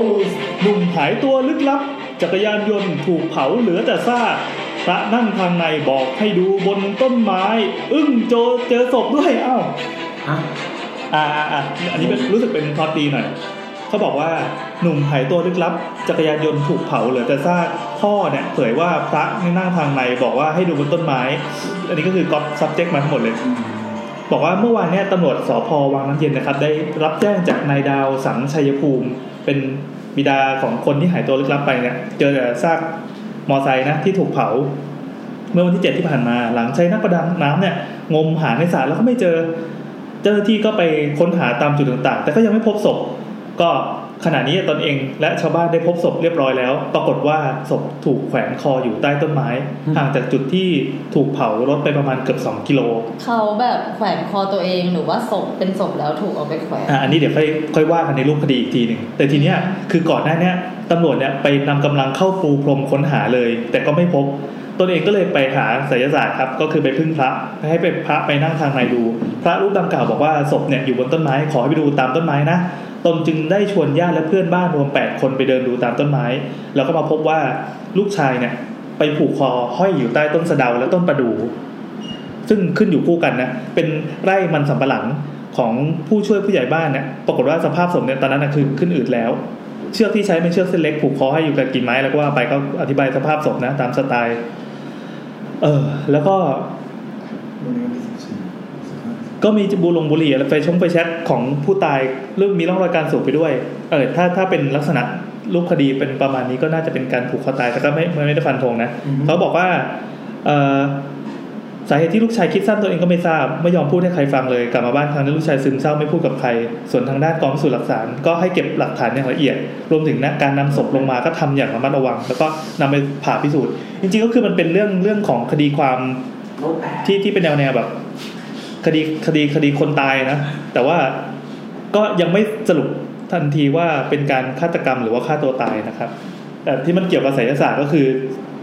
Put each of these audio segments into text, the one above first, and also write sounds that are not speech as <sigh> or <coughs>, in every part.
หนุ่มหายตัวลึกลับ จักรยานยนต์ถูกเผาเหลือแต่ซากพระนั่งทางในบอกให้ดูบนต้นไม้ อึ้งโจเจอศพด้วยเอ้า ฮะ อ่าอ่าอ่าอันนี้เป็นรู้สึกเป็นพล็อตดีหน่อย เขาบอกว่าหนุ่มหายตัวลึกลับ จักรยานยนต์ถูกเผาเหลือแต่ซากพ่อเนี่ยเผยว่าพระในนั่งทางในบอกว่าให้ดูบนต้นไม้ อันนี้ก็คือก๊อป subject มาทั้งหมดเลย บอกว่าเมื่อวานเนี่ยตำรวจสพวังน้ำเย็นนะครับ ได้รับแจ้งจากนายดาวสังชัยภูมิ เป็นบิดาของคนที่หายตัวลึกลับไปเนี่ย เจอแต่ซากมอไซค์นะที่ถูกเผา เมื่อวันที่ 7 ที่ผ่านมา หลังใช้นักประดาน้ำเนี่ยงมหาในสระแล้วก็ไม่เจอ เจ้าหน้าที่ก็ไปค้นหาตามจุดต่างๆ แต่ก็ยังไม่พบศพ ก็ขณะนี้ตนเองและชาวบ้านได้พบศพเรียบร้อยแล้ว ปรากฏว่าศพถูกแขวนคออยู่ใต้ต้นไม้ห่างจากจุดที่ถูกเผารถไปประมาณเกือบ2กิโล เขาแบบแขวนคอตัวเองหรือว่าศพเป็นศพแล้วถูกเอาไปแขวน อ่ะอันนี้เดี๋ยวค่อยค่อยว่ากันในรูปคดีอีกทีหนึ่งแต่ทีเนี้ยคือก่อนหน้าเนี้ยตำรวจเนี่ยไปนำกำลังเข้าปูพรมค้นหาเลย แต่ก็ไม่พบตนเองก็เลยไปหาไสยศาสตร์ครับ ก็คือไปพึ่งพระให้ไปพระไปนั่งทางในดู พระรูปดังกล่าวบอกว่าศพเนี่ยอยู่บนต้นไม้ขอให้ไปดูตามต้นไม้นะตนจึงได้ชวนญาติและเพื่อนบ้านรวม 8 คนไปเดินดูตามต้นไม้ แล้วก็มาพบว่าลูกชายเนี่ยไปผูกคอห้อยอยู่ใต้ต้นสะเดาและต้นประดู่ ซึ่งขึ้นอยู่คู่กันนะ เป็นไร่มันสำปะหลังของผู้ช่วยผู้ใหญ่บ้านเนี่ย ปรากฏว่าสภาพศพเนี่ยตอนนั้นนะคือขึ้นอืดแล้ว เชือกที่ใช้เป็นเชือกเส้นเล็กผูกคอให้อยู่กับกิ่งไม้แล้วก็ว่าไปก็อธิบายสภาพศพนะ ตามสไตล์ เออ แล้วก็ วันนี้วันที่สิบสี่สิบห้า ก็มีบุหลงบุหรี่อะไรไฟชงไฟแชทของผู้ตายเริ่มมีร่องรอยการสูบไปด้วย เออถ้าถ้าเป็นลักษณะรูปคดีเป็นประมาณนี้ก็น่าจะเป็นการผูกคอตายแต่ก็ไม่ไม่ไม่ได้ฟันธงนะเขาบอกว่าเออสาเหตุที่ลูกชายคิดสั้นตัวเองก็ไม่ทราบไม่ยอมพูดให้ใครฟังเลยกลับมาบ้านครั้งนั้นลูกชายซึมเศร้าไม่พูดกับใคร ส่วนทางด้านกองพิสูจน์หลักฐานก็ให้เก็บหลักฐานอย่างละเอียด รวมถึงนะการนำศพลงมาก็ทำอย่างระมัดระวัง แล้วก็นำไปผ่าพิสูจน์ จริงๆก็คือมันเป็นเรื่องเรื่องของคดีความ โลแปด ที่ที่เป็นแนวแนวแบบ คดีคดีคดีคนตายนะ แต่ว่าก็ยังไม่สรุปทันทีว่าเป็นการฆาตกรรมหรือว่าฆ่าตัวตายนะครับ แต่ที่มันเกี่ยวกับไสยศาสตร์ก็คือ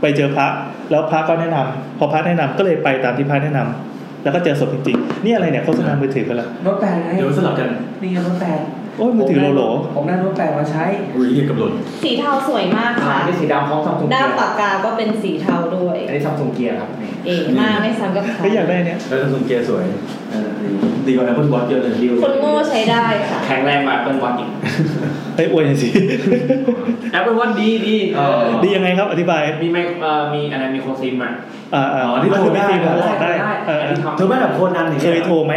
ไปเจอพระ แล้วพระก็แนะนำพอพระแนะนำก็เลยไปตามที่พระแนะนำแล้วก็เจอศพจริงๆนี่อะไรเนี่ยโฆษณามือถือกันละ รถแปดไง เดี๋ยวสลับกัน นี่ไงรถแปด โอ้ยมือถือโลโหล ผมได้รถแปดมาใช้ อุ้ยเรียกกำหนด สีเทาสวยมาก อ่า ค่ะ นี่สีดำพร้อมซัมซุงเกี ด้าย ม ร์ ปากกาก็เป็นสีเทาด้วย อันนี้ซัมซุงเกียร์ครับนี่ เอ๋มากไม่ซ้ำกับใคร ไม่อยากได้เนี่ย แล้วทำทรงเกียร์สวย เออดี ดีกว่า Apple Watch เยอะเลย ดีล คนโง่ใช้ได้ค่ะ แข็งแรงมากเป็นวัดอี <laughs> ก ไปอวยหน่อยสิ <laughs> แอปเป็นวัดดีดีเออ ดียังไงครับอธิบาย มีไมค์เอ่อมีอะไรมีโคซิมอ่ะ อ่าอ่าก็คือไม่ตีโทรศัพท์ได้เออเออันอ นี้ทำ เธอไม่แบบโคนันอย่าง เคยงี้หอ โทรไหม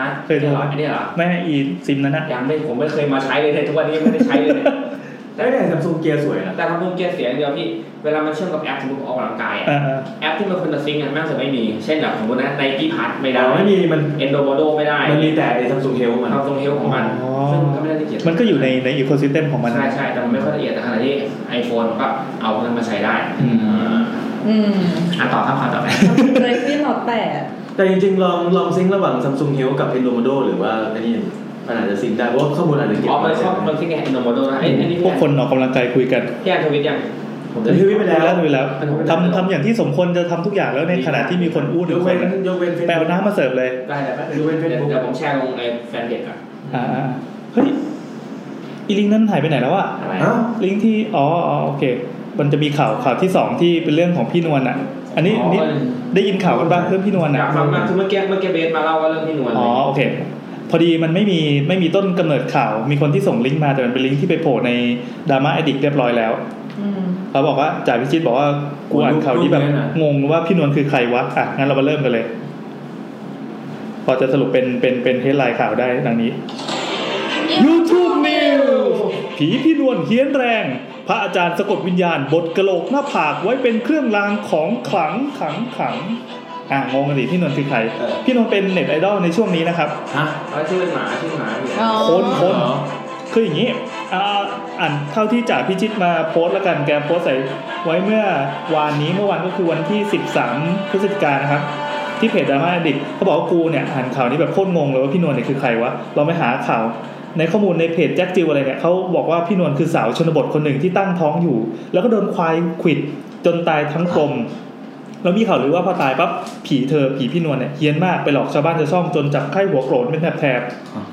ฮะ เคยโทร เหรออันนี้เหรอ แม่อีซิมนั้นนะ ยังไม่ผมไม่เคยมาใช้เลยเนี่ยทุกวันนี้ยังไม่ได้ใช้เลย <laughs> เนี่ย เอ้ยแต่ทำทรงเกียร์สวยนะ แต่ซัมซุงเกียร์เสียอย่างเดียวพี่เวลามันเชื่อมกับแอปสมมติผมออกกำลังกายอะ อ่าอ่า แอปที่มันคนละซิงก์อะแม่งจะไม่มี เช่นแบบสมมตินะไนกี้พัทไม่ได้ แต่ไม่มีมัน เอนโดโมโดไม่ได้ มันมีแต่ไอ้ทำทรงเฮลมัน ซัมซุงเฮลของมัน อ๋อ ซึ่งมันก็ไม่ได้ละเอียด มันก็อยู่ในในอีโคซิสเต็มของมัน ใช่ใช่แต่มันไม่ค่อยละเอียดแต่ขณะที่ iPhone ก็เอาพวกนั้นมาใช้ได้ อืม อืม อ่ะต่อครับค่ะต่อไป เลยที่เราแปด แต่จริงๆ ลองลองซิงค์ระหว่าง Samsung Hill กับ Endomodo หรือว่าไอ้นี่มันอาจจะซิงค์ได้เพราะว่าข้อมูลอาจจะเก็บ อ๋อมันชอบ ไว้ มันที่ไงอินโนโมโดนะไอ้ไอ้นี่ พวกคนออกกำลังกายคุยกัน พี่อันทวิตยัง ผมจะทิ้วไปแล้ว แล้วไปแล้วทำทำอย่างที่สมควรจะทำทุกอย่างแล้วในขณะที่มีคนอู้ห ย นึ่ง ก ค เว้ น นยกเว้น แปลว่าน้ำมาเสิร์ฟเลย ได้แล้วแป๊บนึง ดูเป็น Facebook เดี๋ยวผมแชร์ลงในแฟนเพจก่อน อ่าอ่าอ่าเฮ้ยอีลิงก์นั้นหายไปไหนแล้วอะ อะไร อ้าว ลิงก์ที่อ๋ออ๋อโอเค มันจะมีข่าวข่าวที่สองที่เป็นเรื่องของพี่นวลอะอันนี้อันนี้ได้ยินข่าวกันบ้างเรื่องพี่นวล อ อะ ยากฟังมากคือเมื่อกี้เมื่อกี้เบสมาเล่าว่าเรื่องพี่นวล อ๋อโอเค พอดีมันไม่มีไม่มีต้นกำเนิดข่าว มีคนที่ส่งลิงก์มาแต่มันเป็นลิงก์ที่ไปโผล่ในดราม่าอดิกเรียบร้อยแล้ว อืม เขาบอกว่าจ่าพิชิตบอกว่ากูอ่านข่าวนี้แบบงงว่าพี่นวลคือใครวะอ่ะงั้นเรามาเริ่มกันเลย พอจะสรุปเป็นเป็นเป็นเทสไลน์ข่าวได้ดังนี้ YouTube News ผีพี่นวลเฮี้ยนแรง พระอาจารย์สะกดวิญญาณบทกระโหลกหน้าผากไว้เป็นเครื่องรางของขลังขลังขลังอ่ะงงกันดิพี่นวลคือใคร เออ พี่นวลเป็นเน็ตไอดอลในช่วงนี้นะครับ ฮะ แล้วชื่อเป็นหมาชื่อหมาเนี่ย อ๋อ คนคน เหรอ คืออย่างนี้อ่าอ่านเท่าที่จ่าพิชิตมาโพสต์ละกัน แกโพสต์ใส่ไว้เมื่อวานนี้ เมื่อวานก็คือวันที่ 13 พฤศจิกายนนะครับ ที่เพจดราม่าอดิกเขาบอกว่ากูเนี่ยอ่านข่าวนี้แบบโคตรงงเลยว่าพี่นวลเนี่ยคือใครวะ เราไม่หาข่าว ในข้อมูลในเพจแจ็คจิวอะไรเนี่ยเขาบอกว่าพี่นวลคือสาวชนบทคนหนึ่งที่ตั้งท้องอยู่ แล้วก็โดนควายขวิดจนตายทั้งกลม แล้วมีข่าวหรือว่าพอตายปั๊บผีเธอผีพี่นวลเนี่ยเฮี้ยนมากไปหลอกชาวบ้านชาวช่องจนจับไข้หัวโกรนเป็นแถบ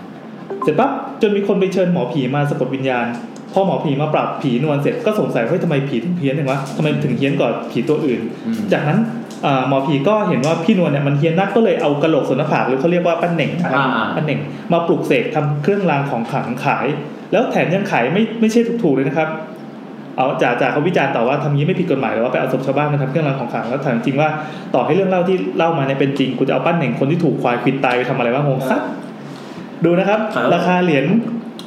ๆ เสร็จปั๊บจนมีคนไปเชิญหมอผีมาสะกดวิญญาณ พอหมอผีมาปรับผีนวลเสร็จก็สงสัยว่าเฮ้ยทำไมผีถึงเพี้ยนอย่างวะทำไมถึงเพี้ยนกว่าผีตัวอื่น อืม จากนั้นเอ่อหมอผีก็เห็นว่าพี่นวลเนี่ยมันเฮี้ยนนักก็เลยเอากระโหลกส่วนหน้าผากหรือเขาเรียกว่าปั้นเหน่งนะครับ อ่า ปั้นเหน่งมาปลุกเสกทำเครื่องรางของขลังขาย แล้วแถมยังขายไม่ไม่ใช่ถูกๆเลยนะครับ เอาจ่าจ่าเขาวิจารณ์ต่อว่าทำนี้ไม่ผิดกฎหมายหรือว่าไปเอาศพชาวบ้านมาทำเครื่องรางของขลังแล้วถามจริงว่าต่อให้เรื่องเล่าที่เล่ามาเนี่ยเป็นจริงคุณจะเอาปั้นเหน่งคนที่ถูกควายควิดตายไปทำอะไรบ้างงงครับ ดูนะครับ ครับ ราคาเหรียญ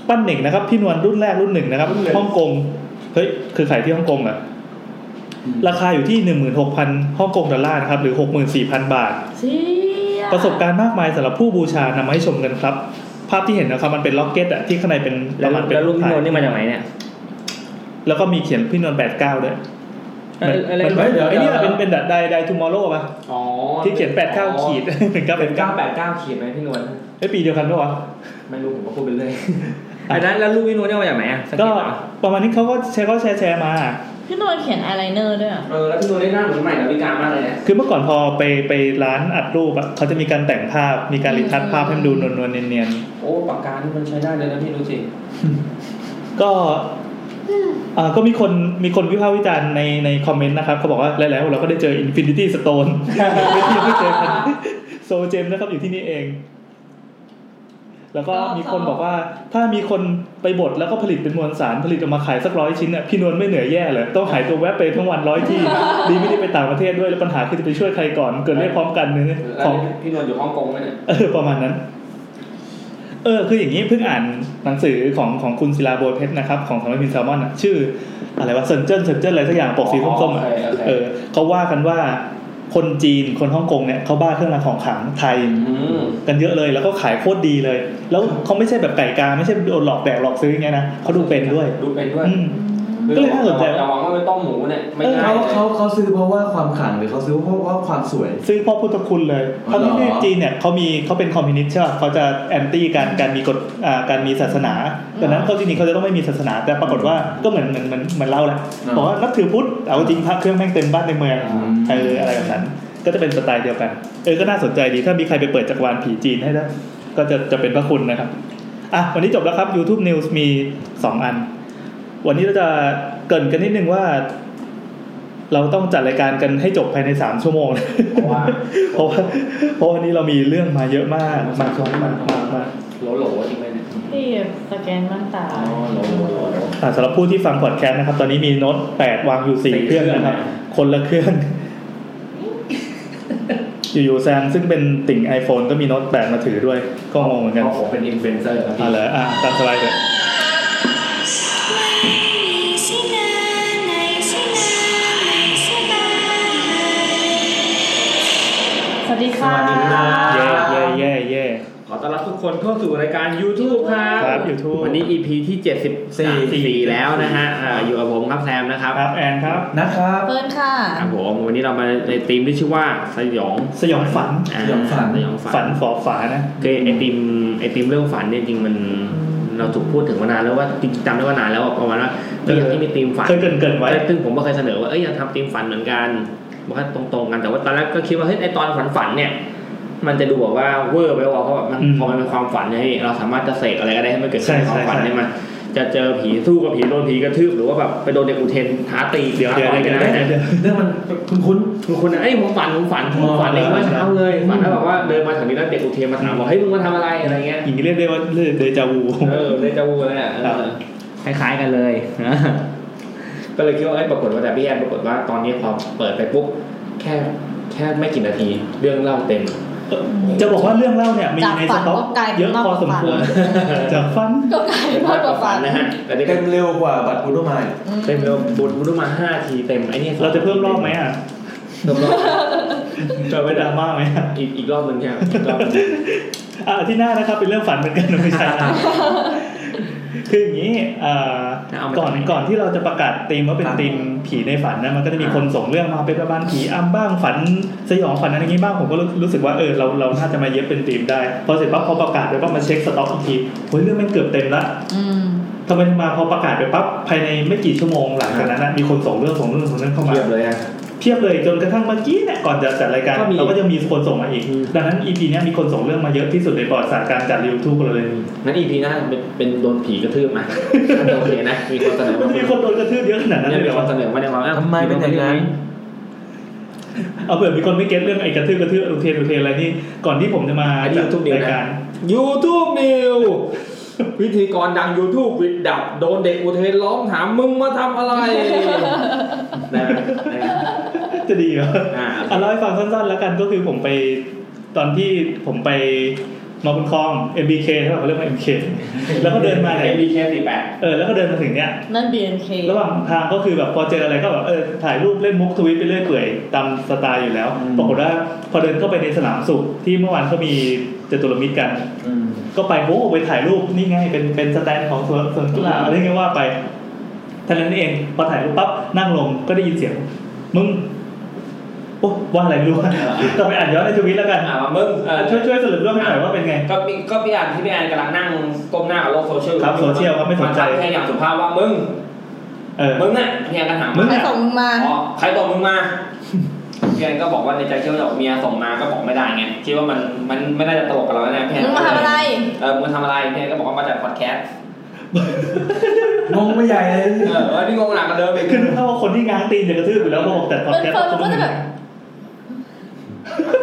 ปั้นเหน่งนะครับ พี่นวลรุ่นแรกรุ่นหนึ่งนะครับฮ่องกงเฮ้ยคือขายที่ฮ่องกงเหรออราคาอยู่ที่หนึ่งหมื่นหกพันฮ่องกงดอลลาร์นะครับหรือหกหมื่นสี่พันบาท เชี่ย ประสบการณ์มากมายสำหรับผู้บูชานำมาให้ชมกันครับ ภาพที่เห็นนะครับมันเป็นล็อกเก็ตอะที่ข้างในเป็นป แล้ว ระมาณเป็น แล้วลูกพี่ ถ่าย นนท์นี่มาจากไหนเนี่ย แล้วก็มีเขียนพี่นวลแปดเก้าด้วย เอ้ยอะไร มันมันไอ้เนี่ยเป็นเป็นไดไดทูมอร์โลป่ะ อ๋อ ที่เขียนแปดเก้าขีด <laughs> หนึ่งเก้าแป เป็น ด เก้า เก้า แปดเก้าขีดไหมพี่นวล ไอ้ยปีเดียวกันปะวะ ไม่รู้ผมก็พูดไปเลยอันนั้นแล้วลูกพี่นวลนี่มาจากไหนอ่ะสังเต ก็ เหรอ ประมาณนี้เขาก็แชร์ก็แชร์แชร์มา พี่นวลเขียนอายไลเนอร์ด้วยอะ เออแล้วพี่ตัวได้หน้าเหมือนใหม่ดาวิกามากเลยเนี่ย คือเมื่อก่อนพอไปไปร้านอัดรูปอะเขาจะมีการแต่งภาพ มีการรีทัชภาพให้มันดูนวลๆเนียน โอ้ปากกานี่มันใช้ได้เลยนะพี่ดูสิ ๆ ก็อ่าก็มีคนมีคนวิพากษ์วิจารณ์ในในคอมเมนต์นะครับเขาบอกว่าหลายๆคนเราก็ได้เจอ Infinity Stone <laughs> ไม่ที่ไม่เจอกันโซเจมนะครับอยู่ที่นี่เอง แล้วก็มีคนบอกว่าถ้ามีคนไปบดแล้วก็ผลิตเป็นมวลสารผลิตออกมาขายสักร้อยชิ้นเนี่ยพี่นวลไม่เหนื่อยแย่เลยต้องหายตัวแวบไปทั้งวันร้อย <laughs> ที่ ดีไม่ได้ไปต่างประเทศด้วยแล้วปัญหาคือจะไปช่วยใครก่อนเกิดเรื่องพร้อมกันเนี่ย แล้ว ของ พี่นวลอยู่ฮ่องกงไหมเนี่ย เออประมาณนั้น เออคืออย่างนี้เพิ่งอ่านหนังสือของของคุณศิลาโบยเพชรนะครับ ของสำนักพิมพ์แซลมอนอะชื่อ อะไรวะเซนเจิ้นเซนเจิ้นอะไรสักอย่างปกสีส้มๆอะ อ๋อโอเคโอเค เออเขาว่ากันว่าคนจีนคนฮ่องกงเนี่ยเขาบ้าเครื่องรางของขลังไทย อืม กันเยอะเลยแล้วก็ขายโคตรดีเลย แล้วเขาไม่ใช่แบบไก่กาไม่ใช่โดนหลอกแดกหลอกซื้ออย่างเงี้ยนะเขาดูเป็นด้วย ดูเป็นด้วย อืม ก็เลยน่าสนใจ แต่หวังว่าเป็นต้มหมูเนี่ยไม่ เออ ง่าย เขา ลย เขาเขาซื้อเพราะว่าความขลังหรือเขาซื้อเพราะว่าความสวย ซื้อพ่อพุทธคุณเลย อ๋ เพราะ อเหรอ ที่จีนเนี่ยเขามีเขาเป็นคอมมิวนิสต์ใช่ป่ะเขาจะแอนตี้การการมีกฎอ่าการมีศาสนาดังนั้นเขาจริงๆเขาจะต้องไม่มีศาสนา แต่ปรากฏว่าก็เหมือนเหมือนเหมือนเหมือนเราแหละบอกว่านับถือพุทธเอาจริงพระเครื่องแม่งเต็มบ้านในเมือง อืม เอออะไรแบบนั้น ก็จะเป็นสไตล์เดียวกัน เออก็น่าสนใจดีถ้ามีใครไปเปิดจักรวาลผีจีนให้ได้ก็จะจะเป็นพระคุณนะครับอ่ะวันนี้จบแล้วครับ YouTube News มีสองอัน วันนี้เราจะเกรินกันนิดนึงว่า เราต้องจัดรายการกันให้จบภายในสามชั่วโมงนะ เพราะว่า <laughs> เพราะว่าเพราะวันนี้เรามีเรื่องมาเยอะมากมากมากมากมาก โหลโหลจริงไหมเนี่ย ที่สแกนม่านตา อ๋อโหลโหลโหลโหล อ่ะสำหรับผู้ที่ฟังพอดแคสต์นะครับ ตอนนี้มีโน้ตแปดวางอยู่สี่ สี่ เครื่องนะครับ เครื่องนะ คนละเครื่อง อยู่ๆแซมซึ่งเป็นติ่ง iPhone ก็มีโน้ตแปดมาถือด้วย ก็งงเหมือนกัน เพราะผมเป็นอินฟลูเอนเซอร์ครับพี่ อ่ะเหรออ่ะตามสบายเลย สวัสดีค่ะ สวัสดีครับ เย่เย่เย่เย่ ขอต้อนรับทุกคนเข้าสู่รายการ YouTube ครับ ครับ YouTube วันนี้ EP ที่74แล้วนะฮะอ่าอยู่กับผมครับแซมนะครับ ครับแอนครับ นะครับ เปิ้ลค่ะ ครับผมวันนี้เรามาในธีมที่ชื่อว่าสยอง สยองฝัน า สยองฝัน สยองฝัน ฝันฝอฝานะ คือไอติมไอติมเรื่องฝันเนี่ยจริงมันเราถูกพูดถึงมานานแล้วว่าจริงๆจำได้ว่านานแล้วอะประมาณว่าเอออยากที่มีธีมฝัน เคยเกรินเกรินไว้ ซึ่งผมก็เคยเสนอว่าเอ้ยอยากทำธีมฝันเหมือนกันบอกว่าตรงๆกันแต่ว่าตอนแรกก็คิดว่าเฮ้ยไอตอนฝันฝันๆเนี่ย มันจะดูแบบว่าเวอร์ไปว่าเพราะแบบมัน อืม พอมันเป็นความฝันเนี่ยเฮ้ยเราสามารถจะเสกอะไรก็ได้ให้มันเกิดขึ้น ใช่ ในความฝัน ใช่ เนี่ยมันจะเจอผีสู้กับผีโดนผีกระทืบหรือว่าแบบไปโดนเด็กอุเทนท้าตีเดี๋ยว เดี๋ยว ต่อยกั เดี๋ย น ว ได้ เดี๋ยว นะ เดี๋ยว เรื่องมันคุ้น คือคนน่ะเอ้ยผมฝันผมฝันผมฝันเองเมื่อเช้าเลยฝันแล้วแบบว่าเดินมาถึงนี้แล้วเด็กอุเทนมาถามบอกเฮ้ยมึงมาทำอะไรอะไรเงี้ย อย่างนี้เรียกได้ว่าเรื่องเดจาวู เออเลยจะวูเลยอ่ะเออคล้ายๆกันเลย <laughs> ก็เลยคิดว่าเอ้ยปรากฏว่าแต่พี่แอนปรากฏว่าตอนนี้พอเปิดไปปุ๊บแค่แค่ไม่กี่นาที เรื่องเล่าเต็ม จะบอกว่าเรื่องเล่าเนี่ยมีในสต็อกเยจากฝันก็กลายเป็นอะพอสมควร มากกว่า จากฝัน ก็กลายเป็นมากกว่าฝัน นะฮะแต่ ๆ นี่ก็ เต็มเร็วกว่าบัตรบูโดไมล์ เต็มแล้วบุญบุญมาห้าทีเต็มไอ้นี่ เราจะเพิ่มรอบไหมอ่ะ เพิ่มรอบ จะไม่ดราม่าไหมอ่ะ อีกอีกรอบหนึ่งใช่ไหมอีกรอบหนึ่ง อ่ะอาที่หน้านะครับเป็นเรื่องฝันเหมือน <laughs> กันนะไม่ใช่ <laughs> คืออย่างนี้อ่า เอามา ก่อน จากไหน ก่อนที่เราจะประกาศธีมว่าเป็นธีมผีในฝันนะมันก็จะมีคนส่งเรื่องมาเป็นประมาณผีอ้ำบ้างฝันสยองฝันอะไรอย่างนี้บ้างผมก็รู้รู้สึกว่าเออเราเราน่าจะมาเย็บเป็นธีมได้พอเสร็จปั๊บพอประกาศไปปั๊บมาเช็คสต็อกอีกทีเฮ้ยเรื่องมันเกือบเต็มละ อืม ทำไมมาพอประกาศไปปั๊บภายในไม่กี่ชั่วโมงหลังจากนั้นนะมีคนส่งเรื่องส่งเรื่องส่งเรื่องเข้ามา เทียบเลยฮะ เพียบเลยจนกระทั่งเมื่อกี้เนี่ยก่อนจะจัดรายการ ก็มี เราก็ยังมีคนส่งมาอีก ดังนั้น EP เนี้ยมีคนส่งเรื่องมาเยอะที่สุดในประวัติศาสตร์การจัดรีวิวทูบเลย งั้นอีพีหน้าเป็นเป็นโดนผีกระทืบไหมโอเคนะ มีคนเสนอ มัน มา มีคนโดนกระทืบเยอะขนาดนั้น เนี่ เลยมียเหร ค อน เสนอมาในความว่า ทำไมเป็นอย่างนั้น เอาเผื่อมีคนไม่เก็ตเรื่องไอ้กระทืบกระทืบอุเทนอุเทนอะไรนี่ก่อนที่ผมจะมาจัดรายการ YouTube New วิธีกรดัง YouTube วิดดับ โดนเด็กอุเทนร้องถามมึงมาทำอะไรได้ไหมได้ไหม จะดีเหรอ อ่า อ่ะเล่าให้ฟังสั้นๆแล้วกันก็คือผมไปตอนที่ผมไปมาบุญคลอง MBK ใช่ป่ะเขาเรียกว่า MBK แล้วก็เดินมาเนี่ย MBK สี่แปด เออแล้วก็เดินมาถึงเนี้ย นั่น BNK ระหว่างทางก็คือแบบพอเจออะไรก็แบบเออถ่ายรูปเล่นมุกทวิตไปเรื่อยเปื่อยตามสไตล์อยู่แล้วปรากฏว่าพอเดินเข้าไปในสนามสุขที่เมื่อวานเขามีจตุรมิตรกัน ก็ไปโอ้ไปถ่ายรูปนี่ไงเป็นเป็นสแตนของสวนสวนกุหลาบอะไรเงี้ยว่าไปเท่านั้นเองพอถ่ายรูปปั๊บนั่งลงก็ได้ยินเสียง มึงโอ้ว่าอะไรไม่รู้ <laughs> อะก็ไปอ่านย้อนในทวิตแล้วกัน อ่ามึงเออ ช่วยช่วยสรุปเรื่องให้หน่อยว่าเป็นไง ก็มีก็พี่อันที่พี่อันกำลังนั่งก้มหน้ากับโลกโซเชียลอยู่ ครับโซเชียลครับไม่สนใจ าทักให้อย่างสุภาพว่ามึง เออ มึงเนี่ยพี่อันก็ถาม มึง ใครส่งมึงมา อ๋อใครตบมึงมาพี่อันก็บอกว่าในใจคิดว่าดอกเมียส่งมาก็บอกไม่ได้ไงคิดว่ามันมันไม่ได้จะตลกกับเราแน่ๆพี่อัน มึงมาทำอะไร เออมึงทำอะไรพี่อันก็บอกว่ามาจัดพอดแคสต์ งงไม่ใหญ่เลย เออเออนี่งงหนักกันเดิมอีก คือนึกภาพว่าคนที่ง้างตีนจะกระทืบอยู่แล้วพอบอกแต่พอดแคสต์ เออเฟิร์ก็นก็จะแบบ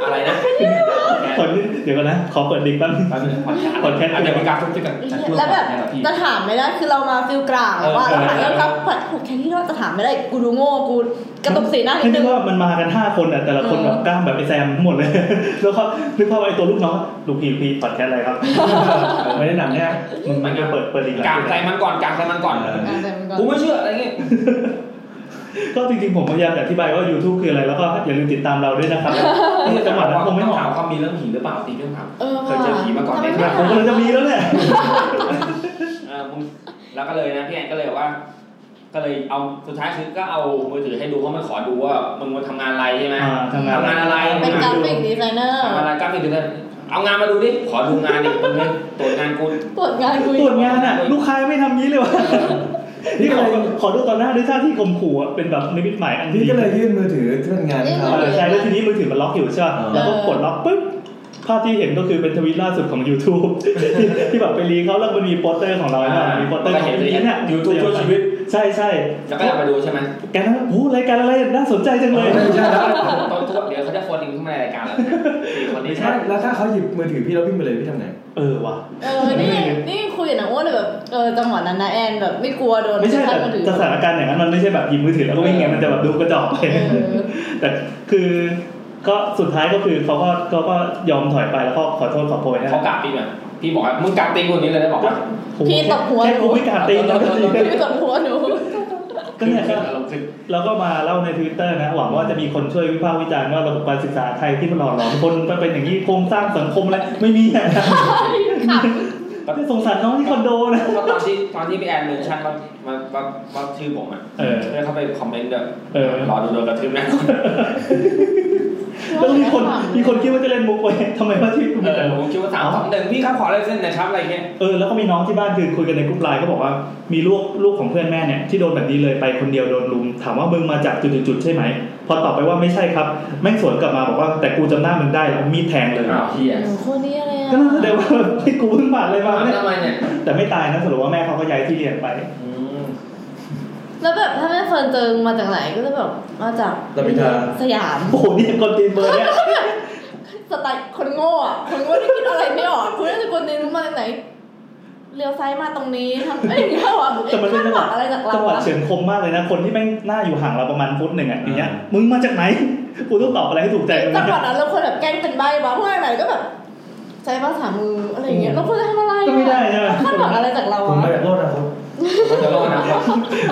อะไรนะ คนที่เดี๋ยวก่อนนะขอเปิดดิกบ้าง พอดแคสต์ พอดแคสต์ อาจจะมีการทุบตีกันจัด แล้วแบบ พอดคสต์ จะ นะพี่ ถามไม่ได้คือเรามาฟิลกลางว่า เอ เราถามอแล้วก็ผัดผูกแค่ที่เราจะถามไม่ได้กูดูโง่กูกระตุกสีหน้านิ ไม่ ดนึ ใช่ ง ว่ามันมากันห้าคนอ่ะแต่ละคน เออ แบบกล้ามแบบไอแซมหมดเลย <laughs> แล้วก็นึกภาพว่าไอตัวลูกน้องลูกพี่ลูกพี่พอดแคสต์อะไร <laughs> ครับ ไม่ได้หนังเนี่ยมึงมันจะเปิดเปิดดิกห กา ลั ก ง ใจมันก่อนกากใจมันก่อน อ่ะแต่มันก็ กูไม่เชื่ออะไรเงี้ย ก็จริงๆ ผมพยายามจะอธิบายว่า YouTube คืออะไร แล้วก็อย่าลืมติดตามเราด้วย <laughs> นะครับที่จังหวัดนั้นคงไม่เห ถาม มาะ ความมีเรื่องผีหรือเปล่าตีเรื่องผี เออ เค ว่ะ ยเจอผีมาก่อนไหม ทำไม คผไม่ รับมก็เลยจะมีแล้วแหละ เออมึงแล้วก็เลยนะพี่แอนก็เลยว่า ก็เลยเอาสุดท้ายคือก็เอามือถือให้ดูเพราะมันขอดูว่ามึงมาทำงานอะไรใช่ไหม อ่าทำงาน ทำงานอะไร เป็นกราฟิกดีไซเนอร์ ทำอะไรกราฟิกดีไซเนอร์เอางานมาดูดิขอดูงานดิมึงเนี่ยตรวจงานกู ตรวจงานกูตอีร ก วจงาน <laughs> อ่ะ ลูกค้าไม่ทำงี้เลยวะ <laughs> นี่ขอขอดูตอนหน้าด้วยท่าที่ข่มขู่อะเป็นแบบนิมิตหมายอัน พี่ นี้ ก็เลยยื่นมือถือที่เป็นงานให้เขา เออใช่แล้วทีนี้มือถือมันล็อกอยู่ใช่ป่ะ เออ แล้วก็กดล็อกปุ๊บภาพที่เห็นก็คือเป็นทวิตล่าสุดของ YouTube <laughs> ที่ที่แบบไปรีเขาแล้วมันมีโปสเตอร์ของเราใช่ปะมีโปสเตอร์ของนี้เนี่ย YouTube ช่วยชีวิต ใช่ใช่ แล้วก็อยากไปดูใช่ไหม แกนั้นโอ้โหรายการอะไรน่าสนใจจังเลย ไม่ใช่แล้ว ตอนทุกวันเดี๋ยวเขาจะโฟนอินเข้ามาในรายการแล้วนะสี่คนนี้ ไม่ใช่แล้วถ้าเขาหยิบมือถือพี่แล้ววิ่งไปเลยพี่ทำไง เออว่ะ เออนี่นี่คุยกับนางอ้วนเลยแบบเออจังหวะนั้นนะแอนแบบไม่กลัวโดน ไม่ใช่ กระ แต่ ชากมือถือ สถานการณ์อย่างนั้นมันไม่ใช่แบบหยิบมือถือแล้วก็วิ่งไงมันจะแบบดูกระจอกไป เออ แต่คือก็สุดท้ายก็คือเขาก็เขาก็ยอมถอยไปแล้วก็ขอโทษขอโพยนะ เขากราบพี่มาพี่บอกว่ามึงกราบตีนคนนี้เลยได้บอกว่า พี่ตบหัว แค่ หนู กูไม่กล้าตีนะก็ตี ไม่กดหัวหนู ก็เนี่ยก็ อารมณ์ซึ้ง เราก็มาเล่าในทวิตเตอร์นะหวังว่าจะมีคนช่วยวิพากษ์วิจารณ์ว่าระบบการศึกษาไทยที่มันหล่อหลอมคนไปเป็นอย่างนี้โครงสร้างสังคมอะไรไม่มีนะสงสารน้องที่คอนโดนะ ก็ตอนที่ตอนที่พี่แอนเมนชั่นว่าว่าว่าว่าชื่อผมอ่ะ เออ แล้วเขาไปคอมเมนต์แบบ เออ รอดูโดนกระทืบแน่ แล้วมีคนมีคนคิดว่าจะเล่นมุกไว้ทำไมว่าชีวิตกู เอ มีแต่ อผมคิดว่าสามสองหนึ่งพี่ครับขอลายเส้นหนะครับอะไรเงี้ย เออแล้วก็มีน้องที่บ้านคือคุยกันในกลุ่มไลน์ก็บอกว่ามีลูกลูกของเพื่อนแม่เนี่ยที่โดนแบบนี้เลยไปคนเดียวโดนลุม ถามว่ามึงมาจากจุดๆใช่ไหม พอตอบไปว่าไม่ใช่ครับ แม่งสวนกลับมาบอกว่าแต่กูจำหน้ามึงได้แล้วเอามีดแทงเลย อ้าวเฮีย โอ้โหคนนี้อะไรอ่ะ ก็น่าแสดงว่า <laughs> ที่กูเพิ่งผ่านอะไรมาเนี่ย ทำไมเนี่ย แต่ไม่ตายนะสรุปว่าแม่เขาก็ย้ายที่เรียนไป อืม แล้วแบบถ้าแม่เฟิร์นเจอมาจากไหนก็จะแบบมาจาก รามอินทรา สยาม โอ้โหนี่คนตีนเบอร์เนี่ย สไตล์คนโง่อะคนโง่ที่คิดอะไรไม่ออกคุณน่าจะคนนี้รู้มาจากไหนเลี้ยวซ้ายมาตรงนี้ทำไอ้เงี้ยหรอ แต่มันเป็นจังห หวั วะ งอะไรจากเรา จังหวะ วะ เฉือนคมมากเลยนะ คนที่แม่งหน้าอยู่ห่างเราประมาณฟุตหนึ่งอ่ะอย่างเงี้ยมึงมาจากไหนกูต้องตอบอะไรให้ถูกใจมึง จังห นะ วะนั้นเราควรแบบแกล้งเป็นใบ้บ้างเพราะว่าไหนก็แบบใจภาษามืออะไรอย่างเงี้ยเราควรจะทำอะไร ก็ไม่ได้ อะ ใช่ไหม คาดหวังอะไรจากเรา ผม อะ มาจากโลกนะครับ เขาจะรอดนะครับ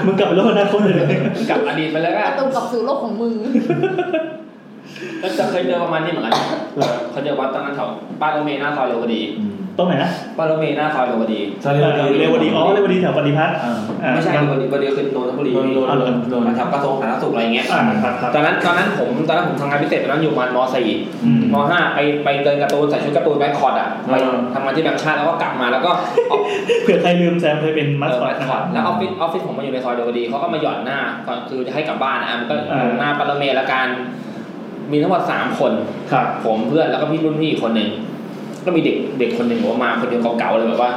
มึงกลับไปโลกอนาคตเลย กลับอดีตไปแล้วก็ ประตูกลับสู่โลกของมึง ก็จะเคยเจอประมาณนี้เหมือนกันเคยเจอว่าตอนนั้นแถวบ้านโรงเมย์หน้าซอยเรวดี ต ตรงไหนนะ ป้ายรถเมล์หน้าซอยเรวดี ซอย เอ่อเร เร ว ว ดี ดี อ๋อเรวดีแถวปฏิพัฒน์ อ่า อ่า ไม่ใช่ ค เร รับ วดีเรวดีคือนนทบุรี โดนโดนโดนโดน มาทำกระทรวงสาธารณสุขอะไรอย่างเงี้ย อ่าครับครับ ตอนนั้นตอนนั้นผมตอนนั้นผมทำงานพิเศษตอนนั้นอยู่ประมาณม อืม .4 ม .5 ไปไปเดินการ์ตูนใส่ชุดการ์ตูนแบงคอกอ่ะไปทำงานที่แบงค์ชาติแล้วก็กลับมาแล้วก็ออก เผื่อใครลืมแซมเคยเป็นมัส เออ คอต มา นะ ถ ค อ รั ด บ แล้วออฟฟิศออฟฟิศผมมาอยู่ในซอยเดวดีเขาก็มาหย่อนหน้าตอนคือจะให้กลับบ้านอ่ะมันก็ อ่า หน้าปารเมลละกันมีทั้งหมดสามคน ครับ ผมเพื่อนแล้วก็พี่รุ่นพี่อีกคนหนึ่งก็มีเด็กเด็กคนหนึ่งบอกว่ามาคนเดียวเก่าๆเลยแบบว่า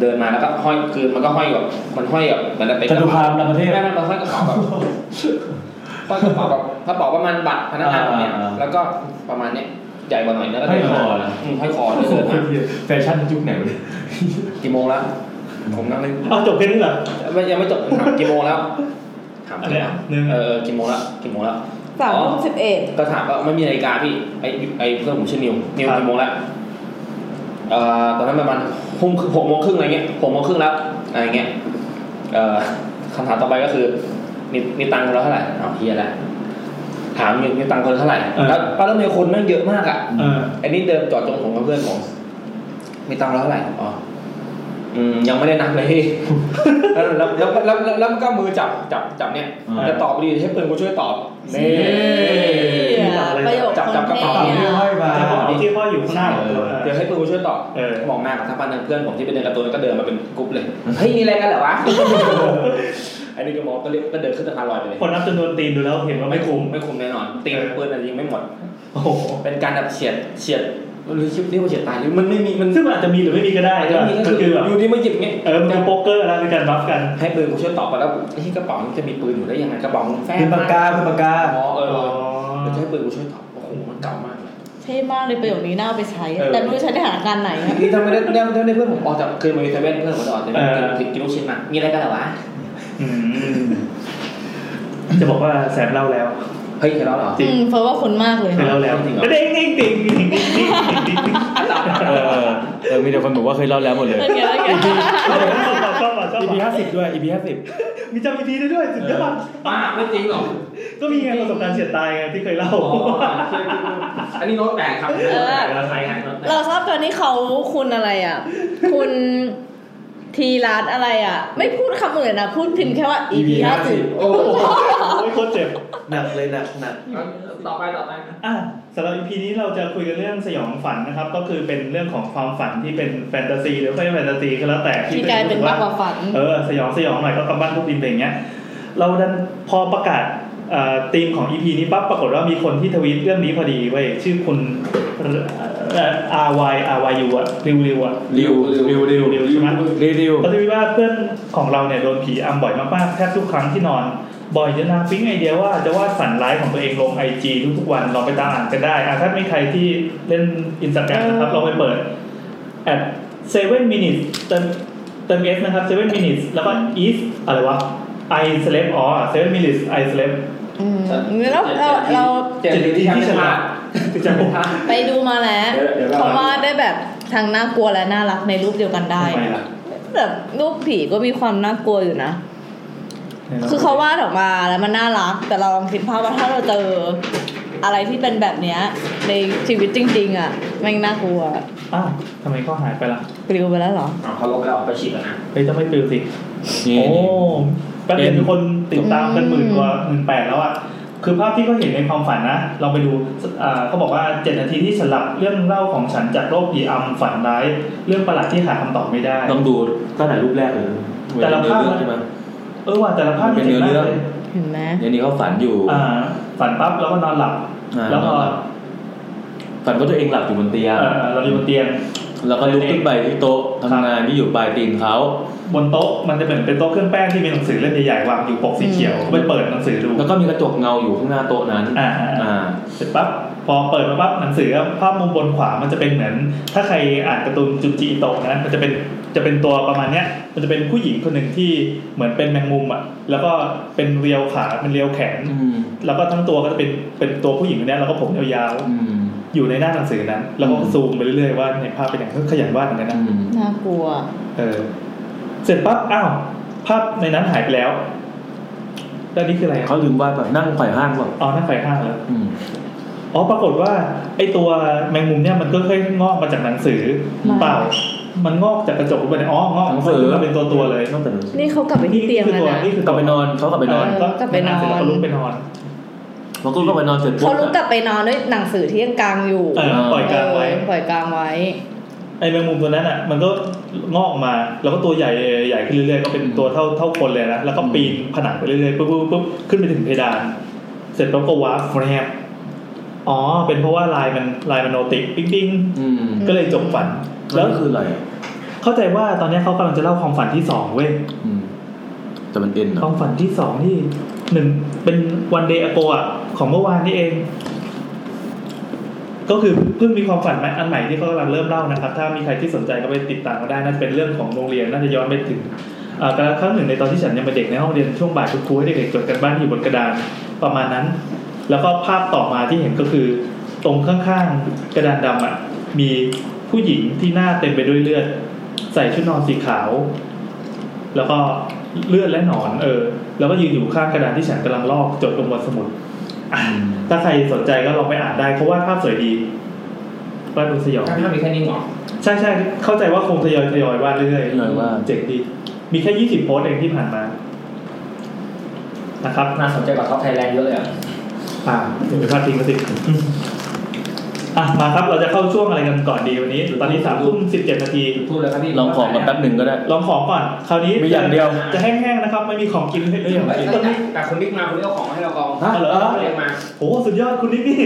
เดินมาแล้วก็ห้อยคือมันก็ห้อยแบบมันห้อยแบบเหมือนจะเป็น จตุคามรามเทพ ไม่ไม่มันห้อยกระเป๋าแบบห้อยกระเป๋าแบบกระเป๋าประมาณบัตรพนักงานแบบเนี้ย อ่าอ่า แล้วก็ประมาณเนี้ยใหญ่กว่าหน่อยแล้วก็ ให้ เดิน ค มา อนะ อืมห้อยคอเดินมา แฟชั่นยุคไหนวะเนี่ย กี่โมงแล้วผมนั่งนึก เอาจบแค่นี้เหรอ ไม่ยังไม่จบถามกี่โมงแล้วถาม อะไรอ่ะหนึ่ง เออกี่โมงแล้วกี่โมงแล้ว สามทุ่มสิบเอ็ด ก็ถามว่าไม่มีนาฬิกาพี่ไอ้ไอ้เพื่อนผมชื่อนิวนิว ครับ กี่โมงแล้วเอ่อตอนนั้นประมาณหกหกโมงครึ่งอะไรเงี้ยหกโมงครึ่งแล้วอะไรเงี้ยเอ่อคำถามต่อไปก็คือมีมีตังค์คนละเท่าไหร่เอาวเฮียแล้วถามมีมีตังค์คนละเท่าไหร่แล้วป้ารถเมล์คนแม่งเยอะมากอ่ะ เออ ไอ้นี่เดินจอดตรงผมกับเพื่อนผมมีตังค์คนละเท่าไหร่อ๋ออืมยังไม่ได้นับเลยพี่ <laughs> แล้วแล้วแล้วแล้วแล้วแล้วมันก็มือจับจับจับเนี่ย อ่า จะตอบพอดีให้เพื่อนกูช่วยตอบนี่ ประโยค จับจับกระเป๋า คน ที่ เนี่ย ห้อยมา กระเป๋าที่ห้อยอยู่ข้างหน้าผมเหรอ เดี๋ยวให้เพื่อนกูช่วยตอบ เออ มองหน้ากับทักพันเพื่อนผมที่ไปเดินการ์ตูนก็เดินมาเป็นกรุ๊ปเลย เฮ้ยมีอะไรกันเหรอ <laughs> วะ อันนี้ก็มองก็เรียกก็เดินขึ้นสะพานลอยไปเลย คนนับจำนวนตีนดูแล้วเห็นว่าไม่คุ้ม <laughs> ไม่คุมแน่นอน ตี เออ ปืนอะไรยิงไม่หมด โอ้โห เป็นการแบบเฉียดเฉียดหรือเรียกว่าเฉียดตายหรือมันไม่มีมัน ซึ่งมันอาจจะมีหรือไม่มีก็ได้ อาจ ใช่ จะ ไหม มี มัน ก็ คื คือ อ แบบ อยู่ดีมาหยิบเงี้ย เออมันคือโป๊กเกอร์แล้วเป็นการบัฟกัน ให้ปืนกูช่วยตอบไปแล้วที่กระเป๋ามันจะมีปืนอยู่ได้ยังไงกระเป๋ามันแฟ้ เป็นปากกาเป็นปากกา อ๋อเออ อ๋อ เดี๋ยวจะให้ปืนกูช่วยตอบโอ้โหมันเก่ามากเลย เท่มากเลยประโยคนี้น่าเอาไปใช้ เออ แต่ไม่รู้ใช้ในสถานการณ์ไหนอะ นี่ทำไม่ได้ทำไม่ได้เพื่อนผมออกจากเคยมาอยู่เซเว่นเพื่อนผมจะออกจากเซเว่น เออ กินกินลูกชิ้นมามีอะไรกันเหรอวะ อืมจะบอกว่าแสบเล่าแล้ว เฮ้ยเคยเล่าเหรอ อืมเฟิร์สว่าคนมากเลย แสบเล่าแล้ว จริงเหรอ เด้งเด้งติงติงติงติงติงติง เออเออเออมีแต่คนบอกว่าเคยเล่าแล้วหมดเลย เป็นไงเป็นไง ชอบชอบชอบชอบ อีพีห้าสิบด้วย EP ห้าสิบ มีจำอีพีได้ด้วยสุดยอด ป้าไม่จริงหรอก ก็มีไงประสบการณ์เฉียดตายไงที่เคยเล่า อันนี้โน้ตแตกครับ เออ เราใช้งานโน้ตแต เรา ก ชอบตอนนี้เขาคุณอะไรอ่ะ คุณทีรัตอะไรอ่ะ ไม่พูดคำอื่นนะพูดพิมพ์แค่ว่า EP ห้าสิบ โอ้โหโคตรเจ็บ หนักเลยหนักหนัก ต่อไปต่อไป อ่ะสำหรับ EP นี้เราจะคุยกันเรื่องสยองฝันนะครับ ก็คือเป็นเรื่องของความฝันที่เป็นแฟนตาซีหรือไม่แฟนตาซีก็แล้วแต่ ที่กลายเป็นมากกว่าฝัน เออสยองสยองหน่อยก็กำบ้านพวกดินอะไรอย่างเงี้ย เราดันพอประกาศเอ่อธีมของ EP นี้ปั๊บปรากฏว่ามีคนที่ทวีตเรื่องนี้พอดีเว้ยชื่อคุณอาร์วายอาร์วายูอะริวริวอะ ริวริวริว ริวใช่ไหม ริวริว เขาจะมีว่าเพื่อนของเราเนี่ยโดนผีอำบ่อยมากๆแทบทุกครั้งที่นอน บ่อยจนนางปิ๊งไอเดียว่าจะวาดฝันร้ายของตัวเองลงไอจีทุกๆวันลองไปตามอ่านกันได้อ่ะถ้าไม่ใครที่เล่นอินสตาแกรมนะครับลองไปเปิด at seven minutes เติมเติม s นะครับ seven minutes แล้วก็ is อะไรวะ I slept อ๋อ seven minutes I slept อืมแล้วเราเรา เจ็ดที่ที่ฉลาด คือจะบอกว่า ไปดูมาแล้ว เดี๋ยวเดี๋ยวเรา เขาว่าดได้แบบทางน่ากลัวและน่ารักในรูปเดียวกันได้ ทำไมล่ะ แบบรูปผีก็มีความน่ากลัวอยู่นะ คือเขาวาดออกมาแล้วมันน่ารัก แต่เราลองคิดภาพว่าถ้าเราเจออะไรที่เป็นแบบเนี้ย ในชีวิตจริง ๆ อ่ะแม่งน่ากลัว อ้าวทำไมก็หายไปล่ะ ปลิวไปแล้วเหรอ เอาเขาลบแล้วไปฉีดแล้วนะ เฮ้ยต้องไม่ปลิวสิ นี่ โอ้ นี่ แป๊บเดียวมีคนติดตามเป็นหมื่นกว่าหมื่นแปดแล้วอ่ะ คือภาพที่เขาเห็นในความฝันนะ ลองไปดูอ่าเขาบอกว่าเจ็ดนาทีที่สลับเรื่องเล่าของฉันจากโรคผีอำฝันร้าย เรื่องประหลาดที่หาคำตอบไม่ได้ ต้องดูตั้งแต่รูปแรกเลย แต่ละภาพ เนื้อเรื่องใช่ไหม เออว่าแต่ละภาพ เป็นเนื้อ จ๋ง เรื่ มา อก ง เลย เห็นไหม เดี๋ยวนี้เขาฝันอยู่ อ่า ฝันปั๊บแล้วก็นอนหลับ อ่า แล้วก็ นอนหลับ ฝันว่าตัวเองหลับอยู่บนเตียง เอ่อเราอยู่บนเตียง แล้วก็ลุกขึ้นไปที่โต๊ะทำงานที่อยู่ปลายตีนเขา บนโต๊ะมันจะเหมือนเป็นโต๊ะเครื่องแป้งที่มีหนังสือเล่มใหญ่ๆวางอยู่ปกสีเขียวไปเปิดหนังสือดู แล้วก็มีกระจกเงาอยู่ข้างหน้าโต๊ะนั้น อ่า อ่า เสร็จปั๊บพอเปิดมาปั๊บหนังสือภาพมุมบนขวามันจะเป็นเหมือน ถ้าใครอ่านการ์ตูนจุนจิอิโตะนะมันจะเป็นจะเป็นตัวประมาณเนี้ย มันจะเป็นผู้หญิงคนหนึ่งที่เหมือนเป็นแมงมุมอ่ะแล้วก็เป็นเรียวขาเป็นเรียวแขน อืม แล้วก็ทั้งตัวก็จะเป็นเป็นตัวผู้หญิงคนเนี้ยแล้วก็ผมยาว อืม ๆอยู่ในหน้าหนังสือนั้น แล้วก็ซูมไปเรื่อยๆว่าในภาพเป็นอย่างก็ขยันวาดเหมือนกัน อื นะ ม น่ากลัว เออเสร็จปั๊บอ้าวภาพในนั้นหายไปแล้วแล้วนี่คืออะไร เขาลืมว่าแบบนั่งไขว่ห้างแบบ อ๋อหน้าไฟห้างแล้ว อืม อ๋อปรากฏว่าไอตัวแมงมุมเนี่ยมันก็ค่อยๆงอกมาจากหนังสือ มา เปล่า มันงอกจากกระจกลงไปเนี่ยอ๋องอก หนังสือ มันเป็นตัวตัวๆเลย ต้องแต่หนังสือ นี่เขากลับไปที่เตียง คือ แล้ว ตัว นะ นี่คือก ลับไปนอนเขากลับไปนอน เ เออกลับไปนอน เสร็จแล้วก็ลุกไปนอน พอกูกลับไปนอนเสร็จปุ๊ เขา บ รู้กลับไปนอนด้วยหนังสือที่ยังกลางอยู่ เออปล่อยกลางไว้ เออปล่อยกลางไว้ ไอ้แมงมุมตัวนั้นอ่ะมันก็งอกมาแล้วก็ตัวใหญ่ใหญ่ขึ้นเรื่อยๆก็เป็นตัวเท่าเท่าคนเลยนะแล้วก็ปีนผนังไปเรื่อยๆปุ๊บปุ๊บปุ๊บขึ้นไปถึงเพดาน เสร็จแล้วก็วาร์ฟแนบอ๋อ เป็นเพราะว่าลายมันลายมันโนติกปิ๊งปิ๊ง อืม ก็เลยจบฝัน แล้ แล้วว คืออะไร เข้าใจว่าตอนนี้เขากำลังจะเล่าความฝันที่สองเว้ย อืมแต่มันเอ็น ค เนาะ วามฝันที่สองที่หนึ่งเป็นวันเดย์อโกะของเมื่อวานนี่เอง ก็คือเพิ่งมีความฝันใหม่อันใหม่ที่เขากำลังเริ่มเล่านะครับ ถ้ามีใครที่สนใจก็ไปติดตามก็ได้น่าจะเป็นเรื่องของโรงเรียนน่าจะย้อนไปถึงอ่าการครั้งหนึ่งในตอนที่ฉันยังเป็นเด็กในห้องเรียนช่วงบ่ายคุณครูให้เด็กๆจดกันบ้านที่อยู่บนกระดานประมาณนั้น แล้วก็ภาพต่อมาที่เห็นก็คือ ตรงข้างๆกระดานดำอ่ะมีผู้หญิงที่หน้าเต็มไปด้วยเลือด ใส่ชุดนอนสีขาว แล้วก็เลือดและหนอน เออ แล้วก็ยืนอยู่ข้างกระดานที่ฉันกำลังลอกจดลงบนสมุดอ่ะถ้าใครสนใจก็ลองไปอ่านได้เพราะว่าภาพสวยดีวาดบนสยอง ถ้าไม่มีแค่นี้เหรอ ใช่ใช่เข้าใจว่าคงทยอยทยอยวาดเรื่อย เลยว่า ๆเจ๋งดี มีแค่ยี่สิบโพสต์เองที่ผ่านมา นะครับ น่าสนใจกว่าท็อปไทยแลนด์เยอะเลยอ่ะ อ่าเดี๋ยวไปพลาดทิ้งมาสิอ่ะมาครับเราจะเข้าช่วงอะไรกันก่อนดีวันนี้ ตอนนี้สามทุ่มสิบเจ็ดนาที พูดเลยครับพี่ ลองของกันแป๊บหนึ่งก็ได้ ลองของก่อน คราวนี้ มีอย่างเดียว จะแห้งๆนะครับ ไม่มีของกินให้เลือก เฮ้ย ตอนนี้ แต่คุณบิ๊กมาคุณเรียกของมาให้เรากอง ฮะเหรอ เรียกมา โอ้สุดยอดคุณนิกนี่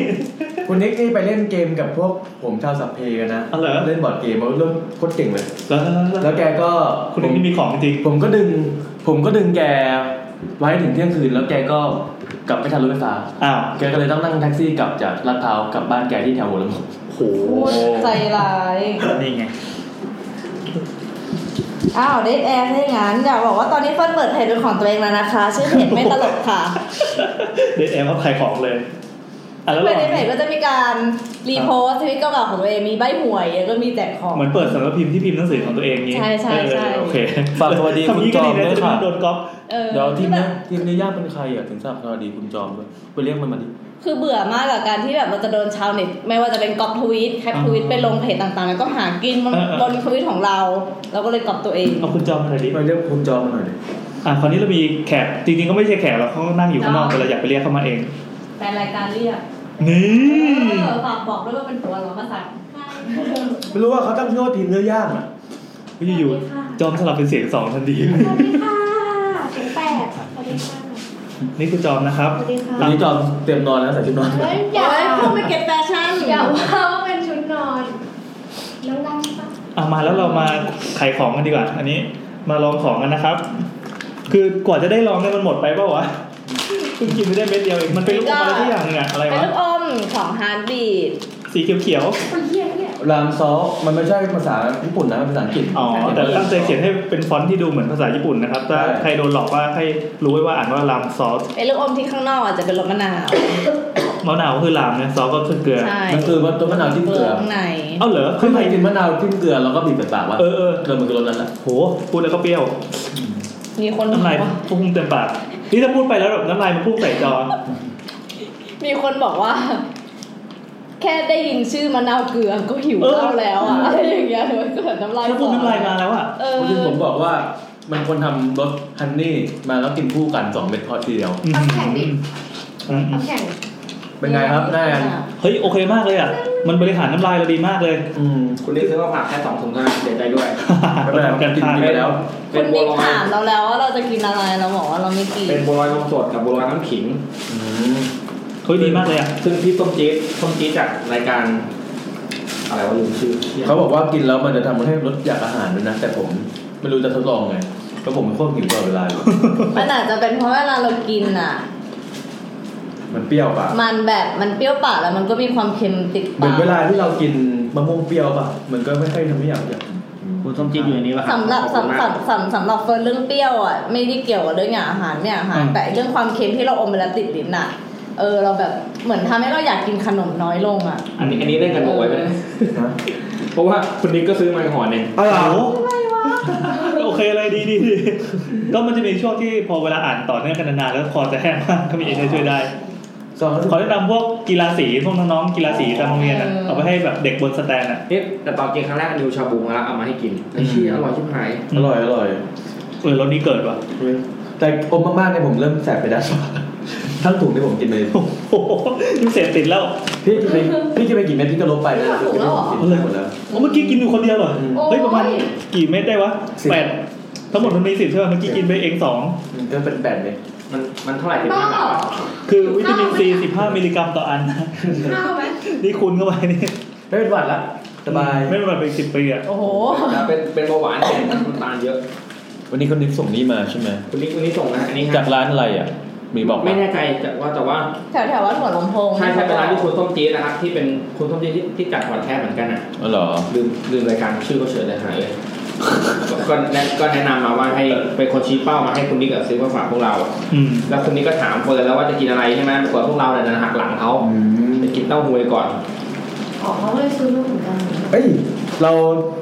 คุณนิกนี่ไปเล่นเกมกับพวกผมชาวสัพเพกันนะ อ๋อเหรอ เล่นบอร์ดเกมแล้วเริ่มโคตรเก่งเลย แล้วแล้ว แล้ แล้ว วแกก็ คุณนิกนี่มีของจริง ผมก็ดึง ผมก็ดึงแกไว้ถึงเที่ยงคืน แล้วแกก็กลับไม่ทันรถไฟฟ้า ๆอ้าว แกก็เลยต้องนั่งแท็กซี่กลับจากลาดพร้าวกลับบ้านแกที่แถวหัวลำโพง โห พูดใจร้าย นี่ไง อ้าวเดทแอร์ถ้าอย่างนั้นอยากบอกว่าตอนนี้เฟิร์นเปิดเพจเป็นของตัวเองแล้วนะคะ ชื่อเพจไม่ตลกค่ะ เดทแอมก็ขายของเลยอ่ะแล้ว ไป เรา ในเพจก็จะมีการรีโพสต์ทวิตเก่าๆของตัวเองมีใบหวยแล้วก็มีแจกของ เหมือนเปิดสำนักพิมพ์ที่พิมพ์หนังสือของตัวเองงี้ ใช่ใช่ใช่ เออโอเค ฝากสวัสดี ทำนี้ก็ดี คุณจอมด้วยนะจะได้ ค่ะ ไม่โดนก๊อป เออ เดี๋ยวทีม แบ เนี้ย บ ทีมเนี้ยยากเป็นใครอ่ะถึงทราบข่าวดีคุณจอมด้วยไปเรียกมันมาดิ คือเบื่อมากกับการที่แบบเราจะโดนชาวเน็ตไม่ว่าจะเป็นก๊อปทวิตแคปทวิตไปลงเพจต่างๆ แล้วก็หากินบนบนทวิตของเรา เราก็เลยก๊อปตัวเอง เอาคุณจอมหน่อยดิ มาเรียกคุณจอมมาหน่อยดิ อ่ะคราวนี้เรามีแขกจริงๆก็ไม่ใช่แขกหรอกเขาก็นั่งอยู่ข้างนอกแต่เราอยากไปเรียกเขามาเอง แฟนรายการเรียก นี เอ่ อฝากบอกด้วยว่าเป็นตัวเรามาสั่ง ไม่รู้ว่าเขาตั้งชื่อว่าทีมเนื้อย่างอ่ะ อยู่ๆจอมสลับเป็นเสียงสองทันที สวัสดีค่ะเสียงแปดสวัสดีค่ะ นี่คือจอมนะครับ สวัสดีค่ะ วันนี้จอมเตรียมนอนแล้วใส่ชุดนอน เฮ้ยอ อย่ า ย่าพูดไม่เก็ตแฟชั่น อย่าว่าว่าเป็นชุดนอนน้องดำปะ เอามาแล้วเรามาขายของกันดีกว่า อันนี้มาลองของกันนะครับ คือกว่าจะได้ลองเนี่ยมันหมดไปเปล่าวะเพิ่งกินไม่ได้เม็ดเดียวเองมันเป็นลูกอมอะไรที่อย่างหนึงอะอะไร เป็น วะ ลูกอมของฮาร์ดบีด สีเขียวๆ คนเยี่ยเนี่ย รามซอสมันไม่ใช่ภาษาญี่ปุ่นนะมันเป็นภาษาอังกฤษ อ๋อ แต่ตั้งใจเขียนให้เป็นฟอนต์ที่ดูเหมือนภาษาญี่ปุ่นนะครับ ถ้า ใช่ ใครโดนหลอกว่าให้รู้ไว้ว่าอ่านว่าลามซอส ไอ้ลูกอมที่ข้างนอกอาจจะเป็นรสมะนาว มะนาวก็คือลามนะซอสก็คือเกลือ ใช่ มันคือว่าต้นมะนาวจิ้ม เป เก ลื ลื อ อก ข้างใน เอ้าเหรอ คื คือ อ ใค ใค ร ร กินมะนาวจิ้มเกลือแล้วก็บีบใส่ปากว่า เออเออ เกลือมันคือรสนั้นแหละ โห พูดแล้วก็เปรี้ <laughs> ยว มีคนบอ น้ำ ก ลาย ว่า พุ่งเต็มปาก นี่ถ้าพูดไปแล้วแบบน้ำลายมันพุ่งใส่จอ มีคนบอกว่า แค่ได้ยินชื่อมะนาวเกลือก็หิว เออ เหล้าแล้วอะอะไรอย่างเงี้ยมันก็เหมือนน้ <laughs> ำลาย ถ้าพูดน้ำลายมาแล้วอ่ะ เออ คือผมบอกว่ามันควรทำรสฮันนี่มาแล้วกินคู่กันสองเม็ดพอทีเดียว เอาแข่งดิ อืม เอาแข่ง เป็นไงครับหน้างาน เฮ้ยโอเคมากเลยอ่ะ มันบริหารน้ำลายเราดีมากเลย อืม คุณได้ซื้อข้าวผัดแค่สองถุงเท่านั้นเสียใจด้วย ไม่เป็นไร ทำการ กิน ทาน ดี แล้ว คุณนิกถามเราแล้วว่าเราจะกินอะไรเราบอกว่าเราไม่กิน เป็นบัวลอยนมสดกับบัวลอยน้ำขิง เฮ้ยดีมากเลยอ่ะ ซึ่งพี่ต้มจี๊ดต้มจี๊ดจากรายการ อะไรวะลืมชื่อ เขาบอกว่ากินแล้วมันจะทำให้ลดอยากอาหารด้วยนะ แต่ผมไม่รู้จะทดลองไงเพราะผมเป็นคนหิวตลอดเวลาอยู่ มันอาจจะเป็นเพราะเวลาเรากินอ่ะ มันเปรี้ยวปะ มันแบบมันเปรี้ยวปากแล้วมันก็มีความเค็มติด เหมื ปา อน ก เวลาที่เรากินมะม่วงเปรี้ยวปะมันก็ไม่ค่อยทำให้อยากอยาก คุณต้มจี๊ดอยู่ในนี้ป่ะครั สำหรับ ขอคุณ สำ มาก สำสำสำหรับเฟิร์นเรื่องเปรี้ยวอ่ะไม่ได้เกี่ยวกับเรื่องอย่างอาหารเนี่ยอาหาร อืม แต่เรื่องความเค็มที่เราอมไปแล้วติดลิ้นอ่ะ เออเราแบบเหมือนทำให้เราอยากกินขนมน้อยลงอ่ะ อันนี้อันนี้ได้เงินบอกไว้ไหมเนี่ยเพราะว่าคุณนิกก็ซื้อมาห่อหนึ่ง อ้าวโอเคเลยดีดีดีก็มันจะมีช่วงที่พอเวลาอ่านต่อเนื่องกันนานๆแล้วคอจะแห้งมากก็มีเอเนช่วยได้ สองร้อยสิบ ขอแนะนำพวกกีฬาสีพวกน้องๆกีฬาสีตามโรงเรียนอ่ะ เออ เอาไปให้แบบเด็กบนสแตนอ่ะ นี่แต่ตอนกินครั้งแรกนิวชาบูมาแล้วเอามาให้กินไอ้ชี้ยอร่อยชิบหาย อร่อยอร่อย เออรถนี้เกิดว่ะ แต่อมมากๆเนี่ยผมเริ่มแสบไปด้านขว <laughs> าทั้งถุงที่ผมกินไป โอ้โหนี่เสพติดแล้ว พี่กินไปพี่กินไปกี่เม็ดพี่ก็ลบไปนะ เอาถุงแล้วเหรอ กินไปหมดแล้ว อ๋อเมื่อกี้กินอยู่คนเดียวเหรอ อืม เฮ้ยประมาณกี่เม็ดได้วะ สิบ แปดทั้งหมดมันมีสิบใช่ป่ะเมื่อกี้กินไปเองสอง มันก็เป็นแปดเม็ด มันมันเท่าไหร่ถึง บ้า ห้าบาท คือวิตามินซีสิบห้ามิลลิกรัมต่ออัน <laughs> นะ ข้าวไหม นี่คุณเข้าไปนี่ ไม่เป็นหวัดละสบาย ไม่เป็นไรไปสิบปีอ่ะ โอ้โห นะเป็นเป็นเบาหวานแต่น้ำตาลเยอะ วันนี้คนนิฟส่งนี่มาใช่ไหม คุณนี่คุณนี่ส่งนะอันนี้ฮะ จากร้านอะไรอ่ะมีบอก ไม่ ปะ แน่ใจแต่ว่าแต่ว่า แถวแถววัดหัวลำโพง ใช่ใช่เป็นร้านที่คุณต้มจี๊ดนะครับที่เป็นคุณต้มจี๊ดที่ที่จัดพอดแคสต์เหมือนกันอ่ะ อ๋อเหรอ ลืมลืมรายการชื่อก็เฉยเลยหายเลย <laughs> ก็แนะก็แนะนำมาว่าให้เป็นคนชี้เป้ามาให้คุณนิกกับซื้อมาฝากพวกเราอะ อืม แล้วคุณนิกก็ถามคนเลยแล้วว่าจะกินอะไรใช่ไหมปรากฏพวกเราเนี่ยนะหักหลังเขาไปกินเต้าหวยก่อน อ๋อเขาเลยซื้อมาเหมือนกัน เอ้ยเรา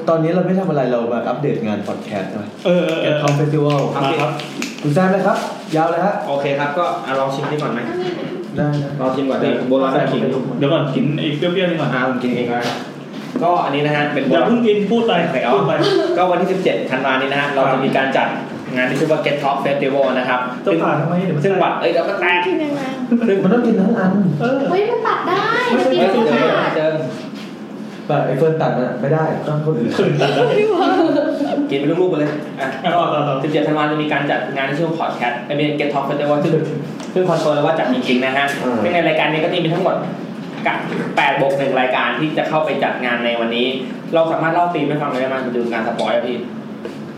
ตอนนี้เราไม่ทำอะไรเราแบบอัปเดตงานพอดแคสต์ใช่ไหม เออเออ แก เอ ท อ คอมเฟสติวัล มาครับ คุณแซมเลยครับ ยาวเลยฮะ โอเคครับก็อ่ะลองชิมนี่ก่อนไหม ได้ ลองชิมก่อนดิโบราณน้ำขิง เดี๋ยวก่อนกินไอ้เปรี้ยวๆนี่ก่อน อ่าผมกินเองแล้วกันก็อันนี้นะฮะเป็นโบ อย่า ราณ เพิ่งกินพูดไป ไหนเอา พูดไป ก็วันที่ 17 ธันวานี้นะฮะ เราจะมีการจัดงานที่ชื่อว่า Get Top Festival นะครับ จะผ่านทำไมเดี๋ยวมันจะ ซึ่ง ห วั วั ด ด เอ้ยเราก็แตก กินยังไง ซึ่งมันต้องกินทั้งอัน เออ เฮ้ยมันตัดได้มันกิน เฮ้ย ก็ เดี๋ยว ขาด เจอ แบบไอ้เฟิร์นตัดมันอะไม่ได้ต้องคนอื่น ถึงตัดได้ กินเป็นลูกๆไปเลย อ่ะ อ่ะต่อต่อต่อ 17 ธันวาจะมีการจัดงานที่ชื่อว่า Podcast เป็น Get Top Festival ซึ่งซึ่งคอนเฟิร์มแล้วว่าจัดจริงๆนะฮะ ซึ่งในรายการนี้ก็จะมีทั้งหมดกับ8บวก1รายการที่จะเข้าไปจัดงานในวันนี้ เราสามารถเล่าตีมให้ฟังเลยได้ไหมมันดูการสปอยล์อะพี่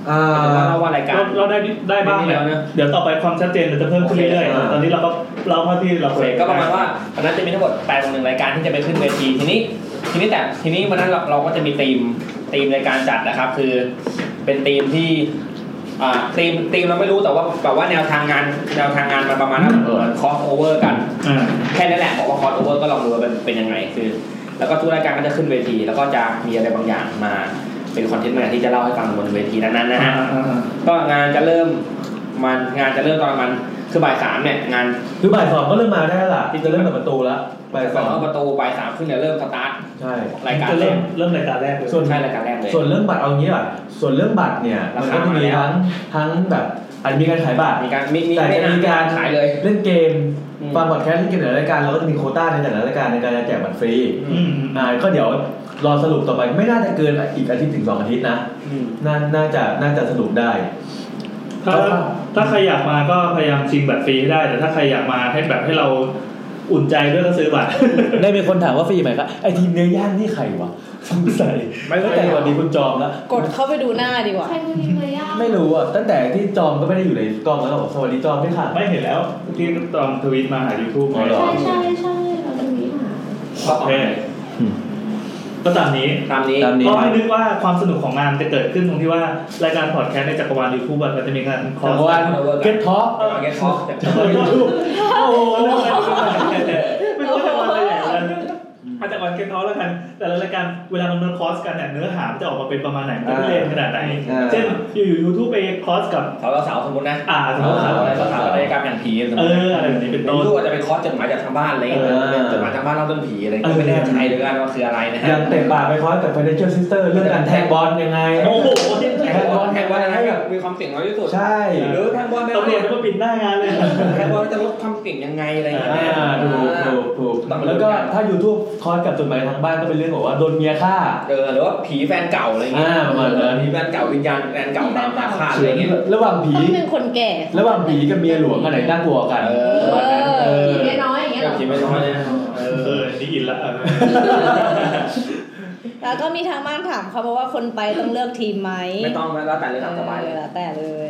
อ่า เราเล่าว่ารายการ เราเราได้ได้บ้าง ไม่มี เล แล้ ยว นะ เดี๋ยวต่อไปความชัดเจนเดี๋ยวจะเพิ่มขึ้นเรื่อย โอเค ๆตอนนี้เราก็เราเท่าที่เรา โอเคก็ประมาณว่าวันนั้นจะมีทั้งหมดแปดหนึ่งรายการที่จะไปขึ้นเวทีทีนี้ ทีนี้แต่ทีนี้วันนั้นเราเราก็จะมีธีมธีมในการจัดนะครับ คือเป็นธีมที่อ่าธีมธีมเราไม่รู้แต่ว่าแบบว่าแนวทางงานแนวทางงานมันประมาณนั้นเหมือนคอสโอเวอร์กัน อ่า แค่นั้นแหละบอกว่าคอสโอเวอร์ก็ลองดูว่าเป็นเป็นยังไงคือ แล้วก็ทุกรายการก็จะขึ้นเวที แล้วก็จะมีอะไรบางอย่างมาเป็นคอนเทนต์ใหม่ที่จะเล่าให้ฟังบนเวทีนั้นๆนะ อ่า ฮะ อ่าอ่า ก็งานจะเริ่มมันงานจะเริ่มตอนประมันคือบ่ายสามเนี่ยงาน คือบ่ายสองก็เริ่มมาได้แล้วล่ะจะเริ่มเปิดประตูละบ่ายส เปิ อ ด ง เข้าประตูบ่ายสามขึ้นเนี่ยเริ่มสตาร์ท ใช่ รายการ จะ แร เริ่ ก มเริ่มรายการแรกเลย ส่วน ใช่รายการแรกเลย ส่วนเรื่องบัตรเอางี้อ่ะส่วนเรื่องบัตรเนี่ยมันก็จะมีทั้งทั้งแบบอาจจะมีการขายบัตร มีการมีมี แต่จะมีการ ขายเลย เล่นเกม อืม ฟังพอดแคสต์เล่นเกมแต่ละรายการเราก็จะมีโควต้าในแต่ละรายการในการจะแจกบัตรฟรี อืมอืม อ่าก็เดี๋ยวรอสรุปต่อไปไม่น่าจะเกินอีกอาทิตย์ถึงสองอาทิตย์นะ อืม น่าน่าจะน่าจะสรุปได้ <laughs> ถ้าถ้าใครอยากมาก็พยายามชิงบัตรฟรีให้ได้ แต่ถ้าใครอยากมาให้แบบให้เราอุ่นใจด้วยก็ซื้อบัตร ได้มีคนถามว่าฟรีไหมครับไอทีมเนื้อย่างนี่ใครวะสงสัย ไม่ตั้งแต่วันนี้คุณจอมแล้ว กดเข้าไปดูหน้าดีกว่า ใครคุณกินเลยอ่ะ ไม่รู้อ่ะตั้งแต่ที่จอมก็ไม่ได้อยู่ในกล้องแล้วหรอกสวัสดีจอมด้วยค่ะ ไม่เห็นแล้วที่ตอนทวีตมาหายูทูบ อ๋อเหรอ ใช่ใช่ใช่เราดูนี้หา ก็ โอเคก็ตามนี้ ตามนี้ ตามนี้ ก็ไม่นึกว่าความสนุกของงานจะเกิดขึ้นตรงที่ว่ารายการพอดแคสต์ในจักรวาลยูทูบมันจะมีการคอ แต่ ร์ส ว่าเก็ตท็อป เออแกท็อปแต่ โอ้โหไม่รู้จักรวาลอะไรอย่างนั้นมาจากรวันเก็ตท็อปแล้วกัน แต่ละรายการเวลามันมาคอร์สกันเนี่ยเนื้อหามันจะออกมาเป็นประมาณไหนมันจะเล่นขนาดไหน เช่นอยู่ยูทูบไปคอร์สกับ สาวสาวๆสมมตินะ อ่าสม สาม ว ติ สา สาว ว สาวสาวรายการอย่างผีสม เอ มติ ออะไรแบบนี้เป็นต้น รู้อาจจะเป็นคอร์สจดหมายจากทางบ้านอะไรเงี้ย เออ เป็นจดหมายทางบ้านเล่าเรื่องผีอะไรเงี้ยก็ไม่แน่ใจเลยว่าคืออะไรนะฮะ อย่างเตะปากไปคอยกับ Financial Sister เรื่องการแทงบอลยังไง โอ้โห แทงบอลแทงบอลอะไรให้แบบมีความเสี่ยงน้อยที่สุด ใช่ หรือแทงบอลไม่ต้อง ตำรวจก็ปิดหน้างานเลย แทงบอลจะลดความเสี่ยงยังไงอะไรอย่างเงี้ย อ่าถูกถูกถูกแล้วก็ถ้า YouTube คอร์สกับจดหมายทางบ้านก็เป็นเรื่องบอกว่าโดนเมียฆ่า เออหรือว่าผีแฟนเก่าอะไรเงี้ย อ่าประมาณนั้น ผีแฟนเก่าวิญญาณแฟนเก่าตามหาฆาตอะไรเงี้ย ระหว่างผี ต้องเป็นคนแก่ ระหว่างผีกับเมียหลวงอันไหนน่ากลัวกัน เอ เอออเออ กินน้อยๆอย่างเงี้ยเหรอ ผีไม่น้อยนะเอ เอ อ อนี่อินละเออ แล้วก็มีทางบ้านถามเขาบอกว่าคนไปต้องเลือกทีมไหม ไม่ต้องนะแล้วแต่เลยตามสบาย เล เลย ย แล้วแต่เลย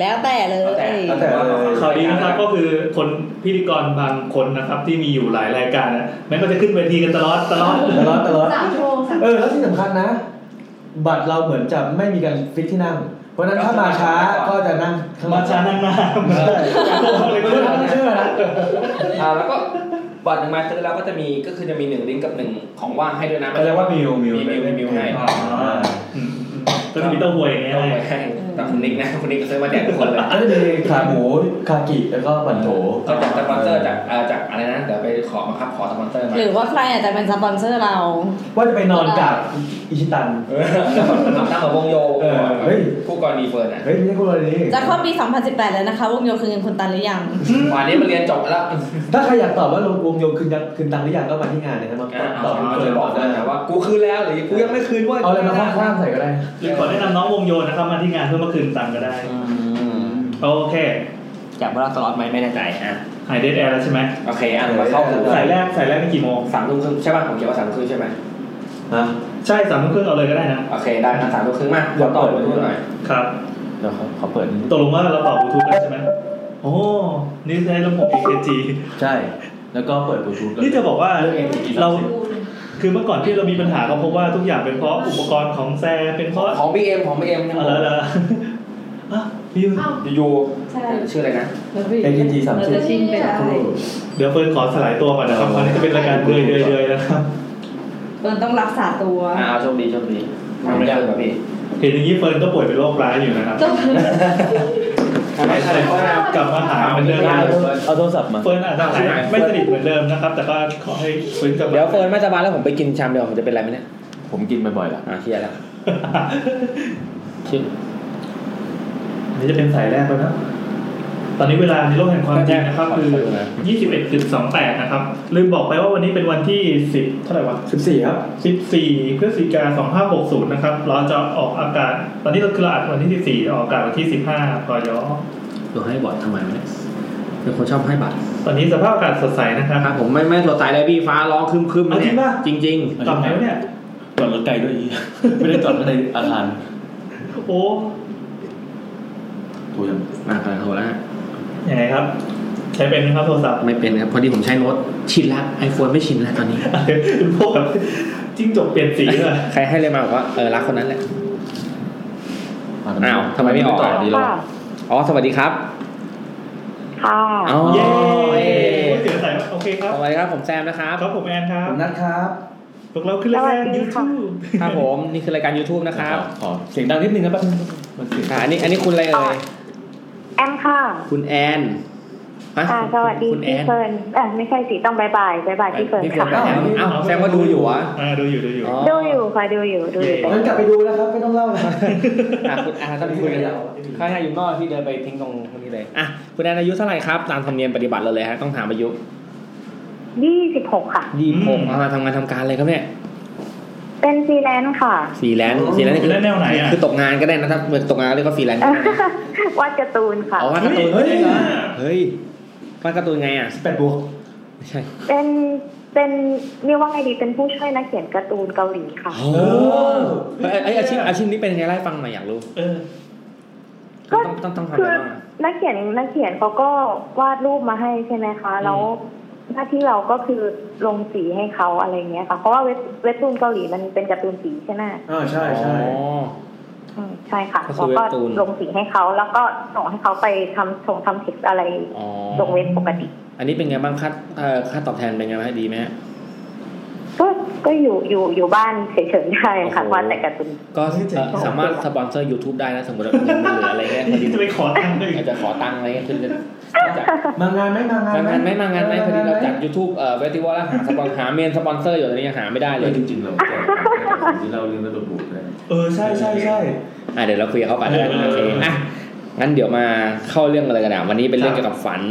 แล้วแต่เลย แล้วแต่แล้ว แต่เออ ข่าวดีนะครับก็คือคนพิธีกรบางคนนะครับที่มีอยู่หลายรายการนะแม้ก็จะขึ้นเวทีกันตลอดตลอด ตลอดตลอด สามโชว์สาม เออแล้วที่สำคัญนะ บัตรเราเหมือนจะไม่มีการฟิกที่นั่ง เพราะฉะนั้นถ้ามาช้าก็จะนั่งข้างหลั มาง ช้านั่งหน้ามา ใช่ โค้งเลย ไม่ ก็ ต้ ได้ องเชื่อนะ อ่าแล้วก็บัตรหนึ่งมาซื้อแล้วก็จะมีก็คือจะมีหนึ่งลิงก์กับหนึ่งของว่างให้ด้วยนะ แสดงว่ามิวมิว มีมิวมีมิวให้ อ่า อืมอืม ก็จะมีเต้าหวยอย่างเงี้ย ต้มไว้ให้ตามคุณนิกนะ <laughs> คุณนิกก็ซื้อมาแจกทุกคนเลย ก็จะมีขาหมูคากิแล้วก็ปั่นโถ ก็จากสปอนเซอร์จากเอ่อจากอะไรนะเดี๋ยวไปขอมาครับขอสปอนเซอร์มา หรือว่าใครอาจจะเป็นสปอนเซอร์เรา ว่าจะไปนอนกับอิชิตัน เออแล้วก็ตั้งกับวงโย เออเฮ้ย คู่กรณีเฟิร์นอ่ะ เฮ้ยไม่ใช่คนนี้ จะเข้าปี 2018 แล้วนะคะ วงโยคืนเงินคุณตันหรือยัง ป่านนี้มันเรียนจบไปแล้ว ถ้าใครอยากตอบว่าลงวงโยมคืนยังคืนตังค์หรือยังก็มาที่งานเลยนะมา อ่ะ ต เอา อบ เอา เล จะ ย บบ อ อก ก ได้ ได้ นะว่ากูคืนแล้วหรือกูยังไม่คืนเว้ย เอาอะไรมาข้างๆใส่ก็ได้ หรือขอแนะนำน้องวงโยนนะครับมาที่งานเพื่อมาคืนตังค์ก็ได้ โอเค จากเวลาสล็อตไหมไม่แน่ใจอ่ะ หายเดทแอร์แล้วใช่ไหม โอเคอ่ะมาเข้าสู่ สายแรกสายแรกนี่กี่โมง สามทุ่มครึ่งใช่ป่ะผมเขียนว่าสามทุ่มครึ่งใช่ไหม ฮะ ใช่สามทุ่มครึ่งเอาเลยก็ได้นะ โอเคได้นะสามทุ่มครึ่งมาขอต่อไปด้วยหน่อย ครับ เดี๋ยวขอขอเปิดนิดนึง ตกลงว่าเราต่อบลูทูธได้ใช่ไหมโอ้นี่ใช้ลำโพง EKG ใช่ แล้วก็เปิดบลูทูธแล้ว นี่จะบอกว่า เรา ดูนะ คือเมื่อก่อนที่เรามีปัญหาก็พบว่าทุกอย่างเป็นเพราะอุปกรณ์ของแซมเป็นเพราะ ของบีเอ็มของบีเอ็ม อะไรล่ะอ่ะพี่ เอ้า ยู ใช่ ชื่ออะไรนะ เป็น PG 30 เราจะชิงไปได้ เดี๋ยวเฟิร์นขอสลายตัวก่อนนะครับคราวนี้จะเป็นรายการเดือยเดือยเดือยนะครับ เฟิร์นต้องรักษาตัว อ่าโชคดีโชคดีทำไม่ได้แบบพี่ เห็นอย่างนี้เฟิร์นก็ป่วยเป็นโรคร้ายอยู่นะครับ ต้อง ไม่ใช่ว่ากลับมาหาเหมือนเดิมนะ เอาโทรศัพท์มา เฟิร์นอาจจะหายไม่สนิทเหมือนเดิมนะครับ แต่ก็ขอให้เฟิร์นกลับมา เดี๋ยวเฟิร์นไม่สบายแล้วผมไปกินชามเดียวผมจะเป็นไรไหมเนี่ย ผมกินบ่อยๆละ อ่าเทียแล้ว <laughs> ชื่อ นี่จะเป็นสายแรกแล้วนะ ตอนนี้เวลาในโลกแห่งความจริงนะครับ คือ 21.28 นะครับ ลืมบอกไปว่าวันนี้เป็นวันที่ 10 เท่าไหร่วะ สิบสี่ครับ 14พฤศจิกา2560 นะครับ เราจะออกอากาศ ตอนนี้เราคือเราอัดวันที่ 14 ออกอากาศวันที่ 15พอยอ เราให้บอททำไมวะเนี่ยเป็นคนชอบให้บัตร ตอนนี้สภาพอากาศสดใสนะครับ ครับผมไม่ไม่ตัวตายเลยพี่ฟ้าร้องครึมครึมๆนะเนี่ย เอาจริงป่ะ จริงจริง กลับไหนวะเนี่ย จอดรถไกลด้วย <laughs> อีกไม่ได้จอดข้างในอาคาร <laughs> โอ้ ถูกยัง ๆมากันโทรแล้วฮะ ยังไงครับ ใช้เป็นไหมครับโทรศัพท์ <laughs> ไม่เป็นครับพอดีผมใช้โน้ตชินละไอโฟนไม่ชินละตอนนี้ เป็นพวกแบบจิ้งจกเปลี่ยนสีเลย ใครให้เลยมาบอกว่าเออรักคนนั้นแหละ มกัน อ้าวทำไมไม่ออก ต่ดีหรอ อ๋อสวัสดีครับ ค่ะ อ๋อ เย้ เย้ เสียงใสโอเคครับ สวัสดีครับผมแซมนะครับ ครับผมแอนครับ ผมนัดครับ พวกเราขึ้นรายการยูทูบ ครับผมนี่คือรายการ YouTube นะค ค รั รั บบ ขอเสียงดังนิดนึงครับแป๊บนึงมันเสียง ค่ะอันนี้อันนี้คุณอะไรเอ่ย แอมค่ะ คุณแอนฮะ ค่ะ สวัสดี คุณแอ พี่ น เฟิร์นเออไม่ใช่สิต้องบายบายบายบายพี่เฟิร์น พี่เฟิร์นกับค่ะแอนอ้าวแซมว่าดูอยู่เหรอ อ่าดูอยู่ดูอยู่ อ๋อ ดูอยู่ค่ะดูอยู่ดูอยู่ เย้ งั้นกลับไปดูนะครับ ไม่ต้องเล่านะ อ่ะคุณแอนต้องคุยกันข้าให้อยู่นอกที่เดินไปทิ้งตรงนี้เลยอ่ะคุณแอนอายุเท่าไหร่ครับ ตามธรรมเนียมปฏิบัติเราเลยฮะต้องถามอายุ ยี่สิบหกค่ะ ยี่หกมาทำงานทำการเลยครับเนี่ย เป็นฟรีแลนซ์ค่ะ <laughs> ฟรีแลนซ์ฟรีแลนซ์นี่คือ แล้วแนวไหนอ่ะ คือตกงานก็ได้นะถ้าเหมือนตกงานเรียกว่าฟรีแลนซ์ก็ได้นะ วาดการ์ตูนค่ะ เอาวาดการ์ตูน เฮ้ย เฮ้ยวาดการ์ตูนไงอ่ะ แปดบวก ไม่ใช่ เป็นเป็นเรียกว่าไงดีเป็นผู้ช่วยนักเขียนการ์ตูนเกาหลีค่ะ โอ้โหเฮ้ยเอ้ยอาชีพอาชีพนี้เป็นยังไงไล่าให้ฟังหน่อยอยากรู้ เออ ก็ ต้องต้องต้องทำอะ คื ไร อ บ้างอะ นักเขียนนักเขียนเขาก็วาดรูปมาให้ใช่ไหมคะแล้วหน้าที่เราก็คือลงสีให้เขาอะไรเงี้ยค่ะเพราะว่าเว็บ <laughs> เว็บตูนเกาหลีมันเป็นการ์ตูนสีใช่ไหม อ่าใช่ อ๋ ใช่ อ อืมใช่ค่ะ ก็ แล้ว คือเว็ ก็ บตูน ลงสีให้เขาแล้วก็ส่งให้เขาไปทำส่งทำเท็กซ์อะไร อ๋อ ลงเว็บปกติ อันนี้เป็นไงบ้างค่าเอ่อค่าตอบแทนเป็นไงบ้างดีไหมฮะ ก็ก็อยู่อยู่อยู่บ้านเฉยๆได้ค่ะ โอ้โห ว่าแต่การ์ตูน ก็เอ่อสามารถสปอนเซอร์ YouTube ได้นะ สมมติเราเงินเหลืออะไรเงี้ยพอดี จะไปขอตังค์เลย อาจจะขอตังค์อะไรเงี้ยคือจะจะ มางานไหมมางาน มางานไหมมางานไหมพอดีเราจัด ม YouTube เอ่อเวทีว่าแล้วหาสปอนหาเมนสปอนเซอร์อยู่ตอนนี้ยังหาไม่ได้เล เอย อจริงๆเราแจกของที่เราเรียนระบบบุกเลย เออใช่ใช่ใช่ อ่ะเดี๋ยวเราคุยกับเขาไปแล้วกัน เออ โอเคอ่ะงั้นเดี๋ยวมาเข้าเรื่องอะไรกันอ่ะวันนี้เป็นเรื่องเกี่ยวกับฝัน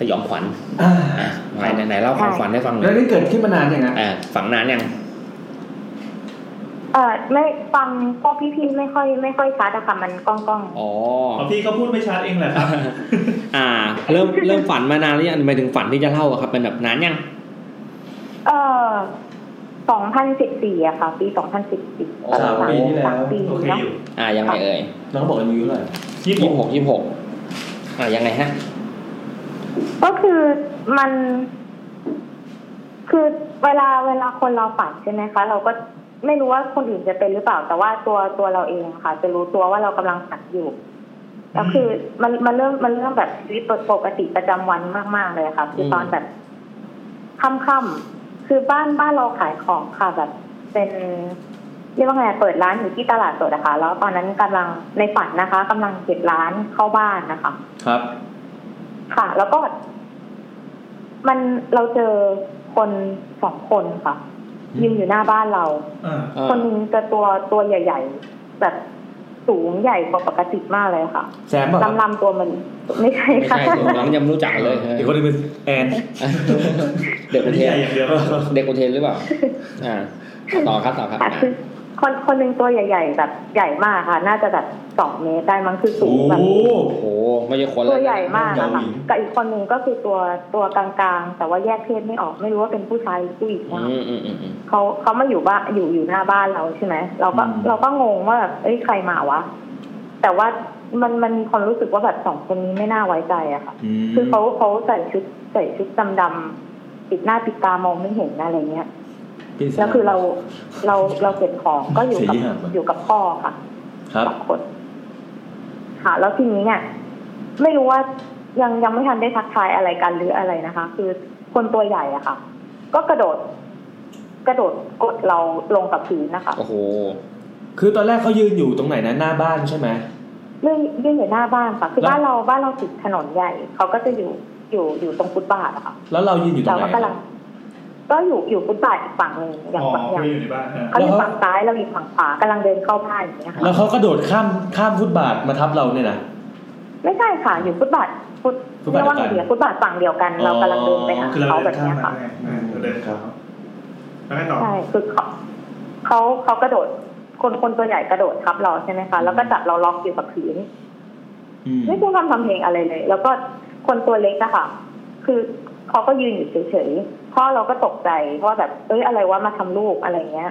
สยองขวัญ อ่า อ่ะไหนไหนเล่าความฝันให้ฟังหน่ แล้ อ วย นี่เกิดขึ้นมานานยังไง อ่ะฝังนานยัง เออไม่ฟังพวกพี่ๆไม่ค่อยไม่ค่อยชัดอะค่ะมันก้องก้อง อ๋อ าพี่เขาพูดไม่ชัดเองแหละครับ อ่า เริ่มเริ่มฝันมานานหรือยังหมายถึงฝันที่จะเล่าอะครับเป็นแบบนานยัง ๆเออสองพันสิบสี่อะค่ะ ปีสองพันสิบสี่ โอ้ สามปีที่แล้ สาว มปี โอเค เนาะ อยู่ อ่ายังไงเอ่ย น้องบอกอายุเท่าไหร่ ยี่สิ ยี่ บ หกยี่หกอ่ายังไงฮะ ก็คือมัน คือเวลาเวลาคนเราฝันใช่ไหมคะ เราก็ไม่รู้ว่าคนอื่นจะเป็นหรือเปล่า แต่ว่าตัวตัวเราเองอะค่ะ จะรู้ตัวว่าเรากำลังฝันอยู่แล้วคือมันมันเริ่มมันเริ่มแบบชีวิตปกติประจำวันมาก ๆ เลยค่ะคือ ม ตอนแบบค่ำๆคือบ้านบ้านเราขายของค่ะ แบบเป็น เรียกว่าไงเปิดร้านอยู่ที่ตลาดสดนะคะแล้วตอนนั้นกำลังในฝันนะคะกำลังเก็บร้านเข้าบ้านนะคะ ครับ ค่ะ แล้วก็ มันเราเจอคนสองคนค่ะ อืม ยืนอยู่หน้าบ้านเรา อ่า เอ่อ คนหนึงจะตัวตัวใหญ่ ๆ แบบสูงใหญ่กว่าปกติมากเลยค่ะ แซมเปล่ะ ลำลำๆตัวมันไม่ใช่ ไม่ ค่ะ ใช่ผมน้องยังไม่รู้จักเลย เดี๋ยวคนหนึงเป็นแอน เด็กอุเท ให น ญ่อย่างเดียว เด็กอุเทนหรือเปล่าอ่าต่อครับต่อครับ ค่ะคือคนคนหนึ่งตัวใหญ่ ๆ แบบใหญ่มากค่ะ น่าจะแบบสองเมตรได้มั้งคือสู โอ้ งแบบ โห โอ้โหไม่ใช่คน ตั เล วย ใหญ่มากนะคะกับอีกคนหนึ่งก็คือตัวตัวกลางๆ แต่ว่าแยกเพศไม่ออก ไม่รู้ว่าเป็นผู้ชายหรือผู้หญิง อืมนะอืมอืมอืม เขาเขามาอยู่บ้านอยู่อยู่หน้าบ้านเราใช่ไหมเราก็ อืม เราก็งงว่าแบบเอ้ยใครมาวะ แต่ว่ามันมันมีความรู้สึกว่าแบบสองคนนี้ไม่น่าไว้ใจอะค่ะ คือเขาเขาใส่ชุดใส่ชุดดำๆปิดหน้าปิดตามองไม่เห็นอะไรเงี้ย พี่แซม แล้วคือเราเราเราเก็บของก็อยู่กับ สี่ห้าบาท อยู่กับพ่อค่ะ ครับ สองคนค่ะ แล้วทีนี้เนี่ย ไม่รู้ว่ายังยังไม่ทันได้ทักทายอะไรกันหรืออะไรนะคะ คือคนตัวใหญ่อะค่ะ ก็กระโดด กระโดดกดเราลงกับพื้นนะคะ โอ้โห คือตอนแรกเขายืนอยู่ตรงไหนนะหน้าบ้านใช่ไหม เรื่องเรื่องอยู่หน้าบ้านค่ะ คือ แล้ว บ้านเราบ้านเราติดถนนใหญ่เขาก็จะอยู่อยู่อยู่ตรงฟุตบาทอะค่ะ แล้วเรายืนอยู่ตร เรา งไหนก็กำลังก็อยู่อยู่ฟุตบาทอีกฝั่งหนึ่งอย่า อ๋ ง อ ฝั่งอย่าง ไม่อยู่ในบ้านนะ เขาอยู่ฝั่งซ้ายเราอยู่ฝั่งขวากำลังเดินเข้าบ้านอย่างเงี้ยค่ะ แล้วเขากระโดดข้ามข้ามฟุตบาทมาทับเราเนี่ยนะ ไม่ใช่ค่ะ อยู่ฟุตบาทฟุต ฟุตบาท เรียกว่าไง เดียวกัน ดีอะฟุตบาทฝั่งเดียวกัน อ๋อ เรากำลังเดินไปหา คือเรา เขาแบ เดิน บ ข้ามมาเนี้ยค่ะ แม่แม่เราเดินข้ามแล้วไงต่อ ใช่คือเขาเขาเขากระโดด คนคนตัวใหญ่กระโดดทับเราใช่ไหมคะแล้วก็จับเราล็อกอยู่กับพื้น อืม ไม่พูดคำทำเพลงอะไรเลย แล้วก็คนตัวเล็กอะค่ะ คือเขาก็ยืนอยู่เฉยๆพ่อเราก็ตกใจเพราะว่าแบบเอ้ยอะไรวะมาทำลูกอะไรเงี้ย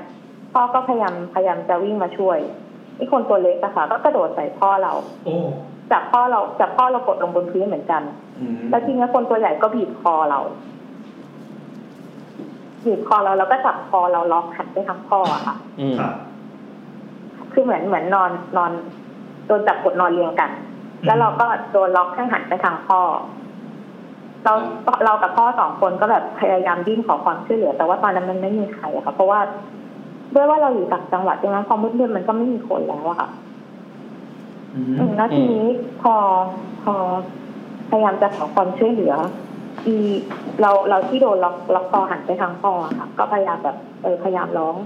พ่อก็พยายามพยายามจะวิ่งมาช่วยไอ้คนตัวเล็กอะค่ะ ก็กระโดดใส่พ่อเรา โอ้ จับพ่อเราจับพ่อเรากดลงบนพื้นเหมือนกัน อืม แล้วทีเนี้ยคนตัวใหญ่ก็บีบคอเรา บีบคอเราแล้วก็จับคอเราล็อกหันไปทางพ่ออะค่ะ อืม ค่ะ คือเหมือนเหมือนนอนนอนโดนจับกดนอนเรียงกัน แล้วเราก็โดนล็อกให้หันไปทางพ่อ เราเรากับพ่อสองคนก็แบบพยายามดิ้นขอความช่วยเหลือ แต่ว่าตอนนั้นมันไม่มีใครอะค่ะ เพราะว่าด้วยว่าเราอยู่ต่างจังหวัดดังนั้นพอมืดๆมันก็ไม่มีคนแล้วอะค่ะ อืม อืมแล้วทีนี้พอพอพยายามจะขอความช่วยเหลืออีเราเราที่โดนล็อกล็อกคอหันไปทางพ่ออะค่ะ ก็พยายามแบบเออพยายามร้อง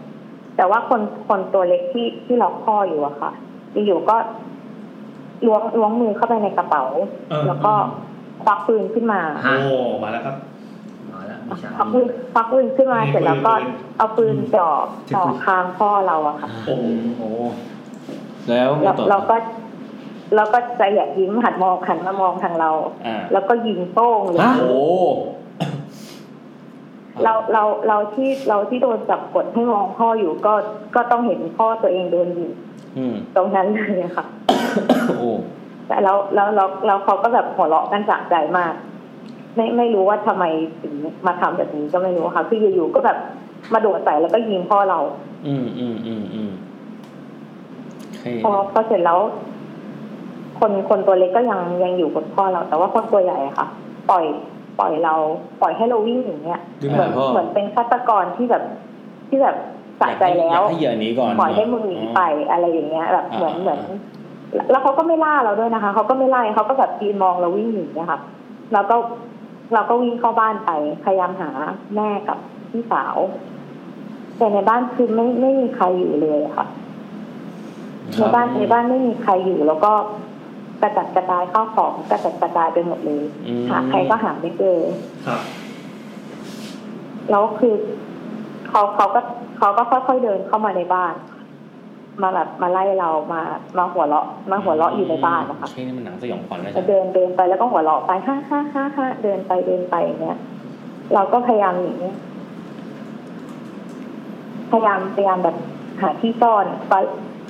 แต่ว่าคนคนตัวเล็กที่ที่ล็อกคออยู่อะค่ะอยู่ๆก็ล้วงล้วงมือเข้าไปในกระเป๋า เออ แล้วก็ควักปืนขึ้นมา โอ้มาแล้วครับ มาแล้วมีฉาก ควักปืนควักปืนขึ้นมาเสร็จแล้วก็เอาปืนจ่อจ่อคางพ่อเราอะค่ะ โอ้โห โอ้แล้วไง เรา ต่อ เราก็เราก็ใจอยากยิ้มหันมองหันมามองทางเรา อ่า แล้วก็ยิงโป้งเลย ฮะ โอ้ เราเราเราที่เราที่โดนจับกดให้มองพ่ออยู่ก็ก็ต้องเห็นพ่อตัวเองโดนยิง <laughs> อืม ตรงนั้นเลยอะค่ะ โอ้ แต่แล้วแล้วแล้วแล้วเขาก็แบบหัวเราะกันจากใจมาก ไม่ไม่รู้ว่าทำไมถึงมาทำแบบนี้ก็ไม่รู้ค่ะคืออยู่ๆก็แบบมาโดดใส่แล้วก็ยิงพ่อเรา อืมอืมอืมอืมใคร พอพอเสร็จแล้ว คนคนตัวเล็กก็ยังยังอยู่กับพ่อเรา แต่ว่าคนตัวใหญ่อะค่ะ ปล่อยปล่อยเรา ปล่อยให้เราวิ่งอย่างเงี้ย ดึง เหมืน พ่อ เหมือนเป็นฆาตกรที่แบบที่แบบสะใจ อยากให้ แล้ อยาว กให้เหยื่อหนี้ก่อน ปล่อยให้มึงหนีไปอะไรอย่างเงี้ย แบบเหมือน อ่า เหมือนแล้วเขาก็ไม่ล่าเราด้วยนะคะเขาก็ไม่ไล่เขาก็แบบยืนมองเราวิ่งหนีนะคะแล้วก็เราก็วิ่งเข้าบ้านไปพยายามหาแม่กับพี่สาวแต่ในบ้านคือไม่ไม่มีใครอยู่เลยอะค่ะ ในบ้านในบ้านไม่มีใครอยู่ แล้วก็กระจัดกระจายข้าวของกระจัดกระจายไปหมดเลย อืม หาใครก็หาไม่เจอ ครับ แล้วคือเขาเขาก็เขาก็ค่อยๆเดินเข้ามาในบ้าน มาแบบมาไล่เรามามาหัวเราะ มาหัวเราะอยู่ในบ้านนะคะ ใช่นี่มันหนังสยองขวัญนะ เดินเดินไปแล้วก็หัวเราะไป <laughs> ฮ่าฮ่าฮ่าฮ่าเดินไปเดินไปอย่างเงี้ยเราก็พยายามหนีพยายามพยายามแบบหาที่ซ่อนตอน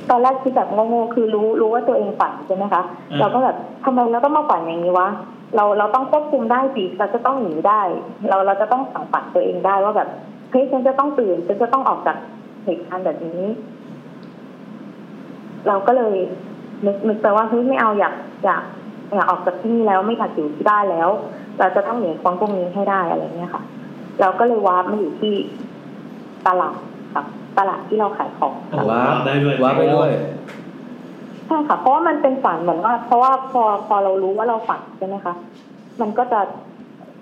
ตอนแรกที่แบบโง่ๆคือรู้รู้ว่าตัวเองฝันใช่ไหมคะ อืม เราก็แบบทำไมเราต้องมาฝันอย่างนี้วะเราเราต้องควบคุมได้สิเราจะต้องหนีได้ เราเราจะต้องสั่งฝันตัวเองได้ว่าแบบเฮ้ยฉันจะต้องตื่นฉันจะต้องออกจากเหตุการณ์แบบนี้ เราก็เลยนึกนึกไปว่าเฮ้ยไม่เอาอยากอยากอยากออกจากที่นี่แล้วไม่อยากอยู่ที่บ้านแล้ว เราจะต้องหนีคนพวกนี้ให้ได้อะไรเงี้ยค่ะ เราก็เลยวาร์ปมาอยู่ที่ตลาดค่ะ ตลาดที่เราขายของ ว้า ว้าว บ ได้ด้วย ว้าบไปด้วย ใช่ค่ะ เพราะว่ามันเป็นฝันเหมือนว่า เพราะว่าพอพอเรารู้ว่าเราฝันใช่ไหมคะ มันก็จะ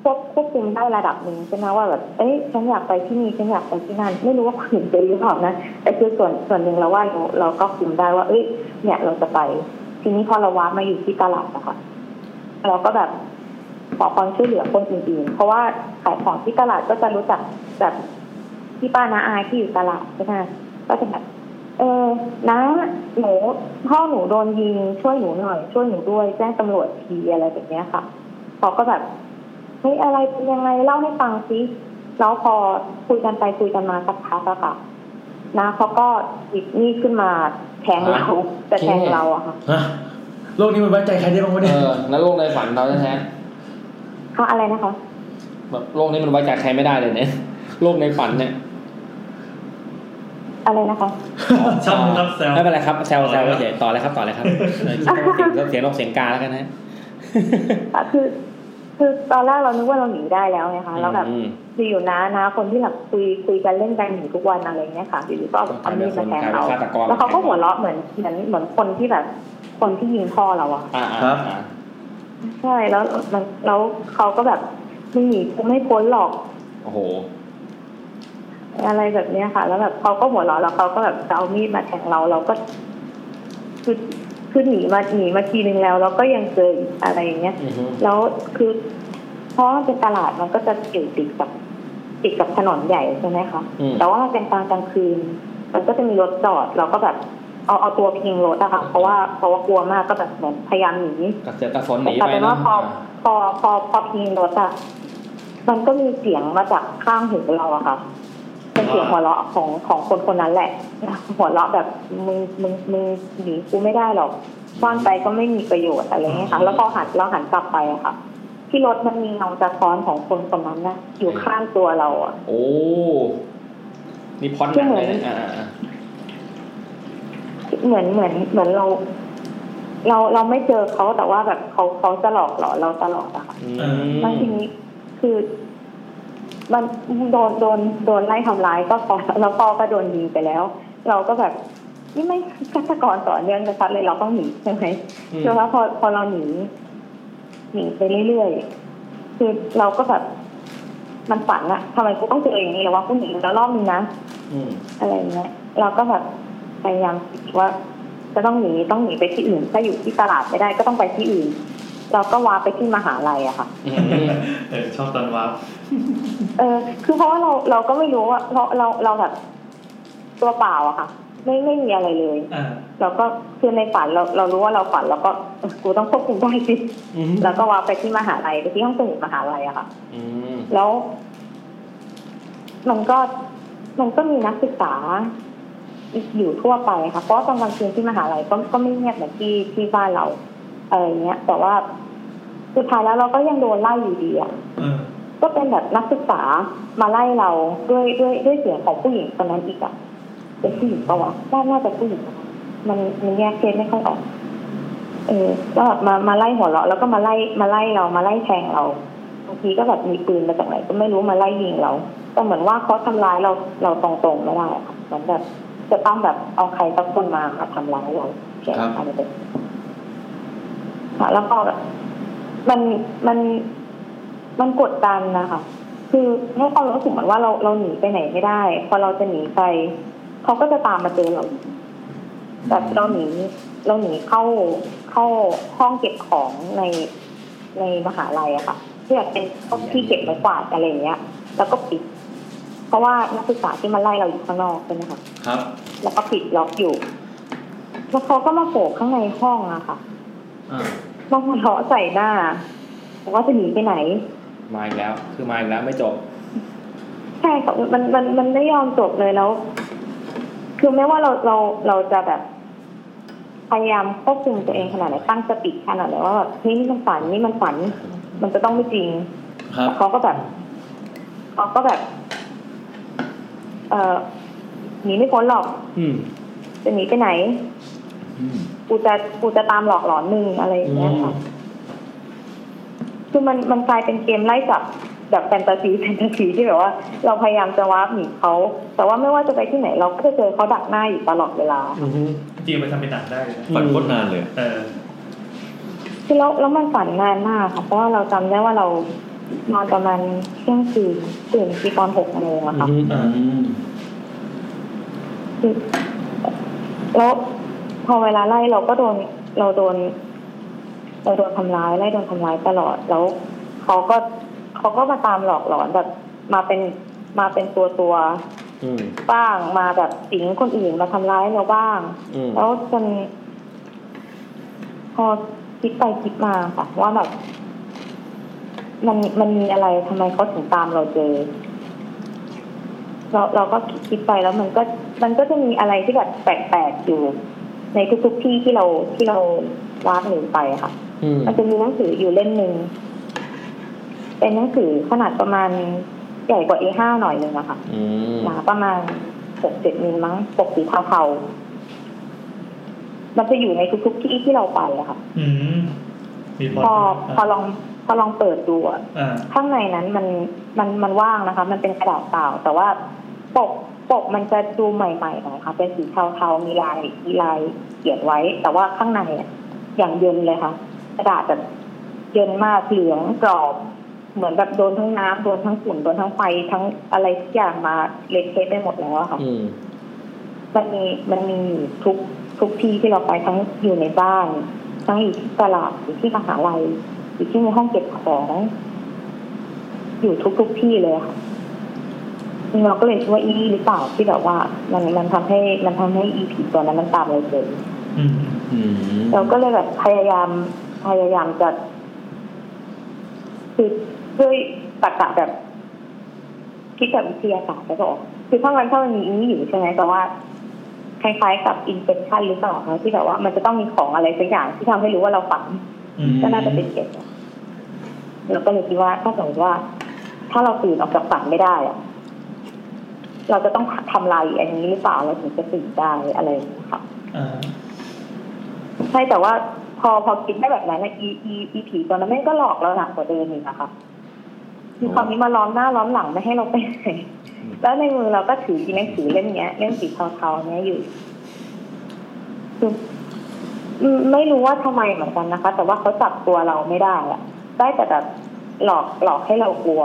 ควบควบคุมได้ระดับหนึ่งใช่ไหมว่าแบบ เอ้ยฉันอยากไปที่นี่ฉันอยากไปที่นั่น ไม่รู้ว่าคนอื่นเป็นหรือเปล่านะแต่คือส่วนส่วนหนึ่งเราว่าเราเราก็คุมได้ว่า เอ้ย เนี่ยเราจะไป ทีนี้พอเราว้ามาอยู่ที่ตลาดนะคะ เราก็แบบขอความช่วยเหลือคนอื่นๆ เพราะว่าขายของที่ตลาดก็จะรู้จักแบบพี่ป้าน้าอาที่อยู่ตลาดใช่ไหมคะก็จะแบบ เออนะหนูพ่อหนูโดนยิงช่วยหนูหน่อย ช่วยหนูด้วยแจ้งตำรวจทีอะไรแบบเนี้ยค่ะเขาก็แบบเฮ้ยอะไรเป็นยังไงเล่าให้ฟังสิแล้วพอคุยกันไปคุยกันมาสักพักอะค่ะนะเขาก็หยิบมีดขึ้นมาแทงเราแต่แทงเราอะค่ะ ฮะ โลกนี้มันไว้ใจใครได้บ้างวะ เอ เนี่ย อแล้วโลกในฝันเราแท้ เขาอะไรนะคะ ๆแบบโลกนี้มันไว้ใจใครไม่ได้เลยเนี่ย <laughs> โลกในฝันเนี่ย อะไรนะคะ <laughs> ช่างรับแซว ไม่เป็นไรครับแซวแซวเฉยๆต่อเลยครับต่อ <laughs> เลยครับเออเสียงเสียงนกเสียงกาแล้วกันนะ อ่ะคือ คือตอนแรกเรานึกว่าเราหนีได้แล้วไงคะแล้วแบบ อืม คืออยู่นะนะคนที่แบบคุยคุยกันเล่นกันอยู่ทุกวันอะไรเงี้ยค่ะอยู่ดีก็เอาเอามีดมาแทงเรา กลายเป็นฆาตกร แล้วเขาก็หัวเราะเหมือนเหมือนเหมือนคนที่แบบ คนที่ยิงพ่อเราอะ อ่าๆๆ ครับ ใช่แล้วมันแล้วเขาก็แบบมึงหนีกูไม่พ้นหรอก โอ้โห อะไรแบบเนี้ยค่ะ แล้วแบบเขาก็หัวเราะแล้วเขาก็แบบจะเอามีดมาแทงเราเราก็คือคือหนีมาหนีมาทีนึงแล้วแล้วก็ยังเจออีกอะไรอย่างเงี้ย อือฮึ แล้วคือเพราะว่าเป็นตลาดมันก็จะอยู่ติดกับติดกับถนนใหญ่ใช่ไหมคะ อืม แต่ว่ามันเป็นกลางกลางคืน มันก็จะมีรถจอดเราก็แบบเอาเอาตัวพิงรถอะค่ะเพราะว่าเพราะว่ากลัวมากก็แบบเหมือนพยายามหนี กระเสือกกระสนหนีแต่กลาย ไป เป็น เนาะ ว่าพอพอพอพอพิงรถอะมันก็มีเสียงมาจากข้างหูเราอะค่ะเป็นเสียง อ่า หัวเราะของของคนคนนั้นแหละหัวเราะแบบมึงมึงมึงหนีกูไม่ได้หรอกว่านไปก็ไม่มีประโยชน์อะไรเงี้ยค่ะ แล้วพอหันเราหันกลับไปอะค่ะ ที่รถมันมีเงาสะท้อนของคนคนนั้นนะอยู่ข้างตัวเราอะ โอ้ นี่พล็อดหนักเลยนะอ่าๆๆ เหมือนเหมือนเหมือนเรา เราเราไม่เจอเขาแต่ว่าแบบเขาเขาจะหลอกหลอนเราตลอดอะค่ะ อืม แล้วทีนี้คือ มันโดนโดนโดนไล่ทำร้ายก็พอ <laughs> แล้วพ่อก็โดนยิงไปแล้ว เราก็แบบนี่ไม่ฆาตกรต่อเนื่องนะคะเลยเราต้องหนีใช่ไหม อืม แล้วพอพอเราหนีหนีไปเรื่อยๆคือเราก็แบบมันฝันอะทำไมกูต้องเจออย่างนี้หรอว่ากูหนีมาแล้วรอบนึงนะ อืม อะไรเงี้ยเราก็แบบพยายามคิดว่า จะต้องหนีต้องหนีไปที่อื่น ถ้าอยู่ที่ตลาดไม่ได้ก็ต้องไปที่อื่น เราก็วาไปที่มหาลัยอะค่ะ อืม เออชอบตอนวับ เออ คือเพราะว่าเราเราก็ไม่รู้ว่าเพราะเราเราแบบตัวเปล่าอะค่ะ ไม่ไม่มีอะไรเลย อ่า เราก็คือในฝันเราเรารู้ว่าเราฝันเราก็เออกูต้องควบคุมได้สิ อืม แล้วก็วาไปที่มหาลัยไปที่ห้องสมุดมหาลัยอะค่ะ อืม แล้วมันก็มันก็มีนักศึกษาอยู่ทั่วไปค่ะ เพราะตอนกลางคืนที่มหาลัยก็ก็ไม่เงียบเหมือนที่ที่บ้านเราอะไรเงี้ย แต่ว่าสุดท้ายแล้วเราก็ยังโดนไล่อยู่ดีอ่ะ เออ ก็เป็นแบบนักศึกษามาไล่เราด้วยด้วยด้วยเสียงของผู้หญิงคนนั้นอีกอ่ะเป็นผู้หญิงปะวะน่าน่าจะผู้หญิงปะวะมันมันแยกเพศไม่ค่อยออก เออก็แบบมามาไล่หัวเราะแล้วก็มาไล่มาไล่เรามาไล่แทงเราบางทีก็แบบมีปืนมาจากไหนก็ไม่รู้มาไล่ยิงเราแต่เหมือนว่าเขาทำร้ายเราเราตรงๆไม่ได้อะค่ะเหมือนแบบจะต้องแบบเอาใครสักคนมามาทำร้ายเราเขียนอะไรแบบนี้ค่ะแล้วก็แบบมันมันมันกดดันนะคะคือให้ความรู้สึกเหมือนว่าเราเราหนีไปไหนไม่ได้ พอเราจะหนีไปเขาก็จะตามมาเจอเราอีก แบบเราหนีเราหนีเข้าเข้าห้องเก็บของในในมหาลัยอะค่ะที่แบบเป็นห้องที่เก็บไม้กวาดอะไรอย่างเงี้ย แล้วก็ปิด เพราะว่านักศึกษาที่มาไล่เราอยู่ข้างนอกใช่ไหมคะ ครับ แล้วก็ปิดล็อกอยู่แล้วเขาก็มาโผล่ข้างในห้องอะค่ะ อ่า มาหัวเราะใส่หน้าบอกว่าจะหนีไปไหน มาอีกแล้ว คือมาอีกแล้วไม่จบ ใช่ค่ะมันมันมันไม่ยอมจบเลยแล้ว คือแม้ว่าเราเราเราจะแบบ พยายามควบคุมตัวเองขนาดไหนตั้งสติขนาดไหนว่าแบบเฮ้ยนี่มันฝันนี่มันฝัน มันจะต้องไม่จริง ครับ แต่เขาก็แบบเขาก็แบบ เออหนีไม่พ้นหรอก อืม จะหนีไปไหน อืม กูจะกูจะตามหลอกหลอนมึงอะไรอย่างเงี้ยค่ะ คือมันมันกลายเป็นเกมไล่จับ แบบแฟนตาซีแฟนตาซีที่แบบว่า เราพยายามจะวาร์ปหนีเขาแต่ว่าไม่ว่าจะไปที่ไหน เราก็จะเจอเขาดักหน้าอยู่ตลอดเวลา อือฮึ จริงๆมันทำเป็นหนังได้เลยนะ ฝันโคตรนานเลย เออ คือแล้วแล้วมันฝันนานมากค่ะเพราะว่าเราจำได้ว่าเรานอนประมาณเที่ยงคืนตื่นที่ตอนหกโมงอะค่ะ อื คือแล้วพอเวลาไล่เราก็โดนเราโดน เราโดนทำร้ายไล่โดนทำร้ายตลอดแล้วเขาก็เขาก็มาตามหลอกหลอนแบบมาเป็นมาเป็นตัวตัว อืม ๆบ้างมาแบบสิงคนอื่นมาทำร้ายเราบ้าง อืม แล้วจนพอคิดไปคิดมาค่ะว่าแบบ มันมันมีอะไรทำไมเขาถึงตามเราเจอ เราเราก็คิดคิดไปแล้วมันก็มันก็จะมีอะไรที่แบบแปลกๆอยู่ ในทุกๆที่ที่เราที่เราวาดหนีไปค่ะ อืม มันจะมีหนังสืออยู่เล่มหนึ่งเป็นหนังสือขนาดประมาณใหญ่กว่า A5 หน่อยหนึ่งอะค่ะ อืม หนาประมาณหกเจ็ดมิลมั้งปกสีเทาๆมันจะอยู่ในทุกๆที่ที่เราไปอะค่ะ อืม มีพ พอ อ พอลองพอลองเปิดดูอะ อ่า ข้างในนั้นมันมันมันว่างนะคะ มันเป็นกระดาษเปล่า แต่ว่าปกปกมันจะดูใหม่ๆหน่อยค่ะ เป็นสีเทาๆมีลายมีลายเขียนไว้ แต่ว่าข้างในอะอย่างเย็นเลยค่ะ กระดาษแบบเย็นมากเหลืองกรอบ เหมือนแบบโดนทั้งน้ำโดนทั้งฝุ่นโดนทั้งไฟทั้งอะไรทุกอย่างมาเละเทะไปหมดแล้วอะค่ะ อืม มันมีมันมีอยู่ทุกทุกที่ที่เราไปทั้งอยู่ในบ้าน ทั้งอยู่ที่ตลาดอยู่ที่มหาลัยอยู่ที่ในห้องเก็บของ อยู่ทุกทุกที่เลยค่ะเราก็เลยคิดว่าอีนี่หรือเปล่าที่แบบว่า มันมันทำให้มันทำให้อีผีตัวนั้นมันตามเราเจอ อืม อืม เราก็เลยแบบพยายามพยายามจะคือด้วยตรรกะแบบคิดแบบวิทยาศาสตร์แล้วก็บอกคือถ้ามันถ้ามันมีอีนี่อยู่ใช่ไหมแต่ว่า คล้ายๆกับอินเฟคชันหรือเปล่าคะที่แบบว่ามันจะต้องมีของอะไรสักอย่างที่ทำให้รู้ว่าเราฝัน อืม ก็น่าจะเป็นเก็บเราก็เลยคิดว่าถ้าสมมติว่า ถ้าเราตื่นออกจากฝันไม่ได้อะเราจะต้องทำลายอันนี้หรือเปล่าเราถึงจะตื่นได้อะไรอย่างเงี้ยค่ะ อ่า ใช่แต่ว่าพอพอคิดได้แบบนั้นนะอีอีอีผีตัวนั้นแม่งก็หลอกเราหนักกว่าเดิมอีกนะคะคือคราวนี้มาล้อมหน้าล้อมหลังไม่ให้เราไปไหนแล้วในมือเราก็ถืออีหนังสือเล่มเนี้ยเล่มสีเทาๆเนี้ย <laughs> อยู่ อืมไม่รู้ว่าทำไมเหมือนกันนะคะ แต่ว่าเขาจับตัวเราไม่ได้อะได้แต่แบบหลอกหลอกให้เรากลัว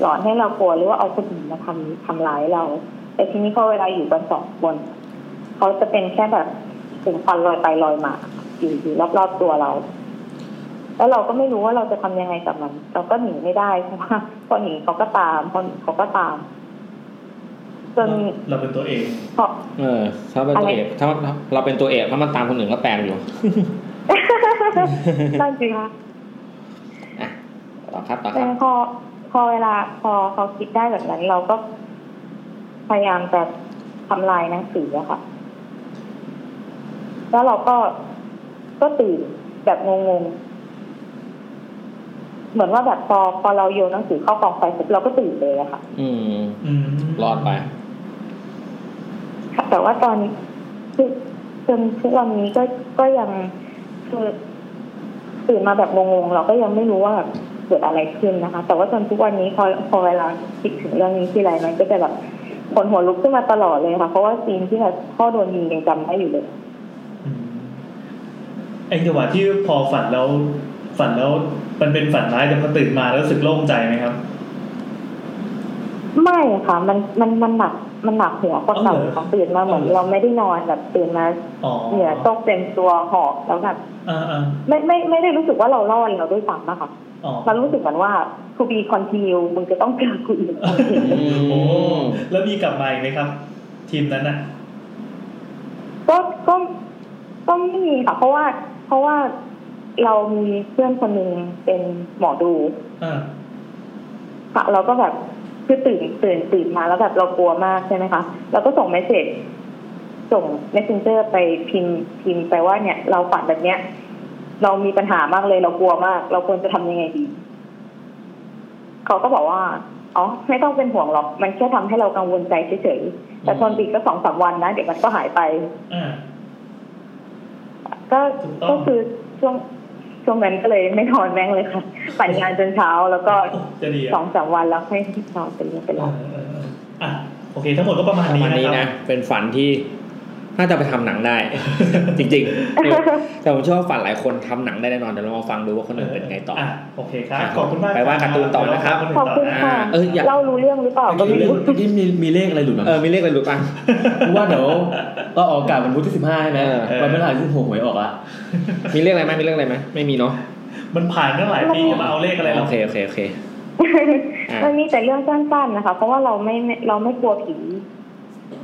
หลอนให้เรากลัวหรือว่าเอาคนอื่นมาทำทำร้ายเรา แต่ทีนี้พอเวลาอยู่กันสองคนเขาจะเป็นแค่แบบถึงควันลอยไปลอยมา อยู่อยู่รอบๆตัวเรา แล้วเราก็ไม่รู้ว่าเราจะทำยังไงกับมัน เราก็หนีไม่ได้เพราะว่าพอหนีเขาก็ตามพอหนีเขาก็ตามจน เราเป็นตัวเอง พอ เออถ้าเป็นตัวเอกถ้าถ้าเราเป็นตัวเอกถ้ามันตามคนอื่นก็แปลงอยู่ นั่นสิคะ อ่ะต่อครับต่อค แต่ รับ พอพอเวลาพอเขาคิดได้แบบนั้น เราก็พยายามจะทำลายหนังสืออะค่ะ แล้วเราก็ก็ตื่นแบบงงๆ เหมือนว่าแบบพอพอเราโยนหนังสือเข้ากองไฟเสร็จเราก็ตื่นเลยอะค่ะ อืม อืม รอดไป แต่ว่าตอนคือจนทุกวันนี้ก็ก็ยังคือตื่นมาแบบงงๆเราก็ยังไม่รู้ว่าแบบเกิดอะไรขึ้นนะคะ แต่ว่าจนทุกวันนี้พอพอเวลาคิดถึงเรื่องนี้ทีไรมันก็จะแบบขนหัวลุกขึ้นมาตลอดเลยค่ะ เพราะว่าซีนที่แบบพ่อโดนยิงยังจำได้อยู่เลย อืมไอ้จังหวะที่พอฝันแล้ว ฝันแล้วมันเป็นฝันร้ายแต่พอตื่นมาแล้วรู้สึกโล่งใจไหมครับ ไม่ค่ะ มันมันมันหนักมันหนักหัวกว่าเก่า เอาเหรอ ค่ะตื่นมาเหมือนเราไม่ได้นอนแบบตื่นมา อ๋อ เหนื่อยตกเต็มตัวหอบแล้วแบบ อ่าอ่า ไม่ไม่ไม่ได้รู้สึกว่าเรารอดเราด้วยซ้ำนะคะ อ๋อ มันรู้สึกเหมือนว่า to be continue มึงจะต้องเจอกูอีก โอ้แล้วมีกลับมาอีกไหมครับ ทีมนั้นอ่ะ ก็ก็ก็ไม่มีค่ะ เพราะว่า เพราะว่าเรามีเพื่อนคนหนึ่งเป็นหมอดู อ่า ค่ะเราก็แบบคือตื่นตื่นตื่นมาแล้วแบบเรากลัวมากใช่ไหมคะเราก็ส่งเมสเซจส่ง messenger ไปพิมพ์พิมพ์ไปว่าเนี่ย เราฝันแบบเนี้ย เรามีปัญหามากเลยเรากลัวมาก เราควรจะทำยังไงดี เขาก็บอกว่า อ๋อ ไม่ต้องเป็นห่วงหรอก มันแค่ทำให้เรากังวลใจเฉยๆ แต่ทนติดก็สองสามวันนะ เดี๋ยวมันก็หายไป อ่า ก็ ถูกต้อง ก็คือช่วง ช่วงนั้นก็เลยไม่นอนแม่งเลยค่ะ <laughs> ปั่นงานจนเช้าแล้วก็ จะดี ส อ่ะ องสามวันแล้วให้นอนเป็นเรื่องเป็นราว เอออ่ะโอเค ทั้งหมดก็ประมาณ ประ นี้ มาณนี้ นะครั นะ บ เป็นฝันที่น่าจะไปทำหนังได้ <laughs> จริงๆ แต่ผมเชื่อว่าฝันหลายคนทำหนังได้แน่นอน เดี๋ยวเรามาฟังดูว่าคนอื่นเป็นไงต่อ โอเคครับ อ่ะ ขอบคุณมาก ไปว่าการ์ตูนต่อนะครับ ขอบคุณค่ะ เอออยาก เล่ารู้เรื่องหรือเปล่าก็ไม่รู้ เมื่อกี้มีมีเลขอะไรหลุดมา เออมีเลขอะไรหลุดบ้าง กูว่าเดี๋ยวเราออกอากาศวันพุธที่สิบห้าใช่ไหม เออ วันพฤหัสที่หกหวยออกละ มีเลขอะไรไหมมีเลขอะไรไหมไม่มีเนาะ มันผ่านตั้งหลายปีจะมาเอาเลขอะไรหร โอ อก เคโอเค <laughs> โอเค อ่ะ มันมีแต่เรื่องสั้นๆนะคะ เพราะว่าเราไม่ไม่เราไม่กลัวผี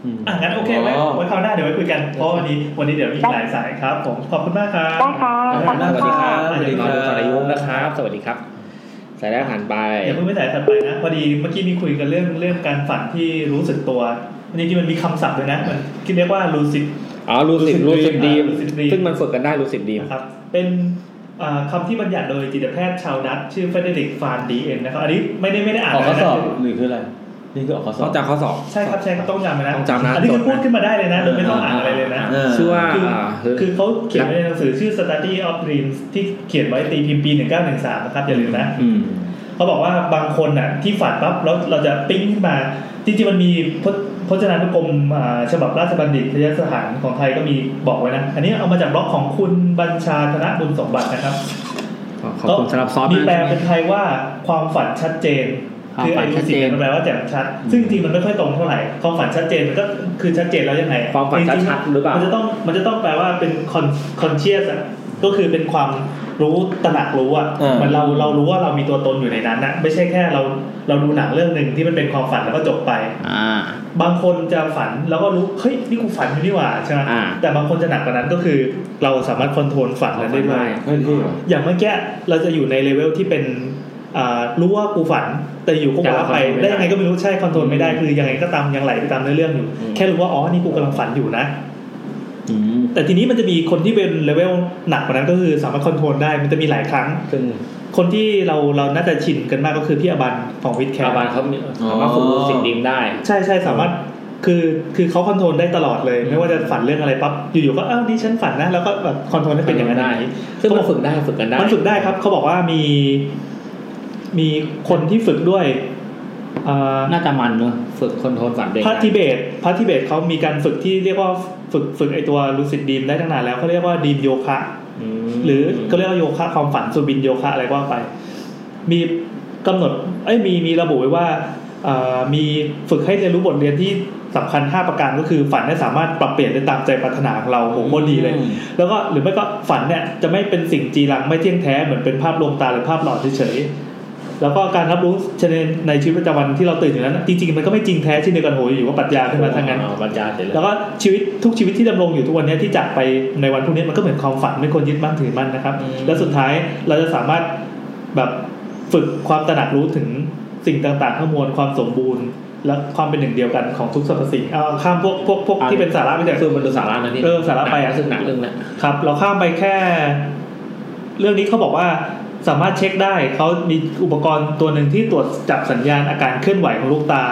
อืม อ่ะงั้นโอเคไว้ อ๋อ ไว้คราวหน้าเดี๋ยวไว้คุยกัน เพราะวันนี้วันนี้เดี๋ยวมีอีกหลายสายครับผม ขอบคุณมากครับ ได้ค่ะขอบ ส คุณ วัสดีค ค่ะ รับ สวัสดีครับ นอนดูสารยุทธนะครับ สวัสดีครับ สายแรกหันไป อย่าเพิ่งไปสายถัดไปนะ พอดีเมื่อกี้มีคุยกันเรื่องเรื่องการฝันที่รู้สึกตัววันนี้ที่มันมีคำศัพท์ด้วยนะ มันที่เรียกว่ารู้สึก อ๋อรู้สิบรู้สิบดีม รู้สิบดีม ซึ่งมันฝึกกันได้รู้สิบดีม นะครับ เป็นอ่าคำที่บัญญัติโดยจิตแพทย์ชาวนัทชื่อเฟเดริกฟานดีเอ็นนะครับ อันนี้ไม่ได้ไม่ได้อ่าน ออกข้อ นะ สอบหรือคืออะไร นี่คือออกข้อส ต้ อ อบ งจำข้อสอบ ใช่ครับใช่ครับต้องจำไว้นะ ต้องจำนะ อันนี้คือพูดขึ้นมาได้เลยนะโดยไม่ต้องอ่านอะไรเลยนะ เออ ชื่อว่า คือ อ่า คือเขาเขียนไว้ในหนังสือชื่อ Study of Dreams ที่เขียนไว้ตีพิมพ์ปี 1913 นะครับ อย่าลืมนะ อืม เขาบอกว่าบางคนน่ะที่ฝันปั๊บแล้วเราจะปิ้งขึ้นมา จริงๆมันมีพจพจนานุกรมอ่าฉบับราชบัณฑิตยสถานของไทยก็มีบอกไว้นะ อันนี้เอามาจากบล็อกของคุณบัญชาธนบุญสมบัตินะครับ ขอบคุณสำหรับซอส มี มาก แปล ใช่ไหม เป็นไทยว่าความฝันชัดเจน ความ คือ ฝั ไอ้ นชั รู้ ด สิ เจน เนี่ยมันแปลว่าแจ่มชัด ซึ่งจริงๆมันไม่ค่อยตรงเท่าไหร่ความฝันชัดเจนมันก็คือชัดเจนแล้วยังไงอะ ความฝัน จริงๆ ชัดๆหรือเปล่า มันจะต้องมันจะต้องแปลว่าเป็นคอนคอนเชียสอะก็คือเป็นความรู้ตระหนักรู้อะ อ่ามั มันเราเรารู้ว่าเรามีตัวตนอยู่ในนั้นนะไม่ใช่แค่เราเราดูหนังเรื่องหนึ่งที่มันเป็นความฝันแล้วก็จบไป อ่า บางคนจะฝันแล้วก็รู้เฮ้ยนี่กูฝันอยู่นี่หว่าใช่ไหม อ่า แต่บางคนจะหนักกว่านั้นก็คือ เราสามารถคอนโทรลฝันนั้นได้ด้วย เฮ้ยเท่ว่ะ อย่างเมื่อกี้เราจะอยู่ในเลเวลที่เป็นอ่ารู้ว่ากูฝันแต่อยู่ก็ว่าไป แต่เรา control ไม่ได้ได้ยังไงก็ไม่รู้ใช่คอนโทรลไม่ได้คือยังไงก็ตามยังไหลไปตามเนื้อเรื่องอยู่ อืม แค่รู้ว่าอ๋อนี่กูกำลังฝันอยู่นะ อืม แต่ทีนี้มันจะมีคนที่เป็นเลเวลหนักกว่านั้นก็คือสามารถคอนโทรลได้มันจะมีหลายครั้ง ซึ่ง คนที่เราเราน่าจะชินกันมากก็คือพี่อบันของวิดแค อา ร์ บานเขามีสามารถฝึกรู้สิ่งดีมได้ ใช่ใช่สามารถคือคือเขาคอนโทรลได้ตลอดเลย ไม่ว่าจะฝันเรื่องอะไรปั๊บอยู่ๆก็เอ้านี่ฉันฝันนะแล้วก็แบบคอนโทรลให้เป็นอย่างนั้น ได้ อย่างนี้ ซึ่งมันฝึกได้ฝึกกันได้ มันฝึกได้ครับเขาบอกว่ามีมีคนที่ฝึกด้วยอ่า น่าจะมันเนอะฝึกคอนโทรลฝันเด็ก พระทิเบตพระทิเบตเขามีการฝึกที่เรียกว่าฝึกฝึกไอตัวลูซิดดีมได้ตั้งนานแล้วเขาเรียกว่าดีมโยคะ หรือก็เรียกว่าโยคะความฝันสุบินโยคะอะไรก็ว่าไป มีกำหนดเอ้ยมีมีระบุไว้ว่าเอ่อมีฝึกให้เรียนรู้บทเรียนที่สำคัญ 5 ประการก็คือฝันให้สามารถปรับเปลี่ยนได้ตามใจปรารถนาของเราโหโคตรดีเลย อืม แล้วก็หรือไม่ก็ฝันเนี่ยจะไม่เป็นสิ่งจีรังไม่เที่ยงแท้เหมือนเป็นภาพลวงตาหรือภาพหลอนเฉยๆแล้วก็การรับรู้ชนิดในชีวิตประจำวันที่เราตื่นอยู่นั้นจริงๆมันก็ไม่จริงแท้เช่นเดียวกันโหอยู่ว่าปรัชญาขึ้นมาทั้งนั้น อ๋อบรรยายเสร็จ แล้ แล้ว วก็ชีวิตทุกชีวิตที่ดำรงอยู่ทุกวันเนี้ยที่จากไปในวันพรุ่งนี้มันก็เหมือนความฝันไม่ควรยึดมั่นถือมั่นนะครับ และสุดท้ายเราจะสามารถแบบฝึกความตระหนักรู้ถึงสิ่งต่างๆ ทั้งมวลความสมบูรณ์ และความเป็นหนึ่งเดียวกันของทุกสรรพสิ่งเอาข้ามพวกพวกพวกที่เป็นสาระไปเถ คือ อะ มันดูสาระนะนี่ เออสาระไปอะ ซึ่งหนักเรื่องแหละ ครับ เราข้ามไปแค่ เรื่องนี้เขาบอกว่าสามารถเช็คได้เขามีอุปกรณ์ตัวหนึ่งที่ตรวจจับสัญญาณอาการเคลื่อนไหวของลูกตา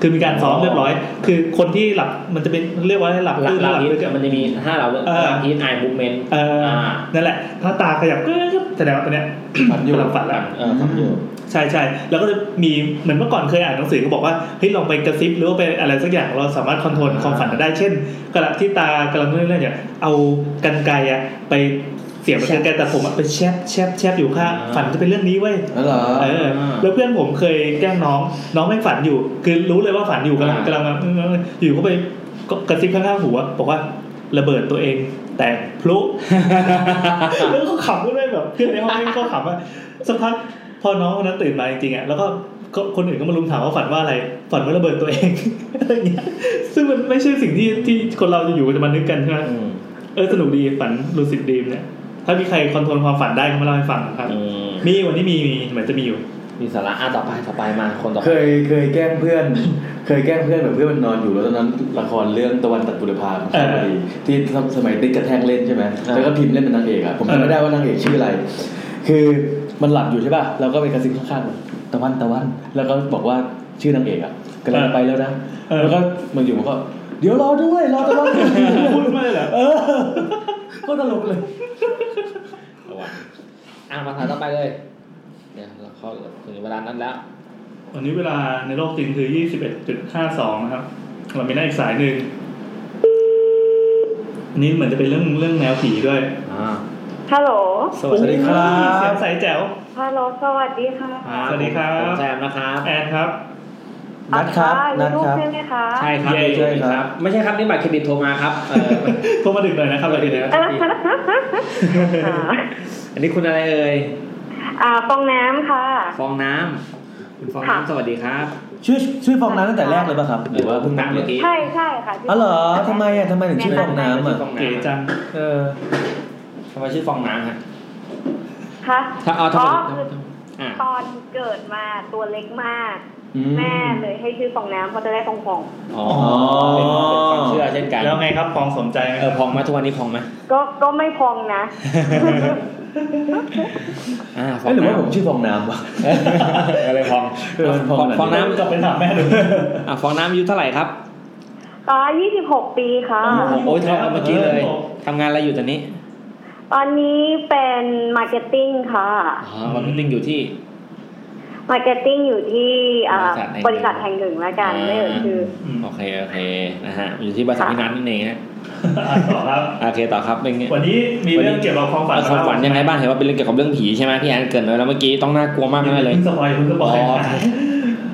คือมีการซ้อมเรียบร้อย คือคนที่หลับมันจะเป็นเรียกว่าอะไรหลับ หลัก ตื้น ห ห ลั รื ก อหลับ นี้ ลึกอะ มันจะมีห้าหลัก เออ หลักนี้ไอมูเมนต์ เอออนั่นแหละ ถ้าตาขยับก็แสดงว่าตอนเนี้ย ฝันอยู่ กำลังฝันแล้ว เออฝันอยู่ ใช่ใช่แล้วก็จะมีเหมือนเมื่อก่อนเคยอ่านหนังสือเขาบอกว่าเฮ้ยลองไปกระซิบหรือว่าไปอะไรสักอย่างเราสามารถคอนโทรลความฝันได้เช่นกระที่ตากำลังเรื่อยๆเนี่ยเอากันไกรอะไปเสียบเป็นกันไกรแต่ผมอะไปแชบแชบแชบอยู่ข้าง อ่า ฝันจะเป็นเรื่องนี้เว้ย อ๋อเหรอ เออแล้วเพื่อนผมเคยแกล้งน้อง น้องไม่งฝันอยู่ คือรู้เลยว่าฝันอยู่กำลังกำลังมาอยู่เขาไปกระซิบข้างๆหูอะบอกว่าระเบิดตัวเองแต่พลุ แล้วก็ขำด้วยแบบเพื่อนในห้องก็ขำว่าสักพักพอน้องคนนั้นตื่นมาจริงๆอ่ะแล้วก็ก็คนอื่นก็มาลุมถามว่าฝันว่าอะไรฝันว่าระเบิดตัวเอง อะไรเงี้ยซึ่งมันไม่ใช่สิ่งที่ที่คนเราจะอยู่จะมานึกกันใช่ไหม อืม เออสนุกดีฝันลูซิดดีมเนี่ยถ้ามีใครคอนโทรลความฝันได้ก็มาเล่าให้ฟังนะครับ อืม มีวันนี้มีมีเหมือนจะมีอยู่ มีสาระอ่ะต่อไปต่อไปมาคนต่อไป เคยเคยแกล้งเพื่อน เคยแกล้งเพื่อนแบบเพื่อนมันนอนอยู่แล้วตอนนั้นละครเรื่องตะวันตัดบุรพา เออ พอดีที่สมัยติ๊กกระแทงเล่นใช่ไหม อ่า แล้วก็พิมพ์เล่นเป็นนางเอกอะผม เออ จำไม่ได้ว่านางเอกชื่ออะไร คือมันหลับอยู่ใช่ป่ะเราก็ไปกระซิบข้างๆมันตะวันตะวันแล้วก็บอกว่าชื่อนางเอกอะกำลังไปแล้วนะแล้วก็มันอยู่มันก็เดี๋ยวรอด้วยรอตะวัน พูดมาเลยเหรอ เออก็ตลกเลย อ่ะมาถามต่อไปเลย เนี่ยเราเขาถึงเวลานั้นแล้ว วันนี้เวลาในโลกจริงคือ 21.52นะครับเรามีหน้าอีกสายหนึ่งอันนี้เหมือนจะเป็นเรื่องเรื่องแนวผีด้วย อ่า ฮัลโหล สวัสดีครับ เสียงใสแจ๋ว ฮัลโหล สวัสดีค่ะ สวัสดีครับ ผมแซมนะครับ แอนครับ นัดครับ อ่า นัดมีลูก ครับ ใช่ไหมคะ ใช่ครับ เย้ ใช่ครับ ไม่ใช่ครับนี่บัตรเครดิตโทรมาครับ เออ โทรมาดึกหน่อยนะครับเราดีนะ อันนี้คุณอะไรเอ่ย อ่าฟองน้ำค่ะ ฟองน้ำคุณฟอง ค่ะ น้ำสวัสดีครับ ชื่อชื่อฟองน้ำตั้งแต่แรกเลยป่ะครับ หรือว่าเพิ่ง น้ำเมื่อกี้ ใช่ใช่ค่ะที่ อ๋อเหรอทำไมอ่ะทำไมถึงชื่อฟองน้ำอ่ะ ฟองน้ เก๋จัง เออ ำทำไมชื่อฟองน้ำฮะ คะ ถ้าเอาทำ อ๋ ไมทำอคือ ไมอ่ะ ตอนเกิดมาตัวเล็กมาก อื แม่เลยให้ชื่อฟองน้ำเพราะจะได้ฟองฟอง อ๋อเป็นเป็นความเชื่อเช่นกัน แล้วไงครับฟองสมใจไหม เออพองไหมทุกวันนี้พองไหม ๆก็ก็ไม่พองนะ อ่าฟอง เอ้ยหรือว่า น้ำ ผมชื่อฟองน้ำวะ อะไรพอง เออมันพอง ฟอง หน่อย ฟองน้ กลับไปถามแม่ดู ำอ่ะฟองน้ำอายุเท่าไหร่ครับ ตอน26 ปีค่ะ อ๋อ โอ้ยเท่ากับเมื่อกี้เลย เออ ทำงานอะไรอยู่ตอนนี้ ตอนนี้เป็นมาร์เก็ตติ้งค่ะ อ๋อวันนี้ติงอยู่ที่ มาร์เก็ตติ้งอยู่ที่อ่า บบ ริ ริ ษั ษั ท ท แห่ แห่ ง ง ห ห นึ่ นึ่ ง งละกันไม่เอ่ยชื่อ อืม โอเคโอเคนะฮะอยู่ที่บริษัท ค่ะ พี่นัทนั่นเองฮะ อ่ะต่อครับ โอเคต่อครับเป็นไง วันนี้มีเรื่องเกี่ยวกับความฝัน เอาความฝันยังไงบ้างเห็นว่าเป็นเรื่องเกี่ยวกับเรื่องผีใช่ไหมพี่แอนเกรินไว้แล้วเมื่อกี้ต้องน่ากลัวมากแน่เลย คุณสปอยคุณสปอย อ๋อ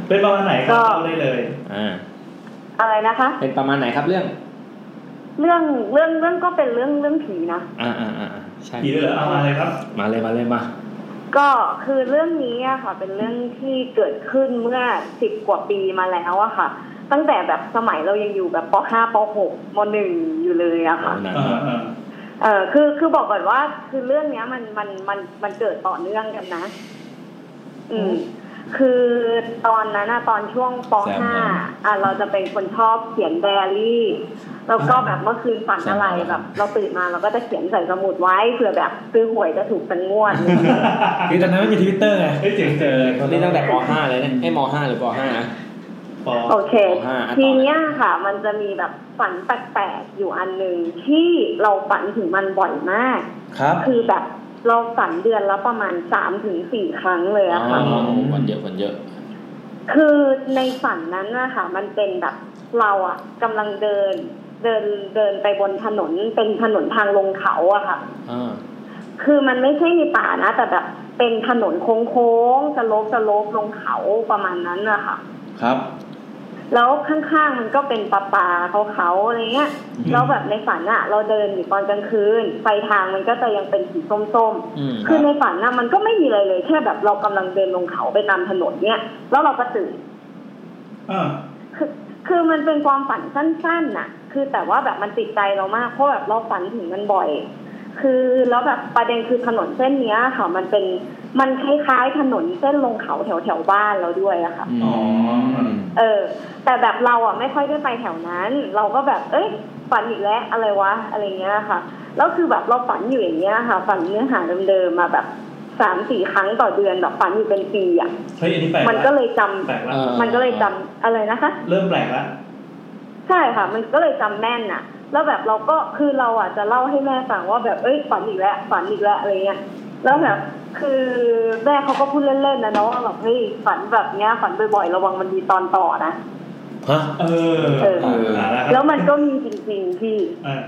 เป็นประมาณไหนครับเล่าได้เลย อ่า อะไรนะคะ เป็นประมาณไหนครับเรื่อง เรื่องเรื่องเรื่องก็เป็นเรื่องเรื่องผีนะ อ่าอ่าอ่าอ่าใช่ ผีด้วยเหรอเอามาเลยครับ มาเลยมาเลยมา ก็คือเรื่องนี้อะค่ะ เป็นเรื่องที่เกิดขึ้นเมื่อสิบกว่าปีมาแล้วอะค่ะ ตั้งแต่แบบสมัยเรายังอยู่แบบป .5 ป .6 ม .1 อยู่เลยอะค่ะ เอาหนัง เออเออ เออคือคือบอกก่อนว่าคือเรื่องเนี้ยมันมันมันมันเกิดต่อเนื่องกันนะ อืม คือตอนนั้นนะตอนช่วงป .5 อ่ะเราจะเป็นคนชอบเขียนไดอารี่แล้วก็แบบเมื่อคืนฝันอะไรแบบ เราตื่นมาเราก็จะเขียนใส่สมุดไว้เผื่อแบบซื้อหวยจะถูกเป็นงวด คือตอนนั้นไม่มีทวิตเตอร์ไง เฮ้ยเจ๋งเจอ ตอนนี้ตั้งแต่ป .5 เลยเนี่ยให้ม .5 หรือป .5 นะ ปอ โอเค อ่าอ่ะต่อเลย ทีเนี้ยค่ะ มันจะมีแบบฝันแปลกๆอยู่อันหนึ่งที่เราฝันถึงมันบ่อยมาก ครับ คือแบบเราฝันเดือนละประมาณสามถึงสี่ครั้งเลย อ๋ อะค่ะ อคนเยอะคนเยอะ คือในฝันนั้นนะคะมันเป็นแบบเราอะกำลังเดิน เดินเดินไปบนถนนเป็นถนนทางลงเขาอะค่ะ อ่า คือมันไม่ใช่ในป่านะแต่แบบเป็นถนนโค้งๆสโลบสโลบลงเขาประมาณนั้นนะคะ ครับ แล้วข้างๆมันก็เป็นป่าป่าๆเขาๆอะไรเงี้ยแล้วแบบในฝันอะเราเดินอยู่ตอนกลางคืน ไฟทางมันก็จะยังเป็นสีส้มๆ อืมค คื รั อบ ในฝันนะมันก็ไม่มีอะไรเลยแค่แบบเรากำลังเดินลงเขาไปตามถนนเนี่ยแล้วเราก็ตื่น อ่า คือคือมันเป็นความฝันสั้นๆน่ะ คือแต่ว่าแบบมันติดใจเรามากเพราะแบบเราฝันถึงมันบ่อย คือแล้วแบบประเด็นคือถนนเส้นเนี้ยค่ะ มันเป็นมันคล้ายๆถนนเส้นลงเขาแถวแถวๆบ้านเราด้วยอะค่ะ อ๋อ เออ แต่แบบเราอ่ะไม่ค่อยได้ไปแถวนั้น เราก็แบบ เอ้ยฝันอีกแล้วอะไรวะอะไรเงี้ยค่ะแล้วคือแบบเราฝันอยู่อย่างเงี้ยค่ะฝันเนื้อหาเดิมๆมาแบบสามสี่ครั้งต่อเดือนแบบฝันอยู่เป็นปีอ่ะ เฮ้ยอันนี้แปลก มันก็เลยจำ แปลกละ เออ มันก็เลยจำอะไรนะคะ เริ่มแปลกละ ใช่ค่ะ มันก็เลยจำแม่นน่ะ แล้วแบบเราก็คือเราอ่ะจะเล่าให้แม่ฟังว่าแบบเอ้ยฝันอีกแล้วฝันอีกแล้วอะไรเงี้ยแล้วแบบคือแม่เขาก็พูดเล่นๆนะเนาะว่าแบบเฮ้ยฝันแบบเนี้ยฝันบ่อยๆระวังมันมีตอนต่อนะ ฮะ เออ เออ หาละค แล้ รับ วมันก็มีจริงๆพี่ อ่ะ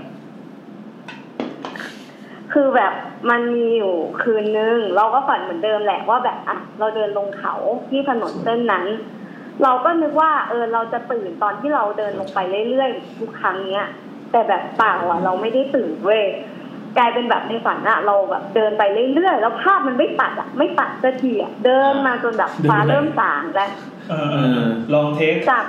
คือแบบมันมีอยู่คืนนึง เราก็ฝันเหมือนเดิมแหละว่าแบบอ่ะเราเดินลงเขาที่ถนนเส้นนั้น เราก็นึกว่าเออเราจะตื่นตอนที่เราเดินลงไปเรื่อยๆทุกครั้งเนี้ย แต่แบบเปล่าอ่ะเราไม่ได้ตื่นเว้ยกลายเป็นแบบในฝันอะเราแบบเดินไปเรื่อยๆแล้วภาพมันไม่ตัดอะไม่ตัดสักทีอะเดินมาจนแบบฟ้าเริ่มสางแล้ว เออเออลองเทค จาก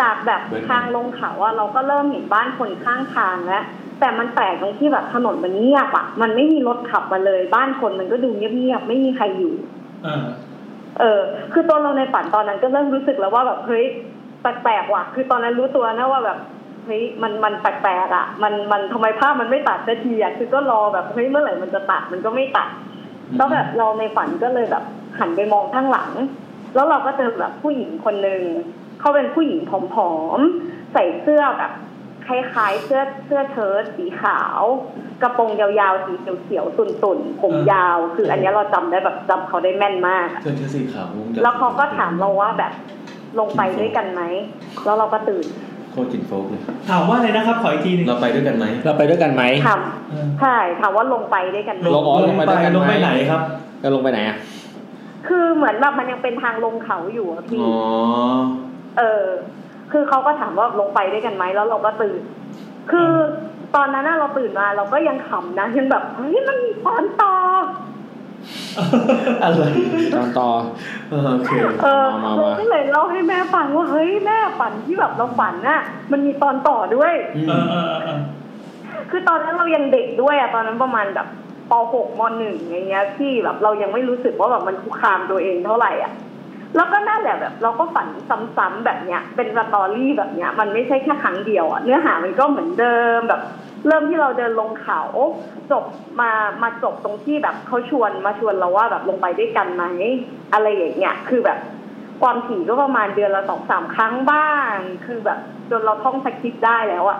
จากแบบ เดินไป ทางลงเขาอะเราก็เริ่มเห็นบ้านคนข้างทางแล้วแต่มันแปลกตรงที่แบบถนนมันเงียบอะมันไม่มีรถขับมาเลย บ้านคนมันก็ดูเงียบๆไม่มีใครอยู่ เออ เออ คือตอนเราในฝันตอนนั้นก็เริ่มรู้สึกแล้วว่าแบบเฮ้ยแปลกๆว่ะ คือตอนนั้นรู้ตัวนะว่าแบบเฮ้ยมันมันแปลกๆอะมันมันทำไมภาพมันไม่ตัดสักทีอะคือก็รอแบบเฮ้ยเมื่อไหร่มันจะตัดมันก็ไม่ตัด แล้วแบบเราในฝันก็เลยแบบหันไปมองข้างหลัง แล้วเราก็เจอแบบผู้หญิงคนหนึ่งเขาเป็นผู้หญิงผอมๆใส่เสื้อแบบ คล้ายๆเสื้อเสื้อเชิ้ตสีขาว กระโปรงยาวๆสีเขียวๆตุ่นๆผมยาว คืออันเนี้ยเราจำได้แบบจำเขาได้แม่นมาก เธอเธอสีขาวงดำ แล้วเขาก็ถามเราว่าแบบลงไปด้วยกันไหม แล้วเราก็ตื่น โคตรกินโฟกเลย ถามว่าอะไรนะครับ ขออีกทีหนึง เราไปด้วยกันไหม เราไปด้วยกันไหม ถามใช่ถามว่าลงไปด้วยกันไหม ลง อ๋อไปด้วยกันไหม ลงไปไหนครับ จะลงไปไหนอ่ะ คือเหมือนแบบมันยังเป็นทางลงเขาอยู่อะพี่ อ๋อ เออ คือเขาก็ถามว่าลงไปด้วยกันไหม แล้วเราก็ตื่น คือตอนนั้นน่ะเราตื่นมาเราก็ยังขำนะยังแบบเฮ้ยมันมีควานต่อ อะไร ตอนต่อ เออโอเค เออ มามามา เราก็เลยเล่าให้แม่ฟังว่าเฮ้ยแม่ฝันที่แบบเราฝันน่ะ มันมีตอนต่อด้วย อืม เออเออเออเออ คือตอนนั้นเรายังเด็กด้วยอะตอนนั้นประมาณแบบป .6 ม .1 อย่างเงี้ยที่แบบเรายังไม่รู้สึกว่าแบบมันคุกคามตัวเองเท่าไหร่อะแล้วก็นั่นแหละแบบ เราก็ฝันซ้ำๆแบบเนี้ย เป็นสตอรี่แบบเนี้ย มันไม่ใช่แค่ครั้งเดียวอะเนื้อหามันก็เหมือนเดิมแบบ เริ่มที่เราเดินลงเขาจบมามาจบตรงที่แบบเขาชวนมาชวนเราว่าแบบลงไปด้วยกันไหมอะไรอย่างเงี้ยคือแบบความถี่ก็ประมาณเดือนละสองสามครั้งบ้าง คือแบบจนเราท่องสคริปต์ได้แล้วอะ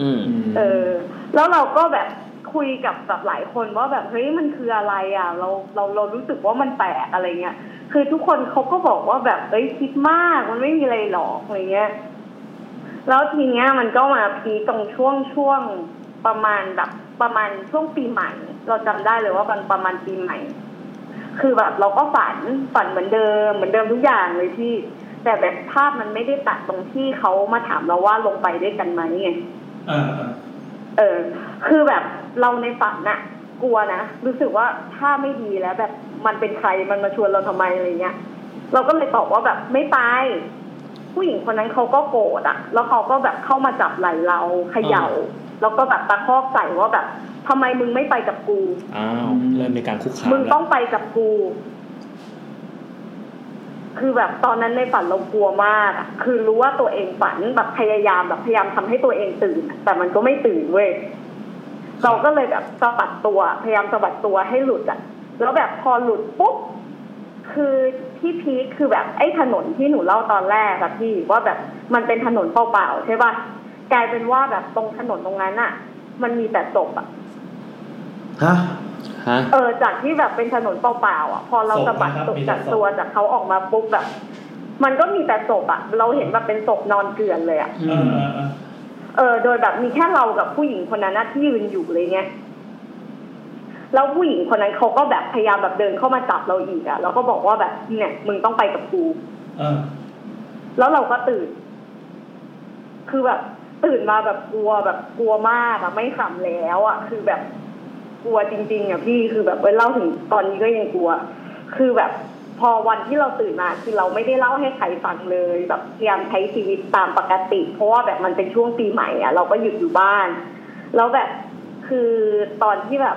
อืม เออแล้วเราก็แบบคุยกับแบบหลายคนว่าแบบเฮ้ยมันคืออะไรอ่ะ เราเราเรารู้สึกว่ามันแปลกอะไรเงี้ยคือทุกคนเขาก็บอกว่าแบบเอ้ยคิดมากมันไม่มีอะไรหรอกอะไรเงี้ยแล้วทีเนี้ยมันก็มาพีคตรงช่วงช่วงประมาณแบบประมาณช่วงปีใหม่ เราจำได้เลยว่ามันประมาณปีใหม่ คือแบบเราก็ฝันฝันเหมือนเดิมเหมือนเดิมทุกอย่างเลยพี่ แต่แบบภาพมันไม่ได้ตัดตรงที่เขามาถามเราว่าลงไปด้วยกันไหมไง เออเออ เออ คือแบบเราในฝันน่ะ กลัวนะ รู้สึกว่าถ้าไม่ดีแล้วแบบมันเป็นใครมันมาชวนเราทำไมอะไรเงี้ย เราก็เลยตอบว่าแบบไม่ไป ผู้หญิงคนนั้นเขาก็โกรธอะแล้วเขาก็แบบเข้ามาจับไหล่เราเขยา่า แล้วก็แบบตะคอกใส่ว่าแบบทำไมมึงไม่ไปกับกู อ้าว เริ่มมีการคุกคาม มึง แล้ ต้ ว องไปกับกู คือแบบตอนนั้นในฝันเรากลัวมากอะคือรู้ว่าตัวเองฝันแบบพยายามแบบพยายามทำให้ตัวเองตื่นอะแต่มันก็ไม่ตื่นเว้ย เราก็เลยแบบสะบัดตัว พยายามสะบัดตัวให้หลุดอะแล้วแบบพอหลุดปุ๊บ คือที่พีคคือแบบไอ้ถนนที่หนูเล่าตอนแรกอะพี่ว่าแบบมันเป็นถนนเปล่าๆใช่ป่ะ กลายเป็นว่าแบบตรงถนนตรงนั้นอะมันมีแต่ศพอะ ฮะ ฮะ เออจากที่แบบเป็นถนนเปล่าๆอ่ะ พอเราสะบัดศพจากตัวจากเขาออกมาปุ๊บแบบ มันก็มีแต่ศพอ่ะ เราเห็นแบบเป็นศพนอนเกลื่อนเลยอ่ะ เออเออเออ เออโดยแบบมีแค่เรากับผู้หญิงคนนั้นนะที่ยืนอยู่เลยเงี้ยแล้วผู้หญิงคนนั้นเขาก็แบบพยายามแบบเดินเข้ามาจับเราอีกอ่ะแล้วก็บอกว่าแบบเนี่ย มึงต้องไปกับกู เออ แล้วเราก็ตื่น คือแบบตื่นมาแบบกลัวแบบกลัวมากอะไม่ขำแล้วอะคือแบบกลัวจริง ๆอะพี่คือแบบเว้ยเล่าถึงตอนนี้ก็ยังกลัว คือแบบพอวันที่เราตื่นมาคือเราไม่ได้เล่าให้ใครฟังเลย แบบพยายามใช้ชีวิตตามปกติ เพราะว่าแบบมันเป็นช่วงปีใหม่อะเราก็หยุดอยู่บ้าน แล้วแบบคือตอนที่แบบ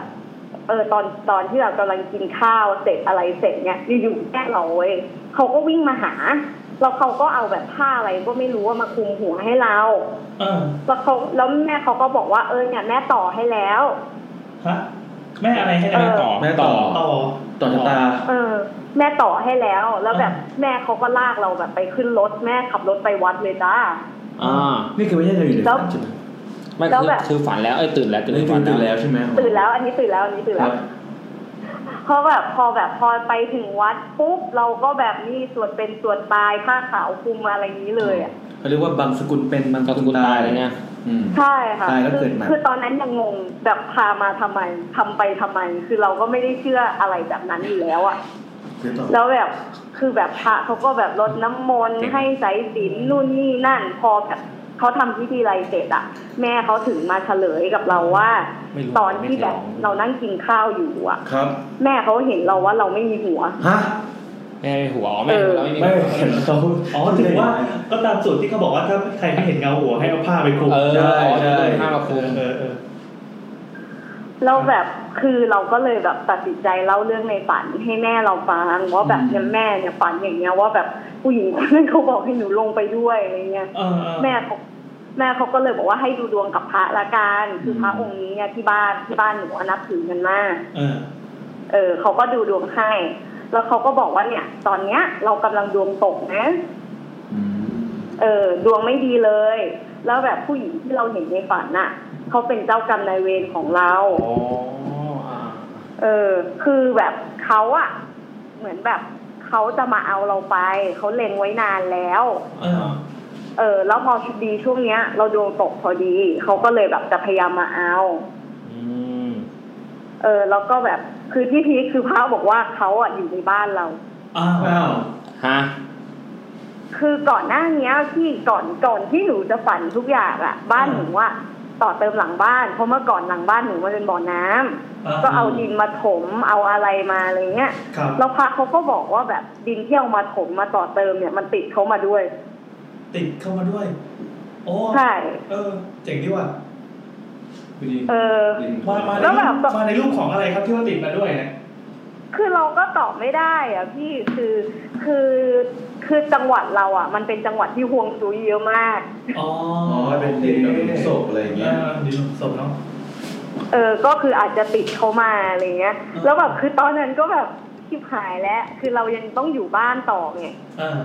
เออตอนตอนที่เรากำลังกินข้าวเสร็จอะไรเสร็จเนี่ยอยู่ๆแม่เราเว้ยเขาก็วิ่งมาหา แล้วเขาก็เอาแบบผ้าอะไรก็ไม่รู้ว่ามาคลุมหัวให้เรา เออ แล้วเขาแล้วแม่เขาก็บอกว่าเออเนี่ยแม่ต่อให้แล้ว ฮะแม่อะไรให้ เอ นะ อ ต่อ แม่ต่อ ต่อ ต่อชะตา เออ แม่ต่อให้แล้ว แล้วแบบแม่เขาก็ลากเราแบบไปขึ้นรถแม่ขับรถไปวัดเลยจ้า อ่า นี่คือไม่ใช่เราอยู่ในฝันใช่ไหม ไม่ แล้ว คือ แบบ คือฝันแล้วเอ้ยตื่นแล้วตื่นตื่ ฝั น น ตื่น แล้ แล้ว วใช่ไหม ตื่นแล้วอันนี้ตื่นแล้วอันนี้ตื่น ค แล้ รั ว บ เพราะแบบพอแบบพอไปถึงวัดปุ๊บเราก็แบบนี่สวดเป็นสวดตายผ้าขาวคลุมอะไรนี้เลยอะ เขาเรียกว่าบางสกุลเป็นบาง ก็ ส คุ กุ ณ ล ตา ตาย ย อะไรเงี้ย อืม ใช่ค่ะ ตายแล้ว คือ เกิดใหม่ คือตอนนั้นยังงงแบบพามาทำไมทำไปทำไม คือเราก็ไม่ได้เชื่ออะไรแบบนั้นอยู่แล้วอะ คือต่อ แล้วแบบคือแบบพระเขาก็แบบรดน้ำมนต์ เก่ง ให้สายศีลนู่นนี่นั่น พอแบบเขาทำพิธีอะไรเสร็จอะแม่เขาถึงมาเฉลยกับเราว่า ไม่รู้ ตอนที่ ไม่ แบบ ลอง เรานั่งกินข้าวอยู่อะ ครับ แม่เขาเห็นเราว่าเราไม่มีหัว ฮะ แม่ไม่หัวอ๋อแม่ เออ เราไม่มี ไม่เห็นเขา อ๋อถือว่าก็ตามสูตรที่เขาบอกว่าถ้าใครไม่เห็นเงาหัวให้เอาผ้าไปคลุม เออ ใช่ อ๋อ ใช่ ห้ามมาคุม เออเออ แล้วแบบคือเราก็เลยแบบตัดสินใจเล่าเรื่องในฝันให้แม่เราฟังว่าแบบเนี่ยแม่เนี่ยฝันอย่างเงี้ยว่าแบบผู้หญิงคนนั้นเขาบอกให้หนูลงไปด้วยอะไรเงี้ย เออเออ แม่เขาแม่เขาก็เลยบอกว่าให้ดูดวงกับพระละกันคือพระองค์นี้เนี่ยที่บ้านที่บ้านหนูอะนับถือกันมาก เออ เออเขาก็ดูดวงให้ แล้วเขาก็บอกว่าเนี่ย ตอนเนี้ยเรากำลังดวงตกนะ อืม เออดวงไม่ดีเลย แล้วแบบผู้หญิงที่เราเห็นในฝันน่ะเขาเป็นเจ้ากรรมนายเวรของเรา อ๋ออ่า เออ คือแบบเขาอะเหมือนแบบเขาจะมาเอาเราไป เขาเล็งไว้นานแล้ว อ่า เออ แล้วพอดีช่วงเนี้ย เราดวงตกพอดี เขาก็เลยแบบจะพยายามมาเอา อืม เออ แล้วก็แบบคือที่พีคคือพระบอกว่าเขาอะอยู่ในบ้านเรา อ้าว อ้าว ฮะ คือก่อนหน้าเนี้ยที่ก่อนก่อนที่หนูจะฝันทุกอย่างอะบ้านหนูอะต่อเติมหลังบ้านเพราะเมื่อก่อนหลังบ้านหนูมันเป็นบ่อน้ำก็เอาดินมาถมเอาอะไรมาอะไรเงี้ย ครับ แล้วพระเขาก็บอกว่าแบบดินที่เอามาถมมาต่อเติมเนี่ยมันติดเขามาด้วย ติดเข้ามาด้วย โอ้ ใช่ เออ เจ๋งดีว่ะ เออ มามาใน แล้วแบ รู บ ปมาในรูปของอะไรครับที่ว่าติดมาด้วยเนี่ย คือเราก็ตอบไม่ได้อะพี่คือคือคือจังหวัดเราอ่ะ มันเป็นจังหวัดที่ฮวงจุ้ยเยอะมาก อ๋อ อ๋อเป็นดินแบบหลุมศพอะไรอย่าง เอ เงี้ย อดินศพเนาะ เออ ก็คืออาจจะติดเขามาอะไรเงี้ย อืม แล้วแบบคือตอนนั้นก็แบบชิบหายแล้ว คือเรายังต้องอยู่บ้านต่อไง อ่า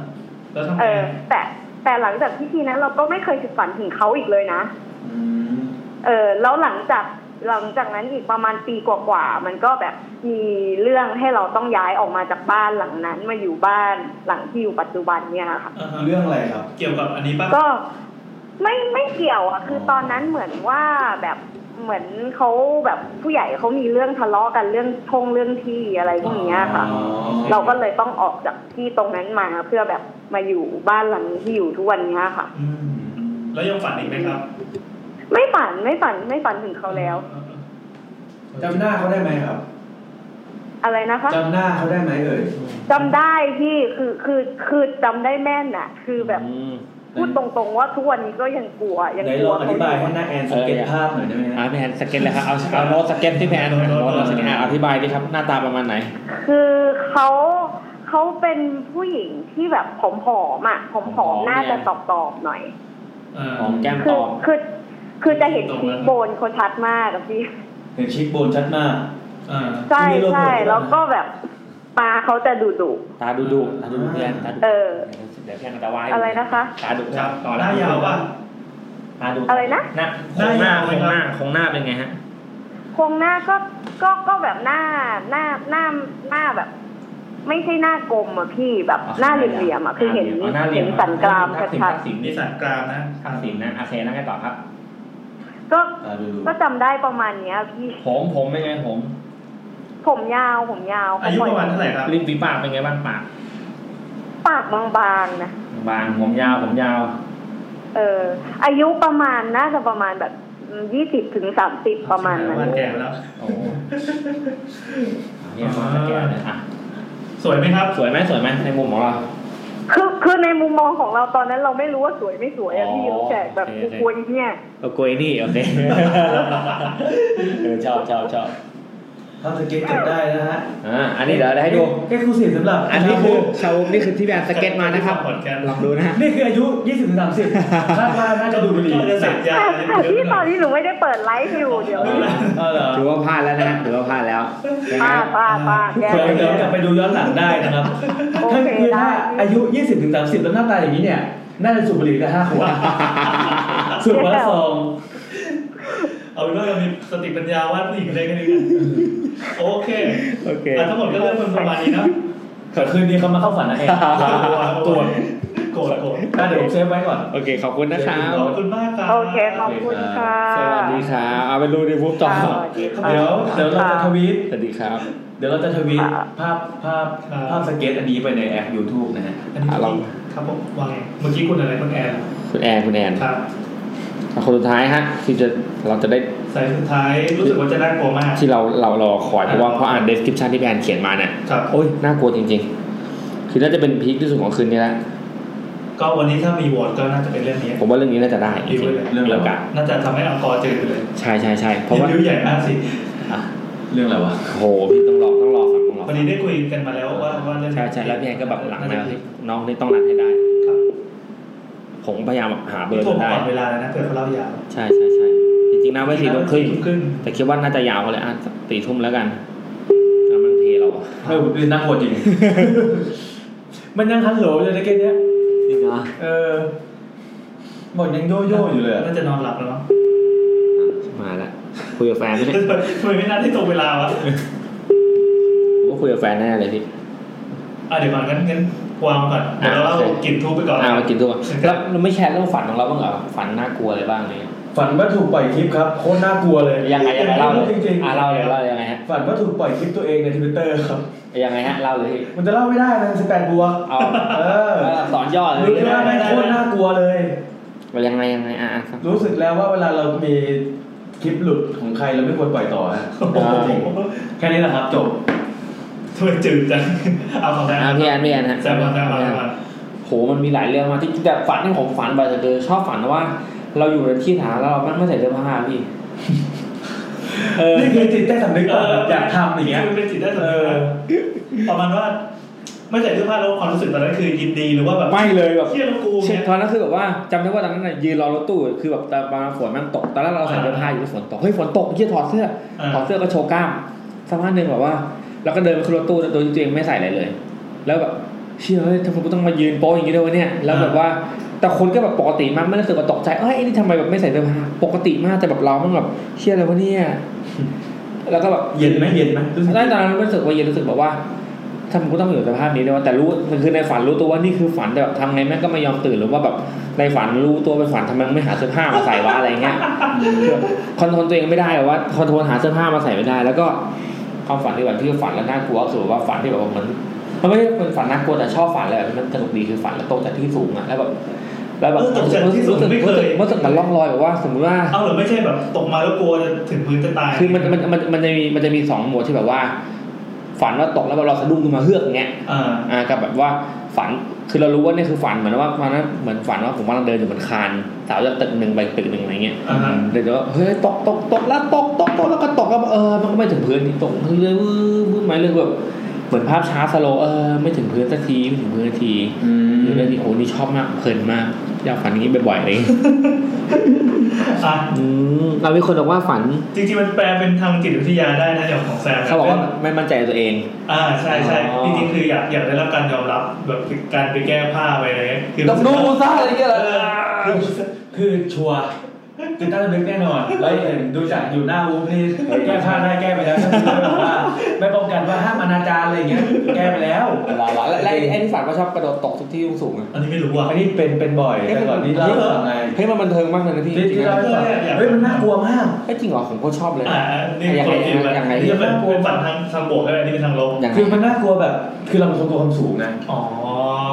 แล้วทำไง เออ แต่แต่หลังจากพิธีนั้นเราก็ไม่เคยฝันถึงเขาอีกเลยนะ เออ แล้วหลังจากหลังจากนั้นอีกประมาณปีกว่าๆ มันก็แบบมีเรื่องให้เราต้องย้ายออกมาจากบ้านหลังนั้นมาอยู่บ้านหลังที่อยู่ปัจจุบันเนี่ยค่ะ อ่าฮะ เรื่องอะไรครับ เกี่ยวกับอันนี้ป่ะ ก็ไม่ไม่เกี่ยวอะคือตอนนั้นเหมือนว่าแบบเหมือนเขาแบบผู้ใหญ่เขามีเรื่องทะเลาะกันเรื่องทงเรื่องที่อะไรพวกเนี้ยค่ะ อ๋อ เราก็เลยต้องออกจากที่ตรงนั้นมาเพื่อแบบมาอยู่บ้านหลังที่อยู่ทุกวันเนี้ยค่ะ อืมแล้วยังฝันอีกไหมครับ ไม่ฝันไม่ฝันไม่ฝันถึงเขาแล้ว จำหน้าเขาได้ไหมครับ อะไรนะคะ จำหน้าเขาได้ไหมเอ่ย จำได้พี่คือคือคือจำได้แม่นน่ะ คือแบบ อืม พูดตรงๆว่าทุกวันนี้ก็ยังกลัวยัง ไหนลกลั อ ว งอ เขาอบธิาย ยู่ ให้หน้าแอนสังเกตภาพหน่อยได้ไหม อ่า ฮะ พี่แอนสเก็ตเลยครับเอาเอาโน้ตสเก็ตที่พี่แอนโน้ตเราสเก็ตอ่ะอธิบายดิครับหน้าตาประมาณไหน คือเขาเขาเป็นผู้หญิงที่แบบผอมๆอ่ะผอมๆน่าจะตอบๆหน่อย อ่า หอมแก้ม คื ต อ อบ คือคือจะเห็น ตรง ชี นั้น โบนเขาชัดมากอะพี่ เห็นชิคโบนชัดมาก อ่า ใช่ มีโลโก้ ใช่ ด้วยนะ แล้วก็แบบตาเขาจะดุดุ ตาดุดุตาดุดุพี่แอนตาดุ เออ เดี๋ยวพี่แอนตาวาย อะไรนะคะ ตาดุ ครับต่อหน้ายาวป่ะ ตาดุ อะไรนะ หน้า หน้ายาวไหม คง ครับ หน้าคงหน้าเป็นไงฮะ โครงหน้าก็ก็ก็แบบหน้าหน้าหน้าหน้าแบบ ไม่ใช่หน้ากลมอะพี่แบบหน้าเหลี่ยมๆอะคือเห็น หน้าเหลี่ เห็ ยม นสันกราม ทักษิณ ชัทัดกษิณ นิ นี่ สันกรามนะ ทักษิณนะอาเซนะไงต่อครับ ๆก็ อ่าดูดู ก็จำได้ประมาณเนี้ยพี่ ผมผมเป็นไงผม ผมยาวผมยาว อายุประมาณเท่าไหร่ครับ ริมฝีปากเป็นไงบ้างปาก ปากบางๆนะ บางผมยาวผมยาว เออ อายุประมาณน่าจะประมาณแบบยี่สิบถึงสามสิบประมาณ ประ นั้ มาน ณแก่แล้ว โอ้โหเนี่ยมาสแกนเลยอ่ะ สวยไหมครับ สวยไหมสวยไหมในมุมของเรา คือคือในมุมมองของเราตอนนั้นเราไม่รู้ว่าสวยไม่สวยอะพี่ อ๋อ รู้แก่แบบ โอเค กูกลัวอีเนี่ย โอโกยนี่โอเคเออชอบชอบชอบ ภาพสเก็ตจับได้นะฮะ อ่าอันนี้เดี๋ยวให้ดู เอ็กซ์คลูซีฟสำหรับ อันนี้คือเขานี่คือที่แบบสเก็ตมานะครับ ขอนแก่น ลองดูนะฮะ นี่คืออายุ 20-30คาดว่าน่าจะดูดี ก็จะเสร็จยา แต่ เย แต่ อะ พี่ ห ต น่ อ อน ย นี้หนูไม่ได้เปิดไลฟ์อยู่เดี๋ยว เออเหรอ ถือว่าพลาดแล้วนะฮะถือว่าพลาดแล้วเป็นไง ป้า ฮะ ป้าป้าแย่ เดี๋ยวเดี๋ยวกลับไปดูย้อนหลังได้นะครับ โอ ถ้า เค คือ ได้ ถ้าอายุ 20-30 แล้วหน้าตาอย่างนี้เนี่ย น่าจะสูบบุหรี่ได้ห้าขวดสูบวันละซอง เอาเป็นว่าเรามีสติปัญญาวาดผู้หญิงได้แค่นี้กันโอเค โอเค อ่ะทั้งหมดก็เรื่องมันประมาณนี้นะ เกิดคืนนี้เขามาเข้าฝันนะเอง โกรธโกรธโกรธ ได้เดี๋ยวผมเซฟไว้ก่อน โอเคขอบคุณนะครับ ขอบคุณมากครับ โอเคขอบคุณค่ะ สวัสดีครับเอาไปดูในวูฟต่อ ค่ะสวัสดีค่ะ เดี๋ยวเดี๋ยวเราจะทวีต สวัสดีครับ เดี๋ยวเราจะทวีต ค่ะ ภาพภาพภาพสเก็ตอันนี้ไปในแอป YouTube นะฮะ อันนี้ อ่ะลอง ครับผมวางไงเมื่อกี้คุณอะไรคุณแอน คุณแอนคุณแอน ครับ คนสุดท้ายฮะที่จะเราจะได้ สายสุดท้ายรู้สึกว่าจะน่ากลัวมาก ที่เราเรารอคอยเพราะว่าพออ่าน description ที่พี่แอนเขียนมาเนี่ย ครับ โอ้ยน่ากลัวจริงๆ คือน่าจะเป็นพีคที่สุดของคืนนี้แล้ว ก็วันนี้ถ้ามีโหวตก็น่าจะเป็นเรื่องนี้ ผมว่าเรื่องนี้น่าจะได้ ดีเว้ย เรื่อง เรื่ แล้ อ ว ง กั กาน ร น่าจะทำให้อังกอร์เจอเลย ใช่ใช่ใช่เพราะว่า นิ้วใหญ่มากสิ อ่ะ เรื่องอะไรวะ โอ้โหพี่ต้องรอต้องรอฟังต้องรอ พ ฟั องดีได้คุยกันมาแล้วว่าว่าเรื่อง ใช่ใช่แล้วพี่แอนก็แบบหลังมาน้องนี่ต้องรันให้ได้ ครับ ผมพยายามแบบหาเบอ นี่ ร์ ผมจนได้ ก่อนเวลาแล้วนะเผื่อเขาเล่ายาว ใช่ใช่ใช่จริงๆนะไว้สี่ทุ่มครึ่ง ครึ่ง แต่คิดว่าน่าจะยาวกว่าเลยอ่ะสี่ทุ่มแล้วกันอ่ะมันเทเราอ่ะ เฮ้ยผมเป็นนักบวชจริง มันยังฮัลโหลอยู่ในเกมเนี้ย จริงเหรอ เออ บทยังโยโย่อยู่เลยอะ น่าจะนอนหลับแล้วเนาะ มาละคุยกับแฟนไหมเนี่ย ทำไมไม่นัดให้ตรงเวลาวะ ผมก็คุยกับแฟนแน่เลยพี่ อ่ะเดี๋ยวก่อนงั้นงั้นวางก่อนเดี๋ยวเราเล่า อ่ะโอเค กลิ่นทูบไปก่อน อ่ามากินทุกวัน ครัแล้ว บ เราไม่แชร์เรื่องฝันของเราบ้างเหรอฝันน่ากลัวอะไรบ้างอะไรเลย ฝันว่าถูกปล่อยคลิปครับโคตรน่ากลัวเลย ยังไงยังไงเล่าเลย จริงๆ อ่าเล่าเลยเล่ายังไงฮะ ฝันว่าถูกปล่อยคลิปตัวเองในทวิตเตอร์ครับ ยังไงฮะเล่าเลยพี่ มันจะเล่าไม่ได้นะสแปนบัวก <laughs> เอา เออ เอาสอนย่อเลย รู้แค่ว่าแม่งโคตรน่ากลัวเลย ว่ายังไงยังไงอ่ะอ่ะครับ รู้สึกแล้วว่าเวลาเรามีคลิปหลุดของใครเราไม่ควรปล่อยต่อฮะ โอ้โห จริงแค่นี้แหละครับจบ ทำไมจืดจังเอาของแซม อ่ะพี่แอนพี่แอนฮะ แซมมาแซมมาแซมมา โหมันมีหลายเรื่องมากที่แบบฝันที่ผมฝันบ่อยแต่เดินชอบฝันว่า เราอยู่ในที่ฐานแล้วเราไม่ใส่เสื้อผ้าพี่ <laughs> เออ นี่คือจิตใต้สำนึกก่อนแบบอยากทำอย่างเงี้ย คือเป็นจิตได้สำ เอ นึกนะอประมาณว่า ไม่ใส่เสื้อผ้าแล้วความรู้สึกตอนนั้นคือยินดีหรือว่าแบบ ไม่เลยแบบ เชี่ยแล้วกู เช็ เนี่ ด ย ตอนนั้นคือแบบว่าจำได้ว่าตอนนั้นน่ะยืนรอรถตู้คือแบบตอนมาฝนมันตกตอนแรกเราใส่เสื้อผ้าอยู่ฝนตกเฮ้ยฝนตกเยี่ยถอดเสื้อ อ่ะ ถอดเสื้อก็โชว์กล้ามสักพักหนึ่งแบบว่า แล้วก็เดินไปขึ้นรถตู้โดยที่ตัวเองไม่ใส่อะไรเลย แล้วแบบเชี่ยเฮ้ยทำไมกูต้องมายืนโป๊อย่างงี้ด้วยวะเนี่ยแล้วแบบว่าแต่คนก็แบบปกติมากไม่รู้สึกว่าตกใจเอ้ยไอ้นี่ทำไมแบบไม่ใส่เสื้อผ้าปกติมากแต่แบบเรามันแบบเชี่ยอะไรวะเนี่ยแล้วก็แบบ เย็นไหมเย็นไหมรู้สึก ได้ตอนนั้นรู้สึกว่าเย็นรู้สึกแบบว่าทำไมกูต้องมาอยู่ในสภาพนี้ด้วยวะแต่รู้คือในฝันรู้ตัวว่านี่คือฝันแต่แบบทำไงแม่งก็ไม่ยอมตื่นหรือว่าแบบในฝันรู้ตัวเป็นฝันทำไมไม่หาเสื้อผ้ามาใส่วะอะไรเงี้ยคอนโทรลตัวเองไม่ได้อะว่าคอนโทรลหาเสื้อผ้ามาใส่ไม่ได้ แล้วก็ความฝันที่แบบที่ฝันแล้วน่ากลัวก็คือว่าฝันที่แบบว่าเหมือนมันไม่ได้เป็นฝันน่ากลัวแต่ชอบฝันเลยอะมันสนุกดีคือฝันแล้วตกจากที่สูงอะแล้วแบบแล้วแบบรู้สึกรู้สึกรู้สึกรู้สึกมันล่องลอยแบบว่า สมมติว่า เอาหรือไม่ใช่แบบตกมาแล้วกลัวจะถึงพื้นจะตาย คือมันมันมันมันจะมีมันจะมีสองโหมดที่แบบว่า ฝันว่าตกแล้วเราสะดุ้งขึ้นมาเฮือกอย่างเงี้ย อ่า อ่ากับแบบว่าฝันคือเรารู้ว่านี่คือฝันเหมือนว่าตอนนั้นเหมือนฝันว่าผมกำลังเดินอยู่บนคานสาวจากตึกหนึ่งไปตึกหนึ่งอะไรเงี้ย อ่าฮะ เดี๋ยวก็เฮ้ยตกตกตกแล้วตกตกตกแล้วก็ตกแล้วเออมันก็ไม่ถึงพื้นนี่ตกเรื่อยๆวื้อวื้อไหมเรื่องแบบเหมือนภาพช้าสโลเออไม่ถึงพื้นสักทีไม่ถึงพื้นสักที อืม หรือเรื่องที่โอ้นี่ชอบมากเพลินมากอยากฝันอย่างนี้บ่อยๆเลย อ่ะ อืมเรามีคนบอกว่าฝัน จริงๆมันแปลเป็นทางจิตวิทยาได้นะอย่างของแซม เขาบอกว่าไม่มั่นใจในตัวเอง อ่าใช่ใช่ อ๋อ จริงๆคืออยากอยากได้รับการยอมรับแบบการไปแก้ผ้าไปอะไรเงี้ยคื ต้องดูซะอะไรเงี้ย เอ เหรอ อ คือคือชัวร์จิตใต้สำนึกแน่นอนแล้วเห็นดูจากอยู่หน้าวูฟนี่แก้ผ้าได้แก้ไปแล้วก็คือว่าไม่ป้องกันว่าห้ามอนาจารอะไรอย่างเงี้ยแก้ไปแล้ว ลาละและและไอ้ไอ้ที่ฝันว่าชอบกระโดดตกทุกที่สูงๆอะ อันนี้ไม่รู้ว่ะ อันนี้เป็นเป็นบ่อยแต่ก่อนนี้เราทำไง เฮ้ยมันบันเทิงมากเลยนะพี่จ ที่ ริ ที่ งๆ เรา นะ ให้ฟังเฮ้ยมันน่ากลัวมาก เฮ้ยจริงเหรอผมก็ชอบเลย อ่านี่ ยัง คนละฟิไงลกัน ยังไง นี่เป็นเป็นฝั่งทางทางบวกอะไรนี่เป็นทางลบ อย่าง คือ ไง มันน่ากลัวแบบ คือเราเป็นคนกลัวความสูงนะ อ๋อ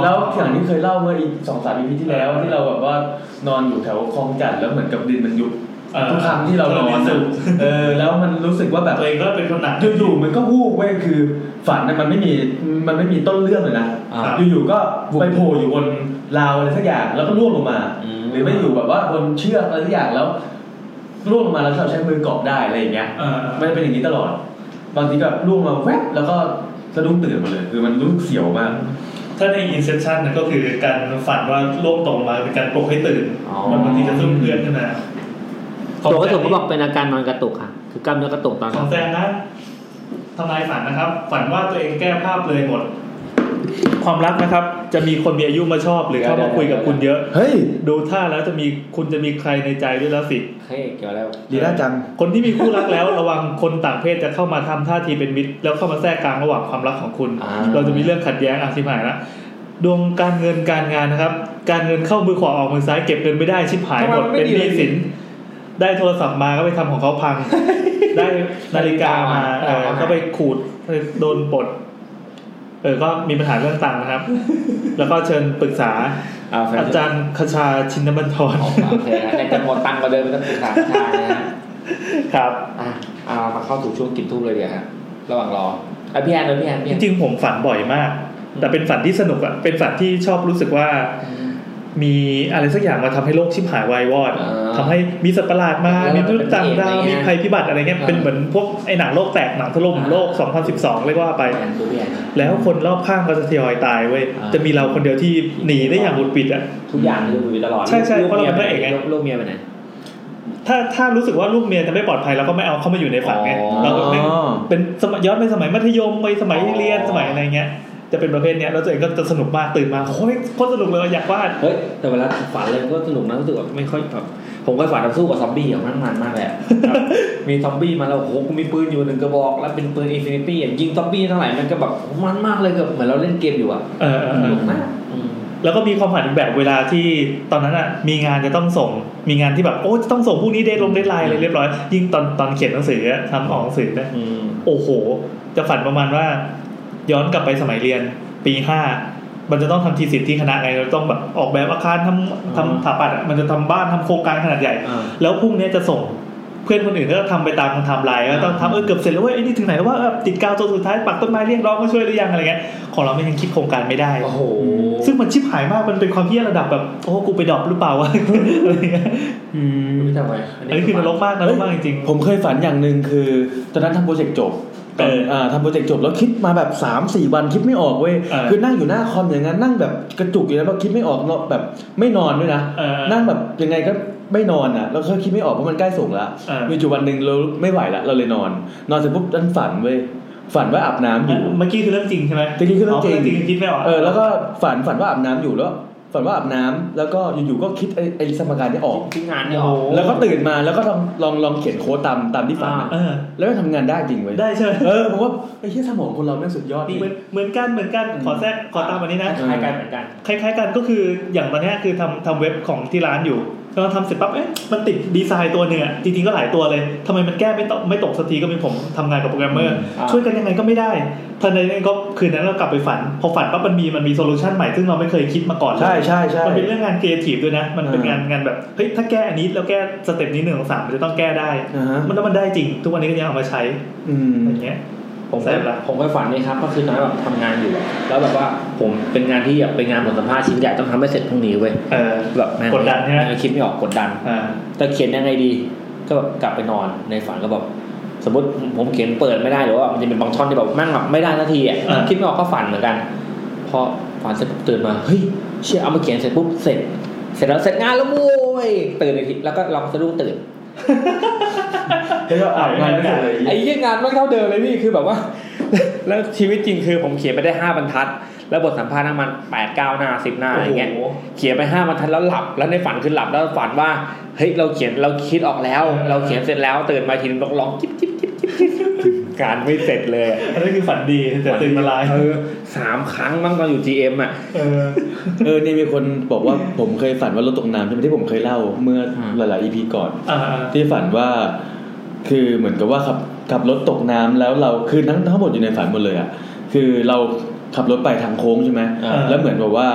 แล้วอย่างที่เคยเล่าเมื่ออีกสองสามปีที่แล้วที่เราแบบว่านอนอยู่แถวคลองจันทน์แล้วเหมือนกับดินมันยุบ เอ่อ ทุกครั้งที่เรานอน สู อะ บ เออ แล้วมันรู้สึกว่าแบบ ตัวเองก็เป็นคนหนัก อยู่ๆมันก็วูบเว้ยคือฝันน่ะมันไม่มีมันไม่มีต้นเรื่องเลยนะ อ่า อยู่ๆก็ วูบ ไปโผล่อยู่บนราวอะไรสักอย่างแล้วก็ร่วงลงมา อืม หรือไม่อยู่แบบว่าบนเชือกอะไรสักอย่างแล้วร่วงลงมาแล้วเราใช้มือเกาะได้อะไรอย่างเงี้ย เอ่อ มันจะเป็นอย่างนี้ตลอด บางทีก็ล่วงมาแวบแล้วก็สะดุ้งตื่นมาเลย คือมันรู้สึกเสียวมาก ถ้าใน inception นะก็คือการฝันว่าโลกตรงมาเป็นการปลุกให้ตื่น อ๋อ มันบางทีจะซุ่มเพื่อนขึ้นมา ตัวกระตุกก็บอกเป็นอาการนอนกระตุกค่ะ คือกล้ามเนื้อกระตุกตอน ข นั้ อน งแซมนะทำนายฝันนะครับ ฝันว่าตัวเองแก้ภาพเลยหมด ความรักนะครับ จะมีคนมีอายุมาชอบหรือเข้ามาคุยกับคุณเยอะ เฮ้ย ดูท่าแล้วจะมีคุณจะมีใครในใจด้วยแล้วสิ เฮ้ยเกี่ยวแล้ว ดีน่าจัง คนที่มีคู่รักแล้ว ระวังคนต่างเพศจะเข้ามาทำท่าทีเป็นมิตร แล้วเข้ามาแทรกกลางระหว่างความรักของคุณ อ่า เราจะมีเรื่องขัดแย้งอาชิบหายละดวงการเงินการงานนะครับ การเงินเข้ามือขวาออกมือซ้ายเก็บเงินไม่ได้ชิบหายหมดเป็นหนี้สิน ได้โทรศัพท์มาก็ไปทำของเขาพัง <laughs> ได้นาฬิกามาเออก็ไปขูดไปโดนปลดเออก็มีปัญหาเรื่องตังค์นะครับ แล้วก็เชิญปรึกษา อ่าแฟน อาจารย์คชาชินบันทร ออกมาโอเคนะแต่จะหมดตังค์กว่าเดิมไม่ต้องปรึกษาทางนะฮะ ครับ อ่ะเอามาเข้าสู่ช่วงกินทุบเลยเดี๋ยวฮะระหว่างรออ่ะพี่แอนเลยพี่แอนพี่ จ แอน ริงๆผมฝันบ่อยมาก แต่เป็นฝันที่สนุกอะเป็นฝันที่ชอบรู้สึกว่า มีอะไรสักอย่างมาทำให้โลกชิบหายวายวอด า ทำให้มีสัตว์ประหลาดมา แล้ว มีมนุษย์ต่างดาว เป็นเอกอะไรเงี้ มี ย ภัยพิบัติอะไรเงี้ย อ่า เป็นเหมือนพวกไอหนังโลกแตกหนังถล่ม อ่า โลก 2012 เรียกว่าไป พี่แอนดูพี่แอน แล้วคนรอบข้างก็จะทยอยตายเว้ย อ่า จะมีเราคนเดียวที่หนีได้อย่างบุดปิดอะ ทุกอย่างคืออยู่ตลอด ใช่ใช่เพราะเราเป็นพระเอกไง ลูกเมียไปไหน ถ้าถ้ารู้สึกว่าลูกเมียจะไม่ปลอดภัยเราก็ไม่เอาเข้ามาอยู่ในฝันไง อ๋อ เราก็เป็นเป็นสมัยย้อนไปสมัยมัธยมไปสมัยเรียนสมัยอะไรเงี้ย จะเป็นประเภทเนี้ยแล้วตัวเองก็จะสนุกมากตื่นมาโอ้ยโคตรสนุกเลยอยากวาด เฮ้ยแต่เวลาฝันเลยก็สนุกนะรู้สึกว่าไม่ค่อยแบบผมเคยฝันต่อสู้กับซอมบี้อย่างนั้นมันมากเลยอะ ครับมีซอมบี้มาแล้วโอ้โหกูมีปืนอยู่หนึ่งกระบอก แล้วเป็นปืนอินฟินิตี้ยิงซอมบี้เท่าไหร่มันก็แบบมันมากเลยแบบเหมือนเราเล่นเกมอยู่อะ เออเออ ส เอ นุ อ กมากอืม แล้วก็มีความฝันแบบเวลาที่ตอนนั้นอ่ะมีงานจะต้องส่ง มีงานที่แบบโอ้จะต้องส่งพรุ่งนี้เดทลงเดทไลน์อะไรเรียบร้อย ยิ่งตอนตอนเขียนหนังสืออะทำออกหนังสือนะ อืม โอ้โห จะฝันประมาณว่า ย้อนกลับไปสมัยเรียนปีห้ามันจะต้องทำทีสิทธิ์ที่คณะไงเราต้องแบบออกแบบอาคารทำทำสถาปัตย์อะมันจะทำบ้านทำโครงการขนาดใหญ่ อ่า แล้วพรุ่งนี้จะส่งเพื่อนคนอื่นก็ทำไปตามคำทำลายก็ต้องทำเออเกือบเสร็จแล้วเว้ยไอ้นี่ถึงไหนแล้วว่าติดกาวตัวสุดท้ายปักต้นไม้เรียกร้องมาช่วยหรือยังอะไรเงี้ยของเราไม่ยังคิดโครงการไม่ได้ โอ้โห ซึ่งมันชิบหายมาก มันเป็นความเพี้ยระดับแบบ โอ้โหกูไปดรอปหรือเปล่าวะ อะไรเงี้ย อืม ไม่ทำไม อันนี้คือนรกมากนรกมากจริง ผมเคยฝันอย่างหนึ่งคือ ตอนนั้นทำโปรเจกต์จบ เออ เอ่อทำโปรเจกต์จบแล้วคิดมาแบบ3 4 วันคิดไม่ออกเว้ย เออ คือนั่งอยู่หน้าคอมอย่างนั้นนั่งแบบกระจุกอยู่แล้วเราคิดไม่ออกเราแบบไม่นอนด้วยนะ เออ นั่งแบบยังไงก็ไม่นอนอ่ะแล้วก็คิดไม่ออกเพราะมันใกล้ส่งแล้ว เออ มีจุดวันหนึ่งเราไม่ไหวละเราเลยนอน นอนเสร็จปุ๊บดันฝันเว้ยฝันว่าอาบน้ำอยู่ ๆเมื่อกี้คือเรื่องจริงใช่ไหม เมื่อกี้คือเรื่องจริง คิดไม่ออก เออแล้วก็ฝันฝันว่าอาบน้ำอยู่แล้ว ฝันว่าอาบน้ำแล้วก็อยู่ๆก็คิดไอ้ไอ้สมการนี้ออก ทิ้งงานเนี่ยออก แล้วก็ตื่นมาแล้วก็ลองลองลองเขียนโค้ดตามตามที่ฝันอะ เออ แล้วก็ทำงานได้จริงเว้ย ได้ใช่ไหม เออผมว่าไอ้ที่สมองคนเราแม่งสุดยอดดิ เหมือนเหมือนกันเหมือนกันขอแทรกขอตามอันนี้นะ เออ คล้ายกันเหมือนกัน คล้ายๆกันก็คืออย่างตอนเนี้ยคือทำทำเว็บของที่ร้านอยู่แล้วทำเสร็จปั๊บเอ๊ะมันติดดีไซน์ตัวหนึ่งอะจริงๆก็หลายตัวเลยทำไมมันแก้ไม่ตกไม่ตกสักทีก็เป็นผมทำงานกับโปรแกรมเมอร์ อ่า ช่วยกันยังไงก็ไม่ได้ทันใดนั้นก็คืนนั้นเรากลับไปฝัน พอฝันปั๊บมันมีมันมีโซลูชันใหม่ซึ่งเราไม่เคยคิดมาก่อนเลย ใช่ใช่ใช่ มันเป็นเรื่องงานครีเอทีฟด้วยนะ มันเป็น อ่าง งานงานแบบ เฮ้ย ถ้าแก้อันนี้แล้วแก้สเต็ปนี้หนึ่งสองสามมันจะต้องแก้ได้ อ่าฮะ มันแล้วมันได้จริง ทุกวันนี้ก็ยังเอามาใช้ อืม อย่างเงี้ย ผม แซ่บละ ผมเคยฝันนี่ครับ ก็คือตอนนั้นแบบทำงานอยู่ แล้วแบบว่าผมเป็นงานที่แบบเป็นงานบทสัมภาษณ์ชิ้นใหญ่ต้องทำให้เสร็จพรุ่งนี้เว้ย เออ แบบแม่ง กดดันใช่ไหม แงคิดไม่ออกกดดัน อ่า แต่เขียนยังไงดีก็แบบกลับไปนอนในฝันก็แบบสมมติผมเขียนเปิดไม่ได้หรือว่ามันจะเป็นบางท่อนที่แบบแม่งแบบไม่ได้นาทีอ่ะ อ่า คิดไม่ออกก็ฝันเหมือนกัน พอฝันเสร็จปุ๊บตื่นมาเฮ้ยเชี่ยเอามาเขียนเสร็จปุ๊บเสร็จ เสร็จแล้วเสร็จงานแล้วโว้ยตื่นอีกทีแล้วก็ลองสะดุ้งตื่น แล้วก็อาบงานไม่เสร็จเลย ไอ้เรื่องงานไม่งเท่าเดิมเลยพี่คือแบบว่า <laughs> แล้วชีวิตจริงคือผมเขียนไปได้ห้าบรรทัด แล้วบทสัมภาษณ์นั่งมันแปดเก้าหน้าสิบหน้าอย่างเงี้ย โอ้โห เขียนไปห้าบรรทัดแล้วหลับแล้วในฝันคือหลับแล้วฝันว่าเฮ้ยเราเขียนเราคิดออกแล้ว เราเขียนเสร็จแล้วตื่นมาทีนึงร้องจิ๊บจิ๊บจิ๊บจิ๊บจิ๊บการไม่เสร็จเลยอะ อันนี้คือฝันดีแต่ตื่นมาลาย เออสามครั้งมั้งตอนอยู่ GM อ่ะ เออ เออเนี่ยมีคนบอกว่าผมเคยฝันว่ารถตกน้ำใช่ไหมที่ผมเคยเล่าเมื่อหลายๆ EP ก่อน อ่า ที่ฝันว่าคือเหมือนกับว่าขับขับรถตกน้ำแล้วเราคือทั้งทั้งหมดอยู่ในฝันหมดเลยอ่ะคือเราขับรถไปทางโค้งใช่ไหม อ่า แล้วเหมือนแบบว่า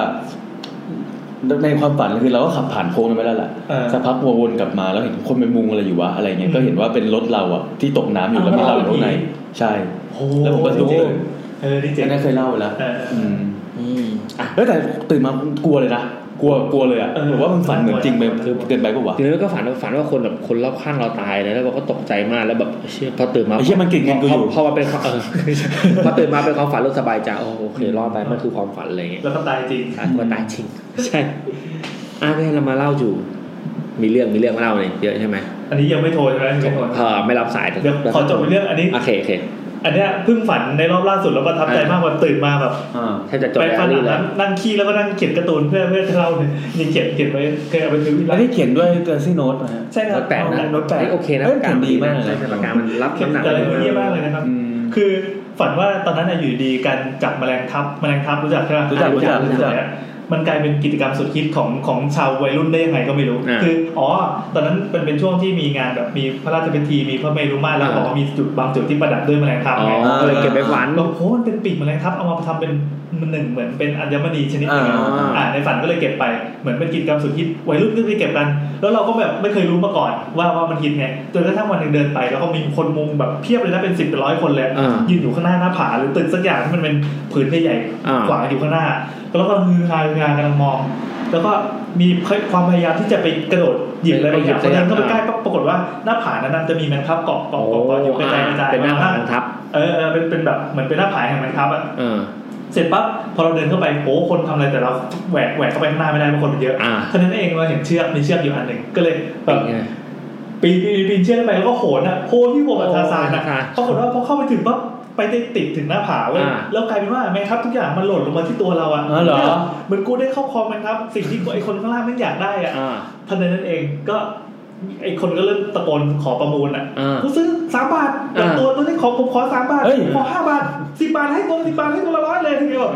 ในความฝันคือเราก็ขับผ่านโค้งนั้นไปแล้วแหละ อ่า สักพักวนกลับมาแล้วเห็นคนไปมุงอะไรอยู่วะอะไรเงี้ย อืม ก็เห็นว่าเป็นรถเราอ่ะที่ตกน้ำอยู่แล้วมีเราอยู่ข้างในใช่ แล้วผมก็ตื่นเลย เออดีเจ๋ อั ง นนั้นเคยเล่าไปแล้ว เออ มเอ้ยแต่ตื่นมากลัวเลยนะกลัวกลัวเลยอ่ะ เออ หรือว่ามันฝันเหมือนจริงไปเกินไปปะวะ หรือก็ฝันว่าฝันว่าคนแบบคนรอบข้างเราตายเลยแล้วเราก็ตกใจมากแล้วแบบเชื่อพอตื่นมา ไอ้เหี้ยมันเก่งเงินกู พ อ อยู่ พอมาเป็นความเออ <laughs> พอตื่นมาเป็นความฝันเราสบายใจโอ้โอเครอดไปมันคือความฝันอะไรอย่างเงี้ย แล้วก็ตายจริง อ่ะตัวตายจริง ใช่อ่ะเนี่ยเรามาเล่าอยู่ มีเรื่องมีเรื่องมาเล่าเนี่ยเยอะใช่ไหม อันนี้ยังไม่โทรใช่ไหมยังไม่โทร เออไม่รับสาย เดี๋ยวขอจบเรื่องอันนี้ โอเคโอเค อันเนี้ยเพิ่งฝันในรอบล่าสุดแล้วประทับใจมากวันตื่นมาแบบ อ่า แค่จะจบ ไป แล้ว ฟันห นี่ ลัง แหละ นั้นนั่งขี้แล้วก็นั่งเขียนการ์ตูนเพื่อเพื่อจะเล่าเนี่ยยังเขียนเขียนไว้เคยเอาไปซื้อที่ แล้ ร้า วน ที่เขียนด้วยเกอร์ซี่โน้ตนะฮะ ใช่ค ร รับ ถแปดนะ รถแปด เฮ้ยโอเคนะ เอ้ยเขียนดีมากเลย ใช่ปากกามันรับน้ำหนัก แต่อะไรเยี่ยมากเลยนะครับ อืม คือฝันว่าตอนนั้นน่ะอยู่ดีๆการจับแมลงทับแมลงทับรู้จักใช่ไหม รู้จักรู้จักรู้จัก มันกลายเป็นกิจกรรมสุดฮิตของของชาววัยรุ่นได้ยังไงก็ไม่รู้ คืออ๋อ ตอนนั้นมันเป็นช่วงที่มีงานแบบมีพระราชพิธีมีพระเมรุมาตรแล้วบอกว่ามีจุดบางจุดที่ประดับด้วยแมลงทับ อ๋อ ไง ก็เลยเก็บไปฝัน บอกโหมันเป็นปีกแมลงทับเอามาทำเป็นมันหนึ่งเหมือนเป็นอัญมณีชนิดหนึง อ่า อ่าในฝันก็เลยเก็บไปเหมือนเป็นกิจกรรมสุดฮิตวัยรุ่นก็ไปเก็บกัน แล้วเราก็แบบไม่เคยรู้มาก่อนว่าว่ามันฮิตไงจนกระทั่งวันหนึ่งเดินไป แล้วก็มีคนมุงแบบเพียบเลยนะเป็นสิบเป็นร้อยคนเลย อ่ายื ยืนอยู่ข้างหน้าหน้าผาหรือตึกสักอย่างที่มันเป็นผืนใหญ่ๆ อ่า ขวางอยู่ข้างหน้า แล้วก็ฮือฮาฮือฮากำลังมอง แล้วก็มีความพยายามที่จะไปกระโดดหยิบอะไรบางอย่างพอเดินเข้าไปใกล้ปั๊บปรากฏว่าหน้าผานั้นนะจะมีแมงทับเกาะ โอ้ เกาะเกาะเกาะอยู่กระจายกระจาย เป็นหน้าผากทับ เออเออเป็นเป็นแบบเหมือนเป็นหน้าผายแห่งแมงทับอ่ะ เออ เสร็จปั๊บพอเราเดินเข้าไปโอ้คนทำอะไรแต่เราแหวกแหวกเข้าไปข้างหน้าไม่ได้เพราะคนมันเยอะ อ่า เท่านั้นเองเราเห็นเชือกมีเชือกอยู่อันหนึ่งก็เลยแบ เป็น บ ไง ปีนปีนปีนเชือกขึ้นไปแล้วก็โหนอ่ะโหนที่โหนแบบทาซานอ่ะ โอ้โหทาซาน ปรากฏว่าพอเข้าไปถึงปั๊บ ไปได้ติดถึงหน้าผาเว้ย อ่า แล้วกลายเป็นว่าแมงทับทุกอย่างมันหล่นลงมาที่ตัวเราอ่ะ อ๋อเหรอ เหมือนกูได้ครอบครองแมงทับสิ่งที่ไอคนข้างล่างไม่อยากได้อ่ะ อ่า ทันใดนั้นเองก็ไอคนก็เริ่มตะโกนขอประมูลอ่ะ อ่า กูซื้อสามบาทแต่ อ่า ตัวตัวนี้ขอผมขอสามบาท เฮ้ย ขอห้าบาทสิบบาทให้ตัวสิบบาทให้ตัวละร้อยเลยทีเดียว อ่า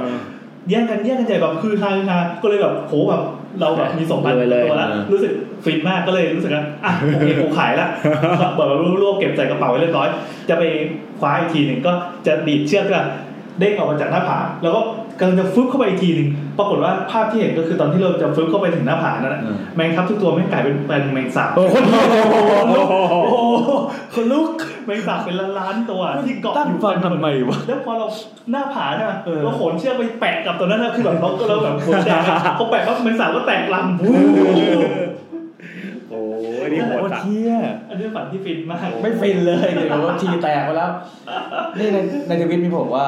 แย่งกันแย่งกันใหญ่แบบคือฮาคือฮาก็เลยแบบโหแบบเราแบบมีสองพัน รวยเลย ตัวละ อ่า รู้สึกฟินมากก็เลยรู้สึกว่าอ่ะโอเคกูขาย <laughs> ละ ก็เปิดแบบรวบๆเก็บใส่กระเป๋าไว้เรียบร้อย จะไปคว้าอีกทีหนึ่งก็จะดีดเชือกก็เด้งออกมาจากหน้าผา แล้วก็กำลังจะฟึบเข้าไปอีกทีหนึ่งปรากฏว่าภาพที่เห็นก็คือตอนที่เราจะฟึบเข้าไปถึงหน้าผานั่นแหละ อืม แมงทับทุกตัวไม่งกลายเป็นเป็นแมงสาบ โอ้โห โอ้โหคนลุกแมงสาบเป็นล้านๆตัวที่เกาะ ตั้ง อยู่ ฟังทำไมวะ แล้วพอเราหน้าผาใช่ไหม เออ เราขนเชือกไปแปะกับตัวนั้นนะคือแบบเราก็เราแบบโขนแดงเขาแปะปั๊บแมงสาบก็แตกลัง โอ้ยนี่โหด โอ้ สัตว์ เที่ย อันนี้เป็นฝันที่ฟินมาก ไม่ฟินเลยเดี๋ยวทีแตกไปแล้ว นี่ในในทวิตมีผมว่า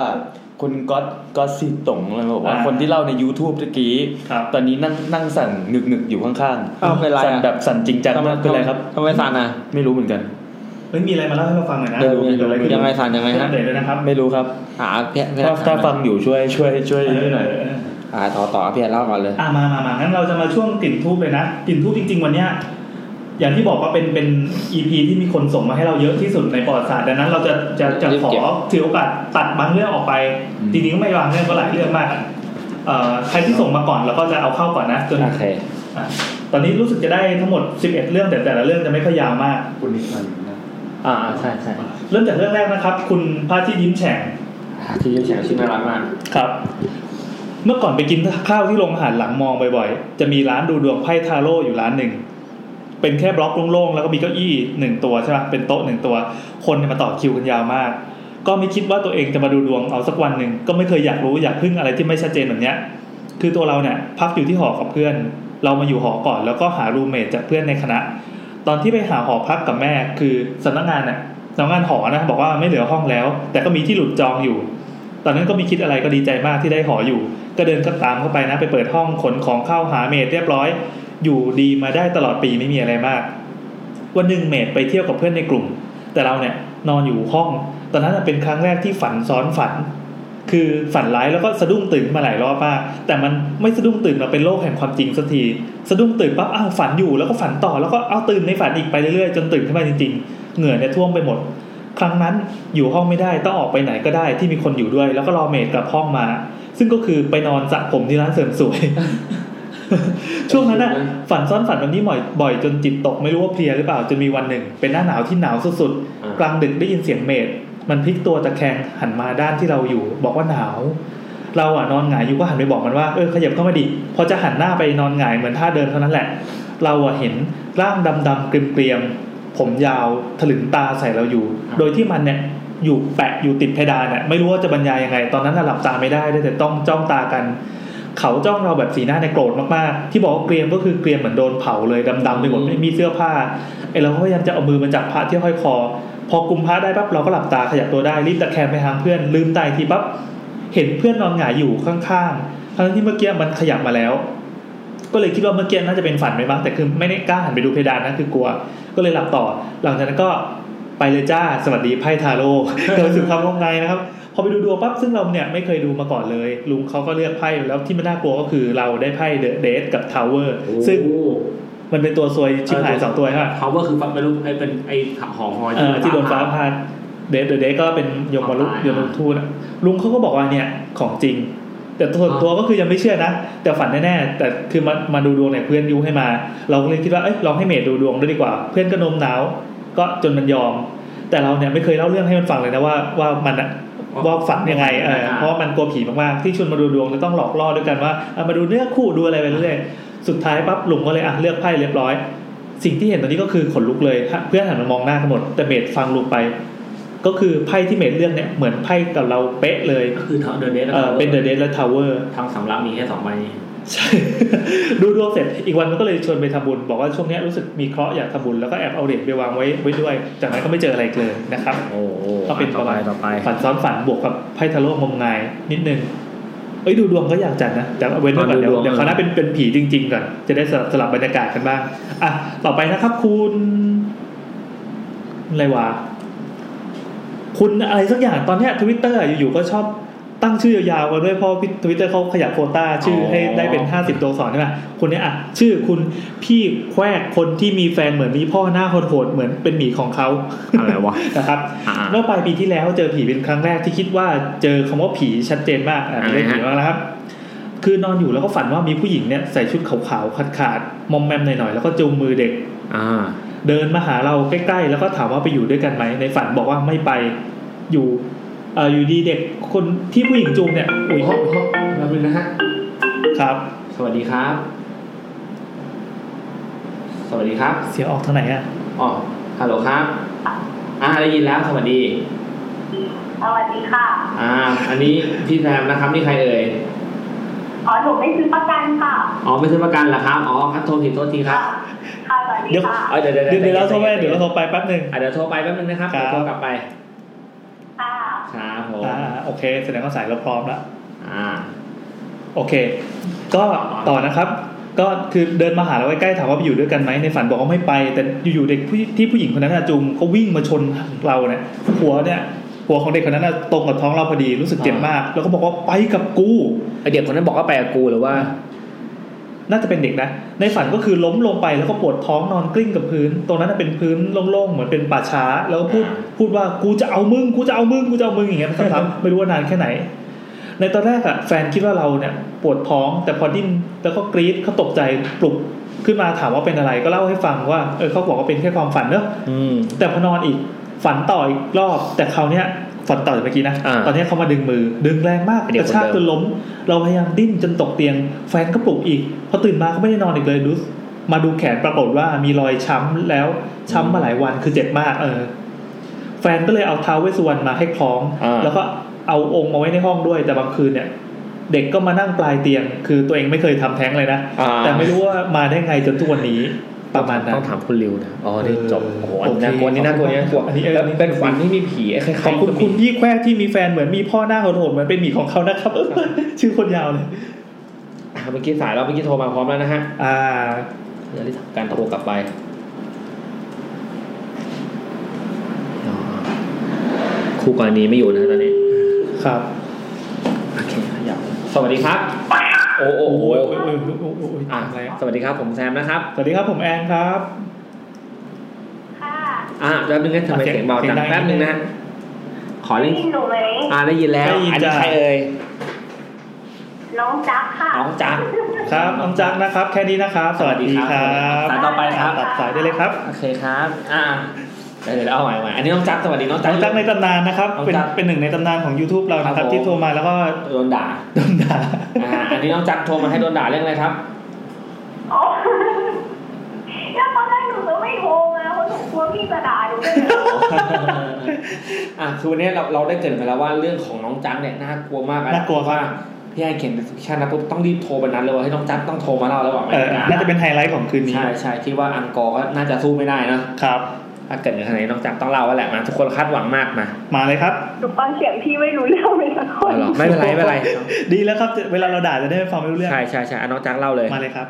คุณก๊อตก๊อตซีตงเลยบอกว่า อ่า คนที่เล่าใน YouTube ตะกี้ ครับ ตอนนี้นั่งนั่งสั่นหนึกหนึกๆอยู่ข้าง อ้าวเป็นไรอะ สั่นแบบสั่นจริงจัง ทำไม มากเป็นไรครับ ทำไมสั่นอ่ะ ไม่รู้เหมือนกัน ไม่มีอะไรมาเล่าให้เราฟังหน่อยนะ เออ เกิดอะไรขึ้น ยังไงสั่นยังไง อั ฮะ ปเดตด้วยนะครับ ไม่รู้ครับ อ่าเพี้ยนเพี้ยน ถ้าถ้าฟังอยู่ช่วยช่วยช่วยหน่อย เออ อ่าต่อต่อเพี้ยนเล่าก่อนเลย อ่ะมามามางั้นเราจะมาช่วงกลิ่นทูบเลยนะกลิ่นทูบจริง ๆ วันเนี้ยอย่างที่บอกว่าเป็นเป็น EP ที่มีคนส่งมาให้เราเยอะที่สุดในประวัติศาสตร์ดังนั้น เราจะจะจะ รีบ ขอ เก็บ ถือโอกาสตัดบางเรื่องออกไป อืม จริงๆก็ไม่บางเรื่องก็หลายเรื่องมากอ่ะเอ่อใครที่ส่งมาก่อนเราก็จะเอาเข้าก่อนนะจน โอเค อ่ะตอนนี้รู้สึกจะได้ทั้งหมด 11 เรื่องแต่แต่ละเรื่องจะไม่ค่อยยาวมาก คุณนิดหน่อยนะ อ่าอ่าใช่ใช่ เริ่มจากเรื่องแรกนะครับ คุณพระที่ยิ้มแฉ่ง ที่ยิ้มแฉ่งชื่อน่ารักมาก ครับ เมื่อก่อนไปกินข้าวที่โรงอาหารหลังมองบ่อยๆ จะมีร้านดูดวงไพ่ทาโร่อยู่ร้านหนึ่ง เป็นแค่บล็อกโล่งๆ แล้วก็มีเก้าอี้หนึ่งตัวใช่ไหมเป็นโต๊ะหนึ่งตัว คนเนี่ยมาต่อคิวกันยาวมาก ก็ไม่คิดว่าตัวเองจะมาดูดวงเอาสักวันหนึ่ง ก็ไม่เคยอยากรู้อยากพึ่งอะไรที่ไม่ชัดเจนแบบเนี้ย คือตัวเราเนี่ยพักอยู่ที่หอกับเพื่อน เรามาอยู่หอก่อนแล้วก็หารูเมทจากเพื่อนในคณะ ตอนที่ไปหาหอพักกับแม่คือสำนักงานน่ะสำนักงานหอนะบอกว่าไม่เหลือห้องแล้ว แต่ก็มีที่หลุดจองอยู่ ตอนนั้นก็ไมีคิดอะไรก็ดีใจมากที่ได้หออยู่ ก็เดินก็ตามเข้าไปนะ ไปเปิดห้องขนของเข้าหาเมดเรียบร้อย อยู่ดีมาได้ตลอดปีไม่มีอะไรมาก วันหนึ่งเมดไปเที่ยวกับเพื่อนในกลุ่ม แต่เราเนี่ยนอนอยู่ห้อง ตอนนั้นนะเป็นครั้งแรกที่ฝันซ้อนฝัน คือฝันร้ายแล้วก็สะดุ้งตื่นมาหลายรอบมาก แต่มันไม่สะดุ้งตื่นมาเป็นโลกแห่งความจริงสักที สะดุ้งตื่นปั๊บอ้าวฝันอยู่แล้วก็ฝันต่อแล้วก็เอาตื่นในฝันอีกไปเรื่อยๆจนตื่นขึ้นมาจริงๆ เหงื่อเนี่ยท่วมไปหมด ครั้งนั้นอยู่ห้องไม่ได้ต้องออกไปไหนก็ได้ที่มีคนอยู่ด้วย แล้วก็รอเมดกลับห้องมา ซึ่งก็คือไปนอนสระผมที่ร้านเสริมสวย <laughs> ช่วงนั้นน่ะฝันซ้อนฝันแบบนี้บ่อยบ่อยจนจิตตกไม่รู้ว่าเพลียหรือเปล่าจนมีวันหนึ่ง เป็นหน้าหนาวที่หนาวสุดๆกลางดึกได้ยินเสียงเมดมันพลิกตัวตะแคงหันมาด้านที่เราอยู่ บอกว่าหนาว เราอ่ะนอนหงายอยู่ก็หันไปบอกมันว่าเออขยับเข้ามาดิพอจะหันหน้าไปนอนหงายเหมือนท่าเดิมเท่านั้นแหละ เราอะเห็นร่างดำๆเกรียมๆผมยาวถลึงตาใส่เราอยู่ โดยที่มันเนี่ยอยู่แปะอยู่ติดเพดานเนี่ยไม่รู้ว่าจะบรรยายยังไง ตอนนั้นน่ะหลับตาไม่ได้ได้แต่ต้องจ้องตากัน เขาจ้องเราแบบสีหน้าในยโกรธมากๆ ที่บอกว่าเกรียมก็คือเกรียมเหมือนโดนเผาเลยดำๆไปหมดไม่มีเสื้อผ้าไอเราก็พยายามจะเอามือมาจับพระที่ห้อยคอ พอกุมพระได้ปั๊บเราก็หลับตาขยับตัวได้รีบตะแคงไปทางเพื่อนลืมตาอีกทีปั๊บเห็นเพื่อนนอนหงายอยู่ข้างๆทั้งที่เมื่อกี้มันขยับมาแล้ว ก็เลยคิดว่าเมื่อกี้น่าจะเป็นฝันไปบ้างแต่คือไม่ได้กล้าหันไปดูเพดานนะคือกลัว ก็เลยหลับต่อ หลังจากนั้นก็ไปเลยจ้าสวัสดีไพ่ทาโร่ <laughs> เกิดสุดความงมงายนะครับ พอไปดูดวงปั๊บซึ่งเราเนี่ยไม่เคยดูมาก่อนเลย ลุงเขาก็เลือกไพ่แล้วที่มันน่ากลัวก็คือเราได้ไพ่เดอะเดทกับทาวเวอร์ซึ่งมันเป็นตัวซวยชิบหายสองตัวใช่ปะ เขาก็คือเป็นรูปไอ้เป็นไอ้หอหอย เออที่โดนฟ้าผ่าเดทเดอะเดทก็เป็นยมรุกยมทูตอะลุงเขาก็บอกว่าเนี่ยของจริง แต่ตัวตัวก็คือยังไม่เชื่อนะ แต่ฝันแน่ๆแต่คือมามาดูดวงเนี่ยเพื่อนยูให้มา เราก็เลยคิดว่าเอ้ยลองให้เมดดูดวงด้วยดีกว่า เพื่อนก็โน้มน้าวก็จนมันยอม แต่เราเนี่ยไม่เคยเล่าเรื่องให้มันฟังเลยนะว่าว่ามันอะว่าฝันยังไงเออเพราะว่ามันกลัวผีมากๆที่ชวนมาดูดวงแล้วต้องหลอกล่อด้วยกันว่าเอามาดูเนื้อคู่ดูอะไรไปเรื่อยๆสุดท้ายปั๊บลุงก็เลยอ่ะเลือกไพ่เรียบร้อย สิ่งที่เห็นตอนนี้ก็คือขนลุกเลยฮะเพื่อนหันมามองหน้ากันหมด แต่เมดฟังลุงไป ก็คือไพ่ที่เมดเลือกเนี่ยเหมือนไพ่กับเราเป๊ะเลย ก็คือเดินเดท เออเป็นเดอะเด d และทาวเวอร์ ทำสำรับมีแค่สองใบ ใช่ <laughs> ดูดวงเสร็จอีกวันมันก็เลยชวนไปทำบุญ บอกว่าช่วงเนี้ยรู้สึกมีเคราะห์อยากทำบุญแล้วก็แอบเอาเหรียญไปวางไว้ไว้ด้วย จากนั้นก็ไม่เจออะไรอีกเลยนะครับ โอ้โห ก็เป็นประมาณ ต่อไป ฝันซ้อนฝันบวกกับไพ่ทะโลกงมงายนิดนึงเอ้ยดูดวงก็อยากจัดนะแต่เอาเว้นไว้ก่อนเดี๋ยวเดี๋ยวคราวหน้าเป็นเป็นผีจริง ๆก่อนจะได้สลับสลับบรรยากาศกันบ้างอ่ะต่อไปนะครับคุณอะไรวะ คุณอะไรสักอย่างตอนเนี้ยทวิตเตอร์อยู่ๆก็ชอบตั้งชื่อยาวๆกันด้วยเพราะทวิตเตอร์เขาขยับโควต้าชื่อให้ได้เป็น 50 ตัวอักษรใช่ไหมคุณเนี่ยอ่ะชื่อคุณพี่แควกคนที่มีแฟนเหมือนมีพ่อหน้าโหดๆเหมือนเป็นหมีของเขา อะไรวะ นะครับ อ่า เมื่อปลายปีที่แล้วเจอผีเป็นครั้งแรกที่คิดว่าเจอคำว่าผีชัดเจนมากอ่ะไม่ได้ อะไรฮะ ผีมากนะครับ คือนอนอยู่แล้วก็ฝันว่ามีผู้หญิงเนี่ยใส่ชุดขาวๆขาดๆมอมแมมหน่อยๆแล้วก็จูงมือเด็ก อ่า เดินมาหาเราใกล้ๆ แล้วก็ถามว่าไปอยู่ด้วยกันไหมในฝันบอกว่าไม่ไปอยู่เอ่ออยู่ดีเด็กคนที่ผู้หญิงจูงเนี่ยอุ้ย เราเป็นนะฮะ ครับ สวัสดีครับ สวัสดีครับ เสียงออกทางไหนอ่ะ อ๋อ ฮัลโหลครับ อ่าได้ยินแล้ว สวัสดี สวัสดีค่ะ อ่า อันนี้พี่แซมนะครับนี่ใครเอ่ย อ๋อหนูไม่ซื้อประกันค่ะ อ๋อ ไม่ใช่ประกันเหรอครับ อ๋อครับโทษทีโทษทีครับ ค่ะสวัสดี เดี๋ยว ค่ะ เอ้ยเดี๋ยวเดี๋ยว เดี๋ยวเดี๋ยวเราโทรไป ใจน เดี๋ยวเราโทรไปแป๊บหนึ่ง อ่ะเดี๋ยวโทรไปแป๊บนึงนะครับ ครับ เดี๋ยวโทรกลับไป ค่ะ ครับผม อ่าโอเค แสดงว่าสายเราพร้อมแล้ว อ่า โอเค ก็ต่อนะครับ ก็คือเดินมาหาเราใกล้ๆถามว่าไปอยู่ด้วยกันไหมในฝันบอกว่าไม่ไป แต่อยู่ๆเด็กผู้ที่ผู้หญิงคนนั้นอะจูงก็วิ่งมาชนเราเนี่ยหัวเนี่ยหัวของเด็กคนนั้นอะตรงกับท้องเราพอดีรู้สึกเจ็บมาก แล้วก็บอกว่าไปกับกู ไอเด็กคนนั้นบอกว่าไปกับกูหรือว่า น่าจะเป็นเด็กนะ ในฝันก็คือล้มลงไปแล้วก็ปวดท้องนอนกลิ้งกับพื้น ตรงนั้นนะเป็นพื้นโล่งๆ เหมือนเป็นป่าช้า แล้วก็พูดพูดว่ากูจะเอามึงกูจะเอามึงกูจะเอามึงอย่างเงี้ย <laughs> ซ้ำๆ ไม่รู้ว่านานแค่ไหน ในตอนแรกอะแฟนคิดว่าเราเนี่ยปวดท้องแต่พอดิ้นแล้วก็กรี๊ดเขาตกใจปลุกขึ้นมาถามว่าเป็นอะไรก็เล่าให้ฟังว่าเออเขาบอกว่าเป็นแค่ความฝันเนอะ อืม แต่พอนอนอีกฝันต่ออีกรอบ แต่คราวเนี้ยฝันต่อจากเมื่อกี้นะ อ่า ตอนเนี้ยเขามาดึงมือดึงแรงมาก ไอ้เด็ ก ก ระชาก คนจเดิมนล้ม เราพยายามดิ้นจนตกเตียง แฟนก็ปลุกอีกพอตื่นมาก็ไม่ได้นอนอีกเลยดูมาดูแขนปรากฏว่ามีรอยช้ำแล้วช้ำมาหลายวันคือเจ็บมาก เออ แฟนก็เลยเอาเท้าวเวสสุวรรณมาให้คล้อง อ่า แล้วก็เอาองค์มาไว้ในห้องด้วย แต่บางคืนเนี่ย เด็กก็มานั่งปลายเตียง คือตัวเองไม่เคยทำแท้งเลยนะ อ่า แต่ไม่รู้ว่ามาได้ไงจนทุกวันนี้ประมาณนั้น ต้องถามคุณริวนะอ๋อนี่จบโอ้โหอันนี้ โอเค น่ากลัวอันนี่น่ากลัวอันนี่น่ากลัว อันนี้เออ แล้วเป็นฝันที่มีผีไอ้ใครๆ ขอบคุณ ก็มี คุณพี่แควที่มีแฟนเหมือนมีพ่อหน้าโหดๆเหมือนเป็นหมีของ <laughs> เขานะครับ ชื่อคนยาวเลย อ่ะเมื่อกี้สายเราเมื่อกี้โทรมาพร้อมแล้วนะฮะ อ่า เดี๋ยวรีบทำการโทรกลับไปอ๋อคู่กรณีไม่อยู่นะตอนนี้ ครับ โอเคยาวสวัสดีครับ โอ้โห โอ้ โอ้ โห โห โอ้ยโอ้ยโอ้ยโอ้ย อ่ะ อะไรอ่ะ สวัสดีครับผมแซมนะครับ สวัสดีครับผมแอนครับ ค่ะ อ่ะแป๊บนึงนะทำไม อ่ะเสียง เสียงเบา เสีย จั ง ง ดัง แป๊บนึงนะฮะขอ ได้ เล่น ยินหนูไหม อ่าได้ยินแล้ว ได้ยิน อันนี้ จ้ะ ใครเอ่ย น้องจักค่ะ น้องจ๊ะ ครับน้องจักนะครับ แค่นี้นะครับ สวัสดีครั สวัสดีครับ บ สายต่อไปครับ ตัดสายได้เลยครับ โอเคครับ อ่าเดี๋ยวเดี๋ยวเอาใหม่ใหม่อันนี้น้องจักรสวัสดีน้องจั น้ ก อง ร จักในตำนานนะครับ น้อง เป็น จัก เป็นหนึ่งในตำนานของ YouTube เรานะค ครั รับบ ผม ที่โทรมาแล้วก็ โดนด่า โดนด่า อ่าอันนี้น้องจักรโทรมาให้โดนด่าเรื่องอะไรครับ โอ้ <laughs> แล้วตอนแรกหนูก็ไม่โทรมาเพราะหนูกลัวพี่จะด่าหนูเลย <laughs> อ่าคือวันนี้เราเราได้เกริดไปแล้วว่าเรื่องของน้องจักรเนี่ยน่ากลัวมากอะ น่ากลัวมาก พี่ไอเขียนดิสคริปชั่นนะปุ๊บต้องรีบโทรไปนั้นเลยว่าให้น้องจักรต้องโทรมาเล่าแล้วบอกไม่ เออ ได้ น่าจะเป็นไฮไลท์ของคืนนี้ ใช่ใช่คิดว่าอังกอร์ก็น่าจะสู้ไม่ได้นะครับ ถ้าเกิดในขณะนี้น้องจักรต้องเล่าแล้วแหละมาทุกคนคาดหวังมากมา มาเลยครับ หนูฟังเสียงพี่ไม่รู้เรื่องเลยสักค เอา น เหรอไม่เป็นไรไม่เป็นไร ดีแล้วครับเวลาเราด่าจะได้ฟังไม่รู้เรื่อง ใช่ใช่ใช่อ่ะน้องจักรเล่าเลย มาเลยครับ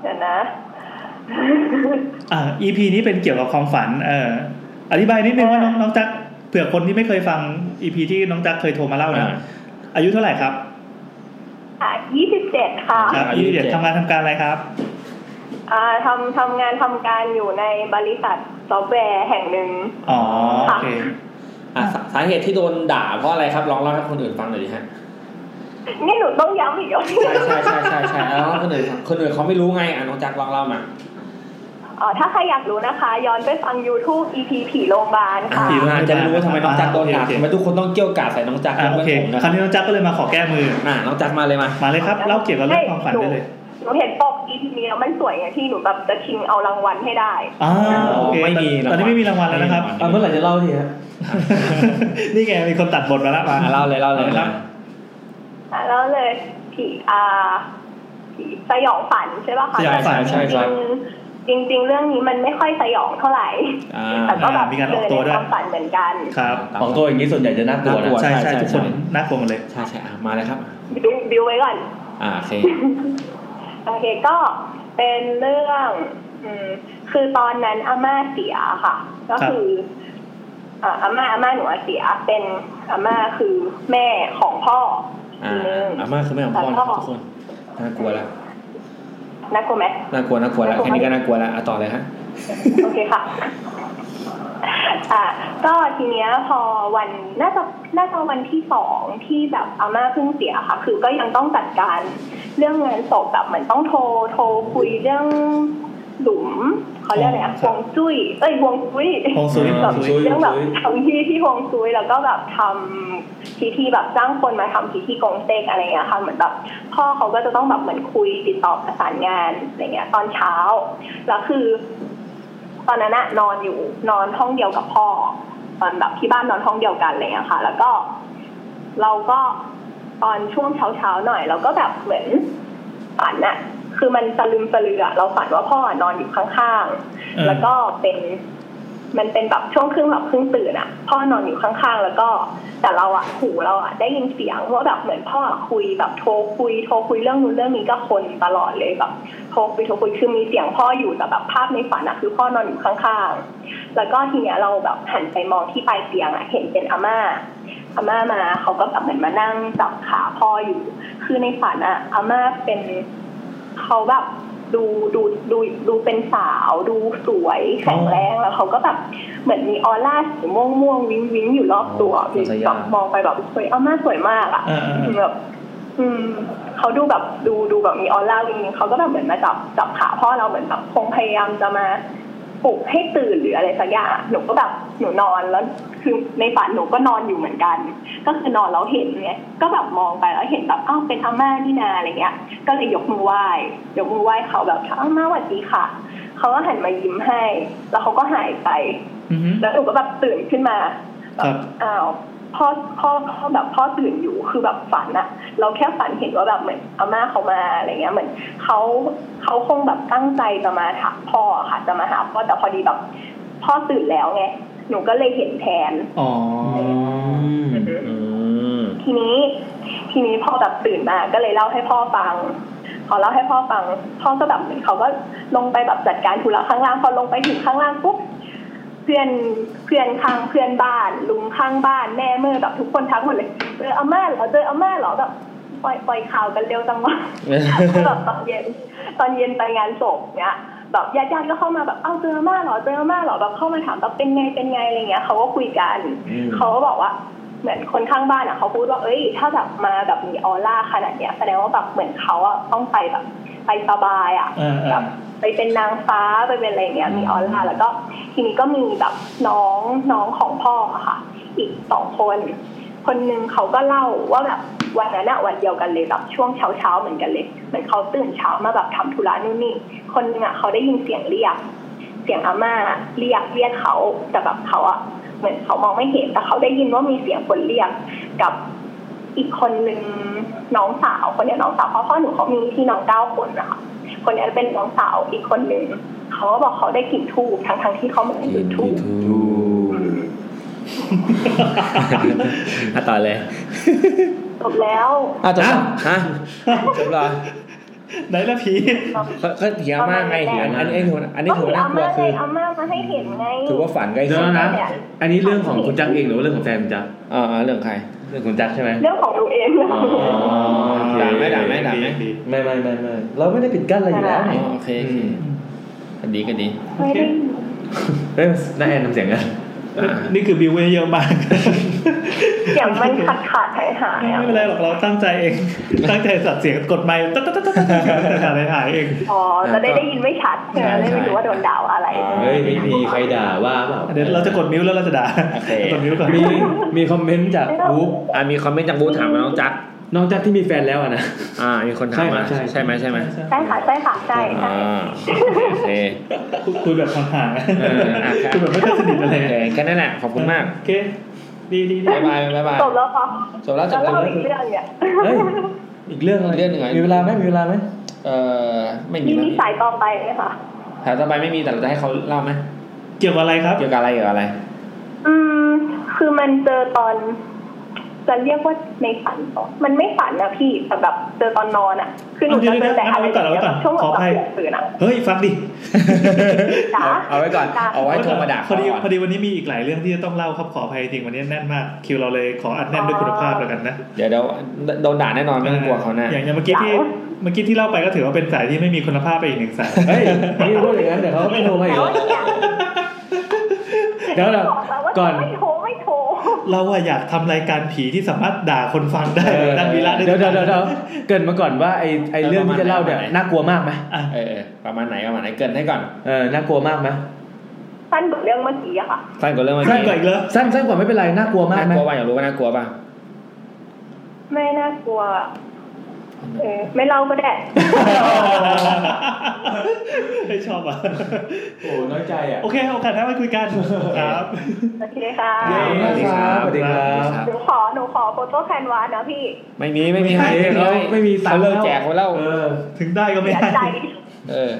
เดี๋ยวนะ <laughs> อ่า EP นี้เป็นเกี่ยวกับความฝัน เอ่อ อธิบายนิดนึงว่าน้องน้องจักเผื่อคนที่ไม่เคยฟัง EP ที่น้องจักเคยโทรมาเล่านะ อ่า อายุเท่าไหร่ครับ อ่ะยี่สิบเจ็ดค่ะ ครับอายุเจ็ดทำงานทำการอะไรครับ อ่าทำทำงานทำการอยู่ในบริษัทซอฟต์แวร์แห่งหนึ่ง อ๋อ โอเค อ่ะสาสาเหตุที่โดนด่าเพราะอะไรครับลองเล่าให้คนอื่นฟังหน่อยดิฮะ นี่หนูต้องย้ำอีกเหร <laughs> อ ใช่ใช่ใช่ใช่ใช่แล้วคน <laughs> อื่นคนอื่นเขาไม่รู้ไงอ่ะน้องจักรลองเล่ามา อ๋อถ้าใครอยากรู้นะคะ ย้อนไปฟัง YouTube EP ผีโรงพยาบาลค่ะ ผีโรงพยาบาล อ่ะจะได้รู้ว่าทำไมน้องจักรโดนด่า โอเค ทำไมทุกคนต้องเกี่ยวกาดใส่น้องจักร อ่าโอ เพื่อน เค ผมนะ คราวนี้น้องจักก็เลยมาขอแก้มือ อ่ะน้องจักรมาเลยมา มาเลยครับ เล่าเกี่ยวกับเรื่องความฝันได้เลย หนูเห็นปก EP นี้แล้วมันสวยไงที่หนูแบบจะชิงเอารางวัลให้ได้ อ่า โอเค ตอนนี้ไม่มีรางวัลแล้วนะครับ อ่ะเมื่อไหร่จะเล่าทีฮะ นี่ไงมีคนตัดบทมาแล้วมา อ่ะเล่าเลยเล่าเลย ครับ อ่ะแล้วเลยผีอ่าผีสยองฝันใช่ป่ะคะ สยองฝัน ใช่ใช่ใช่ จริงๆจริง ๆ เรื่องนี้มันไม่ค่อยสยองเท่าไหร่ อ่า แต่ก็แบบ มีการออกตัวด้วย เจในความฝันเหมือนกัน ครับ ของตัวอย่างนี้ส่วนใหญ่จะน่ากลัวนะ ใช่ใช่ทุกคนน่ากลัวหมดเลย ใช่ใช่อ่ะมาเลยครับ บิวบิวไว้ก่อน อ่าโอเค โอเคก็เป็นเรื่อง อืมคือตอนนั้นอาม่าเสียค่ะ ก็คือ เอ่ออาม่าอาม่าหนูอะเสียเป็นอาม่าคือแม่ของพ่อ อ่ <laughs> า ทีนึง อาม่าคือแม่ของพ่อนะครับทุกคนน่ากลัวละ น่ากลัวไหม น่ากลัวน่ากลัวละแค่นี้ก็น่ากลัวละอ่ะต่อเลยฮะ โอเคค่ะ อ่ะ ก็ทีเนี้ยพอวันน่าจะน่าจะวันที่สองที่แบบอาม่าเพิ่งเสียค่ะ คือก็ยังต้องจัดการเรื่องงานศพแบบเหมือนต้องโทรโทรคุยเรื่องหลุมเขาเรียกอะไรอะฮวงจุ้ยเอ้ยฮวงจุ้ย ฮวงจุ้ย แบบ ฮวงจุ้ย เรื่องแบบทำที่ที่ฮวงจุ้ยแล้วก็แบบทำพิธีแบบจ้างคนมาทำพิธีกงเต็กอะไรเงี้ยค่ะเหมือนแบบพ่อเขาก็จะต้องแบบเหมือนคุยติดต่อประสานงานอะไรเงี้ย ตอนเช้าแล้วคือ ตอนนั้นน่ะนอนอยู่นอนห้องเดียวกับพ่อตอนแบบที่บ้านนอนห้องเดียวกันอะไรอย่างเงี้ยค่ะ แล้วก็ เราก็ตอนช่วงเช้าเช้าๆหน่อย เราก็แบบเหมือนฝันอะคือมันสลืมสลืออะเราฝันว่าพ่ออะนอนอยู่ข้าง อืม ๆ แล้วก็เป็น มันเป็นแบบช่วงครึ่งหลับครึ่งตื่นอะพ่อนอนอยู่ข้างๆ แล้วก็ แต่เราอะหูเราอะได้ยินเสียงว่าแบบเหมือนพ่ออะคุยแบบโทรคุยโทรคุยเรื่องนู้นเรื่องนี้ก็คนตลอดเลยแบบ โทรคุยโทรคุยคือมีเสียงพ่ออยู่แต่แบบภาพในฝันอะคือพ่อนอนอยู่ข้างๆ แล้วก็ทีเนี้ยเราแบบหันไปมองที่ปลายเตียงอะเห็นเป็นอาม่า อาม่ามาเขาก็แบบเหมือนมานั่งจับขาพ่ออยู่ คือในฝันอะอาม่าเป็นเขาแบบดูดูดูดูเป็นสาวดูสวยแข็งแรงแล้วเขาก็แบบเหมือนมีออร่าสีม่วงม่วงๆวิ้งวิ้งอยู่รอบตัว อ๋อคนสยาม แบบมองไปแบบเฮ้ยอาม่าสวยมากอะ อ่าอ่าอ่า แบบอืมเขาดูแบบดูดูแบบมีออร่าจริงๆเขาก็แบบเหมือนมาจับจับขาพ่อเราเหมือนแบบคงพยายามจะมาปลุกให้ตื่นหรืออะไรสักอย่างอะหนูก็แบบหนูนอนแล้ว คือในฝันหนูก็นอนอยู่เหมือนกัน ก็คือนอนแล้วเห็นเนี่ยก็แบบมองไปแล้วเห็นแบบอ้าวเป็นอาม่านี่นาอะไรเงี้ย ก็เลยยกมือไหว้ยกมือไหว้เขาแบบอาม่าสวัสดีค่ะเขาก็หันมายิ้มให้ แล้วเขาก็หายไป อือฮึ แล้วหนูก็แบบตื่นขึ้นมาแบ ครับ บอ้าวพ่อพ่อพ่อแบบพ่อตื่นอยู่คือแบบฝันอะเราแค่ฝันเห็นว่าแบบเหมือนอาม่าเขามาอะไรเงี้ยเหมือนเขาเขาคงแบบตั้งใจจะมาถามพ่ออะค่ะจะมาหาพ่อแต่พอดีแบบ พ่อตื่นแล้วไงหนูก็เลยเห็นแทน อ๋อ อืม ทีนี้ทีนี้พ่อแบบตื่นมาก็เลยเล่าให้พ่อฟังพอเล่าให้พ่อฟัง พ่อก็แบบเหมือนเขาก็ลงไปแบบจัดการธุระข้างล่างพอลงไปถึงข้างล่างปุ๊บเพื่อนเพื่อนข้างเพื่อนบ้านลุงข้างบ้านแม่เมื่อแบบทุกคนทักหมดเลยเจออาม่าเหรอเจออาม่าเหรอแบบปล่อยปล่อยข่าวกันเร็วจังวะ แบบตอนเย็นตอนเย็นไปงานศพเนี้ยแบบญาติๆก็เข้ามาแบบเอาเจออาม่าเหรอเจออาม่าเหรอแบบเข้ามาถามแบบเป็นไงเป็นไงอะไรเงี้ยเขาก็คุยกัน เขาก็บอกว่าเหมือนคนข้างบ้านอ่ะเขาพูดว่าเอ้ย ถ้าแบบมาแบบมีออร่าขนาดเนี้ยแสดงว่าแบบเหมือนเขาอ่ะต้องไปแบบไปสบายอ่ะ อ่าๆ แบบไปเป็นนางฟ้าไปเป็นอะไรอย่างเงี้ยมีออร่าแล้วก็ทีนี้ก็มีแบบน้องน้องของพ่ออะค่ะ อีกสองคน คนหนึ่งเขาก็เล่าว่าแบบวันนั้นอะวันเดียวกันเลยแบบช่วงเช้าเช้าๆเหมือนกันเลยเหมือนเขาตื่นเช้ามาแบบทำธุระนู่นนี่คนหนึ่งอะเขาได้ยินเสียงเรียก เสียงอาม่าเรียกเรียกเขาแต่แบบเขาอะเหมือนเขามองไม่เห็นแต่เขาได้ยินว่ามีเสียงคนเรียกกับอีกคนหนึ่งน้องสาวคนเนี้ยน้องสาวเพราะพ่อหนูเขามีพี่น้องเก้าคนนะคะคนเนี้ยเป็นน้องสาวอีกคนหนึ่งเขาก็บอกเขาได้กลิ่นทูบทั้งทั้งๆที่เขาไม่ได้กลิ่นทูบ อ่ะต่อเลย จบแล้ว อ่ะจบแล้วฮะจบแล้ว ไหนละผี ก็ก็เถียงมากไงเถียงอันนี้ถือว่าอันนี้ถือว่าน่ากลัวคือ เอาม่ามาให้เห็นไง ถือว่าฝันใกล้ เดี๋ยว สุด นะ อันนี้เรื่องของคุณจักเองหรือว่าเรื่องของแฟนคุณจัก อ่าเรื่องใครเรื่องคุณจักรใช่ไหม เรื่องของตัวเองนะ ด่าไหมด่าไหมด่าไหม ไม่ไม่ไม่ไม่เราไม่ได้ปิดกั้นอะไรอยู่แล้ว อ๋อ นี่ โอเคโอเคก็ดีก็ดี ไม่ได้ เอ้ยน่าแอนทำเสียงกันอ่ะ นี่คือบิวไว้เยอะมาก เสียงมันขาดขาดหายหาย ไม่เป็นไรหรอกเราตั้งใจเอง ตั้งใจสัดเสียงกดไมค์ตัดตัดตัดตัดตัดตัดหายหายเอง อ๋อจะได้ได้ยินไม่ชัด ใช่ใช่ จะได้ไม่รู้ว่าโดนด่าว่าอะไร เฮ้ยไม่มีใครด่าว่าเปล่า เดี๋ยวเราจะกดมิวแล้วเราจะด่า โอเค กดมิวก่อน มีมีคอมเมนต์จากบุ๊ก อ่ะมีคอมเมนต์จากบูธถามมาน้องจักร น้องจักที่มีแฟนแล้วอะนะ อ่า มีคนถามมา ใช่ใช่ ใช่ไหมใช่ไหม ใช่ค่ะใช่ค่ะใช่ อ่ ใช่ าโอเค คุยแบบห่าง เอออ่ะครับ ๆคุยแบบไม่ค่อยสนิทอะไร โอเคแค่นั้นแหละขอบคุณมาก โอเค ดีดีดี บ๊ายบายบ๊ายบาย จบแล้วค่ะ จบแล้วจ จะ บแล้ เล่าว อีกเรื่องเนี่ย เฮ้ยอีกเรื่องอะไร เรื่องหนึ่งอะ มีเวลาไหมมีเวลาไหม เออไม่มี มี แล้ว มี นี่ สายต่อไปไหมคะ แถวต่อไปไม่มีแต่เราจะให้เขาเล่าไหม เกี่ยวกับอะไรครับ เกี่ยวกับอะไรเกี่ยวกับอะไร อืม คือมันเจอตอน จะเรียกว่าในฝันเหรอมันไม่ฝันนะพี่แต่แบบเจอตอนนอนอ่ะ คือหนูจะเจอแต่อะไรแบบเนี้ยแบบช่วงหลังแบบตื่นอ่ะ เฮ้ยฟังดิ จ้า เอาไว้ก่อน จ้า เอาไว้โทรมาด่า พอดี ก่อน พอดีวันนี้มีอีกหลายเรื่องที่จะต้องเล่าครับขออภัยจริงวันนี้แน่นมากคิวเราเลยขออัดแน่นด้วยคุณภาพแล้วกันนะ เดี๋ยวเดี๋ยวโดนด่าแน่นอนไม่ต้องกลัวเขาแน่ อย่างอย่างเมื่อกี้ที่ เหงา เมื่อกี้ที่เล่าไปก็ถือว่าเป็นสายที่ไม่มีคุณภาพไปอีกหนึ่งสาย เฮ้ยนี่พูดอย่างนั้นเดี๋ยวเขาไม่โทรมาอีกแล้วเดี๋ยวเดี๋ยว บอกแล้วว่า ก่อน ไม่โทรไม่โทร เราอะอยากทำรายการผีที่สามารถด่าคนฟังได้แบบนั่นวีระได้ เดี๋ยวเดี๋ยวเดี๋ยวเดี๋ยวเกรินมาก่อนว่าไอไอเรื่องที่จะเล่าเนี่ยน่ากลัวมากไหม เออเออประมาณไหนประมาณไหนเกรินให้ก่อน เออน่ากลัวมากไหม สั้นกว่าเรื่องเมื่อกี้อะค่ะ สั้นกว่าเรื่องเมื่อ สั้น กี้ กว่าอีกเลย สั้นสั้นกว่าไม่เป็นไรน่ากลัวมาก น่า ไหม กลัวป่ะอยากรู้ว่าน่ากลัวป่ะ ไม่น่ากลัวเออไม่เล่าก็ได้ ไม่ชอบอ่ะ โอ้น้อยใจอ่ะ โอเคโอกาสหน้ามาคุยกันครับ โอเคค่ะ เย้ สวัสดีครับสวัสดีครับ หนูขอหนูขอโฟโต้แคนวาสนะพี่ ไม่มีไม่ไม่มีมี ให้ เขาไม่มีตังค์เขาเลิก แล้ว แจกไปแล้ว เออ ถึงได้ก็ไม่ เสีย ได้ ใจ เออ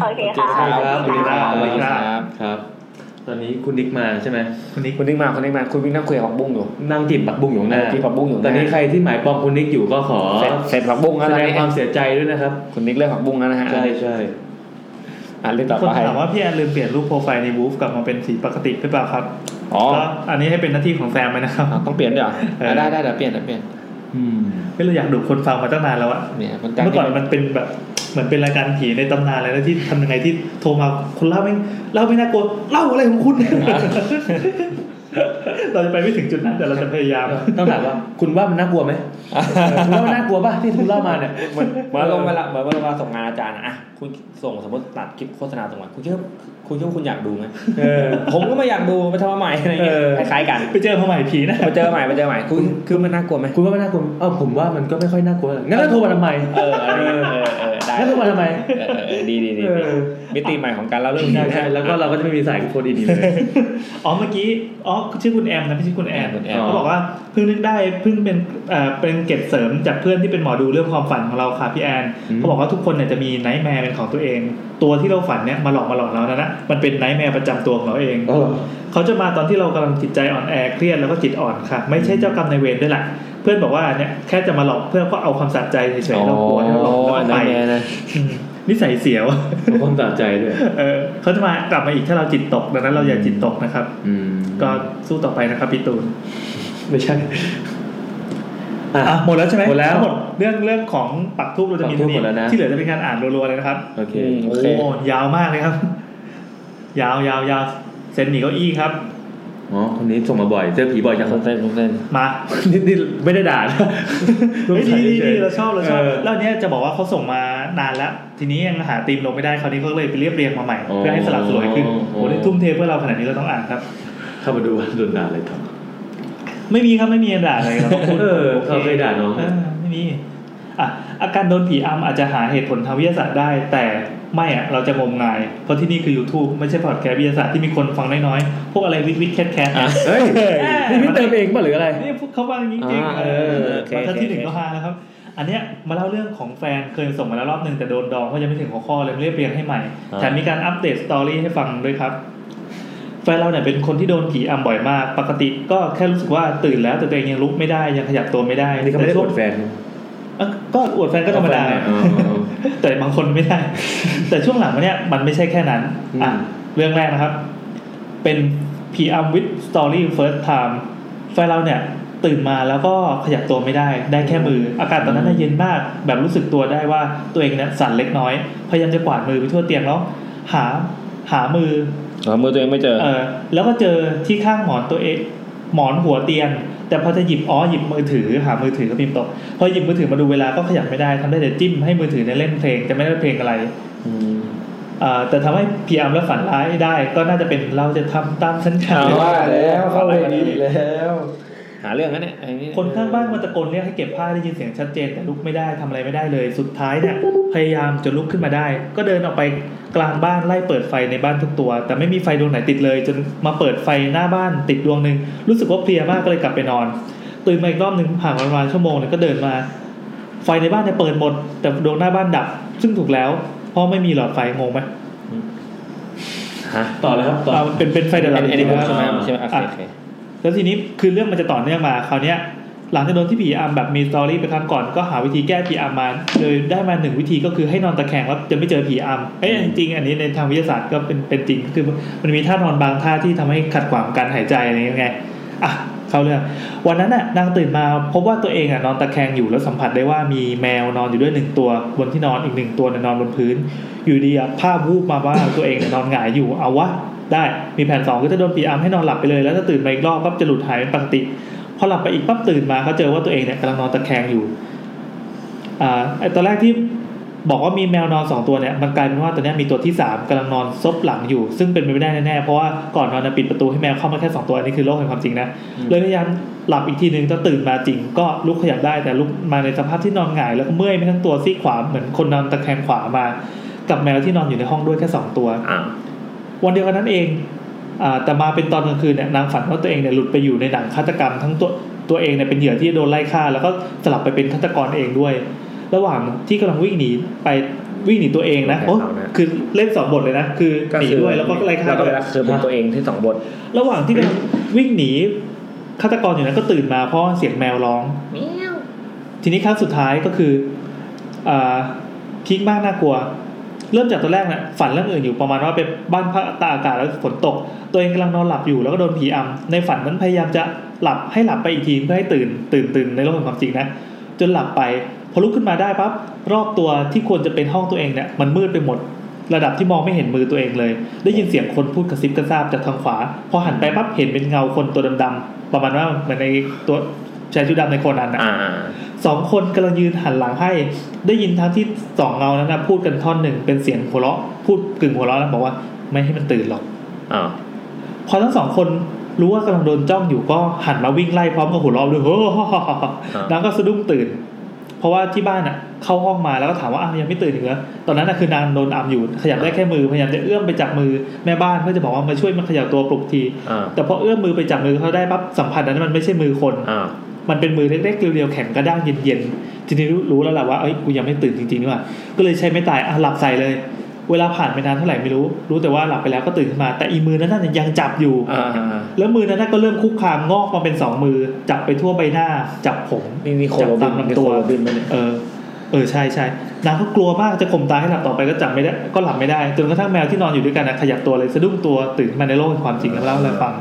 โอเคค่ะ สวัสดีครับสวัสดีครับ สวัสดีครับ ครับ ตอนนี้คุณนิกมาใช่ไหม คนนี้ คุณนิกมาคุณนิกมาคุณวิ่งนั่งคุยกับผักบุ้งอยู่ นั่งจีบปักบุ้งอยู่ข้างหน้า ที่ผักบุ้งอยู่ ตอนนี้ใครที่หมายปองคุณนิกอยู่ก็ขอ เสร็จเสร็จผักบุ้งแล้ว แส นะ ดงความเสียใจด้วยนะครับ คุณนิกเลิกผักบุ้งแล้วนะฮะ ใช่ใช่ อ่านเรื่องต่อ คน ไป ถามว่าพี่แอนลืมเปลี่ยนรูปโปรไฟล์ในวูฟกลับมาเป็นสีปกติหรือเปล่าครับ อ๋อ ก็อันนี้ให้เป็นหน้าที่ของแซมไปนะครับ ต้องเปลี่ยนด้วยเหรอ เออ ได้ได้เดี๋ยวเปลี่ยนเดี๋ยวเปลี่ยน อืม ไม่เราอยากดูคนฟังมาตั้งนานแล้วอะ เนี่ยมันกลาย เมื่อก่อนมันเป็นเป็นแบบเหมือนเป็นรายการผีในตำนานเลยนะที่ทำยังไงที่โทรมาคุณเล่าไม่เล่าไม่น่ากลัวเล่าอะไรของคุณ <laughs> เราจะไปไม่ถึงจุดนั้นแต่เราจะพยายาม ต้องถามว่าคุณว่ามันน่ากลัวไหมคุณว่ามันน่ากลัวป่ะที่คุณเล่ามาเนี่ย เหมือนเหมือนลงเวลาเหมือนเวลาส่งงานอาจารย์อะอ่ะคุณส่งสมมติตัดคลิปโฆษณาส่งมาคุณคิดว่าคุณคิดว่าคุณอยากดูไหม เออ ผมก็ไม่อยากดูไปทำมาใหม่อะไรเงี้ย เออ คล้ายๆกัน ไปเจอมาใหม่ผีนะ ไปเจอใหม่ไปเจอใหม่คือคือมันน่ากลัวไหม คุณว่ามันน่ากลัวไหมเออผมว่ามันก็ไม่ค่อยน่ากลัวหรอกงั้นเราโทรมาทำไม เออเออเออเออได้ งั้นโทรมาทำไม เออเออเออดีดีดี เออ มิติใหม่ของการเล่าเรื่อง ใช่ นี้ ใช่แล้วก็เราก็จะไม่มีสายโฟนอินอีกเลย อ๋อเมื่อกี้อ๋อชื่อคุณแอมนะไม่ใช่คุณแอ แอ ม บแอ อ๋อบเขาบอกว่าเพิ่งนึกได้เพิ่งเป็นเอ่อเป็นเกร็ดเสริมจากเพื่อนที่เป็นหมอดูเรื่องความฝันของเราค่ะพี่แอนเขาบอกว่าทุกคนเนี่ยจะมีไนท์แมร์เป็นของตัวเอง ตัวที่เราฝันเนี่ยมาหลอกมาหลอกเรานะนะมันเป็นไนท์แมร์ประจำตัวของเราเอง เออ เขาจะมาตอนที่เรากำลังจิตใจอ่อนแอเครียดแล้วก็จิตอ่อนค่ะ ไม่ใช่เจ้ากรรมนายเวรด้วยแหละเพื่อนบอกว่าเนี่ยแค่จะมาหลอกเพื่อก็เอาความสะใจเฉยๆเรากลัวให้เราหลอกแล้วก็ไป นั่นไงนะ อืมนิสัยเสียว <laughs> ะ ผมความสะใจด้วย เออเขาจะมากลับมาอีกถ้าเราจิตตกดังนั้นเราอย่าจิตตกนะครับ อืม ก็สู้ต่อไปนะครับพี่ตูน ไม่ใช่อ่ะ อ่ะหมดแล้วใช่ไหม หมดแล้ว ทั้งหมดเรื่องเรื่องของปักทูบเราจะมี ปักธูปหมดแล้วนะ ที่เหลือจะเป็นการอ่านรัวๆเลยนะครับ โอเค อืมโอ โอ้ เค ยาวมากเลยครับ ยาวยาวยาวเซนหนีเก้าอี้ครับ อ๋อ คนนี้ส่งมาบ่อย เจอผีบ่อยจัง เต้นเต้น มา นี่นี่ไม่ได้ด่านะ เฮ้ยดีดีดีเราชอบเราชอบ เออ แล้วอันเนี้ยจะบอกว่าเขาส่งมานานแล้ว ทีนี้ยังหาธีมลงไม่ได้คราวนี้เขาเลยไปเรียบเรียงมาใหม่ อ๋อ เพื่อให้สลับสลวยขึ้น อ๋อ โอ้โหนี่ทุ่มเทเพื่อเราขนาดนี้เราต้องอ่านครับ เข้ามาดูว่าโดนด่าอะไรครับ ไม่มีครับไม่มีด่าอะไรเราต้องพูด เออเขาเคยด่าน้อง เออไม่มีอ่ะอาการโดนผีอำอาจจะหาเหตุผลทางวิทยาศาสตร์ได้ แต่ไม่อะเราจะงมงาย เพราะที่นี่คือ YouTube ไม่ใช่พอดแคสต์วิทยาศาสตร์ที่มีคนฟังน้อยๆพวกอะไรวิทวิทแคทแคทเนี่ย เฮ้ยนี่พี่เติมเองป่ะหรืออะไร นี่พวกเขาว่าอย่างนี้จริง อ่าเออโอเค บรรทัดที่หนึ่งก็ฮาแล้วครับ อันเนี้ยมาเล่าเรื่องของแฟนเคยส่งมาแล้วรอบหนึ่งแต่โดนดองเพราะยังไม่ถึงหัวข้อเลยเรียบเรียงให้ใหม่แถมมีการอัปเดตสตอรี่ให้ฟังด้วยครับ แฟนเราเนี่ยเป็นคนที่โดนผีอำบ่อยมาก ปกติก็แค่รู้สึกว่าตื่นแล้วแต่ตัวเองยังลุกไม่ได้ยังขยับตัวไม่ได้ อันนี้เขาไม่ได้ แต่ โก ช่ ร วง ธแฟน เอ้าก็อวดแฟนก็ธรรมดา อ๋อ <laughs> แต่บางคนไม่ได้ แต่ช่วงหลังมาเนี่ยมันไม่ใช่แค่นั้น อ่ะ อืม เรื่องแรกนะครับ เป็น PM with Story First Time แฟนเราเนี่ยตื่นมาแล้วก็ขยับตัวไม่ได้ ได้แค่มือ อากาศตอนนั้นน่ะเย็นมาก แบบรู้สึกตัวได้ว่าตัวเองเนี่ยสั่นเล็กน้อย พยายามจะกวาดมือไปทั่วเตียงแล้วหาหามือ หามือตัวเองไม่เจอ เออแล้วก็เจอที่ข้างหมอนตัวเองหมอนหัวเตียง แต่พอจะหยิบอ๋อหยิบมือถือหามือถือก็พิมพ์ตกพอหยิบมือถือมาดูเวลาก็ขยับไม่ได้ทำได้แต่จิ้มให้มือถือเนี่ยเล่นเพลงแต่ไม่ได้เพลงอะไรเอ่อแต่ทำให้พีอาร์มและฝันร้ายได้ ก็น่าจะเป็นเราจะทำตามสัญญา ว่าแล้วเข้าไปนี้อีกแล้ว หาเรื่องนั่นเนี่ยไอ้นี่ คนข้างบ้านมาตะโกนเรียกให้เก็บผ้าได้ยินเสียงชัดเจน แต่ลุกไม่ได้ทำอะไรไม่ได้เลย สุดท้ายเนี่ยพยายามจะลุกขึ้นมาได้ ก็เดินออกไปกลางบ้านไล่เปิดไฟในบ้านทุกตัว แต่ไม่มีไฟดวงไหนติดเลย จนมาเปิดไฟหน้าบ้านติดดวงหนึ่งรู้สึกว่าเพลียมากก็เลยกลับไปนอน ตื่นมาอีกรอบหนึ่งผ่านมาประมาณชั่วโมงหนึงก็เดินมา ไฟในบ้านเนี่ยเปิดหมด แต่ดวงหน้าบ้านดับ ซึ่งถูกแล้ว เพราะไม่มีหลอดไฟงงไหม ฮะ ต่อเลยครับ ต่อ อ่ามันเป็นเป็นไฟเดลับ ไอ้นี่ผมใช่ไหมใช่ไหมโอเค อ่ะ โอเค แล้วทีนี้คือเรื่องมันจะต่อเนื่องมาคราวเนี้ยหลังจากโดนที่ผีอำแบบมีสตอรี่ไปครั้งก่อนก็หาวิธีแก้ผีอำมาโดยได้มาหนึ่งวิธีก็คือให้นอนตะแคงแล้วจะไม่เจอผีอำเอ้ยจริงๆอันนี้ในทางวิทยาศาสตร์ก็เป็นเป็นจริงคือมันมีท่านอนบางท่าที่ทำให้ขัดขวางการหายใจอะไรอย่างเงี้ยไงอ่ะเข้าเรื่องวันนั้นน่ะนางตื่นมาพบว่าตัวเองอ่ะนอนตะแคงอยู่แล้วสัมผัสได้ว่ามีแมวนอนอยู่ด้วยหนึ่งตัวบนที่นอนอีกหนึ่งตัวเนี่ยนอนบนพื้น อยู่ดีอะภาพวูบมาว่า ตัวเองเนี่ยนอนหงายอยู่เอาวะได้มีแผนสองก็จะโดนผีอำให้นอนหลับไปเลย แล้วจะตื่นมาอีกรอบปั๊บจะหลุดหายเป็นปกติ พอหลับไปอีกปั๊บตื่นมาเขาเจอว่าตัวเองเนี่ยกำลังนอนตะแคงอยู่ อ่าไอตอนแรกที่บอกว่ามีแมวนอนสองตัวเนี่ยมันกลายเป็นว่าตอนเนี้ยมีตัวที่สามกำลังนอนซบหลังอยู่ ซึ่งเป็นไปไม่ได้แน่ๆเพราะว่าก่อนนอนนะปิดประตูให้แมวเข้ามาแค่สองตัวอันนี้คือโลกแห่งความจริงนะเลยพยายามหลับอีกทีนึงจะตื่นมาจริง ก็ลุกขยับได้แต่ลุกมาในสภาพที่นอนหงายแล้วก็เมื่อยไปทั้งตัวซีกขวาเหมือนคนนอนตะแคงขวามา กับแมวที่นอนอยู่ในห้องด้วยแค่สองตัว อ่า วันเดียวกันนั้นเองอาแต่มาเป็นตอนกลางคืนเนี่ยนางฝันว่าตัวเองเนี่ยหลุดไปอยู่ในหนังฆาตกรรมทั้งตัวตัวเองเนี่ยเป็นเหยื่อที่โดนไล่ฆ่า แล้วก็สลับไปเป็นฆาตกรเองด้วย ระหว่างที่กำลังวิ่งหนีไปวิ่งหนีตัวเองนะโอ้คือเล่นสองบทเลยนะคือหนีด้วยแล้วก็ไล่ฆ่า แล้วก็ ด้วย คือเป็นตัวเองที่สองบท ระหว่างที่กำลังวิ่งหนีฆาตกรอยู่นั้นก็ตื่นมาเพราะเสียงแมวร้อง ทีนี้ครั้งสุดท้ายก็คืออ่าพีคมากน่ากลัว เริ่มจากตัวแรกนะ่ะฝันเรื่องอื่นอยู่ประมาณว่าไปบ้านพระตากอากาศแล้วฝนตก ตัวเองกำลังนอนหลับอยู่แล้วก็โดนผีอำในฝันนั้นพยายามจะหลับให้หลับไปอีกทีเพื่อให้ตื่นตื่นตื่นในโลกแห่งความจริงนะจนหลับไป พอลุกขึ้นมาได้ปั๊บรอบตัวที่ควรจะเป็นห้องตัวเองเนี่ยมันมืดไปหมด ระดับที่มองไม่เห็นมือตัวเองเลย ได้ยินเสียงคนพูดกระซิบกระซาบจากทางขวา พอหันไปปั๊บเห็นเป็นเงาคนตัวดำๆประมาณว่าเหมือนในตัวชายชุดดำในโคนันนะ อ่า สองคนกำลังยืนหันหลังให้ ได้ยินทั้งที่สองเงานั้นนะพูดกันท่อนหนึ่งเป็นเสียงหัวเราะพูดกึ่งหัวเราะแล้วบอกว่าไม่ให้มันตื่นหรอก อ่า พอทั้งสองคนรู้ว่ากำลังโดนจ้องอยู่ก็หันมาวิ่งไล่พร้อมกับหัวเราะด้วยโอ้โหนางก็สะดุ้งตื่น เพราะว่าที่บ้านอ่ะ เข้าห้องมาแล้วก็ถามว่าอ้าวยังไม่ตื่นอีกเหรอตอนนั้นน่ะคือนางโดนอัมอยู่ขยับได้แค่มือพยายามจะเอื้อมไปจับมือแม่บ้านเพื่อจะบอกว่ามาช่วยมันขยับตัวปลุกที อ่า แต่พอเอื้อมมือไปจับมือเขาได้ปั๊บสัมผัสนั้นมันไม่ใช่มือคน อ่า มันเป็นมือเล็กๆเรียวๆแข็งกระด้างเย็นๆทีนี้รู้รู้แล้วล่ะว่าเอ้ยกูยังไม่ตื่นจริงๆนี่หว่าก็เลยใช้ไม่ตายอ่ะหลับใส่เลย เวลาผ่านไปนานเท่าไหร่ไม่รู้ รู้แต่ว่าหลับไปแล้วก็ตื่นขึ้นมา แต่อีมือนั้นน่ะยังจับอยู่ อ่าอ่า แล้วมือนั้นน่ะก็เริ่มคุกคามงอกมาเป็นสองมือ จับไปทั่วใบหน้า จับผม นี่นี่โค จั โรบิ ตาม น ลำตัว นี่โคโรบินไหมเนี่ย เออ เออใช่ใช่นางก็กลัวมากจะข่มตาให้หลับต่อไปก็จับไม่ได้ ก็หลับไม่ได้จนกระทั่งแมวที่นอนอยู่ด้วยกันนะขยับตัวเลยสะดุ้งตัวตื่นมาในโลกแห่งความจริงแล้วเล่าให้ฟัง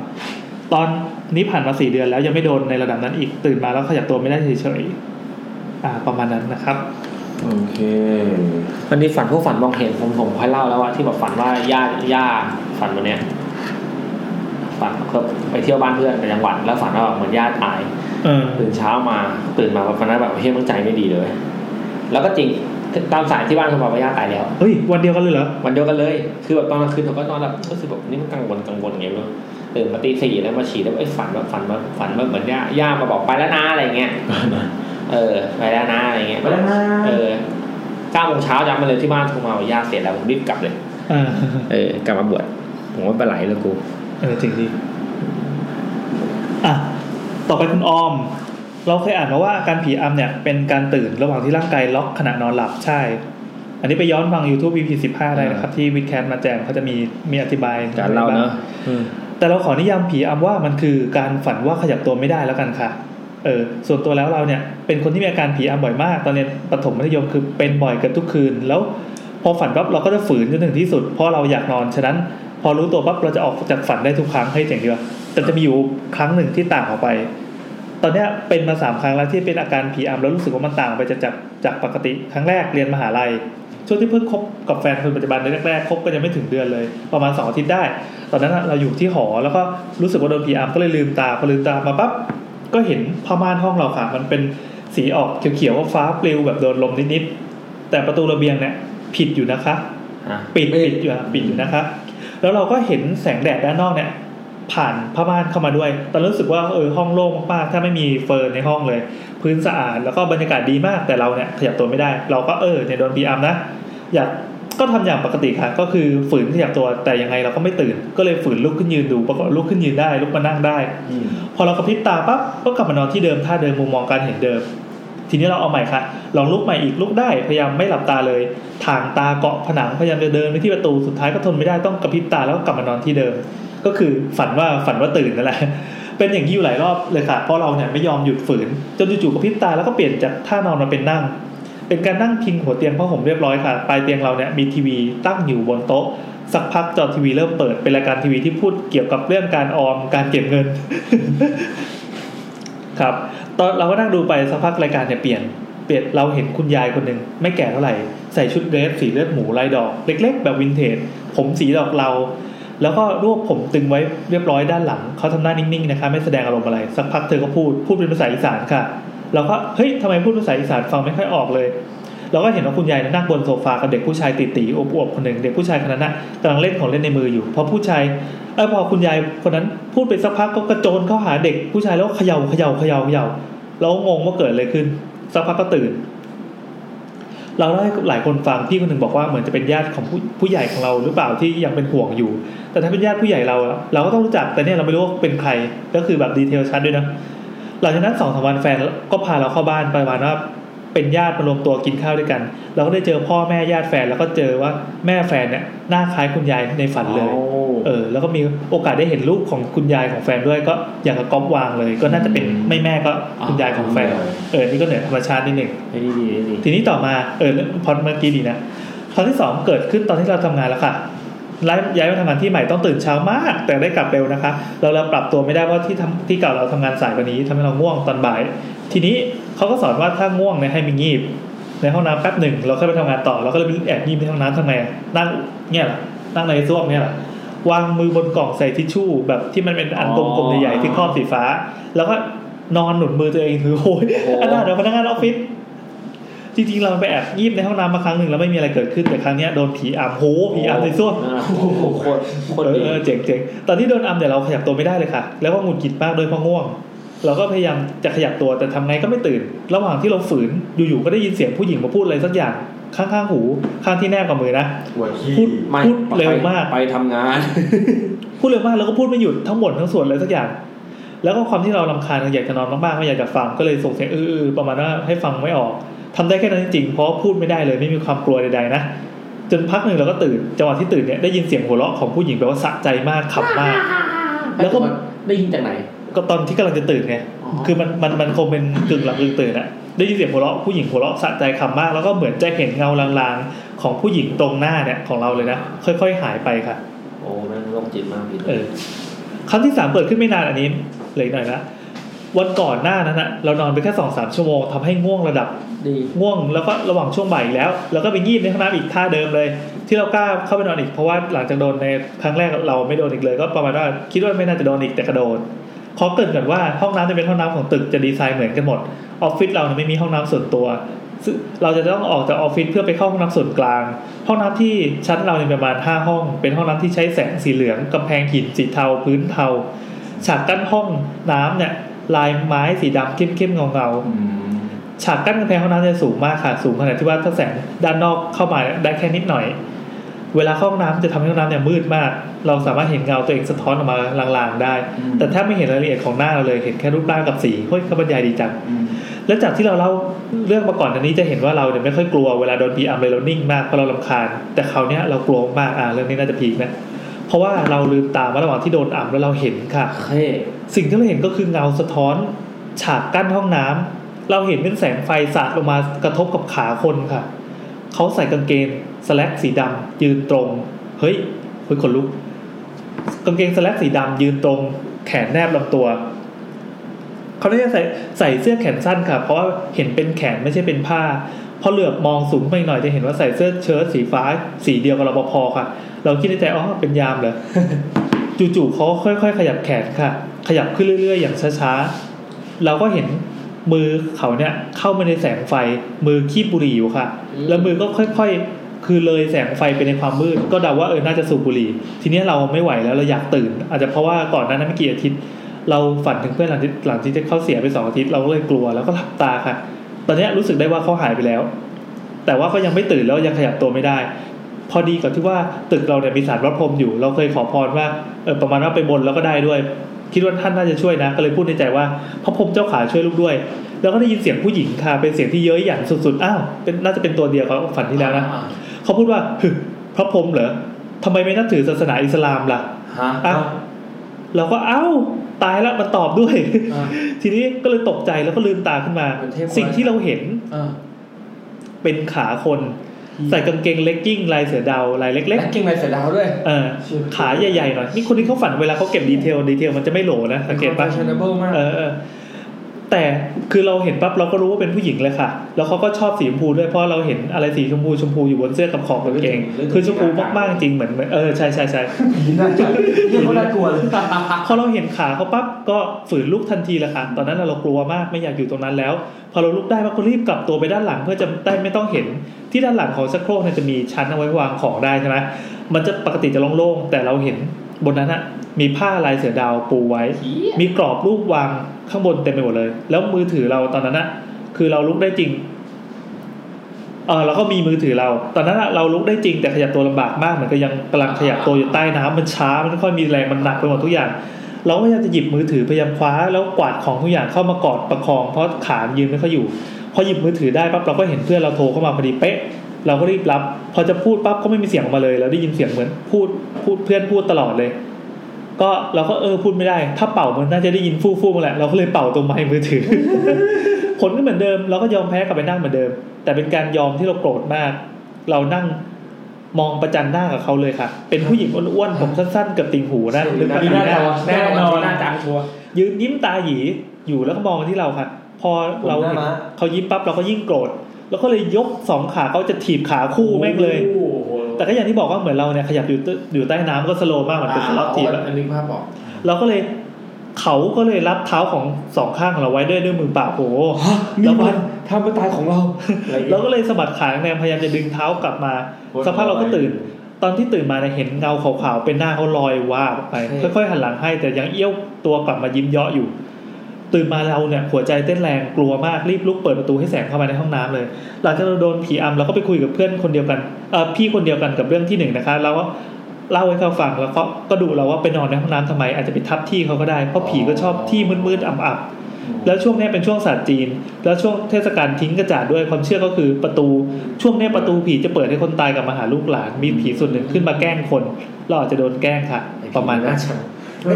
ตอนนี้ผ่านมาสี่เดือนแล้วยังไม่โดนในระดับนั้นอีกตื่นมาแล้วขยับตัวไม่ได้เฉยๆอ่า ประมาณนั้นนะครับ โอเค วันนี้ฝันพวกฝันมองเห็นผมผมค่อยเล่าแล้วว่าที่แบบฝันว่าย่าย่าฝันวันเนี้ยฝันก็ไปเที่ยวบ้านเพื่อนไปจังหวัดแล้วฝันว่าแบบเหมือนย่าตาย เออ ตื่นเช้ามาตื่นมาแบบวันนั้นแบบเฮ้ยมั่งใจไม่ดีเลย แล้วก็จริงตามสายที่บ้านเขาบอกว่าย่าตายแล้ว เฮ้ย วันเดียวกันเลยเหรอ วันเดียวกันเลย คือแบบตอนกลางคืนผมก็นอนแบบรู้สึกแบบนี่มันกังวลกังวลไงไม่รู้ตื่นมาตีสี่แล้วมาฉี่แล้วไอ้ยฝันแบบฝันแบบฝันแบบเหมือนย่าย่ามาบอกไปแล้วนะอะไร <laughs> เงี้ย เออไปแล้วนะอะไรเงี้ย ไปแล้วนะ เออเก้าโมงเช้าจำมาเลยที่บ้านโทรมาว่าย่าเสร็จแล้วผมรีบกลับเลย เออ เออกลับมาบวชผมว่าไปไหลแล้วกู เออจริงดีอ่ะ ต่อไปคุณออม เราเคยอ่านมาว่าอาการผีอำเนี่ย เป็นการตื่นระหว่างที่ร่างกายล็อกขณะนอนหลับใช่ อันนี้ไปย้อนฟัง YouTube VP 15ได้นะครับ ที่วิดแคสมาแจมเขาจะมีมีอธิบาย การเล่าเนอะ อืมแต่เราขอนิยามผีอำว่ามันคือการฝันว่าขยับตัวไม่ได้แล้วกันค่ะ เออ ส่วนตัวแล้วเราเนี่ย เป็นคนที่มีอาการผีอำบ่อยมาก ตอนเรียนประถมมัธยมคือเป็นบ่อยเกือบทุกคืน แล้ว พอฝันปั๊บเราก็จะฝืนจนถึงที่สุด เพราะเราอยากนอน ฉะนั้น พอรู้ตัวปั๊บเราจะออกจากฝันได้ทุกครั้งให้ยเจ๋งดีว่ะแต่จะมีอยู่ครั้งหนึ่งที่ต่างออกไป ตอนเนี้ยเป็นมาสามครั้งแล้วที่เป็นอาการผีอำแล้วรู้สึกว่ามันต่างไปจากจากจากปกติ ครั้งแรกเรียนมหาลัย ช่วงที่เพิ่งคบกับแฟนคนปัจจุบันในแรกๆคบกันยังไม่ถึงเดือนเลย ประมาณสองอาทิตย์ได้ ตอนนั้นน่ะเราอยู่ที่หอแล้วก็รู้สึกว่าโดนผีอำก็เลยลืมตาพอลืมตามาปั๊บก็เห็นผ้าม่านห้องเราค่ะมันเป็นสีออกเขียวๆฟ้าปลิวแบบโดนลมนิดๆแต่ประตูระเบียงเนี่ยผิดอยู่นะคะ ฮะ ปิดปิดอยู่อะปิดอยู่นะครับ แล้วเราก็เห็นแสงแดดด้านนอกเนี่ย ผ่านผ้าม่านเข้ามาด้วย ตอนนั้นรู้สึกว่าเออห้องโล่งมากๆถ้าไม่มีเฟิร์นในห้องเลย พื้นสะอาดแล้วก็บรรยากาศดีมากแต่เราเนี่ยขยับตัวไม่ได้ เราก็เออเนี่ยโดนพีอัมนะ อยากก็ทำอย่างปกติค่ะ ก็คือฝืนขยับตัวแต่ยังไงเราก็ไม่ตื่น ก็เลยฝืนลุกขึ้นยืนดูปรากฏลุกขึ้นยืนได้ลุกมานั่งได้ พอเรากระพริบตาปั๊บก็กลับมานอนที่เดิมท่าเดิมมุมมองการเห็นเดิม ทีนี้เราเอาใหม่ค่ะ ลองลุกใหม่อีกลุกได้พยายามไม่หลับตาเลยทางตาเกาะผนังพยายามจะเดินไปที่ประตูสุดท้ายก็ทนไม่ได้ต้องกระพริบตาแล้วก็กลับมานอนที่เดิม <laughs> ก็คือฝันว่าฝันว่าตื่นนั่นแหละ เป็นอย่างนี้อยู่หลายรอบเลยค่ะ เพราะเราเนี่ยไม่ยอมหยุดฝืน จนจู่ๆกระพริบตาแล้วก็เปลี่ยนจากท่านอนมาเป็นนั่ง เป็นการนั่งพิงหัวเตียงผ้าห่มเรียบร้อยค่ะ ปลายเตียงเราเนี่ยมีทีวีตั้งอยู่บนโต๊ะ สักพักจอทีวีเริ่มเปิดเป็นรายการทีวีที่พูดเกี่ยวกับเรื่องการออมการเก็บเงิน ครับ ตอนเราก็นั่งดูไปสักพักรายการเนี่ยเปลี่ยน เปลี่ยนเราเห็นคุณยายคนหนึ่งไม่แก่เท่าไหร่ ใส่ชุดเดรสสีเลือดหมูลายดอก เล็ก ๆ แบบวินเทจผมสีดอกเรา แล้วก็รวบผมตึงไว้เรียบร้อยด้านหลัง เขาทำหน้านิ่งๆนะคะ ไม่แสดงอารมณ์อะไร สักพักเธอก็พูดพูดเป็นภาษาอีสานค่ะ เราก็เฮ้ยทำไมพูดภาษาอีสานฟังไม่ค่อยออกเลย เราก็เห็นว่าคุณยายนั่งบนโซฟากับเด็กผู้ชายตีๆอวบๆคนหนึ่งเด็กผู้ชายคนนั้นนะกำลังเล่นของเล่นในมืออยู่พอผู้ชายเอยพอคุณยายคนนั้นพูดไปสักพักก็กระโจนเข้าหาเด็กผู้ชายแล้วเขย่าเขย่าเขย่าเขย่าเราก็งงว่าเกิดอะไรขึ้น สักพักก็ตื่น เราได้หลายคนฟังพี่คนหนึ่งบอกว่าเหมือนจะเป็นญาติของผู้ผู้ใหญ่ของเราหรือเปล่าที่ยังเป็นห่วงอยู่ แต่ถ้าเป็นญาติผู้ใหญ่เราอะเราก็ต้องรู้จักแต่เนี่ยเราไม่รู้ว่าเป็นใครก็คือแบบดีเทลชัดด้วยนะหลังจากนั้นสองสามวันแฟนก็พาเราเข้าบ้านประมาณว่า เป็นญาติมารวมตัวกินข้าวด้วยกัน เราก็ได้เจอพ่อแม่ญาติแฟนแล้วก็เจอว่าแม่แฟนเนี่ยหน้าคล้ายคุณยายในฝันเลย เออ แล้วก็มีโอกาสได้เห็นรูปของคุณยายของแฟนด้วยก็อย่างกับก๊อปวางเลย ก็น่าจะเป็นไม่แม่ก็คุณยายของแฟน เออ นี่ก็เหนือธรรมชาตินิดหนึ่ง ดีดีดี ทีนี้ต่อมาเออพอดเมื่อกี้ดีนะครั้งที่สองเกิดขึ้นตอนที่เราทำงานแล้วค่ะย้ายย้ายมาทำงานที่ใหม่ต้องตื่นเช้ามาก แต่ได้กลับเร็วนะคะ เราเราปรับตัวไม่ได้ว่าที่ทำที่เก่าเราทำงานสายกว่านี้ทำให้เราง่วงตอนบ่าย ทีนี้เขาก็สอนว่าถ้าง่วงเนี่ยให้มีงีบ ในห้องน้ำแป๊บหนึ่งเราค่อยไปทำงานต่อเราก็เลยไปแอบงีบในห้องน้ำทำไมอะนั่งเนี่ยเหรอนั่งในซ่วมเนี่ยเหรอวางมือบนกล่องใส่ทิชชู่แบบที่มันเป็นอันกลมๆใหญ่ๆที่ครอบสีฟ้า แล้วก็นอนหนุนมือตัวเองถือโอ้ยอันนั้นเดี๋ยวพนักงานออฟฟิศ จริงๆ เราไปแอบงีบในห้องน้ำมาครั้งหนึ่งแล้วไม่มีอะไรเกิดขึ้นแต่ครั้งเนี้ยโดนผีอำโหผีอำในส้วม โคตรโคตร เออ ดี เออเจ๋งเจ๋งตอนที่โดนอำเนี่ยเราขยับตัวไม่ได้เลยค่ะ แล้วก็หงุดหงิดมากโดยเพราะง่วง เราก็พยายามจะขยับตัวแต่ทำไงก็ไม่ตื่น ระหว่างที่เราฝืนอยู่ๆก็ได้ยินเสียงผู้หญิงมาพูดอะไรสักอย่างข้างๆหูข้างที่แนบกับมือนะ หัวขี้ พูด ไม่ พูดเร็วมาก ไปทำงาน พูดเร็วมากแล้วก็พูดไม่หยุดทั้งหมดทั้งส่วนเลยสักอย่าง แล้วก็ความที่เราลำคาญอยากจะนอนมากๆไม่อยากจะฟังก็เลยส่งเสียงอื้อๆประมาณว่าให้ฟังไม่ออกทำได้แค่นั้นจริงๆเพราะพูดไม่ได้เลยไม่มีความกลัวใดๆนะจนพักหนึ่งเราก็ตื่นจังหวะที่ตื่นเนี่ยได้ยินเสียงหัวเราะของผู้หญิงแปลว่าสะใจมากขำมาก แล้ว <laughs> ก็ ได้ยินจากไหน ก็ตอนที่กำลังจะตื่นไง อ๋อ คือมันมันมันคงเป็นกึ่งหลับกึ่งตื่นอะได้ยินเสียงหัวเราะผู้หญิงหัวเราะสะใจขำมาก แล้วก็เหมือนจะเห็นเงาลางๆของผู้หญิงตรงหน้าเนี่ยของเราเลยนะค่อย ๆ หายไปค่ะ โอ้แม่งโรคจิตมากพี่ เออครั้งที่สามเปิดขึ้นไม่นานอันนี้เหลยหน่อยละวันก่อนหน้านั้นนะเรานอนไปแค่สองสามชั่วโมงทำให้ง่วงระดับ ดี ง่วง แล้วก็ระหว่างช่วงบ่ายอีกแล้ว แล้วก็ไปงีบในห้องน้ำอีกท่าเดิมเลย ที่เรากล้าเข้าไปนอนอีกเพราะว่าหลังจากโดนในครั้งแรกเราไม่โดนอีกเลย ก็ประมาณว่าคิดว่าไม่น่าจะโดนอีกแต่กระโดดขอเกรินก่อนว่าห้องน้ำจะเป็นห้องน้ำของตึกจะดีไซน์เหมือนกันหมดออฟฟิศเราเนี่ยไม่มีห้องน้ำส่วนตัว ซึ่งเราจะต้องออกจากออฟฟิศเพื่อไปเข้าห้องน้ำส่วนกลาง ห้องน้ำที่ชั้นเราเนี่ยประมาณ 5 ห้อง เป็นห้องน้ำที่ใช้แสงสีเหลืองกำแพงหินสีเทาพื้นเทาฉากกั้นห้องน้ำเนี่ยลายไม้สีดำเข้มๆเงาๆฉากกั้นกำแพงห้องน้ำจะสูงมากค่ะสูงขนาดที่ว่าถ้าแสงด้านนอกเข้ามาได้แค่นิดหน่อย เวลาเข้าห้องน้ำจะทำให้ห้องน้ำเนี่ยมืดมาก เราสามารถเห็นเงาตัวเองสะท้อนออกมาลางๆได้ แต่แทบไม่เห็นรายละเอียดของหน้าเราเลยเห็นแค่รูปร่างกับสีเฮ้ยเขาบรรยายดีจัง แล้วจากที่เราเล่าเรื่องมาก่อนอันนี้จะเห็นว่าเราเนี่ยไม่ค่อยกลัวเวลาโดนผีอำเลยเรานิ่งมากเพราะเราลำคาญ แต่คราวเนี้ยเรากลัวมากอ่าเรื่องนี้น่าจะพีคนะเพราะว่าเราลืมตามาระหว่างที่โดนอำแล้วเราเห็นค่ะ เฮ้ สิ่งที่เราเห็นก็คือเงาสะท้อน ฉากกั้นห้องน้ำเราเห็นเป็นแสงไฟสาดลงมากระทบกับขาคนค่ะ เขาใส่กางเกงสแลกสีดำยืนตรง เฮ้ยเฮ้ยขนลุก กางเกงสแลกสีดำยืนตรง แขนแนบลำตัว เขาได้ใส่ใส่เสื้อแขนสั้นค่ะ เพราะว่าเห็นเป็นแขนไม่ใช่เป็นผ้า พอเหลือบมองสูงไปหน่อยจะเห็นว่าใส่เสื้อเชิ้ตสีฟ้า สีเดียวกับรปภค่ะ เราคิดในใจอ๋อเป็นยามเหรอ จู่ๆเขาค่อยๆ ขยับแขนค่ะ ขยับขึ้นเรื่อยๆ อย่างช้าๆ เราก็เห็นมือเขาเนี่ยเข้ามาในแสงไฟ มือคีบบุหรี่อยู่ค่ะ แล้วมือก็ค่อยๆ คือเลยแสงไฟไปในความมืด ก็เดาว่าเออ น่าจะสูบบุหรี่ ทีเนี้ยเราไม่ไหวแล้วเราอยากตื่น อาจจะเพราะว่าก่อนหน้านั้นไม่กี่อาทิตย์ เราฝันถึงเพื่อนหลังที่หลังที่เขาเสียไปสองอาทิตย์เราก็เลยกลัวแล้วก็หลับตาค่ะ ตอนเนี้ยรู้สึกได้ว่าเขาหายไปแล้ว แต่ว่าก็ยังไม่ตื่นแล้วยังขยับตัวไม่ได้ พอดีกับที่ว่าตึกเราเนี่ยมีสารวัดพรหมอยู่ เราเคยขอพรว่าเออประมาณว่าไปบนแล้วก็ได้ด้วย คิดว่าท่านน่าจะช่วยนะ ก็เลยพูดในใจว่าพระพรหมเจ้าขาช่วยลูกด้วย แล้วก็ได้ยินเสียงผู้หญิงค่ะเป็นเสียงที่เย้ยหยันสุดๆอ้าวเป็นน่าจะเป็นตัวเดียวกับฝันที่แล้วนะเขาพูดว่าหึพระพรหมเหรอทำไมไม่นับถือศาสนาอิสลามล่ะ ฮะ อ่ะเราก็เอ้า ตายแล้วมันตอบด้วย <laughs> อ่า ทีนี้ก็เลยตกใจแล้วก็ลืมตาขึ้นมา เป็นเทพ สิ่งที่เราเห็น อ่า เป็นขาคน ใส่กางเกงเลกกิ้งลายเสือดาวลายเล็ก และกิ้งไรเสร็จแล้วด้วย ๆ เออขาใหญ่ๆหน่อยนี่คนที่เขาฝันเวลาเขาเก็บดีเทลดีเทลมันจะไม่โหลนะสังเกตปะ fashionable มาก เออเออแต่คือเราเห็นปั๊บเราก็รู้ว่าเป็นผู้หญิงเลยค่ะ แล้วเขาก็ชอบสีชมพูด้วยเพราะเราเห็นอะไรสีชมพูชมพูอยู่บนเสื้อกับขอบกางเกงคือชมพูมากๆจริงเหมือนเหมือนเออใช่ใช่ใช่ ผีน่าจะเรียกว่าน่ากลัวเลย พอเราเห็นขาเขาปั๊บก็ฝืนลุกทันทีละค่ะ ตอนนั้นเรากลัวมากไม่อยากอยู่ตรงนั้นแล้ว พอเราลุกได้ปั๊บก็รีบกลับตัวไปด้านหลังเพื่อจะได้ไม่ต้องเห็นที่ด้านหลังของชักโครกเนี่ยจะมีชั้นเอาไว้วางของได้ใช่ไหมมันจะปกติจะโล่งๆแต่เราเห็นบนนั้นอะมีผ้าลายเสือดาวปูไว้ มีกรอบรูปวางข้างบนเต็มไปหมดเลย แล้วมือถือเราตอนนั้นอะคือเราลุกได้จริง เออแล้วก็มีมือถือเรา ตอนนั้นอะเราลุกได้จริงแต่ขยับตัวลำบากมากเหมือนกับยังกำลังขยับตัวอยู่ใต้น้ำมันช้ามันไม่ค่อยมีแรงมันหนักไปหมดทุกอย่าง เราก็พยายามจะหยิบมือถือพยายามคว้าแล้วกวาดของทุกอย่างเข้ามากอดประคองเพราะขามนยืนไม่ค่อยอยู่ พอหยิบมือถือได้ปั๊บเราก็เห็นเพื่อนเราโทรเข้ามาพอดีเป๊ะ เราก็รีบรับ พอจะพูดปั๊บก็ไม่มีเสียงออกมาเลยเราได้ยินเสียงเหมือนพูดพูดเพื่อนพูดตลอดเลย ก็เราก็เออพูดไม่ได้ ถ้าเป่ามันน่าจะได้ยินฟู่ฟู่มาแหละเราก็เลยเป่าตรงไมค์มือถือ <laughs> ผลก็เหมือนเดิม เราก็ยอมแพ้กลับไปนั่งเหมือนเดิม แต่เป็นการยอมที่เราโกรธมาก เรานั่งมองประจันหน้ากับเขาเลยค่ะ เป็นผู้หญิงอ้วนๆผมสั้นๆเกือบติ่งหูนะห <laughs> รือแบบ ผี นี้ น่าจะ นะ แน่นอน หน้าจางชัวร์ ยืนยิ้มตาหยีอยู่แล้วก็มองมาที่เราค่ะ พอเราเห็นเขายิ้มปั๊บเราก็ยิ่งโกรธแล้วก็เลยยกสองขาเขาจะถีบขาคู่แม่งเลย โอ้โห แต่ก็อย่างที่บอกว่าเหมือนเราเนี่ยขยับอยู่ใต้อยู่ใต้น้ำก็สโลว์มากเหมือนเป็นสล็อตถีบอะ อันนี้ภาพบอก เราก็เลยเขาก็เลยรับเท้าของสองข้างของเราไว้ด้วยด้วยมือเปล่าโอ้โหแล้วมัน ทำเป็นตายของ <laughs> เรา เราก็เลยสะบัดขาแนมพยายามจะดึงเท้ากลับมาสักพักเราก็ตื่น ตอนที่ตื่นมาเนี่ยเห็นเงาขาวๆเป็นหน้าเขาลอยว่าบไปค่อยๆหันหลังให้แต่ยังเอี้ยวตัวกลับมายิ้มเยาะอยู่ ตื่นมาเราเนี่ยหัวใจเต้นแรงกลัวมากรีบลุกเปิดประตูให้แสงเข้ามาในห้องน้ำเลย หลังจากเราโดนผีอำเราก็ไปคุยกับเพื่อนคนเดียวกันเอ่อพี่คนเดียวกันกับเรื่องที่หนึ่งนะคะแล้วก็เล่าให้เขาฟังแล้วก็ก็ดูเราว่าไปนอนในห้องน้ำทำไมอาจจะไปทับที่เขาก็ได้เพราะผีก็ชอบที่มืดๆอับๆ แล้วช่วงเนี้ยเป็นช่วงศาสตร์จีน แล้วช่วงเทศกาลทิ้งกระจาดด้วยความเชื่อก็คือประตูช่วงเนี้ยประตูผีจะเปิดให้คนตายกลับมาหาลูกหลาน มีผีส่วนหนึ่งขึ้นมาแกล้งคนเราอาจจะโดนแกล้งค่ะ ประมาณนั้น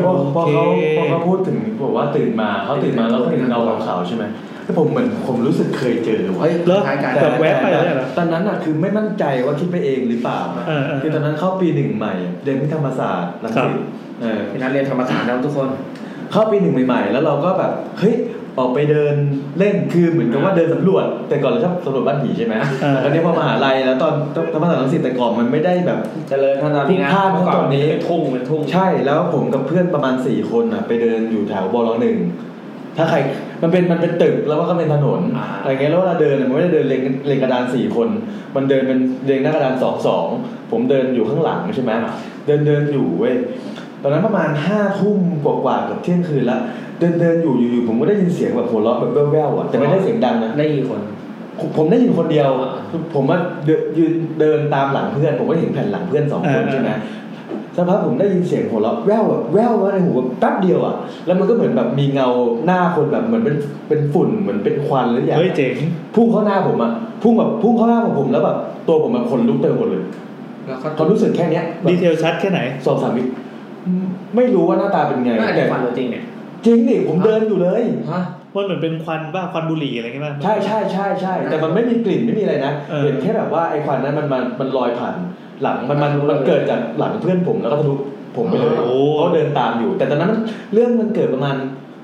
พอพอเขาพอเขาพูดถึงบอกว่าตื่นมาเขาตื่นมาแล้วก็เห็นเงาขาวๆใช่ไหมแต่ผมเหมือนผมรู้สึกเคยเจอว่ะ เฮ้ย เลิก ท้ายกัน แบบแวะไปเลยเหรอ ตอนนั้นอ่ะคือไม่มั่นใจว่าคิดไปเองหรือเปล่านะ เออเออ คือตอนนั้นเข้าปีหนึ่งใหม่เรียนที่ธรรมศาสตร์รังสิ ครั ต บ เออ พี่นัทเรียนธรรมศาสตร์นะทุกคน เข้าปีหนึ่งใหม่ๆ แล้วเราก็แบบเฮ้ยออกไปเดินเล่นคือเหมือนกับว่าเดินสำรวจ แต่ก่อนเราชอบสำรวจบ้านผีใช่ไหม เออ แต่ตอนนี้พอมหาลัยแล้วตอนธรรมศาสตร์รังสิตแต่ก่อนมันไม่ได้แบบ เจริญขนาด พลุ นี้ ก นะ พล่าน เมื่อก่อ ต น อนนี้ เป็นทุ่งเป็นทุ่ง ใช่แล้วผมกับเพื่อนประมาณสี่คนอ่ะ ไปเดินอยู่แถวบลหนึ่งถ้าใครมันเป็นมันเป็นตึกแล้วมันก็เป็นถนนอะไรเงี้ยแล้วเวลาเดินอะมันไม่ได้เดินเลนเลนกระดานสี่คน มันเดินเป็นเลนหน้ากระดานสองสองผมเดินอยู่ข้างหลังใช่ไหมเดินเดินอยู่เว้ยตอนนั้นประมาณห้าทุ่มกว่าๆเกับเที่ยงคืนละเดินเดินอยู่อยู่ๆผมก็ได้ยินเสียงแบบหัวเราะแบบแว่วๆอ่ะแต่ไม่ได้เสียงดังนะ ได้กี่คน ผมผมได้ยินคนเดียว ผมว่าเดินยืนเดินตามหลังเพื่อน ผมก็เห็นแผ่นหลังเพื่อนสองคน เออ ใช่ไหมสักพักผมได้ยินเสียงหัวเราะแว่วแบบแว่วมาในหูแบบแป๊บเดียวอ่ะ แล้วมันก็เหมือนแบบมีเงาหน้าคนแบบเหมือนเป็นเป็นฝุ่นเหมือนเป็นควันหรืออย่าง เฮ้ยเจ๋ง พุ่งเข้าหน้าผมอ่ะพุ่งแบบพุ่งเข้าหน้าของผมแล้วแบบตัวผมแบบขนลุกเต็มหมดเลย แล้วก็ ความรู้สึกแค่เนี้ยแบบ ดีเทลชัดแค่ไหน สองสามวิไม่รู้ว่าหน้าตาเป็นไง น่าจะ แต่ ฟันตัวจริงเนี่ย จริงดิผมเดินอยู่เลย ฮะ มันเหมือนเป็นควันว่าควันบุหรี่อะไรเงี้ยป่ะ ใช่ใช่ใช่ใช่แต่มันไม่มีกลิ่นไม่มีอะไรนะ เออ เห็นแค่แบบว่าไอ้ควันนั้นมันมันมันลอยผ่านหลังมันมันมันเกิดจากหลังเพื่อนผมแล้วก็ทะลุผมไปเลย โอ้ เขาเดินตามอยู่ แต่ตอนนั้นมันเรื่องมันเกิดประมาณ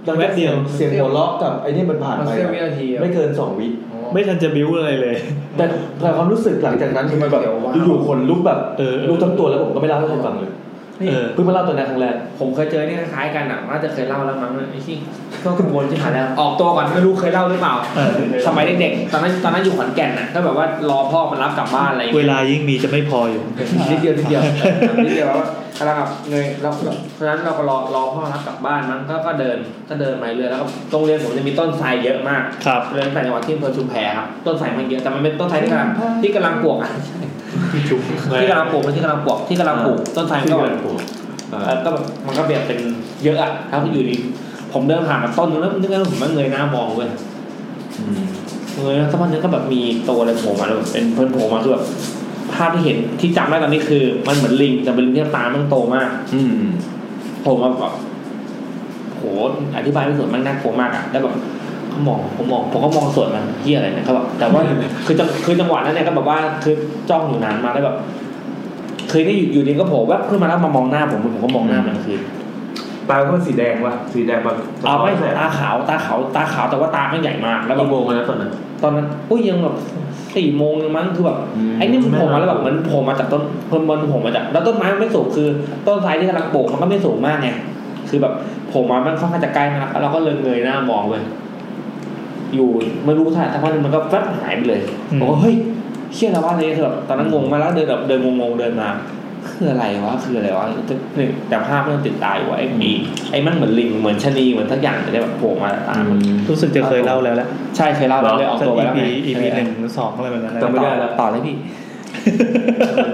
ตอนแรกเสียง แวบเดียว เสียงหัวเราะกับไอ้นี่มันผ่าน มัน ไป เสี้ยววินาทีอะ ไม่เกินสองวิ ไม่ทันจะบิ้วอะไรเลย แต่แต่ความรู้สึกหลังจากนั้นคือมันแบบ เดี๋ยวว่า อยู่ๆคนลุกแบบ เออเออ ลุกทั้งตัวแล้วผมก็ไม่เล่าให้ใครฟังเลย เออ เพิ่งมาเล่าตอนนั้นครั้งแรก ผมเคยเจอนี่คล้ายๆกันอ่ะน่าจะเคยเล่าแล้วมั้งไอ้ที่ก็กังวลที่หายแล้ว ออกตัวก่อนไม่รู้เคยเล่าหรือเปล่า เออ สมัยเด็กๆ ตอนนั้นตอนนั้นอยู่ขอนแก่นน่ะก็แบบว่ารอพ่อมันรับกลับบ้านอะไรอย่าง เว เงี้ย ลายิ่งมีจะไม่พออยู่ นิดเดียวนิดเดียวนิดเดียวแล้วกำลังแบบเงยเราเพราะฉะนั้นเราก็รอรอพ่อรับกลับบ้านมั้งก็ก็เดินก็เดินไปเรื่อยแล้วก็โรงเรียนผมจะมีต้นไทรเยอะมาก ครับ เรียนแต่จังหวัดที่อำเภอชุมแพครับต้นสายมันเยอะแต่มันเป็นต้นสายที่กำลังที่กำลังปลวกอ่ะที่กำลังปลวกมันที่กำลังปลวกที่กำลังปลูกต้นสายมันก็แบบเอ่อก็แบบมันก็แบบเป็นเยอะอ่ะครับอยู่ดีผมเดินผ่านกับต้นนึงแล้วนึกว่าผมมันเงยหน้ามองเว้ยเงยแล้วสักพักนึงก็แบบมีตัวอะไรโผล่มาแล้วแบบเป็นเพื่อนโผล่มาคือแบบภาพที่เห็นที่จำได้ตอนนี้คือ มันเหมือนลิงแต่เป็นลิงที่ตามันโตมาก อืม โผล่มาแบบโห หอธิบายไม่สวยมันน่ากลัวมากอ่ะแล้วแบบเขามองผมมองผมก็มองสวนมันเฮียอะไรเนี่ยเขาแบบแต่ <laughs> ว่าคือจังคือจังหวะนั้นเนี่ยก็แบบว่าคือจ้องอยู่นานมากแล้วแบบคือนี่อยู่ดีก็โผล่แวบขึ้นมาแล้วมามองหน้าผมผมก็มองหน้ามันคือ ตาก็สีแดงวะสีแดงมา อ่าไม่ตาขาวตาขาวตาขาวแต่ว่าตาไม่ใหญ่มาก แล้วแบบ กี่โมงกันแล้วตอนนั้น ตอนนั้นอุ้ยยังแบบสี่โมงยังมั้งคือแบบ อืม ไอ้นี่มันโผล่มาแล้วแบบเหมันโผล่มาจากต้นเพิ่มมันโผล่มาจากแล้วต้นไม้มันไม่สูงคือ ต้นไทรที่กำลังปลูกมันก็ไม่สูงมากไงคือแบบโผล่มามันค่อนข้างจะใกล้มากแล้วเราก็เลยเงยหน้ามองเลยอยู่ไม่รู้ท่าทั้งวันมันก็แฟบหายไปเลย อืม ผมก็เฮ้ยเชี่ยแล้วว่าเลยคือแบบตอนนั้นงงมากแล้วเดินแบบเดินงงๆเดินมาคืออะไรวะคืออะไรวะหนึ่งแต่ภาพมันติดตาอยู่ว่าไอ้ปีไอ้มันเหมือนลิงเหมือนชะนีเหมือนทักอย่างจะได้แบบโผล่มาตาม รู้สึกจะเคยเล่าแล้วแหละ ใช่เคยเล่าแล้วเลยออกตัวไปแล้วไง อีพีหนึ่งหรือสองอะไรแบบนั้นแหละ จำไม่ได้แล้วต่อเลยพี่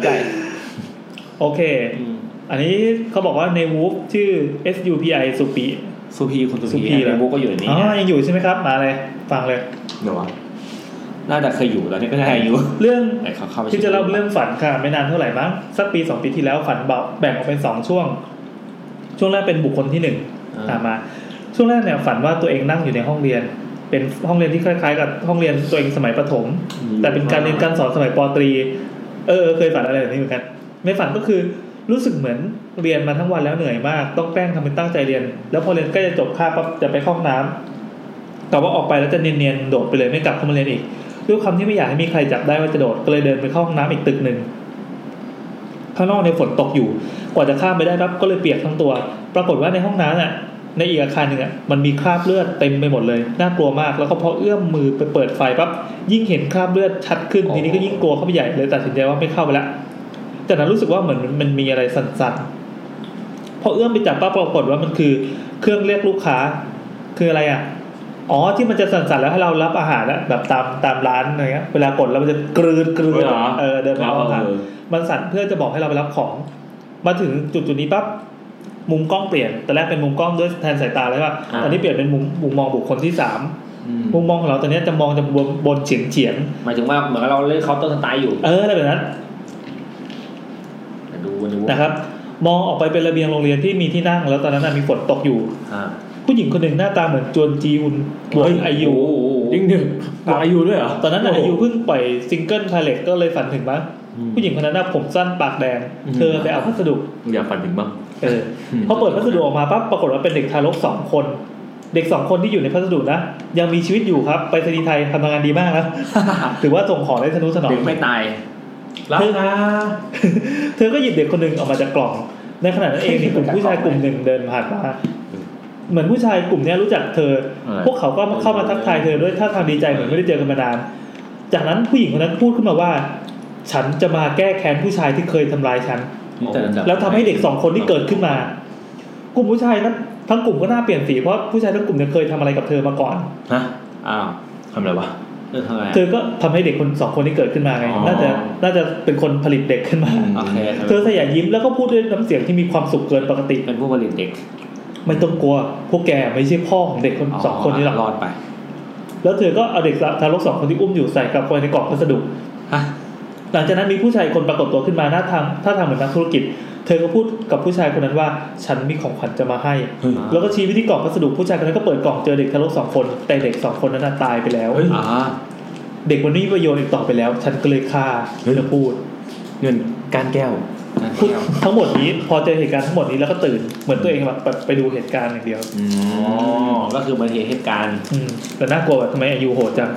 ใจ โอเค อันนี้เขาบอกว่าในวูฟชื่อ SUPI สุปี สุพีคุณสุ สุ พี พีเหรอ เฟซบุ๊กก็อยู่ในนี้ อ๋อยังอยู่ใช่ไหมครับ มาเลย ฟังเลย เดี๋ยววะ น่าจะเคยอยู่ตอนนี้ก็น่าจะอยู่ เรื่อง ไหนเขาเข้าไป ที่จะเล่าเรื่องฝันค่ะไม่นานเท่าไหร่มั้งสักปีสองปีที่แล้วฝันเบาแบ่งออกเป็นสองช่วง ช่วงแรกเป็นบุคคลที่หนึ่งอ่ามา ช่วงแรกเนี่ยฝันว่าตัวเองนั่งอยู่ในห้องเรียน เป็นห้องเรียนที่คล้ายๆ กับห้องเรียนตัวเองสมัยประถม แต่เป็นการเรียนการสอนสมัยปตรี เออเออเคยฝันอะไรแบบนี้เหมือนกัน ไม่ฝันก็คือรู้สึกเหมือนเรียนมาทั้งวันแล้วเหนื่อยมาก ต้องแกล้งทำเป็นตั้งใจเรียน แล้วพอเรียนใกล้จะจบคาบปั๊บจะไปเข้าห้องน้ำแต่ว่าออกไปแล้วจะเนียนๆโดดไปเลยไม่กลับเข้ามาเรียนอีกด้วยความที่ไม่อยากให้มีใครจับได้ว่าจะโดดก็เลยเดินไปเข้าห้องน้ำอีกตึกหนึ่งข้างนอกในยฝนตกอยู่ กว่าจะข้ามไปได้ปั๊บก็เลยเปียกทั้งตัว ปรากฏว่าในห้องน้ำน่ะ ในอีกอาคารหนึ่งอ่ะมันมีคราบเลือดเต็มไปหมดเลยน่ากลัวมากแล้วก็พอเอื้อมมือไปเปิดไฟปั๊บยิ่งเห็นคราบเลือดชัดขึ้นทีนี้ก็ยิ่งกลัวเข้าไปใหญ่เลยตัดสินใจว่าไม่เข้าไปละจากนั้นรู้สึกว่าเหมือนมันมีอะไรสั่นๆพอเอื้อมไปจับปั๊บปรากฏว่ามันคือเครื่องเรียกลูกค้า คืออะไรอ่ะอ๋อที่มันจะสั่นๆแล้วให้เรารับอาหารอะแบบตามตามร้านอะไรเงี้ยเวลากดแล้วมันจะกรืดกรืดเออเดินมาเอาอาหาร มันสั่นเพื่อจะบอกให้เราไปรับของ มาถึงจุดจุดนี้ปั๊บมุมกล้องเปลี่ยนแต่แรกเป็นมุมกล้องด้วยแทนสายตาเลยว่าตอนนี้เปลี่ยนเป็นมุมมุมมองบุคคลที่สามมุมมองของเราตอนนี้จะมองจะบนบนเฉียงเฉียง หมายถึงว่าเหมือนเราเล่นเคาน์เตอร์สไตล์อยู่ ๆเอออะไรแบบนั้น เดี๋ยวดูวันนี้ นะครับ มองออกไปเป็นระเบียงโรงเรียนที่มีที่นั่ง แล้วตอนนั้นนะมีฝนตกอยู่ อ่า ผู้หญิงคนหนึ่งหน้าตาเหมือนจวนจีอุนบวกอายุ ยิ่งหนึ่งบอกอายุด้วยเหรอ ตอนนั้นน่ะอายุเพิ่งปล่อยซิงเกิลพาเลตก็เลยฝันถึงมั้งผู้หญิงคนนั้นน่ะผมสั้นปากแดงเธอไปเอาพัสดุ อย่าฝันถึงบ้าง เออพอเปิดพัสดุออกมาปั๊บปรากฏว่าเป็นเด็กทารกสองคน เด็กสองคนที่อยู่ในพัสดุนะยังมีชีวิตอยู่ครับไปสนีย์ไทยทำงานดีมาก <laughs> นะ ถือว่าส่งของได้สนุกสนาน เด็กไม่ตาย รับนะ <laughs> เธอก็หยิบเด็กคนหนึ่งออกมาจากกล่อง ในขณะนั้นเองมีกลุ่มผู้ชายกลุ่มหนึ่งเดินผ่านมาเหมือนผู้ชายกลุ่มเนี้ยรู้จักเธอ อะไร พวกเขาก็เข้ามาทักทายเธอด้วยท่าทางดีใจเหมือนไม่ได้เจอกันมานาน จากนั้นผู้หญิงคนนั้นพูดขึ้นมาว่า ฉันจะมาแก้แค้นผู้ชายที่เคยทำร้ายฉัน แล้วทำให้เด็กสองคนที่เกิดขึ้นมา กลุ่มผู้ชายนั้นทั้งกลุ่มก็หน่าเปลี่ยนสีเพราะผู้ชายทั้งกลุ่มเนี่ยเคยทำอะไรกับเธอมาก่อน ฮะ อ้าว ทำอะไรวะ เออทำไม เธอก็ทำให้เด็กคนสองคนที่เกิดขึ้นมาไง อ๋อ น่าจะน่าจะเป็นคนผลิตเด็กขึ้นมา โอเค เธอสยายิ้มแล้วก็พูดด้วยน้ำเสียงที่มีความสุขเกินปกติ เป็นผู้ผลิตเด็ก ไม่ต้องกลัว พวกแกไม่ใช่พ่อของเด็กคนสองคนนี้หรอก รอดไป แล้วเธอก็เอาเด็กทารกสองคนที่อุ้มอยู่ใส่กลับไปในกล่องพัสดุ ฮะ หลังจากนั้นมีผู้ชายคนปรากฏตัวขึ้นมาหน้าทางท่าทางเหมือนนักธุรกิจ เธอก็พูดกับผู้ชายคนนั้นว่า ฉันมีของขวัญจะมาให้ แล้วก็ชี้ไปที่กล่องพัสดุผู้ชายคนนั้นก็เปิดกล่องเจอเด็กทารกสองคน แต่เด็กสองคนนั้นนะตายไปแล้ว อ่า เด็กมันไม่มีประโยชน์อีกต่อไปแล้ว ฉันก็เลยฆ่าเธอพูด เงินการแก้ว พูดทั้งหมดนี้พอเจอเหตุการณ์ทั้งหมดนี้แล้วก็ตื่นเหมือนตัวเองแบบแบบไปดูเหตุการณ์อย่างเดียว อ๋อก็คือมันเห็นเหตุการณ์ อืมแต่น่ากลัวแบบทำไมอายุโหดจัง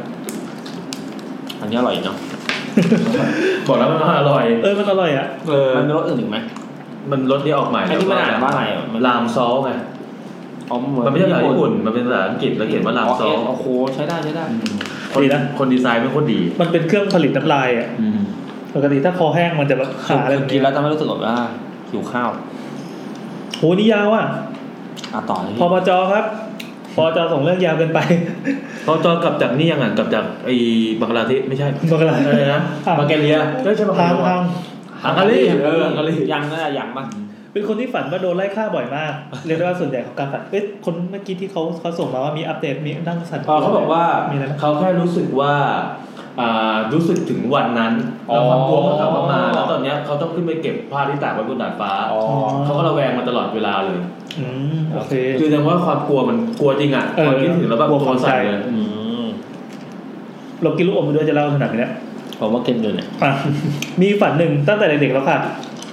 อันนี้อร่อยเนาะ บอกแล้วมันอร่อย <laughs> เออมันอร่อยอ่ะ เออ มันมีรสอื่นอีกไหม มันรสที่ออกใหม่ อันนี้มันอ่านว่าอะไรอ่ะมัน ลามซอสไง อ๋อเหอ มันไม่ใช่ภาษาญี่ปุ่น มันเป็นภาษาอังกฤษแล้วเขียนว่าลามซอส โอ้โหใช้ได้ใช้ได้ ดีนะ คนดีไซน์ไม่โคตรดี มันเป็นเครื่องผลิตน้ำลายอ่ะปกติถ้าคอแห้งมันจะแบบ คือ ขาอะไรแบบ กิน นี้ แล้วทำให้รู้สึกแบบว่าหิวข้าว โหนี่ยาวอ่ะ อ่ะต่อเลย พมจครับพมจส่งเรื่องยาวเกินไป <laughs> พอจอกลับจากนี่ยังอ่ะกลับจากไอ้บังกลาเทศไม่ใช่ บังกลา อะไรนะ อ่ะ บังแกเลียเอ้ยใช่บังก ทา ลาง เลีย ทาง ฮังการีเออฮังการี ยังน่าจะยังมั้ง เป็นคนที่ฝันว่าโดนไล่ฆ่าบ่อยมาก เรียกได้ว่าส่วนใหญ่ของการฝันเอ้ยคนเมื่อกี้ที่เขาเขาส่งมาว่ามีอัปเดตมีนั่งสัน เขาบอกว่า อะไรบ้าง เขาแค่รู้สึกว่า อ่ารู้สึกถึงวันนั้นแล้วครอบครัวเขากลับมาแล้วตอนเนี้ยเขาต้องขึ้นไปเก็บผ้าที่ตากไว้บนดาดฟ้าเขาก็ระแวงมาตลอดเวลาเลย อืมโอเค คือแสดงว่าความกลัวมันกลัวจริงอ่ะ เอคอวามคิดถึงแล้วแบบ กลัว ตัว ความใจ สั่นเลยอืม เรากินลูกอมไปด้วยจะเล่าขนาดนี้แล้ว ผมว่าเกมอยู่เนี่ย อ่ะ <laughs> มีฝันหนึ่งตั้งแต่เด็กๆแล้วค่ะ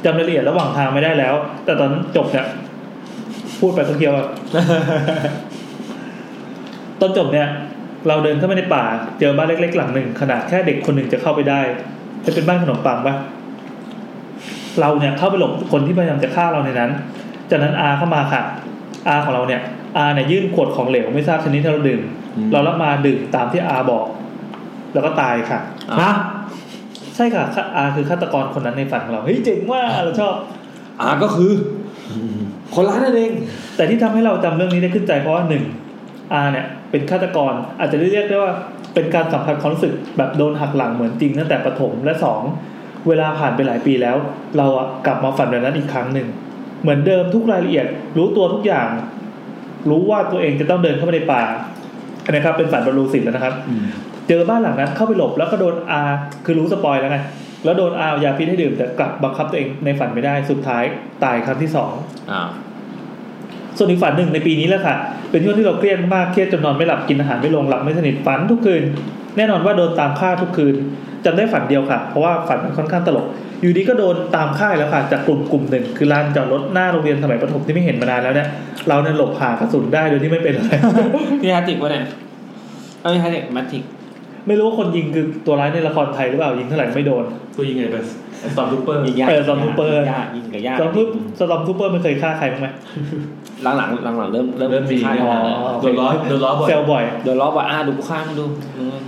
จำรายละเอียดระหว่างทางไม่ได้แล้ว แต่ตอนจบเนี่ยพูดไปคนเดียวอะ <laughs> ตอนจบเนี่ย เราเดินเข้าไปในป่า เจอบ้านเล็กๆหลังหนึ่งขนาดแค่เด็กคนหนึ่งจะเข้าไปได้จะเป็นบ้านขนมปังปะเราเนี่ยเข้าไปหลบคนที่พยายามจะฆ่าเราในนั้น จากนั้นอาเข้ามาค่ะอาของเราเนี่ยอาเนี่ยยื่นขวดของเหลวไม่ทราบชนิดที่เราดื่มเรารับมาดื่มตามที่อาบอก แล้วก็ตายค่ะ ฮะ ใช่ค่ะฆาอาคือฆาตกรคนนั้นในฝันของเรา เฮ้ยเจ๋งว่าเราชอบ อ่าก็คือคนร้ายนั่นเอง แต่ที่ทำให้เราจำเรื่องนี้ได้ขึ้นใจเพราะว่าหนึ่งอาเนี่ยเป็นฆาตกรอาจจะเรียกได้ว่าเป็นการสัมผัสความรู้สึกแบบโดนหักหลังเหมือนจริงตั้งแต่ประถมและสองเวลาผ่านไปหลายปีแล้ว เราอะกลับมาฝันแบบนั้นอีกครั้งหนึ่ง เหมือนเดิมทุกรายละเอียด รู้ตัวทุกอย่าง รู้ว่าตัวเองจะต้องเดินเข้าไปในป่าอันนะครับเป็นฝันบรรลุสิทธิ์แล้วนะครับ เจอบ้านหลังนั้นเข้าไปหลบแล้วก็โดนอาคือรู้สปอยแล้วไงแล้วโดนอาเอายาพิษให้ดื่มแต่กลับบังคับตัวเองในฝันไม่ได้สุดท้ายตายครั้งที่สอง อ่า ส่วนอีกฝันหนึ่งในปีนี้แหละค่ะ เป็นช่วงที่เราเครียดมาก เครียดจนนอนไม่หลับ กินอาหารไม่ลง หลับไม่สนิท ฝันทุกคืน แน่นอนว่าโดนตามฆ่าทุกคืนจำได้ฝันเดียวค่ะ เพราะว่าฝันมันค่อนข้างตลก อยู่ดีก็โดนตามฆ่าอีกแล้วค่ะ จากกลุ่มกลุ่มหนึ่ง คือลานจอดรถหน้าโรงเรียนสมัยประถมที่ไม่เห็นมานานแล้วเนี่ย เราเนี่ยหลบผ่ากระสุนได้โดยที่ไม่เป็นอะไร <laughs> พี่ฮาติกวะเนี่ยเอ้ยฮาติกแมทริก ไม่รู้ว่าคนยิงคือตัวร้ายในละครไทยหรือเปล่า ยิงเท่าไหร่ก็ไม่โดน ตัวยิงไงเป็นสตอมทูเปอร์ ยิงยาก เออซอมทูเปอร์ ยากยิงกับยาก สตอมทูสตอมทูเปอร์มันเคยฆ่าใครบ้างไหม หลังหลังหลังหลังๆเริ่มเริ่ม เริ่มมี ฆ่า อ๋อ กันแล้ว โอเค โดนล้อโดนล้อบ่อย เซลบ่อย เดี๋ยวล้อบอกอ่าดูกูฆ่ามึงดู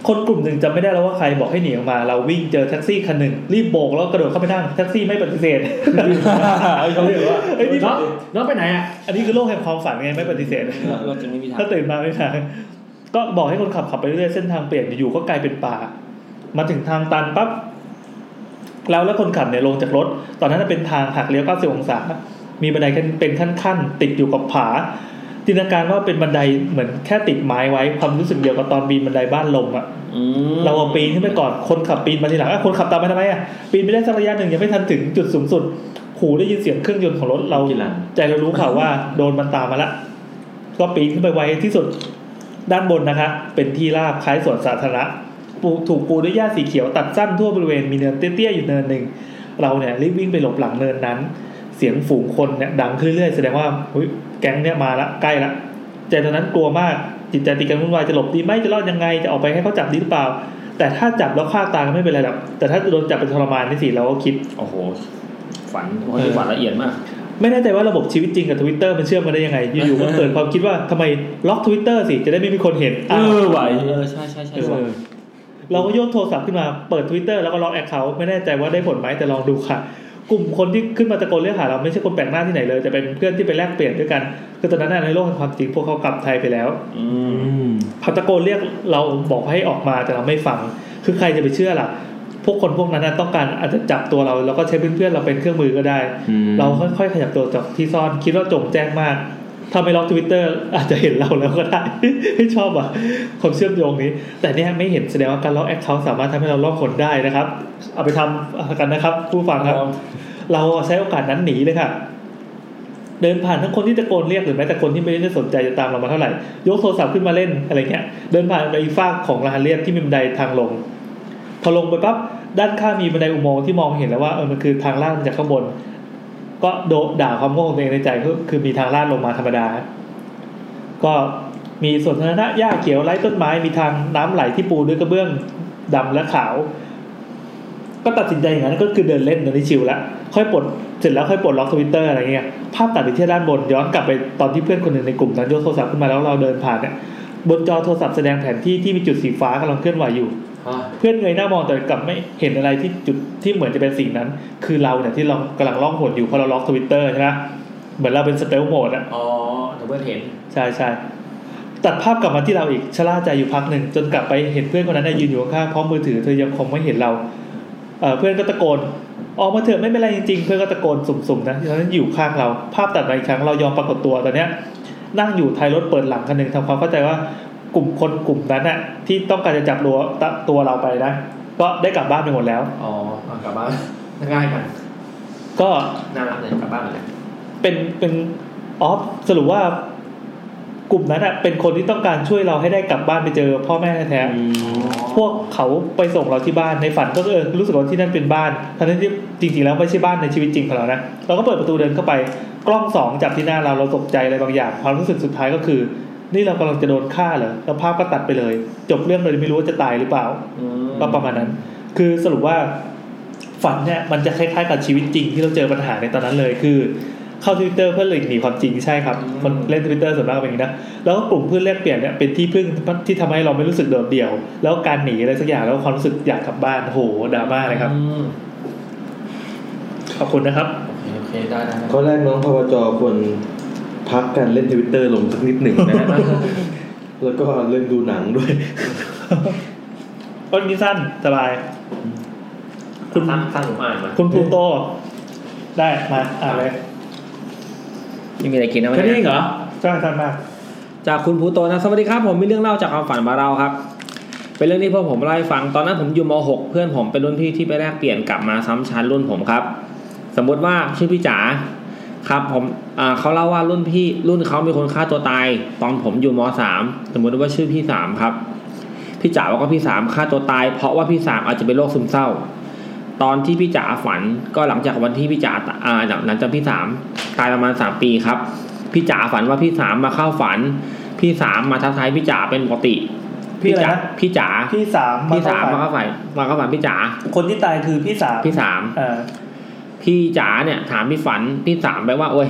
คนกลุ่มหนึ่งจำไม่ได้แล้วว่าใครบอกให้หนีออกมา เราวิ่งเจอแท็กซี่คันหนึ่งรีบโบกแล้วกระโดดเข้าไปนั่งแท็กซี่ไม่ปฏิเสธ เขาเรียกว่า เอ้ยนี่ น้องน้องไปไหนอ่ะ อันนี้คือโลกแห่งความฝันไงไม่ปฏิเสธ เราเราจะไม่มีทาง ถ้าตื่นมาไม่ทันก็บอกให้คนขับขับไปเรื่อยๆเส้นทางเปลี่ยนอยู่ๆก็กลายเป็นป่า มาถึงทางตันปั๊บแล้วแล้วคนขับเนี่ยลงจากรถ ตอนนั้นนะเป็นทางหักเลี้ยว90องศา มีบันไดกันเป็นขั้นๆติดอยู่กับผาจินตนาการว่าเป็นบันไดเหมือนแค่ติดไม้ไว้ความรู้สึกเดียวกับตอนปีนบันไดบ้านลมอะ เราเอาปีนขึ้นไปก่อน คนขับปีนมาทีหลังอ่ะคนขับตามมาทำไมอ่ะ ปีนไม่ได้สักระยะหนึ่งยังไม่ทันถึงจุดสูงสุด หูได้ยินเสียงเครื่องยนต์ของรถเรา กินหลัง ใจเรารู้ข่าวว่าโดนมันตามมาละ ก็ปีนขึ้นไปไวที่สุด ด้านบนนะคะ เป็นที่ราบคล้ายสวนสาธารณะปูถูกปูด้วยหญ้าสีเขียวตัดสั้นทั่วบริเวณมีเนินเตี้ยๆอยู่เนินหนึ่ง เราเนี่ยรีบวิ่งไปหลบหลังเนินนั้น เสียงฝูงคนเนี่ยดังขึ้นเรื่อยๆแสดงว่าเฮ้ยแก๊งเนี่ยมาละใกล้ละ ใจตอนนั้นกลัวมากจิตใจติดกันวุ่นวายจะหลบดีไหมจะรอดยังไงจะออกไปให้เขาจับดีหรือเปล่า แต่ถ้าจับแล้วฆ่าตายก็ไม่เป็นไรหรอกแต่ถ้าโดนจับเป็นทรมานนี่สิเราก็คิด โอ้โห ฝันโอ้ยฝันละเอียดมาก ไม่แน่ใจว่าระบบชีวิตจริงกับทวิตเตอร์มันเชื่อมกันได้ยังไง อยู่ๆก็เกิดความคิดว่าทำไมล็อกทวิตเตอร์สิจะได้ไม่มีคนเห็น เอ อ้าว อไหว เออ ใช่ใช่ใช่ เออเราก็โยกโทรศัพท์ขึ้นมาเปิด Twitter แล้วก็ล็อกแอคเคาท์ไม่แน่ใจว่าได้ผลไหมแต่ลองดูค่ะ กลุ่มคนที่ขึ้นมาตะโกนเรียกหาเราไม่ใช่คนแปลกหน้าที่ไหนเลยแต่เป็นเพื่อนที่ไปแลกเปลี่ยนด้วยกันคือตอนนั้นนะในโลกแห่งความจริงพวกเขากลับไทยไปแล้ว พาตะโกนเรียกเราบอกให้ออกมาแต่เราไม่ฟัง คือใครจะไปเชื่อล่ะ พวกคนพวกนั้นนะต้องการอาจจะจับตัวเราแล้วก็ใช้เพื่อนๆเราเป็นเครื่องมือก็ได้ เราค่อยๆขยับตัวจากที่ซ่อนคิดว่าจงแจ้งมากถ้าไม่ล็อกทวิตเตอร์อาจจะเห็นเราแล้วก็ได้ <laughs> ไม่ชอบอ่ะความเชื่อมโยงนี้ แต่เนี่ยไม่เห็นแสดงว่าการล็อกแอคเคาท์สามารถทำให้เราลอกคนได้นะครับ เอาไปทำกันนะครับ ผู้ฟังครับ เราใช้โอกาสนั้นหนีเลยค่ะ เดินผ่านทั้งคนที่ตะโกนเรียกหรือแม้แต่คนที่ไม่ได้สนใจจะตามเรามาเท่าไหร่ ยกโทรศัพท์ขึ้นมาเล่นอะไรเงี้ย เดินผ่านไปอีกฟากของลานเลียบที่มีบันไดทางลง พอลงไปปั๊บด้านข้างมีบันไดอุโมงค์ที่มองเห็นแล้วว่าเออมันคือทางลาดมาจากข้างบน ก็โดด่าความโง่ของตัวเองในใจก็คือมีทางลาดลงมาธรรมดา ก็มีสวนสาธารณะหญ้าเขียวไร้ต้นไม้มีทางน้ำไหลที่ปูด้วยกระเบื้องดำและขาว ก็ตัดสินใจอย่างนั้นก็คือเดินเล่นตอนนี้ชิลละค่อยปลดเสร็จแล้วค่อยปลดล็อกทวิตเตอร์อะไรเงี้ยภาพตัดไปที่ด้านบนย้อนกลับไปตอนที่เพื่อนคนหนึ่งในกลุ่มนั้นยกโทรศัพท์ขึ้นมาแล้วเราเดินผ่านเนี่ยบนจอโทรศัพท์แสดงแผนที่ที่มีจุดสีฟ้ากำลังเคลื่อนไหวอยู่ เพื่อนเงยหน้ามองแต่กลับไม่เห็นอะไรที่จุดที่เหมือนจะเป็นสิ่งนั้น คือเราเนี่ยที่เรากำลังล่องหนอยู่เพราะเราล็อกทวิตเตอร์ใช่ไหมเหมือนเราเป็นสเตลโหมดอะ อ๋อเดี๋ยวเพื่อนเห็น ใช่ใช่ตัดภาพกลับมาที่เราอีกชะล่าใจอยู่พักหนึ่ง จนกลับไปเห็นเพื่อนคนนั้นนะยืนอยู่ข้างๆพร้อมมือถือเธอยังคงไม่เห็นเราเอ่อเพื่อนก็ตะโกนออกมาเถอะไม่เป็นไรจริงๆ เพื่อนก็ตะโกนสุ่มๆนะตอนนั้นอยู่ข้างเรา ภาพตัดมาอีกครั้งเรายอมปรากฏตัวตอนเนี้ยนั่งอยู่ท้ายรถเปิดหลังคันหนึ่งทำความเข้าใจว่า กลุ่มคนกลุ่มนั้นน่ะที่ต้องการจะจับตัวตัวเราไปนะก็ได้กลับบ้านไปหมดแล้ว อ๋อเอากลับบ้าน <laughs> ง่ายกัน ก็ น่ารักเลยกลับบ้านเลย เป็นเป็นอ๋อสรุปว่ากลุ่มนั้นน่ะเป็นคนที่ต้องการช่วยเราให้ได้กลับบ้านไปเจอพ่อแม่แท้ๆ พวกเขาไปส่งเราที่บ้านในฝันก็เออรู้สึกว่าที่นั่นเป็นบ้านทั้งนั้นที่จริงๆแล้วไม่ใช่บ้านในชีวิตจริงของเรานะเราก็เปิดประตูเดินเข้าไปกล้องสองจับที่หน้าเราเราตกใจอะไรบางอย่างความรู้สึกสุดท้ายก็คือ นี่เรากำลังจะโดนฆ่าเหรอแล้วภาพก็ตัดไปเลย จบเรื่องโดยไม่รู้ว่าจะตายหรือเปล่าก็ประมาณนั้น คือสรุปว่า ฝันเนี่ยมันจะคล้ายๆกับชีวิตจริงที่เราเจอปัญหาในตอนนั้นเลยคือ เข้าทวิตเตอร์เพื่อหลีกหนีความจริงใช่ครับคนเล่นทวิตเตอร์ส่วนมากก็เป็นอย่างนี้นะ แล้วก็กลุ่มเพื่อนแลกเปลี่ยนเนี่ยเป็นที่พึ่งที่ทำให้เราไม่รู้สึกโดดเดี่ยว แล้วการหนีอะไรสักอย่างแล้วความรู้สึกอยากกลับบ้านโหดราม่าเลยครับ ขอบคุณนะครับ โอเคได้นะ ข้อแรกน้องพวจควรพักการเล่นทวิตเตอร์ลงสักนิดหนึ่งนะ แล้วก็เล่นดูหนังด้วย ก็นี้สั้นสบาย คุณ สั้นสั้นผมอ่านมา คุณพลูโต ได้มาอ่านเลย ไม่มีอะไรกินนะ แค่นี้เหรอ จ้างท่านมาก จากคุณภูโตนะสวัสดีครับผมมีเรื่องเล่าจากความฝันมาเราครับ เป็นเรื่องที่พ่อผมเล่าให้ฟังตอนนั้นผมอยู่ม .6 เพื่อนผมเป็นรุ่นพี่ที่ไปแลกเปลี่ยนกลับมาซ้ำชั้นรุ่นผมครับ สมมติว่าชื่อพี่จ๋าครับผมอ่าเขาเล่าว่ารุ่นพี่รุ่นเขามีคนฆ่าตัวตายตอนผมอยู่ม .3 สมมติว่าชื่อพี่สามครับพี่จ๋าว่าก็พี่สามฆ่าตัวตาย เพราะว่าพี่สามอาจจะเป็นโรคซึมเศร้า ตอนที่พี่จ๋าฝันก็หลังจากวันที่พี่จ๋าอ่าหลังจากพี่สามตายประมาณสามปีครับ พี่จ๋าฝันว่าพี่สามมาเข้าฝัน พี่สามมาทักทายพี่จ๋าเป็นปกติพี่จ๋าพี่จ๋า พี่สาม พี่สาม เข้ มาเข้าฝันมาเข้าฝันพี่จ๋า คนที่ตายคือพี่สาม พี่สาม เอ่อ พี่จ๋าเนี่ยถามพี่ฝันพี่สามไปว่าโอ้ย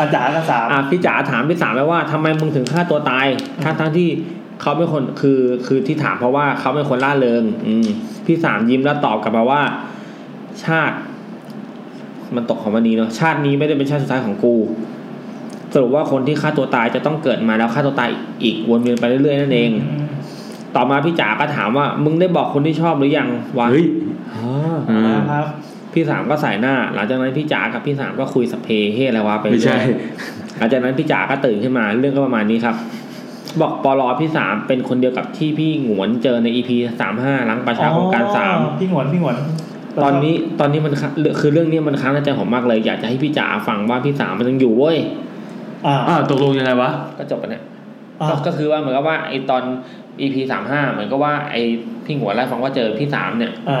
อาจารย์กับสาม อ่ะพี่จ๋าถามพี่สามไปว่าทำไมมึงถึงฆ่าตัวตายทั้งทั้งที่เขาเป็นคนคือคือที่ถามเพราะว่าเขาเป็นคนล่าเริง อืมพี่สามยิ้มแล้วตอบกลับมาว่า ชาติ มันตกของวันนี้เนาะชาตินี้ไม่ได้เป็นชาติสุดท้ายของกู สรุปว่าคนที่ฆ่าตัวตายจะต้องเกิดมาแล้วฆ่าตัวตายอีกวนเวียนไปเรื่อยๆนั่นเอง ต่อมาพี่จ๋าก็ถามว่า มึงได้บอกคนที่ชอบหรือยังวะอ่า อ่า ครับ พี่สามก็ใส่หน้า หลังจากนั้นพี่จ๋ากับพี่สามก็คุยสพเพเฮอะไรวะไปเรื่อย ไม่ใช่ หลังจากนั้นพี่จ๋าก็ตื่นขึ้นมาเรื่องก็ประมาณนี้ครับ บอกปลอพี่สามเป็นคนเดียวกับที่พี่หงวนเจอในอีพีสามห้าล้างประชาของการสาม อ๋อพี่หงวนพี่หงวน ตอนนี้ตอนนี้มันค้างคือเรื่องนี้มันค้างในใจผมมากเลย อยากจะให้พี่จ๋าฟังว่าพี่สามมันยังอยู่เว้ย อ่า อ่าตกลงยังไงวะ ก็จบไปเนี่ย อ่า ก็คือว่าเหมือนกับว่าไอตอน EP สามห้าเหมือนกับว่าไอพี่หัวไล่าให้ฟังว่าเจอพี่สามเนี่ย อ่า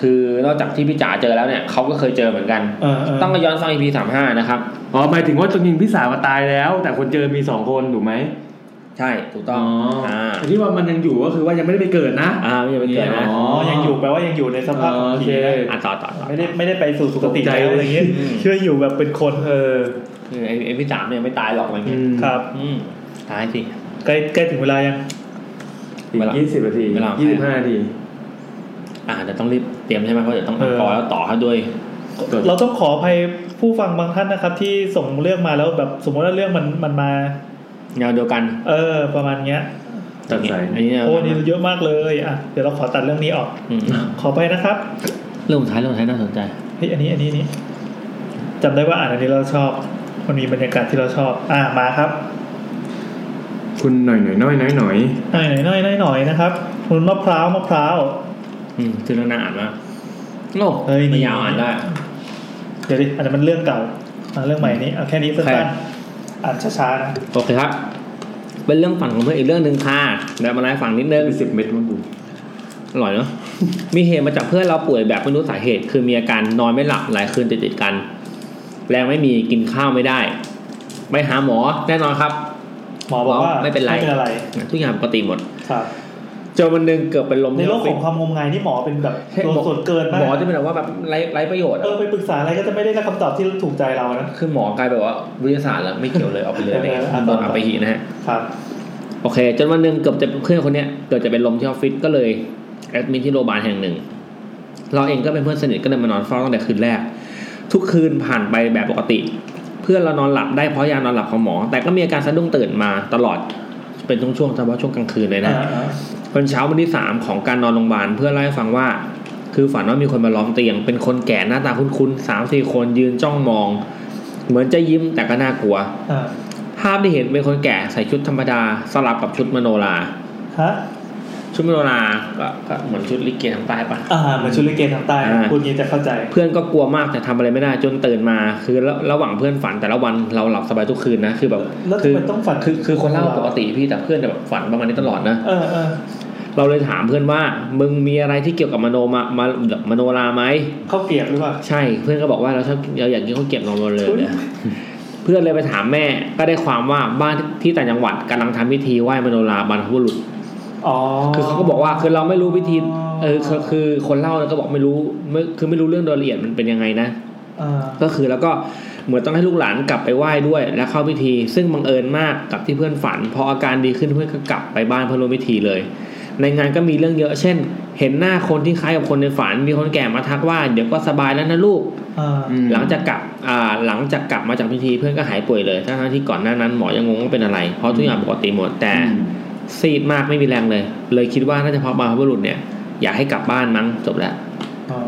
คือนอกจากที่พี่จ๋าเจอแล้วเนี่ยเขาก็เคยเจอเหมือนกัน อ่าา ต้องย้อนฟัง EP สามห้านะครับ อ๋อหมายถึงว่าจริงๆพี่สาวตายแล้ว แต่คนเจอมีสองคนถูกไหม ใช่ถูกต้องอ่า แต่ที่ว่ามันยังอยู่ก็คือว่ายังไม่ได้ไปเกิดนะ อ่าไม่ใช่ไปเกิดนะ อ๋อ อ๋อยังอยู่แปลว่ายังอยู่ในสภาพของ โอ ผี เค นะ อ่ะต่อต่อต่อ ไม่ได้ไม่ได้ไปสู่สุคตติกใจ แล้ว เลย อะไรเงี้ยเชื่ออยู่แบบเป็นคนเออ คือไอ้ไอพี่สามเนี่ยไม่ตายหรอกอะไรเงี้ย ครับ อืมตายสิ ใกล้ใกล้ถึงเวลายัง อีก เวลา ยี่สิบนาที เวลา ยี่สิบห้านาที อ่าเดี๋ยวต้องรีบเตรียมใช่ไหมเพราะเดี๋ยวต้องอัดกอแล้วต่อให้ด้วย เราต้องขออภัยผู้ฟังบางท่านนะครับ ที่ส่งเรื่องมาแล้วแบบสมมติว่าเรื่องมันมันมา แนวเดียวกัน เออ ประมาณเนี้ย ตัดสาย อันนี้แนว โอ้นี่เยอะมากเลยอ่ะเดี๋ยวเราขอตัดเรื่องนี้ออก อืม ขอไปนะครับ เรื่องสุดท้ายเรื่องสุดท้ายน่าสนใจ เฮ้ยอันนี้อันนี้อันนี้จำได้ว่าอ่านอันนี้เราชอบ มันมีบรรยากาศที่เราชอบ อ่ะมาครับ คุณหน่อยหน่อยน้อยน้อยหน่อย หน่อยหน่อยหน่อยหน่อยนะครับคุณมะพร้าวมะพร้าว อืมคือเรื่องน่าอ่านมากโอ้ เฮ้ย ไม่ยาวอ่านได้ เดี๋ยวดิอันนั้นมันเรื่องเก่ามาเรื่องใหม่นี้เอาแค่นี้ ครั สั้น บ ๆอ่านช้าๆนะ โอเคครับ เป็นเรื่องฝันของเพื่อนอีกเรื่องหนึ่งค่ะแล้วมาไล่าให้ฟังนิดนึง ยี่สิบเม็ดมั้งกู อร่อยเนาะ <laughs> มีเหตุมาจากเพื่อนเราป่วยแบบไม่รู้สาเหตุ คือมีอาการนอนไม่หลับหลายคืนติดติดๆกัน แรงไม่มีกินข้าวไม่ได้ ไปหาหมอแน่นอนครับ หมอบอกว่า ไม่เป็นไร ไม่เป็นอะไร ทุกอย่างปกติหมด ครับ จนวันหนึ่งเกือบเป็นลม ในโลกขที่อ อง ฟ ความงมงายนี่หมอเป็นแบบ ฟิศ ตัวส่วนเกินมาก หมอจะเป็นแบบว่าแบบไร้ไร้ประโยชน์อะ เออไปปรึกษาอะไรก็จะไม่ได้รับคำตอบที่ถูกใจเรานะ คือหมอกลายแบบว่าวิทยาศาสตร์แล้วไม่เกี่ยวเลยเอาไปเลยอะไรเงี้ย เออเออ ตอนเอาไปหีนะฮะ ครับ โอเค จนวันหนึ่งเกือบจะเพื่อนคนเนี้ยเกือบจะเป็นลมที่ออฟฟิศก็เลยแอดมินที่โรงพยาบาลแห่งหนึ่ง เราเองก็เป็นเพื่อนสนิทก็เลยมานอนเฝ้าตั้งแต่คืนแรก ทุกคืนผ่านไปแบบปกติ เพื่อนเรานอนหลับได้เพราะยานอนหลับของหมอ แต่ก็มีอาการสะดุ้งตื่นมาตลอดเป็นช่วงๆเฉพาะช่วงกลางคืนเลยนะ วันเช้าวันที่สามของการนอนโรงพยาบาลเพื่อนเล่าให้ฟังว่า คือฝันว่ามีคนมาล้อมเตียง เป็นคนแก่หน้าตาคุ้นๆสามสี่คนยืนจ้องมอง เหมือนจะยิ้มแต่ก็น่ากลัว อ่า ห ภาพที่เห็นเป็นคนแก่ใส่ชุดธรรมดาสลับกับชุดมโนรา ฮะ ชุดมโนราก็ก็เหมือนชุดลิเกทางใต้ปะ อ่าเหมือนชุดลิเกทางใต้ อ่า พูดงี้จะเข้าใจ เพื่อนก็กลัวมากแต่ทำอะไรไม่ได้จนตื่นมา คือระระหว่างเพื่อนฝันแต่ละวันเราหลับสบายทุกคืนนะคือแบบ แล้ว คื ทำไมต้องฝัน คือคือคนเล่าปกติพี่แต่เพื่อนจะแบบฝันประมาณนี้ตลอดนะ เออเออ เราเลยถามเพื่อนว่ามึงมีอะไรที่เกี่ยวกับมโนมามามโนราไหม ข้าวเกรียบหรือเปล่า ใช่เพื่อนก็บอกว่าเราชอบเราอยากกินข้าวเกรี๊ยบนมโนเลย อุ๊ย เนี่ยเพื่อนเลยไปถามแม่ก็ได้ความว่าบ้านที่ต่างจังหวัดกำลังทำพิธีไหว้มโนราบรรพบุรุษ อ๋อ คือเขาก็บอกว่าคือเราไม่รู้วิธีเออคือคือคนเล่าเนี่ยก็บอกไม่รู้ไม่คือไม่รู้เรื่องโดยละเอียดมันเป็นยังไงนะ อ่า ก็คือแล้วก็เหมือนต้องให้ลูกหลานกลับไปไหว้ด้วย และเข้าพิธี ซึ่งบังเอิญมากกับที่เพื่อนฝัน พออาการดีขึ้นเพื่อนก็กลับไปบ้านเพื่อนร่วมพิธีเลย ในงานก็มีเรื่องเยอะ เช่น เห็นหน้าคนที่คล้ายกับคนในฝัน มีคนแก่มาทักว่าเดี๋ยวก็สบายแล้วนะลูก อ่า หลังจากกลับอ่าหลังจากกลับมาจากพิธีเพื่อนก็หายป่วยเลยทั้งๆที่ก่อนหน้านั้นหมอยังงงว่าเป็นอะไร เพราะทุกอย่างปกติหมดแต่ซีดมากไม่มีแรงเลย เลยคิดว่าน่าจะเพราะบรรพบุรุษเนี่ยอยากให้กลับบ้านมั้งจบแล้ว อ๋อ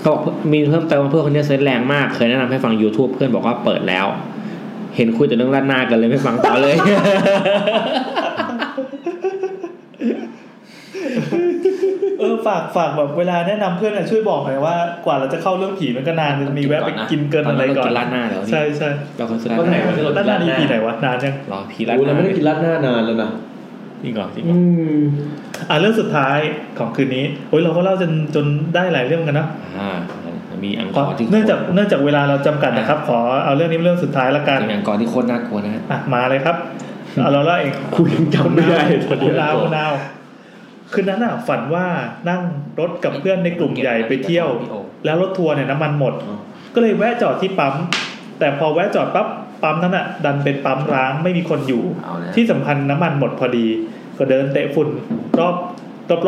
เขาบอกมีเพิ่มเติมว่าเพื่อนคนนี้เซนส์แรงมาก เคยแนะนำให้ฟัง YouTube เพื่อนบอกว่าเปิดแล้ว เห็นคุยแต่เรื่องล้านหน้ากันเลยไม่ฟังต่อเลย เออฝากฝากแบบเวลาแนะนำเพื่อนอะช่วยบอกหน่อยว่ากว่าเราจะเข้าเรื่องผีมันก็นานมันมีแวะไปกินเกินอะไรก่อน ตอนนั้นเรากินร้านหน้าเหรอนี่ ใช่ใช่ เราคนสุด วันไหท้ายวนะที่เรา ด้านหน้านี้ผีไหนวะนานยัง รอพี โอ้ ร้าน โหเราหน้า ไม่ได้กินราดหน้านานแล้วนะ จริงก่อนจริงก่ อื อน ม อ่ะเรื่องสุดท้ายของคืนนี้โอ้ยเราก็เล่าจนจนได้หลายเรื่องกันนะ อ่ามีอังกอร์ที่ เนื่องจากเนื่องจากเวลาเราจำกัดนะครับ ขอเอาเรื่องนี้เป็นเรื่องสุดท้ายละกัน มีอังกอร์ที่โคตรน่ากลัวนะฮะ อ่ะมาเลยครับเอาเราเล่าเอง คุยงจำไม่ได้ คุณดาวคุณดาวคืนนั้นอ่ะฝันว่านั่งรถกับเพื่อนในกลุ่มใหญ่ไปเที่ยว พี่โอ แล้วรถทัวร์เนี่ยน้ำมันหมด ก็เลยแวะจอดที่ปั๊ม แต่พอแวะจอดปั๊บปั๊มนั้นอ่ะ ดันเป็นปั๊มร้างไม่มีคนอยู่ เอาแล้ว ที่สำคัญน้ำมันหมดพอดี ก็เดินเตะฝุ่นรอบ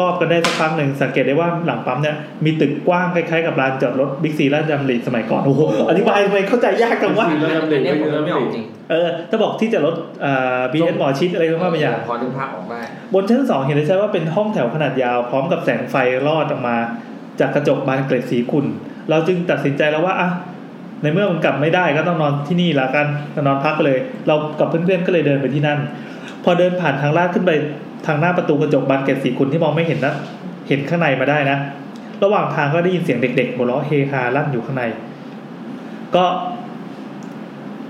รอบๆกันได้สักครั้งหนึ่งสังเกตได้ว่าหลังปั๊มเนี่ยมีตึกกว้างคล้ายๆกับลานจอดรถบิ๊กซีลาดยำรีสมัยก่อนโอ้โหอธิบายทำไมเข้าใจยากจังวะ เราจำเด็ก อันนี้ผมไม่ได้ ไม่ออกจริง เออถ้าบอกที่จอดรถอ่าบีเอสหมอชิดอะไรก็ไม่อย่าง พอนึกภาพออกได้ บนชั้นสองเห็นได้ชัดว่าเป็นห้องแถวขนาดยาว พร้อมกับแสงไฟลอดออกมา จากกระจกบานเกล็ดสีขุ่นเราจึงตัดสินใจแล้วว่าอ่ะในเมื่อมันกลับไม่ได้ก็ต้องนอนที่นี่ละกันก็นอนพักเลย เรากับเพื่อนๆก็เลยเดินไปที่นั่น พอเดินผ่านทางลาดขึ้นไปทางหน้าประตูกระจกบานเกล็ดสีขุ่นที่มองไม่เห็นนะเห็นข้างในมาได้นะ ระหว่างทางก็ได้ยินเสียงเด็กๆหัวเราะเฮฮาลั่นอยู่ข้างใน ก็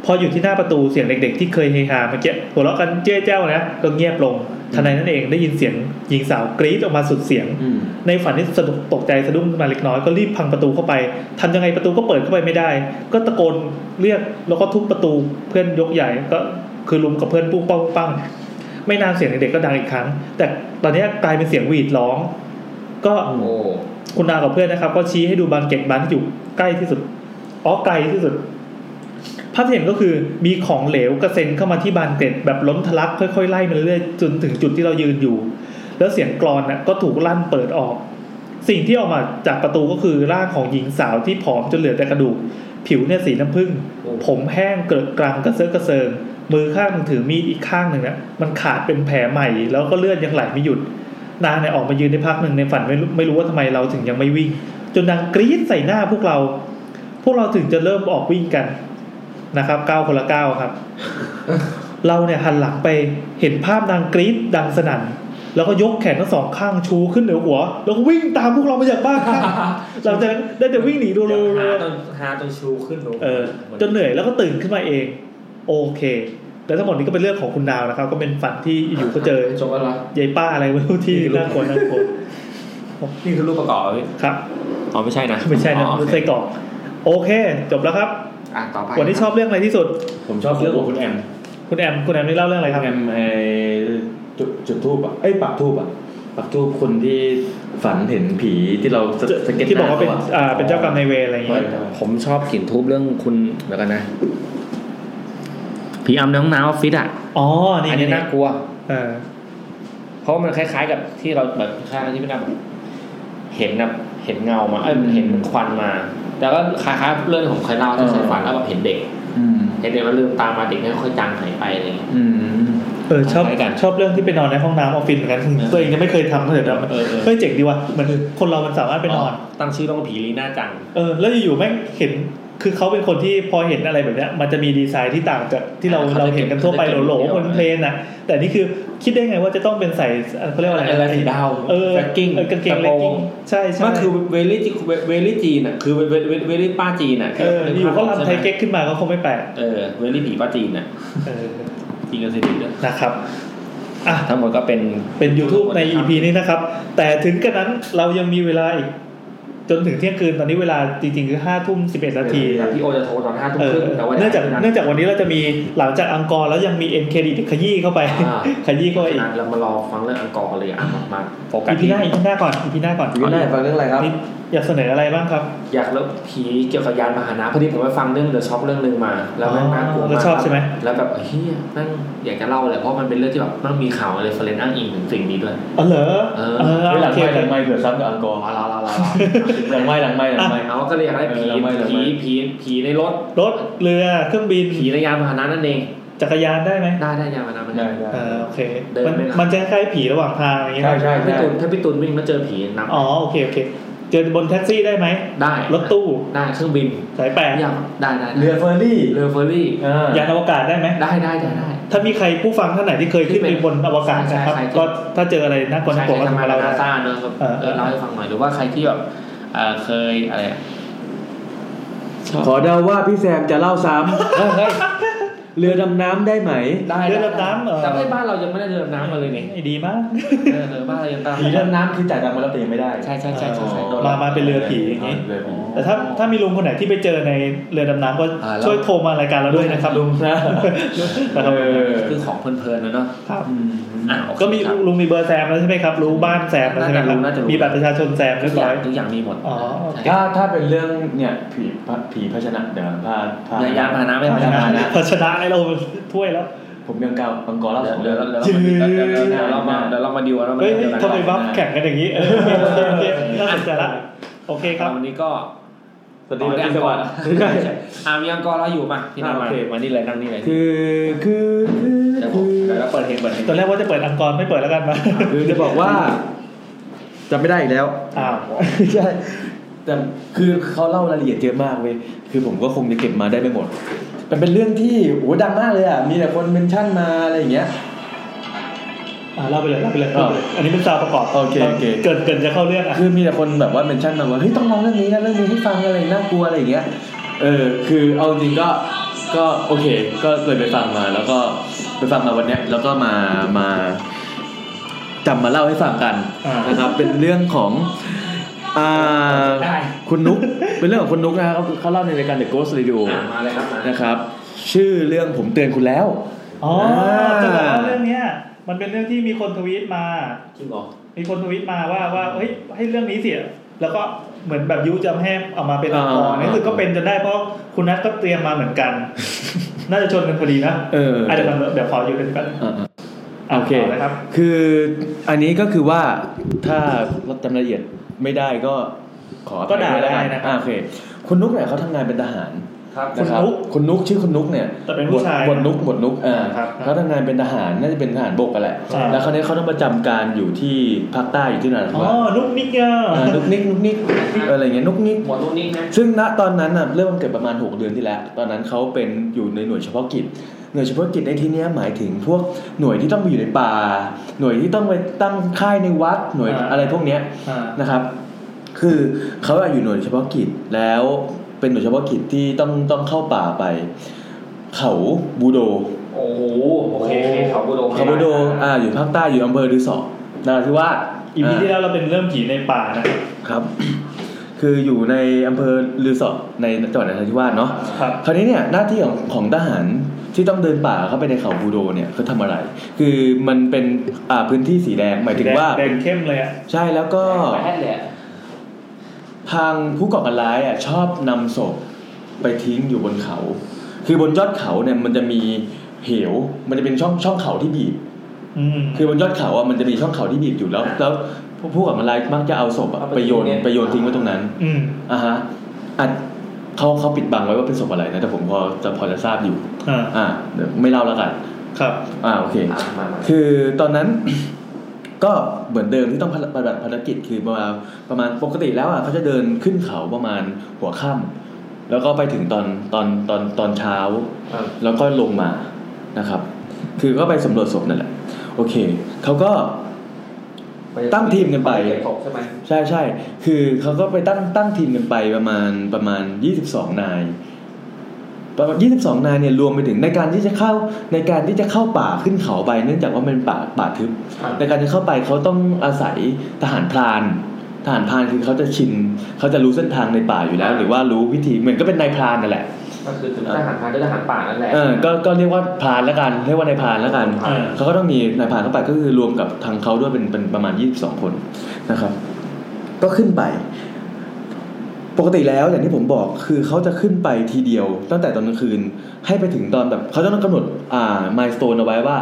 พออยู่ที่หน้าประตูเสียงเด็กๆที่เคยเฮฮาเมื่อกี้หัวเราะกันเจ๊เจ้านะก็เงียบลงทันใดนั้นเองได้ยินเสียงหญิงสาวกรี๊ดออกมาสุดเสียง อืม ในฝันนี่สะดุ้งตกใจสะดุ้งขึ้นมาเล็กน้อยก็รีบพังประตูเข้าไปทำยังไงประตูก็เปิดเข้าไปไม่ได้ ก็ตะโกนเรียกแล้วก็ทุบประตูเพื่อนยกใหญ่ก็คือลุมกับเพื่อนปุ้งป้องปุ้งปังไม่นานเสียงเด็กๆก็ดังอีกครั้ง แต่ตอนนี้กลายเป็นเสียงหวีดร้อง ก็ โอ้ คุณดาวกับเพื่อนนะครับ ก็ชี้ให้ดูบานเก็ตบานที่อยู่ใกล้ที่สุดอ๋อไกลที่สุดภาพที่เห็นก็คือมีของเหลวกระเซ็นเข้ามาที่บานเกล็ดแบบล้นทะลักค่อยๆไล่มาเรื่อยๆจนถึงจุดที่เรายืนอยู่ แล้วเสียงกรอนน่ะก็ถูกลั่นเปิดออก สิ่งที่ออกมาจากประตูก็คือร่างของหญิงสาวที่ผอมจนเหลือแต่กระดูก ผิวเนี่ยสีน้ำผึ้งผมแห้งเกลอะกรังกระเซาะกระเซิงมือข้างหนึ่งถือมีดอีกข้างหนึ่งนะมันขาดเป็นแผลใหม่ แล้วก็เลือดยังไหลไม่หยุด นางเนี่ยออกมายืนในพักหนึ่งในฝันไม่รู้ไม่รู้ว่าทำไมเราถึงยังไม่วิ่ง จนนางกรี๊ดใส่หน้าพวกเรา พวกเราถึงจะเริ่มออกวิ่งกันนะครับก้าวคนละก้าวครับ เราเนี่ยหันหลังไปเห็นภาพนางกรี๊ดดังสนั่น แล้วก็ยกแขนทั้งสองข้างชูขึ้นเหนือหัว แล้วก็วิ่งตามพวกเรามาอย่างบ้าคลั่งหลังจากนั้นได้แต่วิ่งหนีโดโลโล หาจนหาจนชูขึ้นหนู เออจนเหนื่อยแล้วก็ตื่นขึ้นมาเอง โอเคแล้วทั้งหมดนี้ก็เป็นเรื่องของคุณดาวนะครับ ก็เป็นฝันที่อยู่ก็เจอ จบแล้วเหรอย ายป้าอะไรไม่รู้ที่น่ากลัวน่ากลัว นี่คือรูปประกอบเหรอพี่ ครับ อ๋อไม่ใช่นะ ไม่ใช่นะ อ๋อโอ มัน เค ไส้กรอกโอเค จบแล้วครับ อ่ะต่อไป วันนี้ชอบเรื่องอะไรที่สุด ผมชอบเรื่องของคุณแอม คุณแอมคุณแอมได้เล่าเรื่องอะไรครับ แอมไอจุดจุดทูบอ่ะเอ้ยปักทูบอ่ะปักทูบคนที่ฝันเห็นผีที่เราสสเก็ต ที่บอกว่าเป็น หขะ อ่าเป็นเจ้ากรรมนายเวรอะไรอย่างเงี้ย ผมชอบกลิ่นทูบเรื่องคุณเดี๋ยวกันนะผีอำน้องน้ำออฟฟิศอ่ะ อ๋อนี่ อันนี้ นี่ น่ากลัว เออ เพราะมันคล้ายๆกับที่เราแบบค่ายๆที่พี่นาบอกเห็นนะเห็นเงามาเอ้ยเห็นควันมา แต่ก็คล้ายๆเรื่องของใครเล่าที่ใส่ฝันแล้วแบบเห็นเด็ก อืม เห็นเด็กมันลืมตามาเด็กไม่ค่อยจางหายไปอะไรอย่างเงี้ย อืม เออชอบ คล้ายกัน ชอบเรื่องที่ไปนอนในห้องน้ำออฟฟิศเหมือนกันตัวเองยังไม่เคยทำเลยแต่มัน เออเออ เฮ้ยเจ๋งดีว่ะเหมือนคนเรามันสามารถไปนอน ตั้งชื่อต้องผีลีน่าจัง เออแล้วอยู่ๆแม่งเห็น คือเขาเป็นคนที่พอเห็นอะไรแบบเนี้ยมันจะมีดีไซน์ที่ต่างจากที่เรา อ่า เราเห็นกันทั่วไปโหล เขาจะเก็บ ๆบนเพลนนะแต่นี่คือคิดได้ไงว่าจะต้องเป็นใส่เขาเรียกว่าอะไร อะไรสีดาว เออ แบ็คกิ้ง เออกางเกง กระ เล โปร ก ง กิ้งใช่ใช่ มันคือเวลี่จีเวลี่จีนอ่ะคือเวลเวลี่ป้าจีนอ่ะ เอออยู่เขาลำไทยเก๊กขึ้นมาก็คงไม่แปลก เออเวลี่ผีป้าจีนอ่ะ เออ จีนกับสิริด้วย นะครับอ่ะ ทั้งหมดก็เป็น เป็น YouTube ใน EP นี้นะครับ แต่ถึงกระนั้นเรายังมีเวลาอีก จนถึงเที่ยงคืนตอนนี้เวลาจริงๆคือห้าทุ่มสิบเอ็ดนาที แต่พี่โอจะโทรตอนห้าทุ่ม เออครึ่งแต่ว่า เนื่องจากเนื่องจากวันนี้เราจะมีหลังจากอังกอร์แล้วยังมีเอ็นเครดิตขยี้เข้าไป อ่า ขยี้เข้าไปอีก ฉะนั้นเรามารอฟังเรื่องอังกอร์เลยอ่ะมามาโฟกัส EP หน้า EP หน้าก่อน EP หน้าก่อน วินได้ฟังเรื่องอะไรครับ นี่อยากเสนออะไรบ้างครับ อยากเล่าผีเกี่ยวกับยานพาหนะพอดีผมไปฟังเรื่องเดอะช็อคเรื่องหนึ่งมา แล้วแม่งน่ากลัว เรา มาก ชอบใช่ไหม แล้วแบบเฮียแม่งอยากจะเล่าเลยเพราะมันเป็นเรื่องที่แบบแมันมีข่าวอะไรเฟรนอ้างอิงถึงสิ่งนี้ด้วย อ๋อเหรอ เออ เออ เฮ้ยหลั โอง เคโอไม้เคหลังไม้เผื่อซ้ำกับอังกอร์ เอาละเอาละเอา หลังไม้หลังไม้หลังไม้ ละเอาก็เลยอยากได้ผี เออไม่เลย ผี ไม่ ผีผีในรถ รถเรือเครื่องบิน ผีในยานพาหนะนั่นเอง จักรยานได้ไหม ได้ได้ยานพาหนะมันได้ ได้ได้ เออโอเค เดิน มัน ไม่ได้ มันจะคล้ายๆผีระหว่างทางอย่างเงี้ย ใช่ใช่ ถ้า ใช่ พี่ตุนถ้าพี่ตุนวิ่งแล้วเจอผีน อ๋อโอเคโอเคเจอบนแท็กซี่ได้ไหม ำได้ รถตู้ ได้เครื่องบิน สายแปด อยากได้ได้ได้ เรือเฟอร์รี่ เรือเฟอร์รี่ อ่าย านอวกาศได้ไหม ได้ได้ได้ได้ ถ้ามีใครผู้ฟังท่านไหนที่เคยขึ้นไปบนอวกาศนะครับ ใช่ใช่ ก็ถ้าเจออะไรน่ากลัวน่ากลัวก็ ใช่ ส่ง ใช่ มา ทำงา เรา นนา ได้ ซาเนอะแบบ เออ เออเล่าให้ฟังหน่อยหรือว่าใครที่แบบเอ่อเคยอะไรอะ ขอเดาว่าพี่แซมจะเล่าซ้ เฮ้ยเฮ้ย ำ เรือดำน้ำได้ไหม ได้ เรือดำน้ำเออ แต่ไม่บ้านเรายังไม่ได้เรือดำน้ำมาเลยนี่ ไอ้ดีมาก เออเออบ้านเรายังตาม ผีดำน้ำคือจ่ายตังค์มาแล้วแต่ยังไม่ได้ ใช่ใช่ใช่ใช่ใช่ อ๋อ มามาเป็นเรือผีอย่างงี้ เรือผี แต่ถ้าถ้ามีลุงคนไหนที่ไปเจอในเรือดำน้ำก็ อ่าแล้ว ช่วยโทรมารายการเราด้วยนะครับลุงนะ เออ คือของเพลินๆนะเนาะ ครับ อ่ะโอเค ก็มี ครับ ลุงมีเบอร์แซมแล้วใช่ไหมครับ รู้บ้านแซมแล้วใช่ไหมครับ น่าจะรู้ มีบัตรประชาชนแซม ทุ เรีย ก บ อ ร้ ย่า อง ย ทุกอย่างมีหมด อ๋อ ใช่ ถ้าถ้าเป็นเรื่องเนี่ยผีพระผีพระชนะเดี๋ยวพาพา เรือยานพาหนะไม่ ภา พา ช ห นะ นะ <laughs> ภาชนะให้เราถ้วยแล้ว ผมยังเก่ามังกรเล่าสอง เดี๋ เรื่ ย อ ว ง เราเดี๋ยวเรามาเดี๋ยวเรามาเดี๋ยวเรามาดิวกันแล้วมา เฮ้ย เดี๋ยว ทำไมบัฟแข่งกันอย่างนี้เออโอเคโอเคน่าสนใจละโอเคครับ วันนี้ก็ สวัสดีครับพี่สวัสดิ์ อามีอังกอร์เราอยู่มาพี่นั่งมา โอเค มานี่เลยนั่งนี่เลย คือคือ เดี๋ยวผ คื ม อ เดี๋ยวเราเปิดเพลงเปิดเพลง ตอนแรกว่าจะเปิดอังกอร์ไม่เปิดแล้วกันมา คือจะบอกว่าจำไม่ได้อีกแล้ว อ้าว ใช่แต่คือเขาเล่ารายละเอียดเยอะมากเว้ยคือผมก็คงจะเก็บมาได้ไม่หมด มันเป็นเรื่องที่โอ้โหดังมากเลยอ่ะมีแต่คนเมนชั่นมาอะไรอย่างเงี้ย อ่าเล่าไปเลยเล่าไปเลย อ่า อันนี้เป็นซาวประกอบ โอเคโอเค เกินเกินจะเข้าเรื่องอ่ะ คือมีแต่คนแบบว่าเมนชั่นมาว่าเฮ้ยต้องลองเรื่องนี้นะเรื่องนี้ให้ฟังอะไรน่ากลัวอะไรอย่างเงี้ยเออคือเอาจริงก็ก็โอเค ก็เลยไปฟังมา แล้วก็ไปฟังมาวันเนี้ยแล้วก็มามาจำมาเล่าให้ฟังกันนะครับ เป็นเรื่องของอ่าคุณนุกเป็นเรื่องของคุณนุกนะครับเขาเล่าในรายการ The Ghost Radio อ่ะมาเลยครับมา นะครับ ชื่อเรื่องผมเตือนคุณแล้ว อ๋อ อ่า จะบอกว่าเรื่องเนี้ยมันเป็นเรื่องที่มีคนทวีตมา จริงเหรอ มีคนทวีตมาว่าว่าเฮ้ยให้เรื่องนี้เสียแล้วก็เหมือนแบบยุจะให้เอามาเป็นอังกอร์ อ่า ในที่สุดก็เป็นจนได้เพราะคุณนัทก็เตรียมมาเหมือน <laughs> กัน น่าจะชนกันพอดีนะ เออ อ่ะ อ่ะ เดี๋ยวก่อนเดี๋ยวขออยู่กันแป๊บ อ่ะ โอเค านะครับ คืออันนี้ก็คือว่าถ้าลดจำรายละเอียดไม่ได้ก็ขออภัย ก็ด่า วย ได้นะครับ อ่าโอเค คุณนุกเนี่ยเขาทำงานเป็นทหาร ครับ คุณ นะครับ นุก คุณนุกชื่อคุณนุกเนี่ย แต่เป็นผู้ บท ชาย บทนุกบทนุกอ่า ครับ เขาทำงานเป็นทหารน่าจะเป็นทหารบกกันแหละ อ่า แล้วคราวนี้เขาต้องประจำการอยู่ที่ภาคใต้อยู่ที่นราธิ อ๋อ วาส นุกนิกเนย อ่านุกนิกนุกนิกเอออะไรอย่างเงี้ยนุกนิก หมวดตรงนี้นะ ซึ่งณตอนนั้นน่ะเรื่องมันเกิดประมาณ 6 เดือนที่แล้ว ตอนนั้นเขาเป็นอยู่ในหน่วยเฉพาะกิจ หน่วยเฉพาะกิจในที่เนี้ยหมายถึงพวกหน่วยที่ต้องไปอยู่ในป่า หน่วยที่ต้องไปตั้งค่ายในวัดหน่วยอะไรพวกเนี้ย อ่า นะครับ คือเขาอะอยู่หน่วยเฉพาะกิจแล้วเป็นหน่วยเฉพาะกิจที่ต้องต้องเข้าป่าไป เขาบูโด โอ้โหโอเคโอเคเขาบูโด เขาบูโดอ่าอยู่ภาคใต้อยู่อำเภอดือสอนนาทิวาส อีพี อ่า ที่แล้วเราเป็นเรื่องผีในป่านะครับ ครับ <coughs> คืออยู่ในอำเภอลือสอในจังหวัดนราธิวาสเนาะ ครับ คราวนี้เนี่ยหน้าที่ของของทหารที่ต้องเดินป่าเข้าไปในเขาบูโดเนี่ยเขาทำอะไร คือมันเป็นอ่าพื้นที่สีแดงหมายถึงว่า แดงเข้มเลยอ่ะ ใช่แล้วก็ แพ้เลยอะ ทางผู้ก่อการร้ายอ่ะชอบนำศพไปทิ้งอยู่บนเขา คือบนยอดเขาเนี่ยมันจะมีเหว มันจะเป็นช่องช่องเขาที่บีบ อืม คือบนยอดเขาอ่ะมันจะมีช่องเขาที่บีบอยู่แล้ว แล้วผู้ก่อการร้ายมักจะเอาศพอะไปโยนไปโยนทิ้งไว้ตรงนั้น อืม อ่าฮะอ่ะเขาเขาปิดบังไว้ว่าเป็นศพอะไรนะ แต่ผมพอจะพอจะทราบอยู่ อ่า อ่าเดี๋ยวไม่เล่าแล้วกัน ครับ <laughs> อ่าโอเค อ่ะมามา คือตอน <coughs> นั้น ก็เหมือนเดิมที่ต้องปฏิบัติภารกิจคือประมาณประมาณปกติแล้วอ่ะเขาจะเดินขึ้นเขาประมาณหัวค่ำ แล้วก็ไปถึงตอนตอนตอนตอนเช้า แล้วก็ลงมานะครับ คือก็ไปสำรวจศพนั่นแหละ โอเคเขาก็ ตั้งทีมกันไป เก็บศพใช่ไหม ใช่ใช่ คือเขาก็ไปตั้งตั้งทีมกันไปประมาณประมาณ 22 นาย ประมาณ 22 นายเนี่ยรวมไปถึงในการที่จะเข้าในการที่จะเข้าป่าขึ้นเขาไป เนื่องจากว่ามันเป็นป่าป่าทึบ ในการจะเข้าไปเขาต้องอาศัยทหารพราน ทหารพรานคือเขาจะชินเขาจะรู้เส้นทางในป่าอยู่แล้ว หรือว่ารู้วิธีเหมือนก็เป็นนายพรานนั่นแหละ ก็คือถึงทหารพรานด้วยทหารป่านั่นแหละ เออก็ก็เรียกว่าพรานละกัน เรียกว่านายพรานละกัน อ่า เขาก็ต้องมีนายพรานเข้าไปก็คือรวมกับทางเขาด้วยเป็นเป็นประมาณ 22 คนนะครับ ก็ขึ้นไป ปกติแล้วอย่างที่ผมบอกคือเขาจะขึ้นไปทีเดียว ตั้งแต่ตอนกลางคืนให้ไปถึงตอนแบบเขาจะต้องกำหนดอ่ามายสโตนเอาไว้ว่า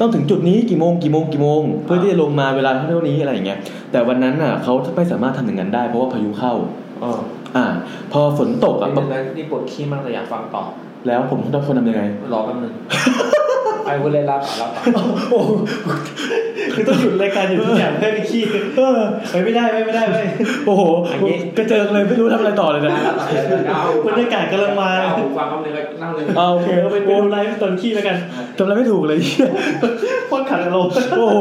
ต้องถึงจุดนี้กี่โมงกี่โมงกี่โมง เพื่อที่จะลงมาเวลาเท่านี้อะไรอย่างเงี้ยแต่วันนั้นน่ะเขาไม่สามารถทำอย่างนั้นได้เพราะว่าพายุเข้า อ๋อ อ่า พอฝนตก ตอ อ่ะ น ปะ นั้นนี่ปวดขี้มากแต่อยากฟังต่อ แล้วผมต้องควรทำยังไง รอแป๊บนึงไอ้พูดเลยรับรับต่อ คือต้องหยุดรายการอยู่ทุก <laughs> อย่างเพื่อไปขี้เออไปไม่ได้ไปไม่ได้ไป โอ้โหกระเจิงเลยไม่รู้ทำอะไรต่อเลย <laughs> นะ บรรยากาศกำลังมา เอาหูฟังคำนึงก็นั่งเลย เอาโอเค เดี๋ยว ก็ ไป เป็น ไปดูไลฟ์ตอนขี้แล้วกัน ทำอะไรไม่ถูกเลย โคตรขัดอารมณ์ โอ้โห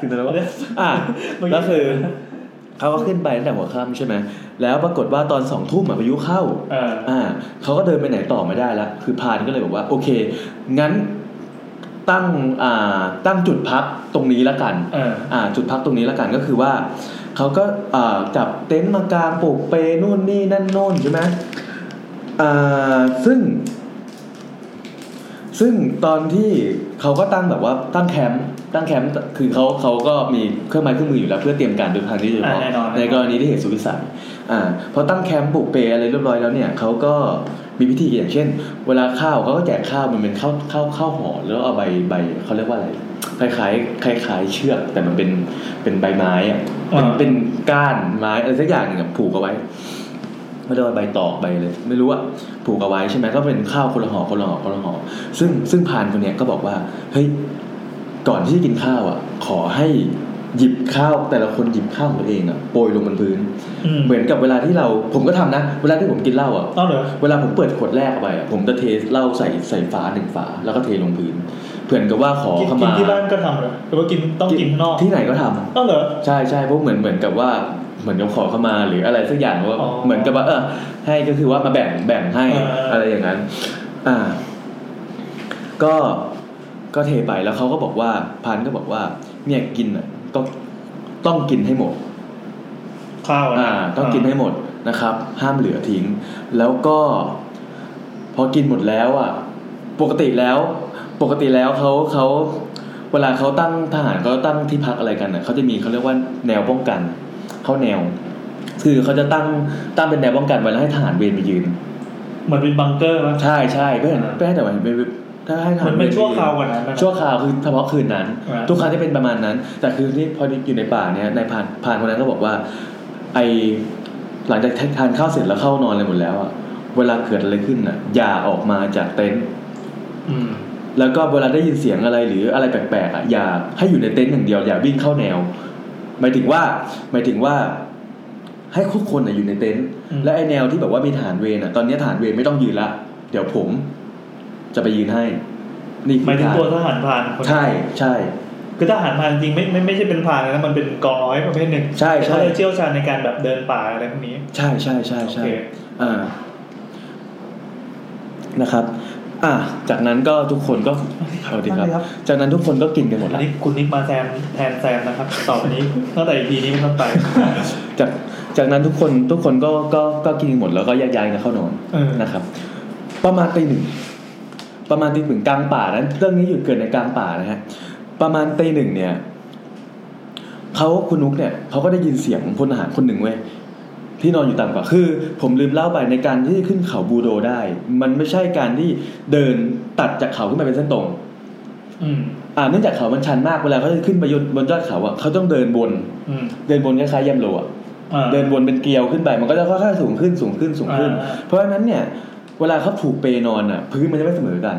ถึงตอนนั้นว่าอ่ะแล้วคือเขาก็ขึ้นไปตั้งแต่หัวค่ำใช่ไหมแล้วปรากฏว่าตอนสองทุ่มอ่ะพายุเข้า เออ อ่าเขาก็เดินไปไหนต่อไม่ได้แล้วคือพรานก็เลยบอกว่า โอเค งั้นตั้งอ่าตั้งจุดพักตรงนี้ละกัน เออ อ่าจุดพักตรงนี้แล้วกันก็คือว่าเขาก็อ่าจับเต็นท์มากางปลูกเปนู่นนี่นั่นโน่นใช่ไหมอ่าซึ่ง ซึ่งตอนที่เขาก็ตั้งแบบว่าตั้งแคมป์ตั้งแคมป์คือเขาเขาก็มีเครื่องไม้เครื่องมืออยู่แล้วเพื่อเตรียมการเดินทางที่จะ อ่ะ พาะ แน่นอน ในกรณีที่เหตุสุดวิสัยอ่าพอตั้งแคมป์ปลูกเปอะไรเรียบร้อยแล้วเนี่ยเขาก็มีพิธีอย่างเช่น เวลาข้าวเขาก็แจกข้าวมันเป็นข้าวข้าวข้าวห่อแล้วเอาใบใบเขาเรียกว่าอะไรคล้ายๆคล้ายๆเชือกแต่มันเป็นเป็นใบไม้อะเป็นเป็นก้านไม้อะไรสักอย่างหนึ่งอะผูกเอาไว้ไม่ได้ว่าใบตอกใบเลย ไม่รู้อะผูกเอาไว้ใช่ไหมก็เป็นข้าวคนละห่อคนละห่อคนละห่อซึ่งซึ่งพรานคนเนี้ยก็บอกว่าเฮ้ย ก่อนที่จะกินข้าวอ่ะ ขอให้หยิบข้าวแต่ละคนหยิบข้าวของตัวเองอ่ะโปรยลงบนพื้น อืม เหมือนกับเวลาที่เราผมก็ทำนะ เวลาที่ผมกินเหล้าอ่ะ ต้องเหรอ เวลาผมเปิดขวดแรกเอาไปอ่ะผมจะเทเหล้าใส่ใส่ฝาหนึ่งฝา แล้วก็เทลงพื้นเผื่อนกับว่าขอ กิน ข กิน มา ที่บ้านก็ทำเหรอหรือว่ากินต้องกินข้างนอก ที่ไหนก็ทำ ต้องเหรอ ใช่ใช่เพราะเหมือนเหมือนกับว่าเหมือนกับขอขมาหรืออะไรสักอย่างว่า อ๋อ เหมือนกับว่าเออให้ก็คือว่ามาแบ่งแบ่งให้ เออเอออ อะไรอย่างนั้น อ่า ก็ก็เทไปแล้วเขาก็บอกว่าพันก็บอกว่าเนี่ยกินอ่ะก็ต้องกินให้หมด ข้าวะนะ อ่าต้องกินให้หมดนะครับ ห้ามเหลือทิ้ง แล้วก็ พอกินหมดแล้วอ่ะ ปกติแล้ว ปกติแล้วเขาเขาเวลาเขาตั้งทหารเขาตั้งที่พักอะไรกันอ่ะเขาจะมีเขาเรียกว่าแนวป้องกันเขาแนว คือเขาจะตั้งตั้งเป็นแนวป้องกันไว้แล้วให้ทหารเวรไปยืน เหมือนเป็นบังเกอร์มั้ย ใช่ใช่ก็เห็นก็ให้แต่ว่าเป็นถ้าให้ท เห หา มือนรเว เป็ ร น ไป ชั่ว ยืน คราวกว่านั้นนะ ชั่วคราวคือเฉพาะคืนนั้น อ่า ทุกครั้งที่เป็นประมาณนั้น แต่คือที่พออยู่ในป่าเนี่ยนายผ่านผ่านคนนั้นก็บอกว่า ไอหลังจากทานข้าวเสร็จแล้วเข้านอนอะไรหมดแล้วอะเวลาเกิดอะไรขึ้นอะอย่าออกมาจากเต็นท์ อืม แล้วก็เวลาได้ยินเสียงอะไรหรืออะไรแปลกๆอะอย่าให้อยู่ในเต็นท์อย่างเดียว อย่าวิ่งเข้าแนวหมายถึงว่าหมายถึงว่า ให้ทุกคนอะอยู่ในเต็นท์และไอแนวที่แบบว่ามีฐานเวรอะตอนนี้ฐานเวรไม่ต้องยืนละเดี๋ยวผม จะไปยืนให้นี่คือ หมายถึง ฐาน ตัวทหารพรานคนนั้น ใช่ใช่ คือทหารพรานจริงๆไม่ไม่ไม่ใช่เป็นพรานนะมันเป็นกองร้อยประเภทหนึ่ง ใช่แต่ใช่เขาเลยเชี่ยวชาญในการแบบเดินป่าอะไรพวกนี้ ใช่ใช่ใช่ โอ ใช่ เค อ่านะครับ อ่า จากนั้นก็ทุกคนก็เอาดีครับ จากนั้นทุกคนก็กินกันหมด อัน แล้ว นี้คุณนิกมาแซมแทนแซมนะครับต่อไปนี้ตั้งแต่ EP นี้เป็น <laughs> ต้นไป จากจากนั้นทุกคนทุกคนก็ก็ก็กินหมดแล้วก็แยกย้ายกันเข้านอน เออ นะครับ ประมาณตีหนึ่งประมาณตีหนึ่งกลางป่านั้นเรื่องนี้อยู่เกิดในกลางป่านะฮะประมาณตีหนึ่งเนี่ยเขาคุณนุกเนี่ยเขาก็ได้ยินเสียงพลทหารคนหนึ่งเว้ย ที่นอนอยู่ต่ำกว่าคือ ผมลืมเล่าไปในการที่ขึ้นเขาบูโดได้ มันไม่ใช่การที่เดินตัดจากเขาขึ้นไปเป็นเส้นตรง อืม อ่าเนื่องจากเขามันชันมากเวลาเขาจะขึ้นไปยนบนยอดเขาอ่ะเขาต้องเดินบน อืม เดินบนคล้ายๆยำโลอ่ะ อ่า เดินบนเป็นเกลียวขึ้นไป มันก็จะค่อยๆสูงขึ้นสูงขึ้นสูงขึ้น อ่า เพราะฉะนั้นเนี่ย เวลาเขาผูกเปนอนอ่ะ พื้นมันจะไม่เสมอกัน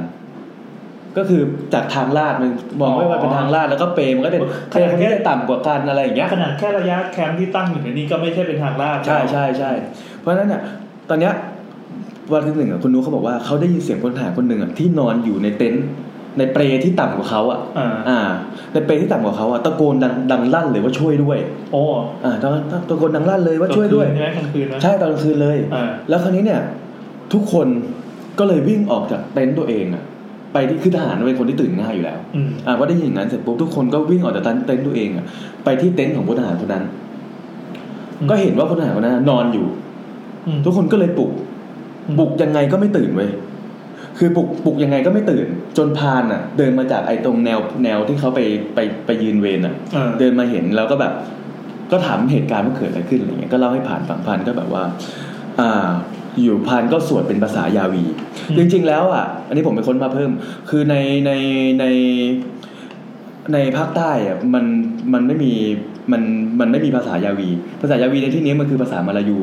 ก็คือจากทางลาดมันมองไม่ว่าเป็นทางลาดแล้วก็เปรมนก็เป็นเปรมที่ได้ต่ำกว่ากันอะไรอย่างเงี้ย ขนาดแค่ระยะแคมป์ที่ตั้งอยู่ในนี้ก็ไม่ใช่เป็นทางลาด ใช่ใช่ใช่เพราะฉะนั้นเนี่ยตอนเนี้ยวันที่หนึ่งอ่ะคุณนุ้เขาบอกว่าเขาได้ยินเสียงคนหาคนหนึ่งอ่ะที่นอนอยู่ในเต็นท์ในเปรที่ต่ำกว่าเขาอ่ะ อ่า อ่า ในเปรที่ต่ำกว่าเขาอ่ะตะโกนดังดังลั่นเลยว่าช่วยด้วย โอ้ อ่าตะตะโกนดังลั่นเลยว่าช่วยด้วย กลางคืนใช่ไหมกลางคืนนะ ใช่ตอนกลางคืนเลย อ่า แล้วคราวนี้เนี่ย ทุกคนก็เลยวิ่งออกจากเต็นท์ตัวเองอ่ะ ไปที่คือทหารเป็นคนที่ตื่นง่ายอยู่แล้ว อืม อ่าพอได้ยินอย่างนั้นเสร็จปุ๊บทุกคนก็วิ่งออกจากเต็นท์ตัวเองอะไปที่เต็นท์ของพลทหารคนนั้น อืม ก็เห็นว่าพลทหารคนนั้นนอนอยู่ อืม ทุกคนก็เลยปลุก อืม ปลุกยังไงก็ไม่ตื่นเว้ยคือปลุกปลุกยังไงก็ไม่ตื่น จนพานอะเดินมาจากไอ้ตรงแนวแนวที่เขาไปไปไปยืนเวรอะ เออ เดินมาเห็นแล้วก็แบบ ก็ถามเหตุการณ์ว่าเกิดอะไรขึ้นอะไรเงี้ยก็เล่าให้ผ่านฝั่งพานก็แบบว่า อ่า อยู่พานก็สวดเป็นภาษายาวี จริงๆ แล้วอ่ะ อันนี้ผมไปค้นมาเพิ่ม คือในในในในภาคใต้อ่ะมันมันไม่มีมันมันไม่มีภาษายาวี ภาษายาวีในที่นี้มันคือภาษามาลายู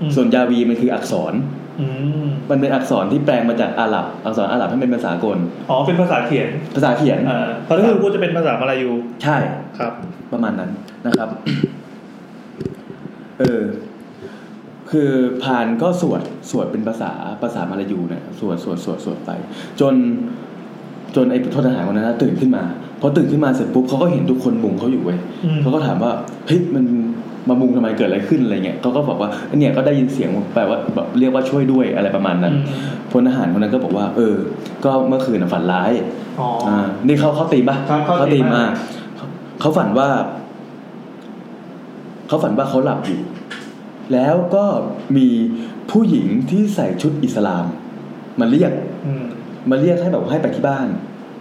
อืม ส่วนยาวีมันคืออักษร อืม มันเป็นอักษรที่แปลงมาจากอาหรับ อักษรอาหรับให้เป็นภาษากล อ๋อเป็นภาษาเขียน ภาษาเขียน อ่าตอนนี้คือพูดจะเป็นภาษามาลายู ใช่ ครับ ประมาณนั้นนะครับ <coughs> เออ คือพานก็สวด สวดเป็นภาษาภาษามาลายูเนี่ยสวดสวดสวดสวดไป จน จนไอ้ทหารคนนั้นนะตื่นขึ้นมาพอตื่นขึ้นมาเสร็จปุ๊บเขาก็เห็นทุกคนมุงเขาอยู่เว้ย อืม เขาก็ถามว่าเฮ้ยมันมามุงทำไมเกิดอะไรขึ้นอะไรเงี้ยเขาก็บอกว่าเนี่ยก็ได้ยินเสียงแปลว่าแบบเรียกว่าช่วยด้วยอะไรประมาณนั้น อืม พลทหารคนนั้นก็บอกว่า เออ ก็เมื่อคืนนะฝันร้าย อ๋อ อ่านี่เขาเขาตีมปะ ครับเข้าตีมามมาก ก เขาเขาฝันว่า เขาฝันว่าเขาหลับอยู่ แล้วก็มีผู้หญิงที่ใส่ชุดอิสลาม มาเรียก อืม มาเรียกให้แบบให้ไปที่บ้าน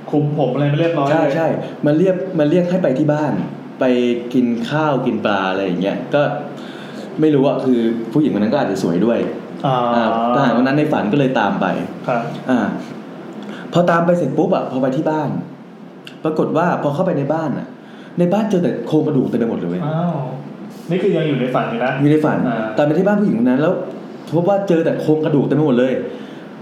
คลุมผมอะไรไม่เรียบร้อย ใช่ เลย ใช่มาเรียกมาเรียกให้ไปที่บ้าน ไปกินข้าวกินปลาอะไรอย่างเงี้ยก็ไม่รู้อะคือผู้หญิงคนนั้นก็อาจจะสวยด้วย อ่า อ่าทหารคนนั้นในฝันก็เลยตามไป ครับ อ่าพอตามไปเสร็จปุ๊บอ่ะพอไปที่บ้าน ปรากฏว่าพอเข้าไปในบ้านอ่ะ ในบ้านเจอแต่โครงกระดูกเต็มไปหมดเลยเว้ย อ้าวนี่คือยังอยู่ในฝันอยู่นะ อยู่ในฝัน อ่า ตามไปที่บ้านผู้หญิงคนนั้นแล้วพบว่าเจอแต่โครงกระดูกเต็มไปหมดเลย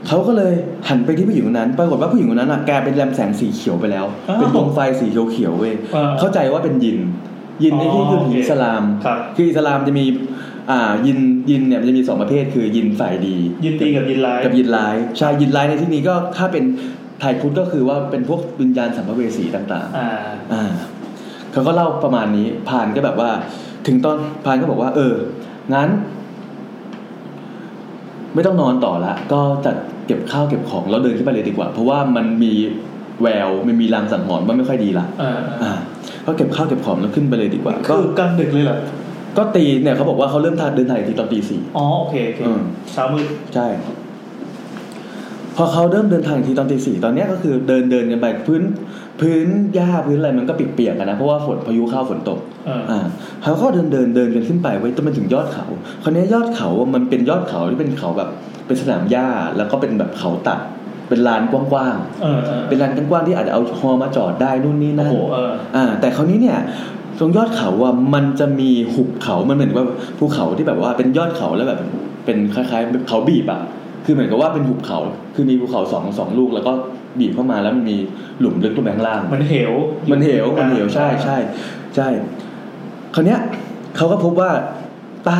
เขาก็เลยหันไปที่ผู้หญิงคนนั้น ปรากฏว่าผู้หญิงคนนั้นอ่ะแกเป็นแรมแสงสีเขียวไปแล้ว เป็นดวงไฟสีเขียวๆเว้ย ออ เข้าใจว่าเป็นยิน ยินในที่คือผีอิสลาม ครับ คืออิสลามจะมี อ่ายินยินเนี่ยมันจะมีสองประเภท คือยินฝ่ายดี ยินดีกับยินร้าย กับยินร้ายใช่ยินร้ายในที่นี้ก็ถ้าเป็นไทยพุทธก็คือว่าเป็นพวกวิญญาณสัมภเวสีต่าง อ่า ๆ อ่าเขาก็เล่าประมาณนี้พานก็แบบว่า ถึงตอนพานก็บอกว่า เออ งั้น ไม่ต้องนอนต่อละ ก็จัดเก็บข้าวเก็บของแล้วเดินขึ้นไปเลยดีกว่า เพราะว่ามันมีแววมันมีลางสังหรณ์ว่าไม่ค่อยดีละ อ่า อ่า ก็เก็บข้าวเก็บของแล้วขึ้นไปเลยดีกว่า ก็ คือกลางดึกเลยเหรอ ก็ตีเนี่ยเขาบอกว่าเขาเริ่มทานเดินทางอีกทีตอนตีสี่ อ๋อโอเคโอเค อืม เช้ามืด ใช่ พอเขาเริ่มเดินทางอีกทีตอนตีสี่ตอนเนี้ยก็คือเดินเดินกันไปพื้น พื้นหญ้าพื้นอะไรมันก็เปียกๆกันนะเพราะว่าฝนพายุเข้าฝนตก เออ อ่าเขาก็เดินเดินเดินกันขึ้นไปไว้ยจนมันถึงยอดเขาคราวเนี้ยยอดเขาอะมันเป็นยอดเขาที่เป็นเขาแบบเป็นสนามหญ้าแล้วก็เป็นแบบเขาตัด เป็นลานกว้าง เออเออ ๆเป็นลานกว้างๆที่อาจจะเอาฮอมาจอดได้นู่นนี่ โอ้ นั่น โหเออ อ่าแต่คราวนี้เนี่ยตรงยอดเขาอ่ะมันจะมีหุบเขา มันเหมือนว่าภูเขาที่แบบว่าเป็นยอดเขาแล้วแบบ เป็นคล้ายๆแบบเขาบีบอ่ะคือเหมือนกับว่าเป็นหุบเขา คือมีภูเขาสองสองลูกแล้วก็บีบเข้ามาแล้วมันมีหลุมลึกลงไปข้างล่าง มันเหว มันเหวมันเหวใช่ใช่ใช่ คราวเนี้ยเขาก็พบว่าใต้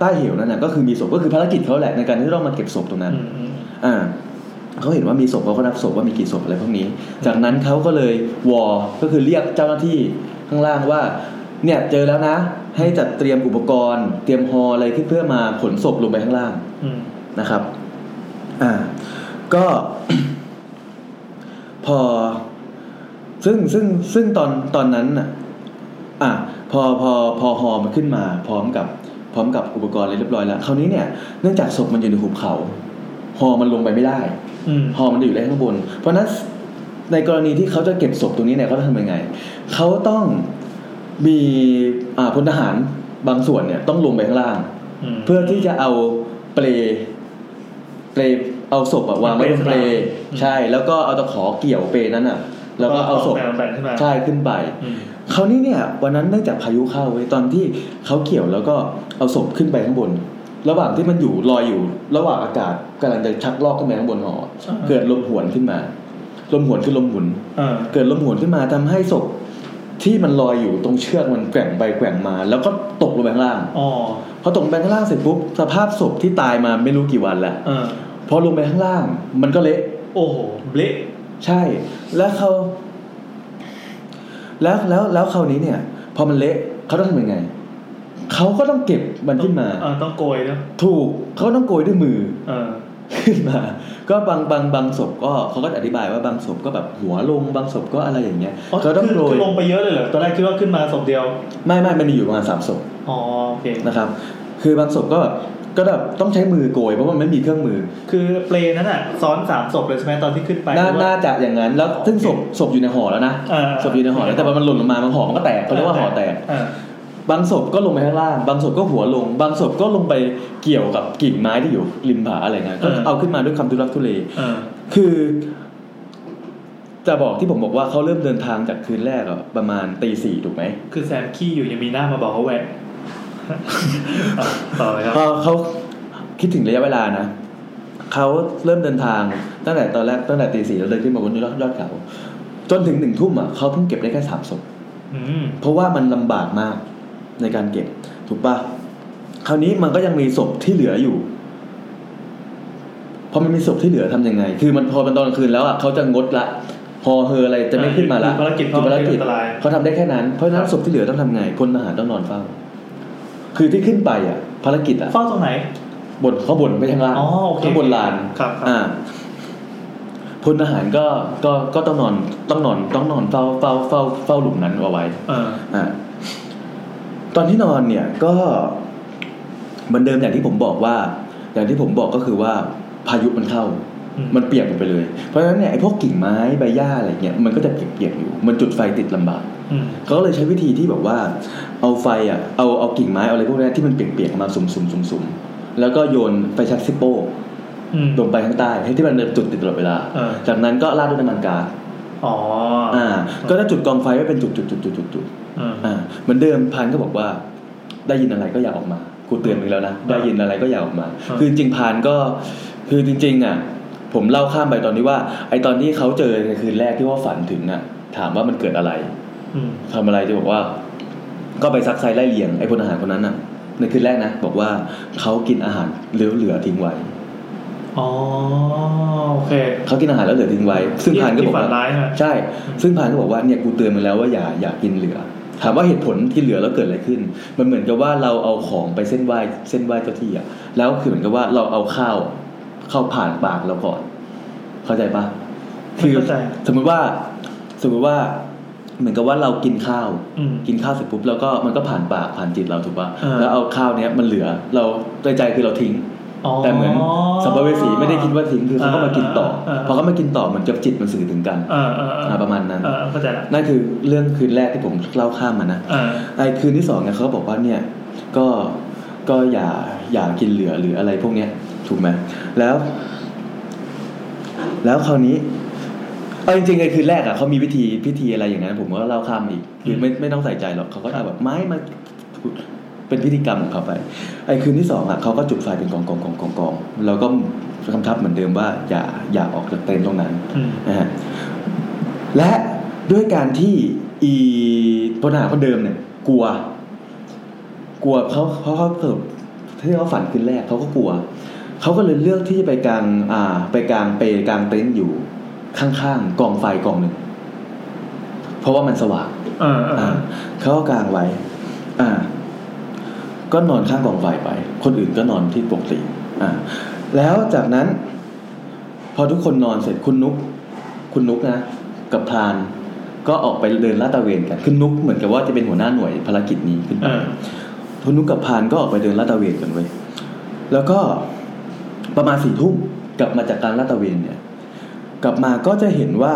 ใต้เหวนั่นน่ะก็คือมีศพก็คือภารกิจเขาแหละในการที่ต้องมาเก็บศพตรงนั้น อืมอืม อ่าเขาเห็นว่ามีศพเขาก็นับศพว่ามีกี่ศพอะไรพวกนี้ จากนั้นเขาก็เลยวอก็คือเรียกเจ้าหน้าที่ข้างล่างว่า เนี่ยเจอแล้วนะ ให้จัดเตรียมอุปกรณ์ เตรียมฮออะไรขึ้นเพื่อมาขนศพลงไปข้างล่าง อืม นะครับ อ่า ก็ <coughs> พอ ซึ่งซึ่งซึ่งตอนตอนนั้นอ่ะ อ่ะพอพอพอฮอมันขึ้นมา พร้อมกับ พร้อมกับอุปกรณ์อะไรเรียบร้อยแล้วคราวนี้เนี่ยเนื่องจากศพมันอยู่ในหุบเขาฮอมันลงไปไม่ได้ อืม หอมันอยู่ได้ข้างบน เพราะฉะนั้นในกรณีที่เขาจะเก็บศพตรงนี้เนี่ยเขาจะทำยังไง เขาต้องมีอ่าพลทหารบางส่วนเนี่ยต้องลงไปข้างล่าง อืม เพื่อที่จะเอาเปลเปลเอาศพอะวางไว้บนเปล อืม ใช่ แล้วก็เอาตะขอเกี่ยวเปลนั้นอะแล้วก็เอาศพ แบนแบนขึ้นมา ใช่ขึ้นไป อืม เขาวนี่เนี่ยวันนั้นเนื่องจากพายุเข้าเว้ยตอนที่เขาเกี่ยวแล้วก็เอาศพขึ้นไปข้างบน ระหว่างที่มันอยู่ลอยอยู่ ระหว่างอากาศกำลังจะชักลอกขึ้นไปข้างบนหอ เกิดลมหวนขึ้นมา ลมหวนคือลมหมุน เออ เกิดลมหวนขึ้นมาทำให้ศพที่มันลอยอยู่ตรงเชือกมันแกว่งไปแกว่งมา แล้วก็ตกลงไปข้างล่าง อ๋อ พอตกลงไปข้างล่างเสร็จปุ๊บสภาพศพที่ตายมาไม่รู้กี่วันแล้ว เออ พอลงไปข้างล่าง มันก็เละ โอ้โหเละ ใช่ แล้วเขา แล้วแล้วแล้วคราวนี้เนี่ย พอมันเละเขาต้องทำยังไง เขาก็ต้องเก็บมันขึ้นมา เออต้องโกยเนาะ ถูกเขาต้องโกยด้วยมือ เออ ขึ้นมา ก็บางบางบางศพก็เขาก็อธิบายว่าบางศพก็แบบหัวลงบางศพก็อะไรอย่างเงี้ย อ๋อ เขาต้อง คือ โรย คือลงไปเยอะเลยเหรอ ตอนแรกคิดว่าขึ้นมาศพเดียว ไม่ไม่มันมีอยู่ประมาณสามศพ อ๋อโอเค นะครับ คือบางศพก็แบบก็แบบต้องใช้มือโกยเพราะมันไม่มีเครื่องมือ คือเปลนั้นอ่ะ ซ้อนสามศพเลยใช่ไหมตอนที่ขึ้นไป น่า หรือว่ น่าจะอย่างนั้น แล้วซึ่งศพศพอยู่ในห่อแล้วนะ เออ ศพอยู่ในห่อแล้วแต่ว่ามันหล่นลงมามันห่อมันก็แตกเขาเรียกว่าห่อแตก เออบ างศพก็ลงไปข้างล่าง บางศพก็หัวลง บางศพก็ลงไปเกี่ยวกับกิ่งไม้ที่อยู่ริมผาอะไรเงี้ยก็เอาขึ้นมาด้วยความทุรักทุเล เออ คือ จะบอกที่ผมบอกว่าเขาเริ่มเดินทางจากคืนแรกอะประมาณตีสี่ถูกไหม คือแซมขี้อยู่ยังมีหน้ามาบอกเขาแห <laughs> วะ อ่ะต่อเลยครับ พอเขาคิดถึงระยะเวลานะเขาเริ่มเดินทางตั้งแต่ตอนแรกตั้งแต่ตีสี่แล้วเดินขึ้นมาบนยอดยอดเขา จนถึงหนึ่งทุ่มอ่ะเขาเพิ่งเก็บได้แค่สามศพ อืม เพราะว่ามันลำบากมากในการเก็บ ถูกปะคราวนี้มันก็ยังมีศพที่เหลืออยู่ พอมันมีศพที่เหลือทำยังไง คือมันพอเป็นตอนกลางคืนแล้วอ่ะเขาจะงดละพอเฮออะไรจะไม่ขึ้นมาหยุละดภารกิจ หยุดภารกิจ เพราะมันเป็นอันตราย เขาทำได้แค่นั้น เพราะฉะนั้นศพที่เหลือต้องทำไงพลทหารต้องนอนเฝ้า คือที่ขึ้นไปอ่ะ ภารกิจอ่ะ เฝ้าตรงไหน บนเขาบนไปทางล่าง อ๋อโอเค ข้างบนลาน ครับครับ อ่าพลทหารก็ก็ก็ต้องนอนต้องนอนต้องนอนเฝ้าเฝ้าเฝ้าเฝ้าหลุมนั้นเอาไว้ เออ อ่ะตอนที่นอนเนี่ยก็เหมือนเดิมอย่างที่ผมบอกว่า อย่างที่ผมบอกก็คือว่าพายุมันเข้า อืม มันเปียกหมดไปเลย เพราะฉะนั้นเนี่ยไอ้พวกกิ่งไม้ใบหญ้าอะไรเงี้ยมันก็จะเปียกๆอยู่ มันจุดไฟติดลำบาก อืม เขาก็เลยใช้วิธีที่แบบว่า เอาไฟอ่ะเอาเอากิ่งไม้เอาอะไรพวกเนี้ยที่มันเปียกๆมาสุ่มๆสุ่มๆแล้วก็โยนไฟชักซิปโป้ อืม ลงไปข้างใต้ให้ที่มันจุดติดตลอดเวลา เออ จากนั้นก็ราดด้วยน้ำมันก๊าซ อ๋อ อ่า ก็จะจุดกองไฟไว้เป็นจุดๆๆๆๆ เออ อ่าเหมือนเดิมพานก็บอกว่า ได้ยินอะไรก็อย่าออกมากูเตือนมึงแล้วนะได้ยินอะไรก็อย่าออกมา คือจริงๆพานก็คือจริง ๆ อ่ะ ผมเล่าข้ามไปตอนนี้ว่า ไอตอนที่เขาเจอในคืนแรกที่ว่าฝันถึงอ่ะ ถามว่ามันเกิดอะไร อืม ทำอะไรจะบอกว่า ก็ไปซักไซไล่เลียงไอพลทหารคนนั้นอ่ะ ในคืนแรกนะบอกว่าเขากินอาหารเหลือๆทิ้งไว้ อ๋อโอเค เขากินอาหารแล้วเหลือทิ้งไว้ ซึ่งพานก็บอก ฝัน ว่า ร้ายฮะ ใช่ ซึ่งพานก็บอกว่าเนี่ยกูเตือนมึงแล้วว่าอย่าอย่ากินเหลือ ถามว่าเหตุผลที่เหลือแล้วเกิดอะไรขึ้น มันเหมือนกับว่าเราเอาของไปเส้นไหว้เส้นไหว้เจ้าที่อะแล้วคือเหมือนกับว่าเราเอาข้าวเข้าผ่านปากเราก่อน เข้าใจปะ ไม่เข้าใจ สมมติว่า สมมติว่า เหมือนกับว่าเรากินข้าว อืม กินข้าวเสร็จปุ๊บแล้วก็มันก็ผ่านปากผ่านจิตเราถูกปะ เออ แล้วเอาข้าวเนี้ยมันเหลือ เราใจใจคือเราทิ้ง อ๋อ แต่เหมือนสัมภเวสีไม่ได้คิดว่าทิ้งคือเขาก็มากินต่อ เออเออ พอเขามากินต่อเหมือนกับจิตมันสื่อถึงกัน เออเออเออ อ่าประมาณนั้น เออเข้าใจละ นั่นคือเรื่องคืนแรกที่ผมเล่าข้ามมานะ เออ ไอ้คืนที่สองเนี่ยเขาก็บอกว่าเนี่ยก็ก็อย่าอย่ากินเหลือหรืออะไรพวกเนี้ย ถูกไหมแล้ว แล้วคราวนี้เอาจริงๆไอ้คืนแรกอ่ะเขามีวิธีพิธีอะไรอย่างนั้น ผมก็เล่าข้ามอีกคือไม่ไม่ต้องใส่ใจหรอกเขาก็เอาแบบไม้มาเป็นพิธีกรรมของเขาไป ไอ้คืนที่สองอ่ะเขาก็จุดไฟเป็นกองกองกองกองกองแล้วก็คำทับเหมือนเดิมว่า อย่าอย่าออกจากเต็นท์ตรงนั้น อืม นะฮะและด้วยการที่อีพลทหารคนเดิมเนี่ย กลัว กลัวเขาเขาเขาเกิดที่เขาฝันคืนแรกเขาก็กลัวเขาก็เลยเลือกที่จะไปกลางอ่า ไปกลางเปกลางเต็นท์อยู่ข้างๆกองไฟกองหนึ่งเพราะว่ามันสว่าง เออเอ อ่า อ เขาก็กางไว้ อ่า ก็นอนข้างกองไฟไป คนอื่นก็นอนที่ปกติ อ่า แล้วจากนั้น พอทุกคนนอนเสร็จคุณนุก คุณนุกนะ กับพราน ก็ออกไปเดินลาดตระเวนกัน คุณนุกเหมือนกับว่าจะเป็นหัวหน้าหน่วยภารกิจนี้ขึ้นไป เออ คุณนุกกับพานก็ออกไปเดินลาดตระเวนกันเว้ย แล้วก็ประมาณสี่ทุ่มกลับมาจากการลาดตระเวนเนี่ย กลับมาก็จะเห็นว่า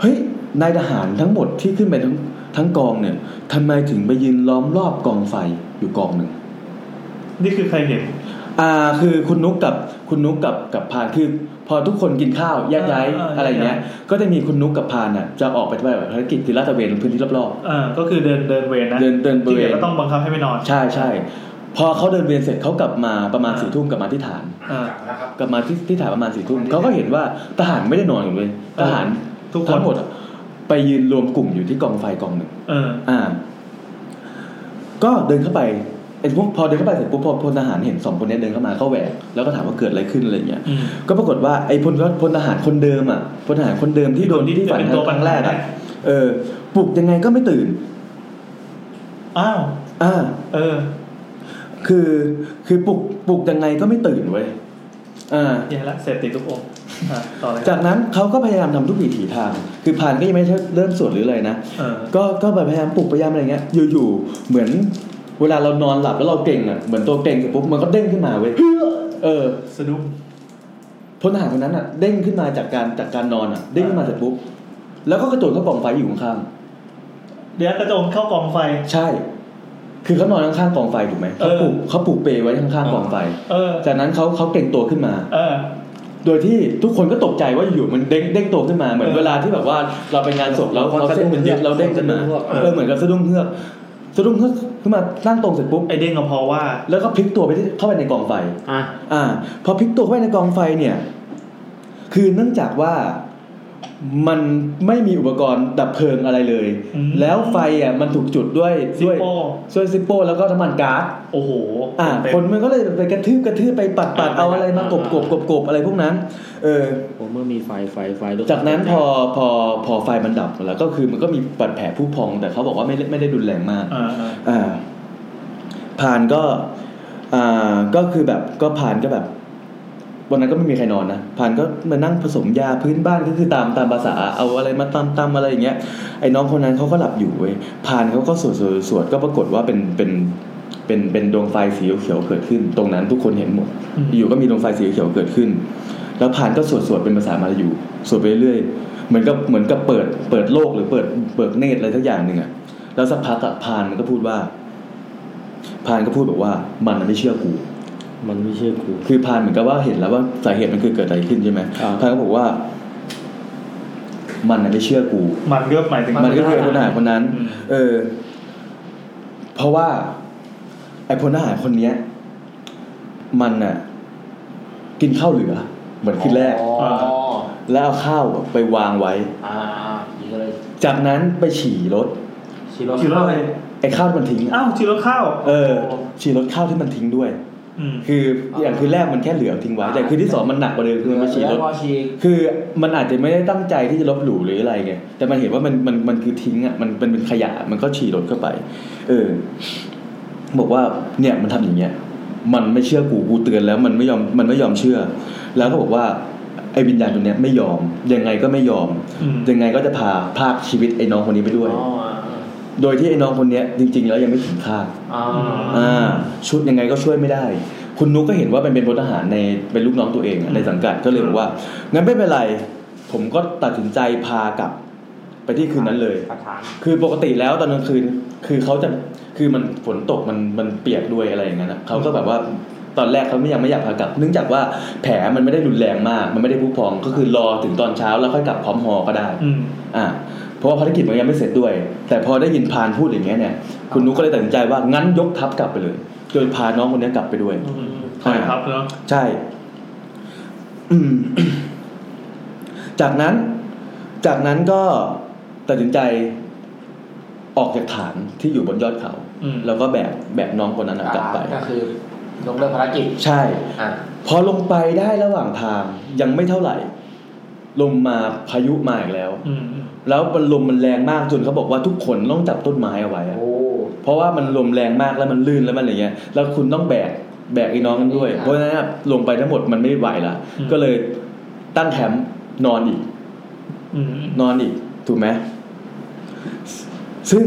เฮ้ย นายทหารทั้งหมดที่ขึ้นไปทั้งทั้งกองเนี่ยทำไมถึงไปยืนล้อมรอบกองไฟอยู่กองหนึ่ง นี่คือใครเห็น อ่าคือคุณนุกกับคุณนุกกับกับพานคือ พอทุกคนกินข้าวแยกย้าย เออเออ อะไรอย่างเงี้ย แยกย้ ก็จะมีคุณนุกกับพานน่ะจะออกไปปฏิบัติภารกิจคือลาดตระเวนพื้นที่รอบ เออก็คือเดินเดินเวรนะ ๆเดินเดินบริ ที่ เว เดี๋ยว ณ ก็ต้องบังคับให้ไปนอน ใช่ใช่พอเขาเดินเวียนเสร็จเขากลับมาประมาณสี่ทุ่มกลับมาที่ฐาน เออ กลับมาแล้วครับ กลับมาที่ที่ถ่ายประมาณสี่ทุ่มเขาก็เห็นว่าทหารไม่ได้นอนกันเลยทหาร ทุกคน ทั้งหมดอะไปยืนรวมกลุ่มอยู่ที่กองไฟกองหนึ่ง เออ อ่า ก็เดินเข้าไปไอ้พวกพอเดินเข้าไปเสร็จปุ๊บพอพลทหารเห็นสองคนเนี้ยเดินเข้ามาเขาแหวกแล้วก็ถามว่าเกิดอะไรขึ้นอะไรเงี้ย อืม ก็ปรากฏว่าไอ้พลพลทหารคนเดิมอ่ะพลทหารคนเดิมที่โดนที่ฝัน เป็นตัวปั ครั้ น ง แร แร ก ก อ่ะ อ่ะเออปลุกยังไงก็ไม่ตื่น อ้าว อ่า เออ คือคือปลุกปลุกยังไงก็ไม่ตื่นเว้ยอ่า แย่ละเสพติดทุกองค์อ่ะต่อเลยครับ จากนั้นเขาก็พยายามทำทุกวิถีทาง คือผ่านก็ยังไม่เริ่มสวดหรืออะไรนะ เออ ก็ก็แบบพยายามปลุกพยายามอะไรเงี้ย อยู่ๆ เหมือนเวลาเรานอนหลับแล้วเราเก่งอ่ะ เหมือนตัวเก่งเสร็จปุ๊บมันก็เด้งขึ้นมาเว้ย เออ สะดุ้ง พลทหารคนนั้นอ่ะ เด้งขึ้นมาจากการจากการนอนอ่ะ เด้งขึ้นมาเสร็จปุ๊บ แล้วก็กระโดดเข้าปล่องไฟอยู่ข้าง เดี๋ยวกระโจนเข้ากองไฟ ๆใช่ คือเขานอนข้างๆกองไฟถูกไหมเขาปลูกเขาปลูกเปลไว้ข้างๆกองไฟ เออ จากนั้นเขาเขาเก่งตัวขึ้นมา เออ โดยที่ทุกคนก็ตกใจว่าอยู่ๆมันเด้งเด้งตัวขึ้นมาเหมือน เออ เวลาที่แบบว่าเราไปงานศพแล้ว คน เรา สะดุ้งเส้นมันยึเฮือดก เราเด้งขึ้นมา คนสะดุ้งเฮือก เออเหมือนกับสะดุ้งเฮือกสะดุ้งเฮือกขึ้นมาตั้งตรงเสร็จปุ๊บ ไอเด้งก็พอว่า แล้วก็พลิกตัวไปที่เข้าไปในกองไฟ อ่ะ อ่า พอพลิกตัวเข้าไปในกองไฟเนี่ย คือเนื่องจากว่ามันไม่มีอุปกรณ์ดับเพลิงอะไรเลย อืม แล้วไฟอ่ะมันถูกจุดด้วย ซิ ด้วย โป้ ด้วยซิปโปแล้วก็น้ำมันก๊าซ โอ้โห อ่า เต็มๆ คนมันก็เลยไปกระทืบกระทืบไปปัดปัดเอาอะไรมากบกบกบกบอะไรพวกนั้น เออ ผมเมื่อมีไฟไฟไฟ จากนั้นพอพอพอไฟมันดับหมดแล้วก็คือมันก็มีบาดแผลผู้พอง แต่เขาบอกว่าไม่ได้ไม่ได้รุนแรงมาก อ่าอ่า อ่าผ่านก็อ่าก็คือแบบก็ผ่านก็แบบ วันนั้นก็ไม่มีใครนอนนะผ่านก็มานั่งผสมยาพื้นบ้านก็คือตามตามภาษาเอาอะไรมาตามตามอะไรอย่างเงี้ยไอ้น้องคนนั้นเขาก็หลับอยู่เว้ยผ่านเขาก็สวดสวดสวดก็ปรากฏว่าเป็นเป็นเป็นเป็นดวงไฟสีเขียวเกิดขึ้น ตรงนั้นทุกคนเห็นหมด อยู่ก็มีดวงไฟสีเขียวเกิดขึ้น แล้วผ่านก็สวดสวดเป็นภาษามาลายูสวดไปเรื่อยเหมือนกับเหมือนกับเปิดเปิดโลกหรือเปิดเปิดเนตรอะไรสักอย่างหนึ่งอะแล้วสักพักอะพานมันก็พูดว่า พานก็พูดบอกว่ามันน่ะไม่เชื่อกู มันไม่เชื่อกู คือพานเหมือนกับว่าเห็นแล้วว่าสาเหตุมันคือเกิดอะไรขึ้นใช่ไหม อ่า พานก็บอกว่า มันน่ะไม่เชื่อกู มันก็หมายถึง มันก็คือพลทหารคนนั้น อืม เออ เพราะว่า ไอ้พลทหารคนเนี้ย มันน่ะ กินข้าวเหลือ เหมือนคืนแรก อ๋อ แล้วเอาข้าวไปวางไว้ อ่าอีกเลย จากนั้นไปฉี่รถ ชิโร่ ชิโร่เลย ไอ้ข้าวที่มันทิ้งอะ อ้าวชิโร่ข้าว เออ ฉี่รถข้าวที่มันทิ้งด้วย อืม คืออย่างคืนแรกมันแค่เหลือทิ้งไว้ แต่คืนที่สองมันหนักกว่าเดิมคือมันไปฉี่รถ พอฉีก คือมันอาจจะไม่ได้ตั้งใจที่จะลบหลู่หรืออะไรไงแต่มันเห็นว่ามันมันมันคือทิ้งอ่ะมันมันเป็นขยะมันก็ฉี่รถเข้าไป เออ บอกว่าเนี่ยมันทำอย่างเงี้ย มันไม่เชื่อกูกูเตือนแล้ว มันไม่ยอมมันไม่ยอมเชื่อ แล้วก็บอกว่าไอ้วิญญาณตัวเนี้ยไม่ยอม ยังไงก็ไม่ยอม อืม ยังไงก็จะพาพรากชีวิตไอ้น้องคนนี้ไปด้วย อ๋อ โดยที่ไอ้น้องคนเนี้ยจริง ๆ แล้วยังไม่ถึงคาด อ่า อ่าชุดยังไงก็ช่วยไม่ได้ คุณนุกก็เห็นว่าเป็นเป็นพลทหารในเป็นลูกน้องตัวเองอะในสังกัดก็เลยบอกว่า งั้นไม่เป็นไร ผมก็ตัดสินใจพากลับ ไปที่คืนนั้นเลย คาถา คือปกติแล้วตอนกลางคืน คือเขาจะคือมันฝนตกมันมันเปียกด้วยอะไรอย่างนั้นอะเขาก็แบบว่าตอนแรกเขาไม่ยังไม่อยากพากลับ เนื่องจากว่าแผลมันไม่ได้รุนแรงมาก มันไม่ได้ผู้พองก็คือรอถึงตอนเช้าแล้วค่อยกลับพร้อมหอก็ได้ อืม อ่าเพราะว่าภารกิจมันยังไม่เสร็จด้วย แต่พอได้ยินพานพูดอย่างเงี้ยเนี่ย คุณนุกก็เลยตัดสินใจว่างั้นยกทัพกลับไปเลย โดยพาน้องคนเนี้ยกลับไปด้วย คอยครับเนาะ ใช่ <coughs> อืม จากนั้น จากนั้นก็ตัดสินใจออกจากฐานที่อยู่บนยอดเขา อืม แล้วก็แบกแบกน้องคนนั้นนะกลับไป ก็คือยกเลิกภารกิจ ใช่ อ่า พอลงไปได้ระหว่างทางยังไม่เท่าไหร่ ลมมาพายุมาอีกแล้ว อืมอืม แล้วมันลมมันแรงมากจนเขาบอกว่าทุกคนต้องจับต้นไม้เอาไว้อะ โอ้ เพราะว่ามันลมแรงมากแล้วมันลื่นแล้วมันอะไรเงี้ย แล้วคุณต้องแบกแบกไอ้น้องกันด้วย เพราะฉะนั้นอะลงไปทั้งหมดมันไม่ไหวละ ก็เลยตั้งแคมป์นอนอีก อืมอืม นอนอีก ถูกไหมซึ่ง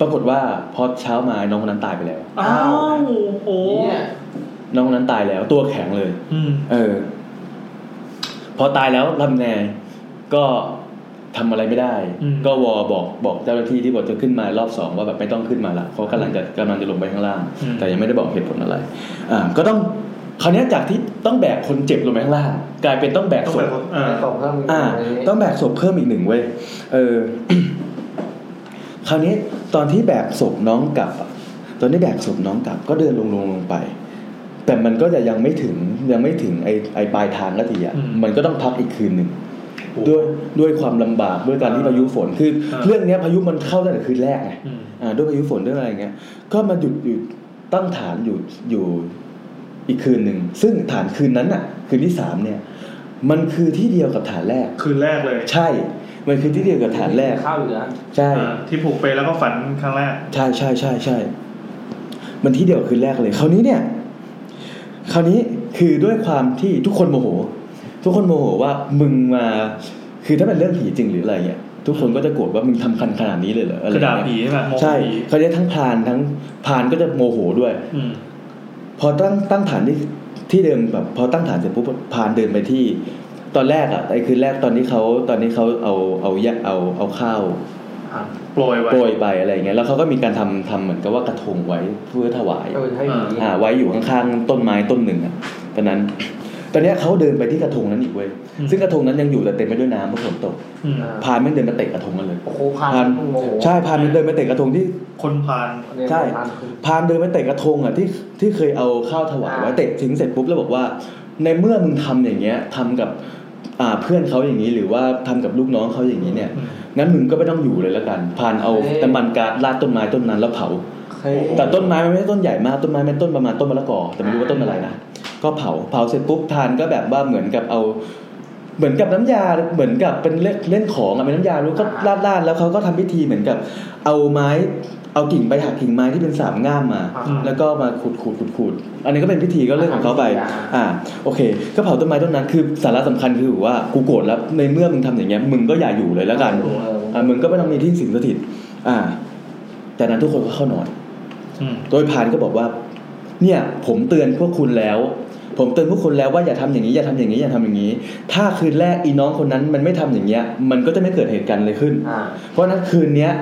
ปรากฏว่าพอเช้ามาน้องคนนั้นตายไปแล้ว อ้าวโอ้ เนี่ย น้องคนนั้นตายแล้ว ตัวแข็งเลย อืม เออ พอตายแล้วทำไงก็ทำอะไรไม่ได้ ก็วอบอกบอกเจ้าหน้าที่ที่บอกจะขึ้นมารอบสองว่าแบบไม่ต้องขึ้นมาละเขากำลังจะกำลังจะลงไปข้างล่าง แต่ยังไม่ได้บอกเหตุผลอะไร อ่า ก็ต้องคราวเนี้ยจากที่ต้องแบกคนเจ็บลงไปข้างล่าง กลายเป็นต้องแบก ต้อง ศ แบ พ บว่าอ่า ตกก็มี อ่า ต้องแบกศพเพิ่มอีกหนึ่งเว้ย เออ <coughs> คราวนี้ตอนที่แบกศพน้องกลับอะตอนที่แบกศพน้องกลับ ก็เดินลงลงลงไป แต่มันก็จะยังไม่ถึงยังไม่ถึงไอ้ไอ้ปลายทางก็ทีอ่ะ อืม มันก็ต้องพักอีกคืนหนึ่งด้วยด้วยความลำบากด้วยการที่พายุฝนคือ เรื่องเนี้ยพายุมันเข้าตั้งแต่คืนแรกไงอ่าด้วยพายุฝนด้วยอะไรอย่างเงี้ยก็มาหยุดอยู่ตั้งฐานอยู่อยู่อีกคืนหนึ่งซึ่งฐานคืนนั้นอ่ะ คืนที่สามเนี่ย มันคือที่เดียวกับฐานแรก คืนแรกเลย ใช่ มันคือที่เดียวกับฐานแรก ข้าวเหลือ ใช่ อ่าที่ผูกไปแล้วก็ฝันครั้งแรก ใช่ใช่ใช่ใช่ มันที่เดียวกับคืนแรกเลย คราวนี้เนี่ย คราวนี้คือด้วยความที่ทุกคนโมโห ทุกคนโมโหว่ามึงมา คือถ้าเป็นเรื่องผีจริงหรืออะไรเงี้ย ทุกคนก็จะโกรธว่ามึงทำคันขนาดนี้เลยเหรออะไร กระดาษ เงี้ย ผีใช่ไหมมอง ใช่ ผี เขาจะทั้งพรานทั้งพรานก็จะโมโหด้วย อืม พอตั้งตั้งฐานที่ที่เดิมแบบพอตั้งฐานเสร็จปุ๊บพานเดินไปที่ ตอนแรกอ่ะไอ้คืนแรกตอนนี้เขาตอนนี้เขาเอาเอายะเอาเอาข้าว โปรยไว้ โปรยไปอะไรอย่างเงี้ยแล้วเขาก็มีการทำทำเหมือนกับว่ากระทงไว้เพื่อถวาย เออให้ อ่า ผี อ่าไว้อยู่ข้างๆต้นไม้ต้นหนึ่งอะตอนนั้น ตอนเนี้ยเขาเดินไปที่กระทงนั้นอีกเว้ย อืม ซึ่งกระทงนั้นยังอยู่แต่เต็มไปด้วยน้ำเพราะฝนตก อืม พานแม่งเดินมาเตะกระทงกันเลย โอ้โหพานโมโห ใช่พานมันเดินมาเตะกระทงที่ คนพาน ใช่ พานคือ พานเดินมาเตะกระทงอ่ะที่ที่เคยเอาข้าวถวายไว้ อ่า เตะทิ้งเสร็จปุ๊บแล้วบอกว่า ในเมื่อมึงทำอย่างเงี้ยทำกับอ่าเพื่อนเขาอย่างนี้หรือว่าทำกับลูกน้องเขาอย่างนี้เนี่ย อืม งั้นมึงก็ไม่ต้องอยู่เลยแล้วกัน ผ่านเอา เฮ้ย น้ำมันก๊าซราดต้นไม้ต้นนั้นแล้วเผา แต่ต้นไม้มันไม่ใช่ต้นใหญ่มาก ต้นไม้เป็นต้นประมาณต้นมะละกอ แต่ไม่รู้ว่าต้นอะไรนะ ก็เผา เผาเสร็จปุ๊บทานก็แบบว่าเหมือนกับเอา เหมือนกับน้ำยา เหมือนกับเป็นเล่นเล่นของอะเป็นน้ำยารู้ก็ราดราดๆแล้วเขาก็ทำพิธีเหมือนกับ เอาไม้ เอากิ่งไปหักกิ่งไม้ที่เป็นสามง่ามมา แล้วก็มาขูดขูดขูดขูดอันนี้ก็เป็นพิธีก็เรื่องของเขาไป อ่า โอเค ก็เผาต้นไม้ต้นนั้น คือสาระสำคัญคือว่ากูโกรธแล้ว ในเมื่อมึงทำอย่างเงี้ย มึงก็อย่าอยู่เลยแล้วกัน อ่ามึงก็ไม่ต้องมีที่สิงสถิต อ่า จากนั้นทุกคนก็เข้านอน อืม โดยพานก็บอกว่า เนี่ย ผมเตือนพวกคุณแล้ว ผมเตือนพวกคุณแล้วว่าอย่าทำอย่างนี้อย่าทำอย่างนี้อย่าทำอย่างนี้ ถ้าคืนแรกอีน้องคนนั้นมันไม่ทำอย่างเงี้ย มันก็จะไม่เกิดเหตุการณ์อะไรขึ้น อ่า เพราะฉะนั้นคืนเนี้ย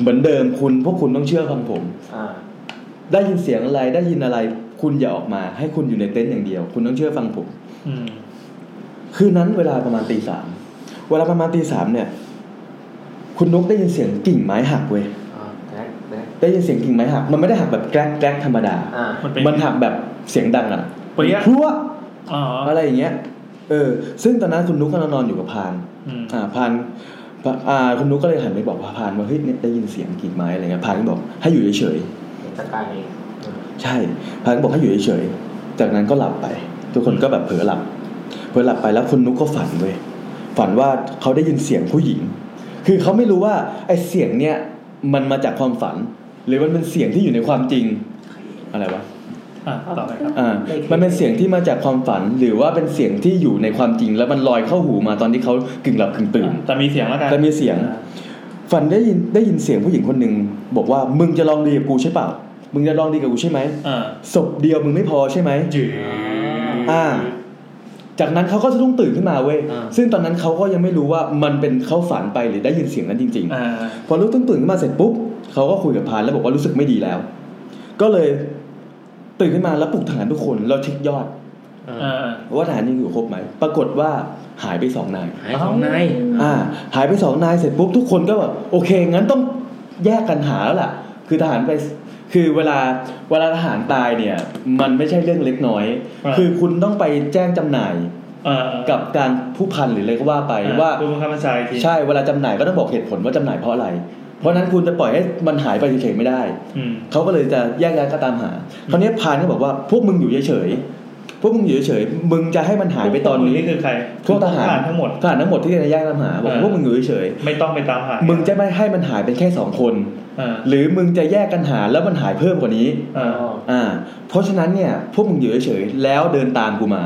เหมือนเดิมคุณพวกคุณต้องเชื่อฟังผม อ่า ได้ยินเสียงอะไรได้ยินอะไร คุณอย่าออกมา ให้คุณอยู่ในเต็นท์อย่างเดียว คุณต้องเชื่อฟังผม อืม คืนนั้นเวลาประมาณตีสามเวลาประมาณตีสามเนี่ย คุณนุกได้ยินเสียงกิ่งไม้หักเว้ย อ่าแท็กแท็ก ได้ยินเสียงกิ่งไม้หัก มันไม่ได้หักแบบแกรกแกรกธรรมดา อ่า มันเป็น มันหักแบบเสียงดังอ่ะ เปรี้ย พรัว อ๋อ อะไรอย่างเงี้ย เออ ซึ่งตอนนั้นคุณนุกกำลังนอนอยู่กับพาน อืม อ่าพานพาอ่าคุณนุกก็เลยหันไปบอกว่าพานว่าเฮ้ยเนี่ยได้ยินเสียงกิ่งไม้อะไรเงี้ยพานก็บอกให้อยู่เฉยๆ จะกลายเป็น ใช่พานก็บอกให้อยู่เฉยๆ จากนั้นก็หลับไป ทุกคนก็แบบเผลอหลับ เผลอหลับไปแล้วคุณนุกก็ฝันเว้ย ฝันว่าเขาได้ยินเสียงผู้หญิง คือเขาไม่รู้ว่าไอ้เสียงเนี้ยมันมาจากความฝัน หรือมันเป็นเสียงที่อยู่ในความจริง อะไรวะ อ่ะต่อไปครับ อ่า มันเป็นเสียงที่มาจากความฝัน หรือว่าเป็นเสียงที่อยู่ในความจริง แล้วมันลอยเข้าหูมาตอนที่เขากึ่งหลับกึ่งตื่น แต่มีเสียงแล้วกัน แต่มีเสียง ฝันได้ยินได้ยินเสียงผู้หญิงคนหนึ่งบอกว่ามึงจะลองดีกับกูใช่เปล่า มึงจะลองดีกับกูใช่ไหม อ่า ศพเดียวมึงไม่พอใช่ไหม จืด อ่า จากนั้นเขาก็สะดุ้งตื่นขึ้นมาเว้ย ซึ่งตอนนั้นเขาก็ยังไม่รู้ว่ามันเป็นเขาฝันไปหรือได้ยินเสียงนั้นจริง อ่า ๆ พอรู้ตื่นตื่นขึ้นมาเสร็จปุ๊บเขาก็คุยกับพานแล้วบอกว่ารู้สึกไม่ดีแล้ว ก็เลยตื่นขึ้นมาแล้วปลุกทหารทุกคนแล้วเช็คยอด อ่า ว่าทหารยังอยู่ครบไหม ปรากฏว่าหายไปสองนาย หายของนาย อ่า หายไปสองนายเสร็จปุ๊บทุกคนก็แบบโอเค งั้นต้องแยกกันหาแล้วล่ะ คือทหารไป คือเวลาเวลาทหารตายเนี่ย มันไม่ใช่เรื่องเล็กน้อย ครับ คือคุณต้องไปแจ้งจำหน่าย อ่า กับการผู้พันหรืออะไรก็ว่าไป อ่ ว่า ดูบังคับบัญชาอีกที ใช่ เวลาจำหน่ายก็ต้องบอกเหตุผลว่าจำหน่ายเพราะอะไร เพราะฉะนั้นคุณจะปล่อยให้มันหายไปเฉยๆไม่ได้ อืม เขาก็เลยจะแยกย้ายก็ตามหา คราวนี้พานก็บอกว่าพวกมึงอยู่เฉยๆ พวกมึงอยู่เฉยๆ มึงจะให้มันหายไปตอนนี้ นี่คือใคร พวกทหาร ทั้งหมด ทหารทั้งหมดที่จะแยกตามหาบอกว่า เออ พวกมึงอยู่เฉยๆ ไม่ต้องไปตามหา มึ มึ งจะไม่ให้มันหายเป็นแค่สองคน อ่า หรือมึงจะแยกกันหาแล้วมันหายเพิ่มกว่านี้ อ่า อ่า เพราะฉะนั้นเนี่ย พวกมึงอยู่เฉยๆแล้วเดินตามกูมา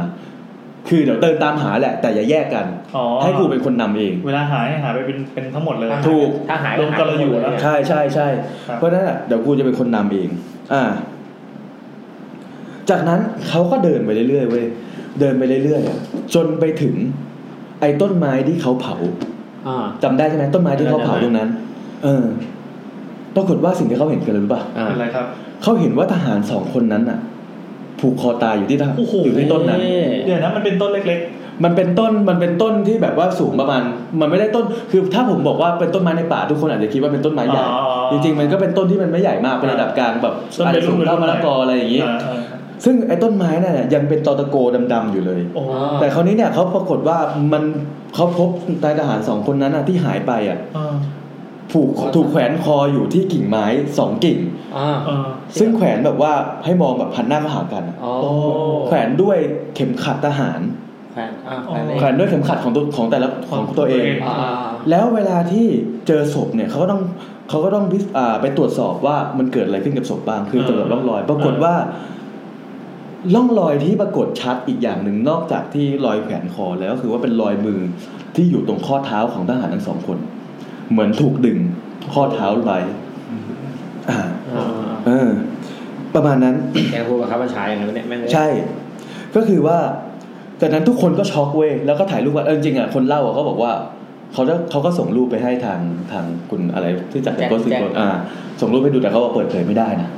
คือเดี๋ยวเดินตามหาแหละ แต่อย่าแยกกัน อ๋อ ให้กูเป็นคนนำเอง เวลาหายหายไปเป็นเป็นทั้งหมดเลย ถูก ถ้าหาย ลงกระอยู่แล้ว ใช่ใช่ใช่ ครับ เพราะฉะนั้นอะเดี๋ยวกูจะเป็นคนนำเอง อ่า จากนั้นเขาก็เดินไปเรื่อยๆเว้ยเดินไปเรื่อยๆอะจนไปถึง ไอ้ต้นไม้ที่เขาเผา อ่า จำได้ใช่ไหมต้นไม้ที่เขาเผาตรงนั้น เออ ปรากฏว่าสิ่งที่เขาเห็นคืออะไรรู้ป่ะ เป็นไรครับ เขาเห็นว่าทหารสองคนนั้นน่ะ ผูกคอตายอยู่ที่ทหาร โอ้โห อยู่ที่ต้นนั้น เดี๋ยวนะมันเป็นต้นเล็ก มันเป็นต้นมันเป็นต้นที่แบบว่าสูงประมาณ มันไม่ได้ต้น คือถ้าผมบอกว่าเป็นต้นไม้ในป่าทุกคนอาจจะคิดว่าเป็นต้นไม้ใหญ่ อ๋อ จริงๆ มันก็เป็นต้นที่มันไม่ใหญ่มากเป็นระดับกลางแบบ ต้น อาจ เป็น จะสูง ลูก เท่ามะละกออะไรอย่างนี้ อ่า ซึ่งไอ้ต้นไม้นั่นน่ะยังเป็นตอตะโกดำๆอยู่เลย โอ้โห แต่คราวนี้เนี่ยเขาปรากฏว่ามันเขาพบนายทหารสองคนนั้นน่ะที่หายไปอ่ะ อ่า ผูกถูกแขวนคออยู่ที่กิ่งไม้สองกิ่ง อ่า อ่า ซึ่งแขวนแบบว่าให้มองแบบพันหน้าเข้าหากันอะ อ๋อ โอ้ แขวนด้วยเข็มขัดทหาร แขวนอ่าแขวนแขวนเองด้วยเข็มขัดของตัวของแต่ละของตัวเอง อ่า แล้วเวลาที่เจอศพเนี่ยเขาก็ต้องเขาก็ต้องพิสอ่าไปตรวจสอบว่ามันเกิดอะไรขึ้นกับศพบ้างคือตรวจร่องรอย ปรากฏว่าร่องรอยที่ปรากฏชัดอีกอย่างหนึ่งนอกจากที่รอยแขวนคอแล้วก็คือว่าเป็นรอยมือที่อยู่ตรงข้อเท้าของทหารทั้งสองคน เหมือนถูกดึงข้อเท้าไว้อ่า อ่า เออ ประมาณนั้น แกพูดกับข้าพเจ้าอย่างนั้นเนี่ยแม่งเลย ใช่ ก็คือว่าจากนั้นทุกคนก็ช็อกเว้ยแล้วก็ถ่ายรูปกันเออจริงๆอ่ะคนเล่าอ่ะเขาบอกว่าเขาจะเขาก็ส่งรูปไปให้ทางทางคุณอะไรที่จัดแต่งก็สิงคนอ่า ส่งรูปให้ดูแต่เขาบอกเปิดเผยไม่ได้นะ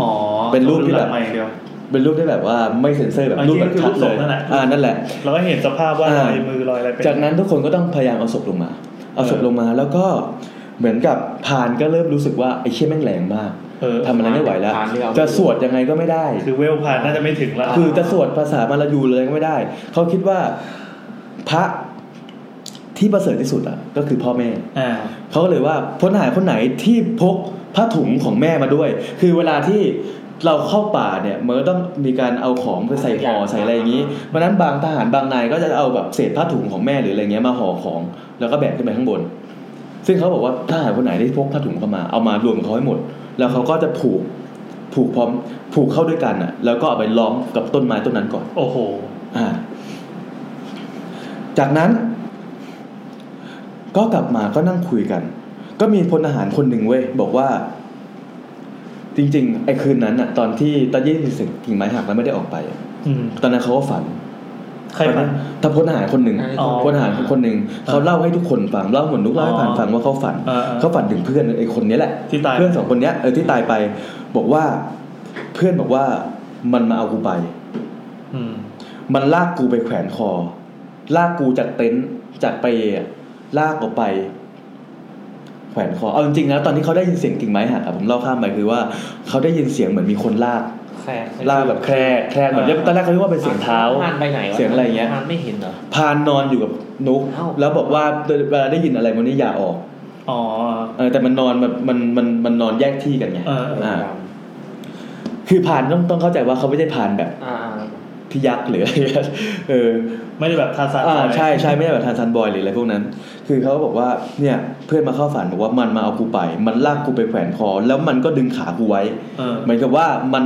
อ๋อ เป็นรูปที่แบบ ใหม่เดียว เป็นรูปที่แบบว่าไม่เซ็นเซอร์แบบ อันนี้ รูปแบบ คือรู ชัด ป เล ส่ง ย นั่นแหละ อ่านั่นแหละ เราก็เห็นสภาพว่า อ่า รอยมือรอยอะไรเป็น จากนั้นทุกคนก็ต้องพยายามเอาศพลงมา เอาศพ เออ ลงมาแล้วก็เหมือนกับพานก็เริ่มรู้สึกว่าไอ้เชี่ยแม่งแรงมาก เออ ทำอะไรไม่ไหวแล้ว จะสวดยังไงก็ไม่ได้ คือเวลผ่านน่าจะไม่ถึงละ คือจะสวดภาษามาลายูเลยก็ไม่ได้ เขาคิดว่าพระที่ประเสริฐที่สุดอ่ะ ก็คือพ่อแม่ อ่า เขาก็เลยว่าพลทหารคนไหนที่พกผ้าถุงของแม่มาด้วย คือเวลาที่เราเข้าป่าเนี่ยมันก็ต้องมีการเอาของไปใส่ห่อใส่อะไรอย่างนี้ เพราะฉะนั้นบางทหารบางนายก็จะเอาแบบเศษผ้าถุงของแม่หรืออะไรเงี้ยมาห่อของ แล้วก็แบกขึ้นไปข้างบน ซึ่งเขาบอกว่าทหารคนไหนที่พกผ้าถุงเข้ามาเอามารวมกับเขาให้หมด แล้วเขาก็จะผูกผูกพร้อมผูกเข้าด้วยกันอ่ะ แล้วก็เอาไปล้อมกับต้นไม้ต้นนั้นก่อน โอ้โห อ่า จากนั้น ก็กลับมาก็นั่งคุยกัน ก็มีพลทหารคนหนึ่งเว้ยบอกว่า จริง ๆ ไอ้คืนนั้นน่ะ ตอนที่ตอนยี่สิบกิ่งไม้หักแล้วไม่ได้ออกไปอะ อืม ตอนนั้นเขาก็ฝัน ใครผ่าน ถ้าพลทหารคนหนึ่ง อ๋อ พลทหารคนหนึ่งเขาเล่าให้ทุกคนฟังเล่าเหมือนนุกเล่าให้ผ่านฟังว่าเขาฝัน เออเออ เขาฝันถึงเพื่อนไอ้คนเนี้ยแหละ ที่ตาย เพื่อนสองคนเนี้ยเออที่ตายไป บอกว่าเพื่อนบอกว่ามันมาเอากูไป อืม มันลากกูไปแขวนคอ ลากกูจากเต็นท์จากไปอะลากออกไป แขวนคอ เอาจริงๆนะตอนที่เขาได้ยินเสียงกิ่งไม้หักอะผมเล่าข้ามไปคือว่าเขาได้ยินเสียงเหมือนมีคนลาก แขวน ลากแบบแคร่แคร่แบบตอนแรกเขาคิดว่าเป็นเสียงเท้า ผ่านไปไหนว เสียงอะไรเงี้ย ผ่านไม่เห็นเหรอ พานนอนอยู่กับนุก เอ้า แล้วบอกว่าเวลาได้ยินอะไรมันนี่อย่าออก อ๋อ เออแต่มันนอนแบบมันมันมันนอนแยกที่กันไง เออเอออ่ ่า คือพานต้องต้องเข้าใจว่าเขาไม่ได้พานแบบ อ่า พิยักษ์หรือ <laughs> อะไรเออ ไม่ได้แบบทาสาน อ่าใช่ใช่ไม่ได้แบบทานซันบอยหรืออะไรพวกนั้น คือเขาก็บอกว่าเนี่ยเพื่อนมาเข้าฝันบอกว่ามันมาเอากูไป มันลากกูไปแขวนคอ แล้วมันก็ดึงขากูไว้ เออ เหมือนกับว่ามัน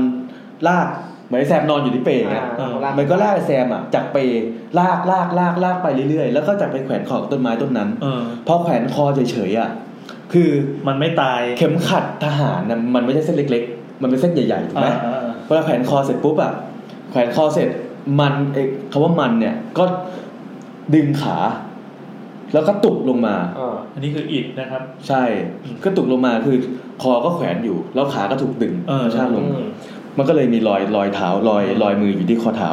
ลากเหมือนไอ้แซมนอนอยู่ที่เปรย์ อ่า อะ เออ มันก็ลากไอ้แซมอ่ะจากเปรย์ลากลากลากลากไปเรื่อยๆ แล้วก็จากไปแขวนคอกับต้นไม้ต้นนั้น เออ พอแขวนคอเฉยๆอ่ะคือ มันไม่ตาย เข็มขัดทหารนะมันไม่ใช่เส้นเล็ก ๆ มันเป็นเส้นใหญ่ๆถูกไหม อ่าอ่า พอเราแขวนคอเสร็จปุ๊บอะแขวนคอเสร็จมันเอกคำว่ามันเนี่ยก็ดึงขา แล้วก็ตุกลงมา อ่า อันนี้คืออิดนะครับ ใช่ อืม ก็ตุกลงมาคือ คอก็แขวนอยู่ แล้วขาก็ถูกดึง เออ กระชากลง มันก็เลยมีรอยรอยเท้ารอยรอยมืออยู่ที่ข้อเท้า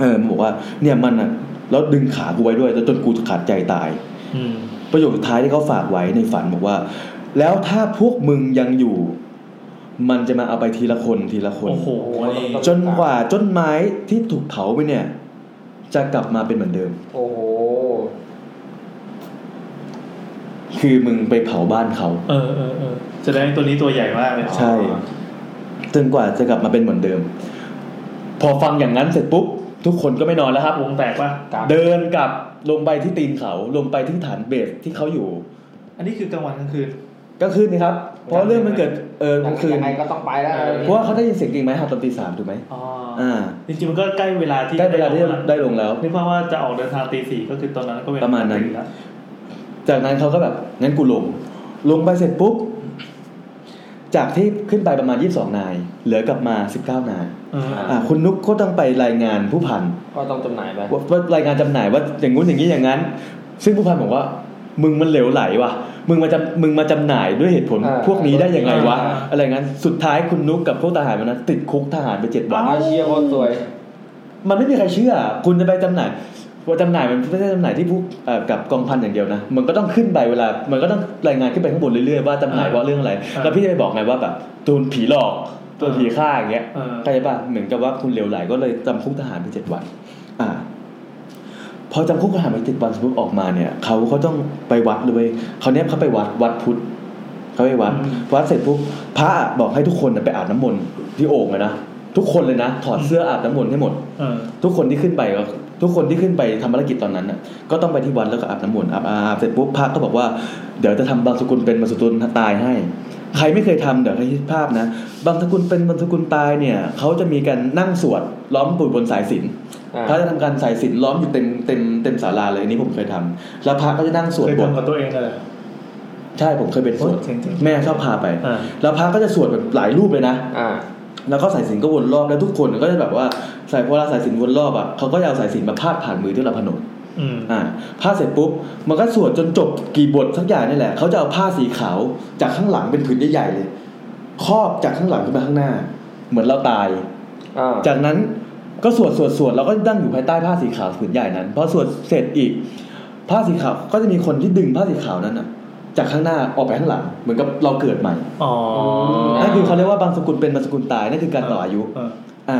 เออมันบอกว่าเนี่ยมันอะแล้วดึงขากูไว้ด้วยแล้วจนกูขาดใจตาย อืม ประโยคสุดท้ายที่เขาฝากไว้ในฝันบอกว่า แล้วถ้าพวกมึงยังอยู่ มันจะมาเอาไปทีละคนทีละคน โอ้โหอันนี้ จนกว่าต้นไม้ที่ถูกเผาไปเนี่ย จะกลับมาเป็นเหมือนเดิม โอ้โห คือมึงไปเผาบ้านเขา เออเออเออแสดงตัวนี้ตัวใหญ่มากเลย ใช่ จนกว่าจะกลับมาเป็นเหมือนเดิม พอฟังอย่างนั้นเสร็จปุ๊บ ทุกคนก็ไม่นอนแล้วครับ วงแตกป่ะ เดินกลับลงไปที่ตีนเขา ลงไปที่ฐานเบสที่เขาอยู่ อันนี้คือกลางวันกลางคืน ก็คืนนี่ครับ เพราะเรื่องมันเกิดเออกลางคืน ยังไงก็ต้องไปแล้ว เออ เพราะว่าเขาได้ยินเสียงกิ่งไม้หักตอนตีสามถูกไหม อ๋ออ อ่า จริงๆมันก็ใกล้เวลาที่ ได้เวลาที่ได้ลงแล้ว นึกว่าว่าจะออกเดินทางตีสี่ก็คือตอนนั้นก็เวล ประมาณนั้น ตีแล้ว จากนั้นเขาก็แบบงั้นกูลง ลงไปเสร็จปุ๊บ จากที่ขึ้นไปประมาณ 22 นาย เหลือกลับมา 19 นาย เออ อ่าคุณนุกก็ต้องไปรายงานผู้พัน ก็ต้องจำหน่ายไป ว่าว่ารายงานจำหน่ายว่าอย่างงู้นอย่างนี้อย่างนั้น ซึ่งผู้พันบอกว่า มึงมันเหลวไหลว่ะ มึงมาจำมึงมาจำหน่ายด้วยเหตุผล พวกนี้ได้ยังไงวะ อะไรงั้น สุดท้ายคุณนุกกับพวกทหารมันนั้นติดคุกทหารไปเจ็ดวัน อาเชียโคตรสวย มันไม่มีใครเชื่อ คุณจะไปจำหน่ายว่าจำหน่ายมันไม่ใช่จำหน่ายที่ผู้เอ่อกับกองพันอย่างเดียวนะ มันก็ต้องขึ้นไปเวลา มันก็ต้องรายงานขึ้นไปข้างบนเรื่อยๆว่าจำหน่ายว่าเรื่องอะไร แล้วพี่จะไปบอกไงว่าแบบโดนผีหลอก โดนผีฆ่าอย่างเงี้ย เออ เข้าใจป่ะเหมือนกับว่าคุณเหลวไหลก็เลยจำคุกทหารไปเจ็ดวัน อ่า พอจำคุกทหารไปเจ็ดวันสมมติออกมาเนี่ยเขาเขาต้องไปวัดเลยเว้ยเขาวเนี้ยเขาไปวัดวัดพุทธเขาไปวัดวัดเสร็จปุ๊บพระบอกให้ทุกคนน่ะไปอาบน้ำมนต์ที่โอ่งอะนะทุกคนเลยนะถอดเสื้ออาบน้ำมนต์ให้หมด เออ ทุกคนที่ขึ้นไปก็ทุกคนที่ขึ้นไปทำภารกิจตอนนั้นน่ะก็ต้องไปที่วัดแล้วก็อาบน้ำมนต์อาบอาบอาบเสร็จปุ๊บพระก็บอกว่าเดี๋ยวจะทำบางสกุลเป็นบางสกุลตายให้ ใครไม่เคยทำเดี๋ยวให้คิดภาพนะ บางสกุลเป็นบางสกุลตายเนี่ยเขาจะมีการนั่งสวดล้อมปูบนสายสิญจนพระจะทำการสายสิญจนล้อมอยู่เต็มเต็มเต็มศาลาเลยอันนี้ผมเคยทำแล้วพระก็จะนั่งสวด เคย บท ทำกับตัวเองเลยเหรอ ใช่ผมเคยเป็นสวด โอ้ยเจ๋งๆ แม่ชอบพาไป อ่า แล้วพระก็จะสวดแบบหลายรูปเลยนะ อ่า แล้วก็สายสิญจนก็วนรอบแล้วทุกคนก็จะแบบว่าสายพอเราสายสิญจนวนรอบอ่ะเขาก็จะเอาสายสิญจนมาพาดผ่านมือที่เราพนม อืม อ่าพาดเสร็จปุ๊บมันก็สวดจนจบกี่บทสักอย่างนี่แหละเขาจะเอาผ้าสีขาวจากข้างหลังเป็นผืนใหญ่ๆเลยครอบจากข้างหลังขึ้นมาข้างหน้า เหมือนเราตาย อ่า จากนั้นก็สวดสวดสวดเราก็นั่งอยู่ภายใต้ผ้าสีขาวผืนใหญ่นั้นพอสวดเสร็จอีก ผ้าสีขาวก็จะมีคนที่ดึงผ้าสีขาวนั้นอ่ะ จากข้างหน้าออกไปข้างหลัง เหมือนกับเราเกิดใหม่ อ๋อ นั่นคือเขาเรียกว่าบางสกุลเป็นบางสกุลตายนั่นคือการต่ออายุ เออ อ่า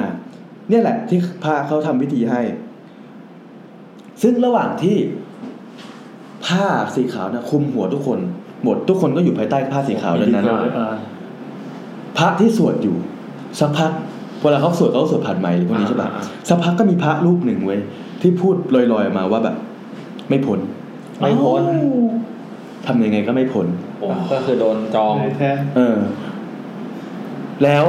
เนี่ยแหละที่พระเขาทำพิธีให้ ซึ่งระหว่างที่ผ้าสีขาวนะคลุมหัวทุกคน หมดทุกคนก็อยู่ภายใต้ผ้าสีขาวนั้นนั้น อ่า พระที่สวดอยู่ สักพักเวลาเขาสวดเขาก็สวดผ่านไมค์หรือพวกนี้ใช่ปะสักพักก็มีพระรูปหนึ่งเว้ยที่พูดลอยๆออกมาว่าแบบ ไม่พ้น ไม่พ้น ทำยังไงก็ไม่พ้น ก็คือโดนจอง แท้ เออ แล้ว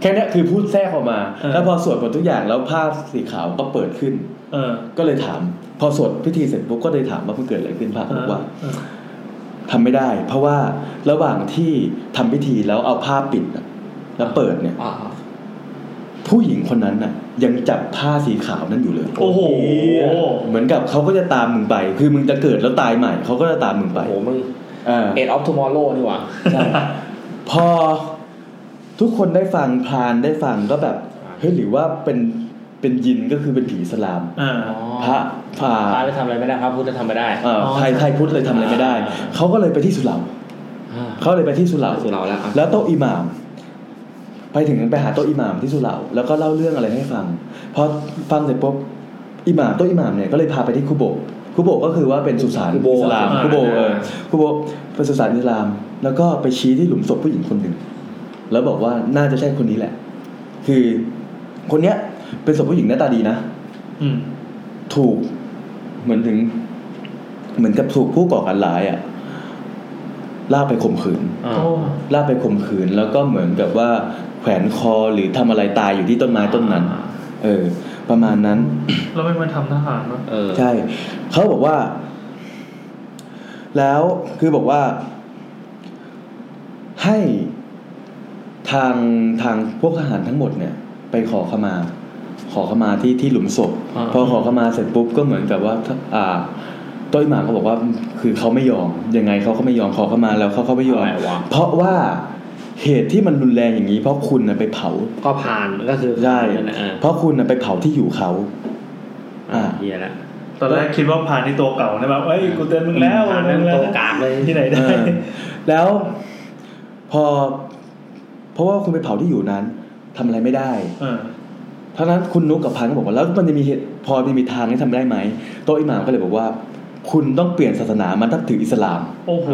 แค่เนี้ยคือพูดแทรกออกมา เออ แล้วพอสวดหมดทุกอย่างแล้วผ้าสีขาวก็เปิดขึ้น เออ ก็เลยถาม พอสวดพิธีเสร็จปุ๊บก็เลยถามว่ามันเกิดอะไรขึ้นพระก็บอกว่าทำไม่ได้ เพราะว่าระหว่างที่ทำพิธีแล้วเอาผ้าปิดน่ะแล้วเปิดเนี่ย อ่า ผู้หญิงคนนั้นน่ะ ยังจับผ้าสีขาวนั้นอยู่เลย โอ้โห เหมือนกับเขาก็จะตามมึงไป คือมึงจะเกิดแล้วตายใหม่เขาก็จะตามมึงไป โหมึง อ่า เอ็ดออฟทูมอร์โลนี่หว่า ใช่พอทุกคนได้ฟังพรานได้ฟังก็แบบเฮ้ยหรือว่าเป็นเป็นยินก็คือเป็นผีอิสลาม อ่า พระพา พระจะทำอะไรไม่ได้พระพุทธจะทำไม่ได้ เอ่ออ อ ไทยไทยพุทธเลยทำอะไรไม่ได้เขาก็เลยไปที่สุเหร่า อ่า เขาเลยไปที่สุเหร่า สู่เราแล้วอ่ะ แล้วโต๊ะอิหม่าม ไปถึงไปหาโต๊ะอิหม่ามที่สุเหร่าแล้วก็เล่าเรื่องอะไรให้ฟังพอฟังเสร็จปุ๊บอิหม่ามโต๊ะอิหม่ามเนี่ยก็เลยพาไปที่คุโบะคุโบะก็คือว่าเป็นสุสาน คุโบะ อิสลามคุโบะเออคุโบะเป็นสุสานอิสลาม แล้วก็ไปชี้ที่หลุมศพผู้หญิงคนหนึ่ง แล้วบอกว่าน่าจะใช่คนนี้แหละ คือคนเนี้ยเป็นศพผู้หญิงหน้าตาดีนะ อืม ถูกเหมือนถึง เหมือนกับถูกผู้ก่อการร้ายอะ่ะล่ากไปข่มขืน อ่า ล่ากไปข่มขืน แล้วก็เหมือนกับว่าแขวนคอหรือทำอะไรตายอยู่ที่ต้นไม้ต้นนั้น เออ ประมาณนั้น เราไม่มาทำทหารมั้ง เออ ใช่ เขาบอกว่า แล้วคือบอกว่า ให้ทางทางพวกทหารทั้งหมดเนี่ย ไปขอขมา ขอขมาที่ที่หลุมศพพอขอขมาเสร็จปุ๊บก็เหมือนกับว่า อ่าต้อยหมางเขาบอกว่า คือเขาไม่ยอมยังไงเขาก็ไม่ยอมขอขมาแล้วเขาเขาไม่ยอม อะไรวะ เพราะว่าเหตุที่มันรุนแรงอย่างนี้ เพราะคุณน่ะไปเผา ก็ผ่านก็คือ ได้ นั่นแหละอ่า เพราะคุณน่ะไปเผาที่อยู่เขา อ่า อ่า เฮียแล้ว ตอนแรกคิดว่าผ่านที่ตัวเก่านะแบบเอ้ยกูเตือนมึงแล้ว ผ่านนั่น มึงแล้ว โตกากเลย ที่ไหนได้ เออแล้วพอ เพราะว่าคุณไปเผาที่อยู่นั้นทำอะไรไม่ได้ เออ เท่านั้นคุณนุกกับพันก็บอกว่าแล้วมันจะมีเหตุพอจะมีทางที่ทำได้ไหมโต๊ะอิหม่ามก็เลยบอกว่า คุณต้องเปลี่ยนศาสนามานับถืออิสลาม โอ้โห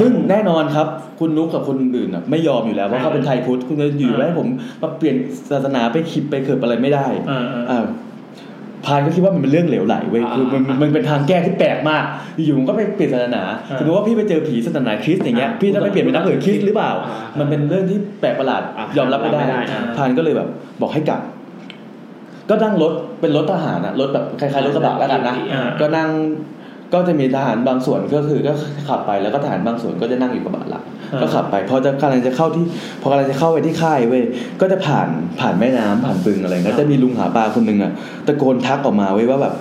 ซึ่งแน่นอนครับ คุณนุกกับคนอื่นๆน่ะไม่ยอมอยู่แล้วเพราะเขาเป็นไทยพุทธคุณจะอยู่ อ่า ไว้ให้ผมมาเปลี่ยนศาสนาไปขิบไปเขิบอะไรไม่ได้ เออเออ อ่าพานก็คิดว่ามันเป็นเรื่องเหลวไหลเว้ยคือมันมันมันเป็นทางแก้ที่แปลกมากอยู่ๆมันก็ไปเปลี่ยนศาสนา อ่า สมมติว่าพี่ไปเจอผีศาสนาคริสต์อย่างเงี้ยพี่จะไปเปลี่ยนเป็นนับถือคริสต์หรือเปล่า มันเป็นเรื่องที่แปลกประหลาด ะ ยอมรับไม่ได้ อ่ะ พานก็เลยแบบ บอกให้กลับ ก็นั่งรถเป็นรถทหารอะรถแบบคล้ายๆรถกระบะแล้วกันนะ อ่า ก็นั่งก็จะมีทหารบางส่วนก็คือก็ขับไปแล้วก็ทหารบางส่วนก็จะนั่งอยู่กระบะหลัง อ่า ก็ขับไปพอจะกำลังจะเข้าที่ พอกำลังจะเข้าไปที่ค่ายเว้ยก็จะผ่านผ่านแม่น้ำผ่านบึงอะไรเงี้ยจะมีลุงหาปลาคนหนึ่งอะตะโกนทักออกมาเว้ยว่าแบบ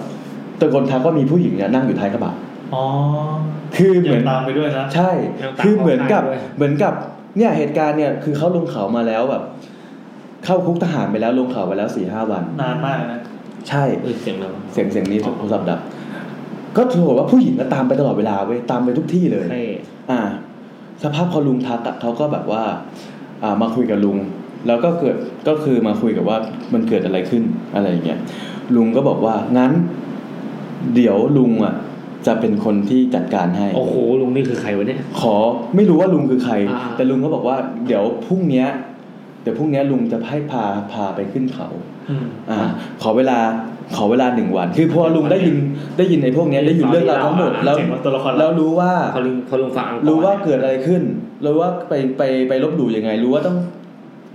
ตะโกนทักว่ามีผู้หญิงเนี่ยนั่งอยู่ท้ายกระบะ อ๋อ คือเห เดี๋ มื ยวอน ตามไปด้วยนะ ใช่ ยังตาม คือเหมือนกับ เขาได้ด้วย เหมือนกับ เนี่ย เหตุการณ์เนี่ย คือเขาลงเขามาแล้วแบบ เข้าคุกทหารไปแล้ว ลงเขาไปแล้วสี่ห้าวัน นานมากนะ ใช่ เออเสียงเรา เสียงเสียงนี้โทรศัพท์ดับ ก็ถือว่าผู้หญิงก็ตามไปตลอดเวลาเว้ย ตามไปทุกที่เลย เท่ อ่าสภาพพอลุงทักอะเขาก็แบบว่า อ่า มาคุยกับลุง แล้วก็เกิดก็คือมาคุยกับว่ามันเกิดอะไรขึ้นอะไรอย่างเงี้ยลุงก็บอกว่างั้น เดี๋ยวลุงอ่ะ จะเป็นคนที่จัดการให้ โอ้โหลุงนี่คือใครวะเนี่ย ขอไม่รู้ว่าลุงคือใคร อ่า แต่ลุงก็บอกว่าเดี๋ยวพรุ่งเนี้ยเดี๋ยวพรุ่งเนี้ยลุงจะให้พาพาไปขึ้นเขา อ่า ขอเวลาขอเวลาหนึ่งวัน คือพอลุงได้ยินได้ยินไอ้พวกเนี้ยได้ยินเรื่องราวทั้งหมดแล้ว เจ๋งว่าตัวละคร แล้วรู้ว่า พอลุงพอลุงฟังก่อน รู้ว่าเกิดอะไรขึ้น รู้ว่าไปไปไปลบหลู่ยังไง รู้ว่าต้อง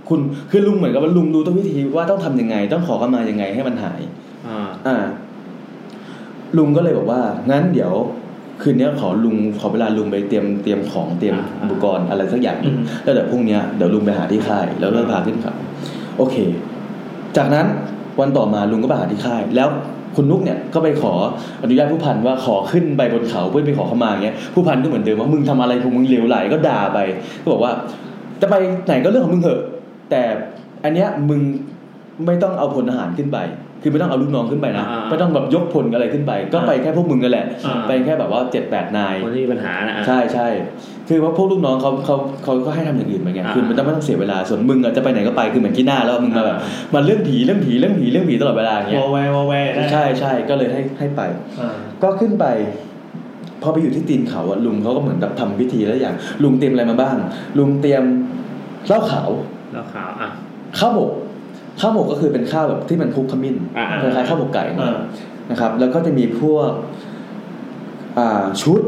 คุณคือลุงเหมือนกับว่าลุงรู้ต้องวิธีว่าต้องทำยังไง ต้องขอกันมายังไงให้มันหาย อ่า อ่า ลุงก็เลยบอกว่า งั้นเดี๋ยว คืนเนี้ยขอลุงขอเวลาลุงไปเตรียมเตรียมของเตรียมอุปกรณ์อะไรสักอย่างหนึ่ง อืม แล้วเดี๋ยวพรุ่งเนี้ยเดี๋ยวลุงไปหาที่ค่าย แล้วเริ่มพาขึ้นเขาโอเค จากนั้นวันต่อมาลุงก็ไปหาที่ค่าย แล้วคุณนุกเนี่ยก็ไปขออนุญาตผู้พันว่าขอขึ้นไปบนเขาเพื่อไปขอเข้ามาอย่างเงี้ยผู้พันก็เหมือนเดิมว่ามึงทำอะไรของมึงเหลวไหลก็ด่าไป ก็บอกว่า จะไปไหนก็เรื่องของมึงเถอะ แต่อันเนี้ยมึงไม่ต้องเอาพลทหารขึ้นไป คือไม่ต้องเอาลูกน้องขึ้นไปนะไม่ต้องแบบยกพลอะไรขึ้นไป ก็ไปแค่พวกมึงนั่นแหละ อ่า ไปแค่แบบว่าเจ็ดแปดนาย คนที่มีปัญหานะอ่ะ ใช่ใช่ คือว่าพวกลูกน้องเขาเขาเขาก็ให้ทำอย่างอื่นเหมือนกัน อ่า คือมันจะไม่ต้องเสียเวลา ส่วนมึงอะจะไปไหนก็ไป คือเหมือนที่หน้าแล้วมึงมาแบบมาเรื่องผีเรื่องผีเรื่องผีเรื่องผีตลอดเวลาอย่างเงี้ วอย แวร์วอแวร์ได้ ใช่ใช่ก็เลยให้ให้ไป อ่า ก็ขึ้นไป พอไปอยู่ที่ตีนเขาอะลุงเขาก็เหมือนกับทำพิธีแล้วอย่าง ลุงเตรียมอะไรมาบ้าง ลุงเตรียมเหล้าขาว แล้วขาวอ่ะ ข้าวหมกข้าวหมกก็คือเป็นข้าวแบบที่มันคลุกขมิ้น อ่า คล้ายๆข้าวหมกไก่นะ อ่า นะครับ แล้วก็จะมีพวกอ่าชุด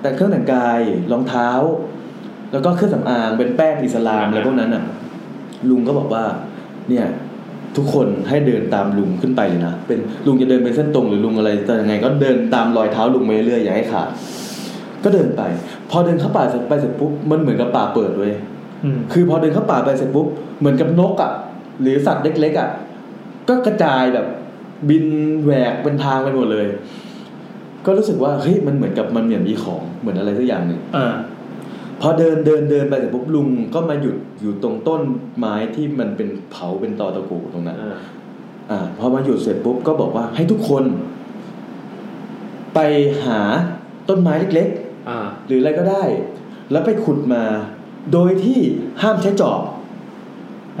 แต่เครื่องแต่งกายรองเท้า แล้วก็เครื่องสำอางเป็นแป้งอิสลามอะไรพวกนั้นอ่ะ ลุงก็บอกว่า เนี่ย ทุกคนให้เดินตามลุงขึ้นไปเลยนะเป็นลุงจะเดินเป็นเส้นตรงหรือลุงอะไรจะยังไง ก็เดินตามรอยเท้าลุงไปเรื่อยๆอย่าให้ขาดก็เดินไป พอเดินเข้าป่าเสร็จไปเสร็จปุ๊บมันเหมือนกับป่าเปิดเว้ย อืม คือพอเดินเข้าป่าไปเสร็จปุ๊บเหมือนกับนกอ่ะ หรือสัตว์เล็กๆอ่ะ ก็กระจายแบบบินแหวกเป็นทางไปหมดเลย ก็รู้สึกว่าเฮ้ยมันเหมือนกับมันเหมือนมีของเหมือนอะไรสักอย่างหนึ่ง อ่า พอเดินเดินเดินไปเสร็จปุ๊บลุงก็มาหยุดอยู่ตรงต้นไม้ที่มันเป็นเผาเป็นตอตะกูตรงนั้น อ่า อ่าพอมาหยุดเสร็จปุ๊บก็บอกว่าให้ทุกคน ไปหาต้นไม้เล็ก ๆ อ่า หรืออะไรก็ได้ แล้วไปขุดมา โดยที่ห้ามใช้จอบ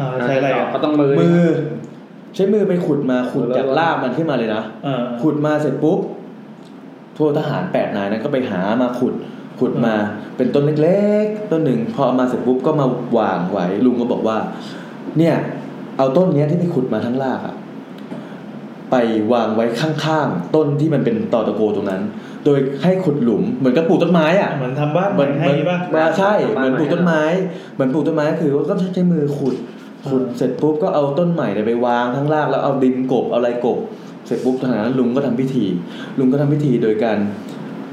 อ่าใช้อะไรอ่ะ ก็ต้องมือ มือ ใช้มือไปขุดมาขุดจากล่ากมันขึ้นมาเลยนะ อ่า ขุดมาเสร็จปุ๊บพวกทหารแปดนายนั้นก็ไปหามาขุด ขุดมา เป็นต้นเล็กๆ ต้นหนึ่งพอเอามาเสร็จปุ๊บก็มาวางไว้ลุงก็บอกว่า เนี่ย เอาต้นเนี้ยที่ไปขุดมาทั้งรากอะไปวางไว้ข้างๆต้นที่มันเป็นตอตะโกตรงนั้น โดยให้ขุดหลุมเหมือนกับปลูกต้นไม้อะ เหมือนทำบ้าน เหมือน ให้ เหมือน ป่ะ มาใช่เหมือนปลูกต้นไม้เหมือนปลูกต้นไม้คือก็ใช้มือขุดขุดเสร็จปุ๊บก็เอาต้นใหม่เนี่ยไปวางทั้างล่างแล้วเอาดินกบเอาอะไรกบ เสร็จปุ๊บทางนั้นลุงก็ทำพิธี ลุงก็ทำพิธีโดยการ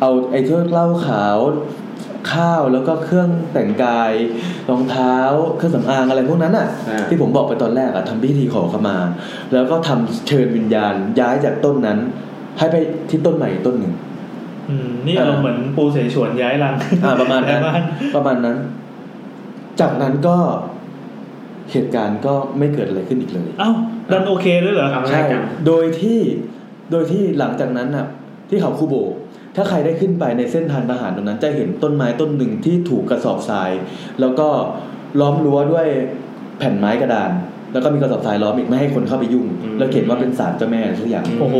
เอาไอ้เทือกเหล้าขาว ข้าวแล้วก็เครื่องแต่งกายรองเท้า เครื่องสำอางอะไรพวกนั้นอ่ะ ที่ผมบอกไปตอนแรกอะทำพิธีขอขมา แล้วก็ทำเชิญวิญญาณย้ายจากต้นนั้น ให้ไปที่ต้นใหม่อีกต้นหนึ่ง อืม นี่อารมณ์เหมือนปูเสฉวนย้ายรัง <laughs> อ่าประมาณนั้น ย้ยบ้ ประมาณนั้น จากนั้นก็เหตุการณ์ก็ไม่เกิดอะไรขึ้นอีกเลย เอ้า ดันโอเคด้วยเหรอ เอาง่ายจัง โดยที่โดยที่หลังจากนั้นน่ะ ที่เขาคูโบ ถ้าใครได้ขึ้นไปในเส้นทางทหารตรงนั้น จะเห็นต้นไม้ต้นหนึ่งที่ถูกกระสอบทราย แล้วก็ล้อมรั้วด้วยแผ่นไม้กระดาน แล้วก็มีกระสอบทรายล้อมอีกไม่ให้คนเข้าไปยุ่ง แล้วเขียนว่าเป็นศาลเจ้าแม่อะไรสักอย่าง โอ้โห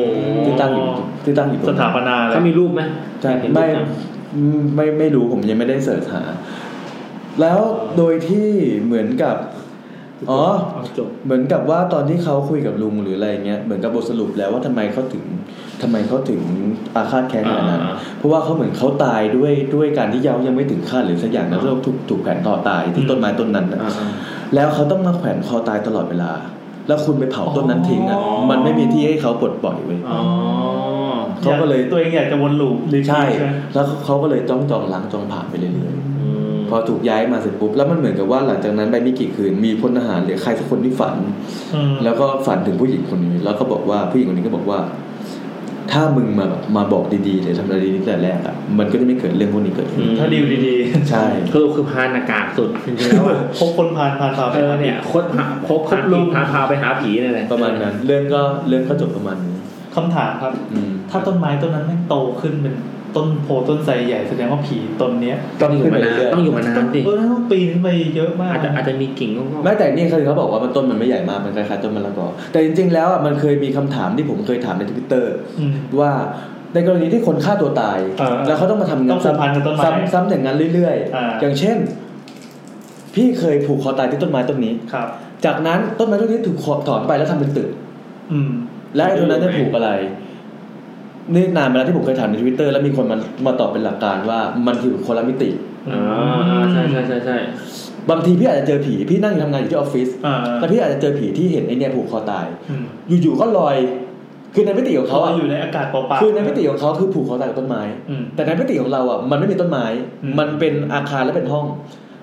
ที่ตั้งอยู่ที่ตั้งอยู่ตรง ส นั้น ถาปนาเลย เขามีรูปไหม ใช่ เห็นรู ไม่ ปยัง อืมไม่ไม่รู้ผมยังไม่ได้เสิร์ชหา แล้วโดยที่เหมือนกับ อ๋อ เอาจบ เหมือนกับว่าตอนที่เขาคุยกับลุงหรืออะไรเงี้ยเหมือนกับบทสรุปแล้วว่าทำไมเขาถึงทำไมเขาถึงอาฆาตแค้นขนาดนั้น อ่า เพราะว่าเขาเหมือนเขาตายด้วยด้วยการที่เย้ายังไม่ถึงขั้นหรือสักอย่างนะแล้วถูกถูกแขวนต่อตายที่ต้นไม้ต้นนั้นน่ะ อ่าอ่า แล้วเขาต้องมาแขวนคอตายตลอดเวลา แล้วคุณไปเผาต้นนั้นทิ้งอ่ะ อ๋อ มันไม่มีที่ให้เขาปลดปล่อยเว้ย อ๋อ เขาก็เลย ตัวเองอยากจะวนลูปหรือ ใช่ ไหม แล้วเขาก็เลยจ้องจองล้างจองผ่านไปเรื่อยๆ อืม พอถูกย้ายมาเสร็จปุ๊บแล้วมันเหมือนกับว่าหลังจากนั้นไปไม่กี่คืนมีพลทหารหรือใครสักคนที่ฝัน อืม แล้วก็ฝันถึงผู้หญิงคนนี้ แล้วก็บอกว่าผู้หญิงคนนี้ก็บอกว่า ถ้ามึงมาแบบมาบอกดีๆหรือทำอะไรดีๆแต่แรกอ่ะมันก็จะไม่เกิดเรื่องพวกนี้เกิดขึ้น ถ้าดีลดี ใช่ คือคือพานอากาศสุดจริงๆแล้วอะ ๆพบคนผ่านผ่านผ่านไป เออ ผ่าน เนี่ยคดหาพบพาผีพาพาไปหาผีเนี่ยแหละ ประมาณนั้น เรื่องก็เรื่องก็จบประมาณนี้ คำถามครับ อืม ถ้าต้นไม้ต้นนั้นไม่งโตขึ้นเป็น ต้นโพต้นไทรใหญ่แสดงว่าผีตนเนี้ย ต้องอยู่มานานต้องอยู่มานานดิ เออต้องปีนขึ้นไปเยอะมาก อาจจะอาจจะมีกิ่งงอก แม้แต่นี่คือเขาบอกว่ามันต้นมันไม่ใหญ่มากมันคล้ายๆต้นมะละกอแต่จริงๆแล้วอ่ะมันเคยมีคำถามที่ผมเคยถามในทวิตเตอร์ อืม ว่าในกรณีที่คนฆ่าตัวตาย เออ แล้วเขาต้องมาทำ ต้องสัมพันธ์กับต้นไม้ ซ้ำซ้ำอย่างนั้นเรื่อย อ่า ๆ อย่างเช่น พี่เคยผูกคอตายที่ต้นไม้ต้นนี้ ครับ จากนั้นต้นไม้ต้นนี้ถูกถอนไปแล้วทำเป็นตึก อืม และไอ้ตัวนั้นจะผูกอะไรนี่นานมาแล้วที่ผมเคยถามในทวิตเตอร์แล้วมีคนมามาตอบเป็นหลักการว่ามันคือคนละมิติ อ่าใช่ใช่ใช่ใช่ บางทีพี่อาจจะเจอผีพี่นั่งอยู่ทำงานอยู่ที่ออฟฟิศ อ่า แล้วพี่อาจจะเจอผีที่เห็นไอเนี่ยผูกคอตาย อืม อยู่ๆก็ลอย คือในมิติของ เขา เขาอะ อยู่ในอากาศเปล่าๆ คือในมิติของเขาคือผูกคอตายกับต้นไม้ อืม แต่ในมิติของเราอ่ะมันไม่มีต้นไม้ อืม มันเป็นอาคารและเป็นห้อง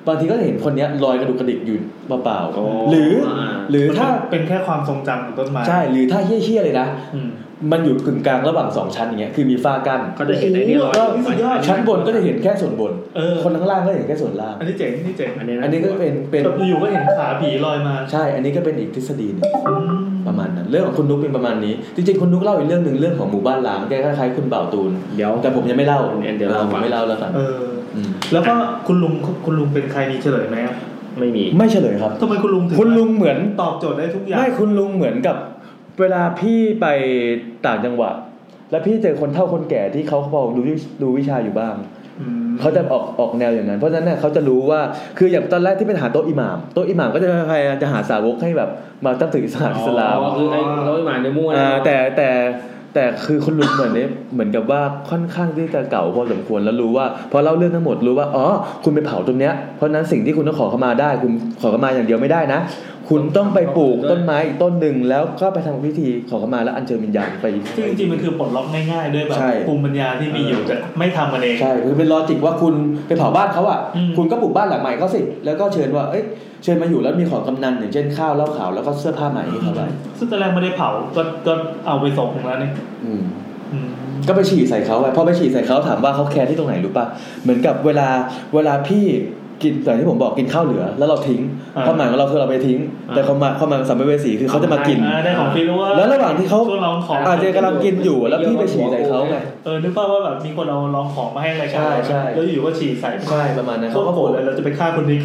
บางทีก็จะเห็นคนเนี้ยลอยกระดูกกระดิกอยู่เปล่าๆหรืออหรือถ้า มันเป็นแค่ความทรงจำของต้นไม้ ใช่หรือถ้าเหี้ยๆเลยนะ อืม มันอยู่กึ่งกลางระหว่างสองชั้นอย่างเงี้ยคือมีฝ้ากั้น เขาจะเห็นไอ้นี่ลอย โอ้โหสุดยอด ชั้นบนก็จะเห็นแค่ส่วนบน เออ คนข้างล่างก็เห็นแค่ส่วนล่าง อันนี้เจ๋งอันนี้เจ๋ง อันนี้ อันนี้ก็เป็นเป็น แบบอยู่ๆก็เห็นขาผีลอยมา ใช่ อันนี้ก็เป็นอีกทฤษฎีหนึง อืม ประมาณนั้นเรื่องของคุณนุกเป็นประมาณนี้ จริงๆคุณนุกเล่าอีกเรื่องหนึ่งเรื่องของหมู่บ้านล้างแกคล้ายๆคุณเบ่าวตูน เดี๋ยว แต่ผมยังไม่เล่า เดี๋ยวเรา ออผมไม่เล่าแล้วกัน เออ ม แล้วก็คุณลุงคุณลุงเป็นใครมีเฉลยไหมครับ ไม่มี ไม่เฉลยครับ ทำไมคุณลุงถึง คุณลุงเหมือน ตอบโจทย์ได้ทุกอย่าง ไม่คุณลุงเหมือนกับ เวลาพี่ไปต่างจังหวัด แล้วพี่เจอคนเฒ่าคนแก่ที่เขาพอรู้วิรู้วิชาอยู่บ้าง อืม เขาจะออกออกแนวอย่างนั้น เพราะฉะนั้นเนยเขาจะรู้ว่าคืออย่างตอนแรกที่ไปหาโต๊ะอิหม่ามโต๊ะอิหม่ามก็จะพยายามจะหาสาวกให้แบบมาตั้งถือศาสนาอิสลาม อ๋อคือไอ้เราไม่หมายในมั่วนะ อ่าแต่แต่แต่คือคุณลุงเหมือนเนี่ยเหมือนกับว่าค่อนข้างที่จะเก่าพอสมควรแล้วรู้ว่าพอเล่าเรื่องทั้งหมดรู้ว่าอ๋อคุณไปเผาต้นเนี้ยเพราะฉะนั้นสิ่งที่คุณต้องขอเข้ามาได้ คุณขอเข้ามาอย่างเดียวไม่ได้นะ คุณต้องไปปลูกต้นไม้อีกต้นหนึ่งแล้วก็ไปทำพิธีขอเข้ามาแล้วอัญเชิญวิญญาณไป ซึ่งจริงๆมันคือปลดล็อกง่ายๆด้วยแบบ ใช่ ภูมิปัญญาที่มีอยู่จะไม่ทำมันเอง ใช่คือเป็นลอจิกว่าคุณไปเผาบ้านเขาอ่ะ อืม คุณก็ปลูกบ้านหลังใหม่เขาสิ แล้วก็เชิญว่า เอ้ย เชิญมาอยู่แล้วมีของกำนันอย่างเช่นข้าวเหล้าขาวแล้วก็เสื้อผ้าใหม่ให้เขาไป ซึ่งตอนแรกไม่ได้เผาก็ก็เอาไปส่งแล้วนี่ อืม อืม ก็ไปฉี่ใส่เขาไปพอไปฉี่ใส่เขาถามว่าเขาแคร์ที่ตรงไหนรู้ป่ะ เหมือนกับเวลาเวลาพี่กินอย่างที่ผมบอกกินข้าวเหลือ แล้วเราทิ้ง า ความหมายของเราคือเราไปทิ้ง แต่ความหมายความหมายของสัมภเวสีคือเขาจะมากิน อ่าได้ของฟรีรู้ว่า แล้วระหว่างที่เขา ช่วงร้องของ อาจจะกำลังกินอยู่แล้วพี่ไปฉี่ใส่เขาไง เออนึกว่าว่าแบบมีคนเอาร้องของมาให้รายการ ใช่ใช่ แล้วอยู่ก็ฉี่ใส่ ใช่ประมาณนั้น เขา เขาก็ โก โก ร ร ธ ธ เลยเราจะไปฆ่าคนนี้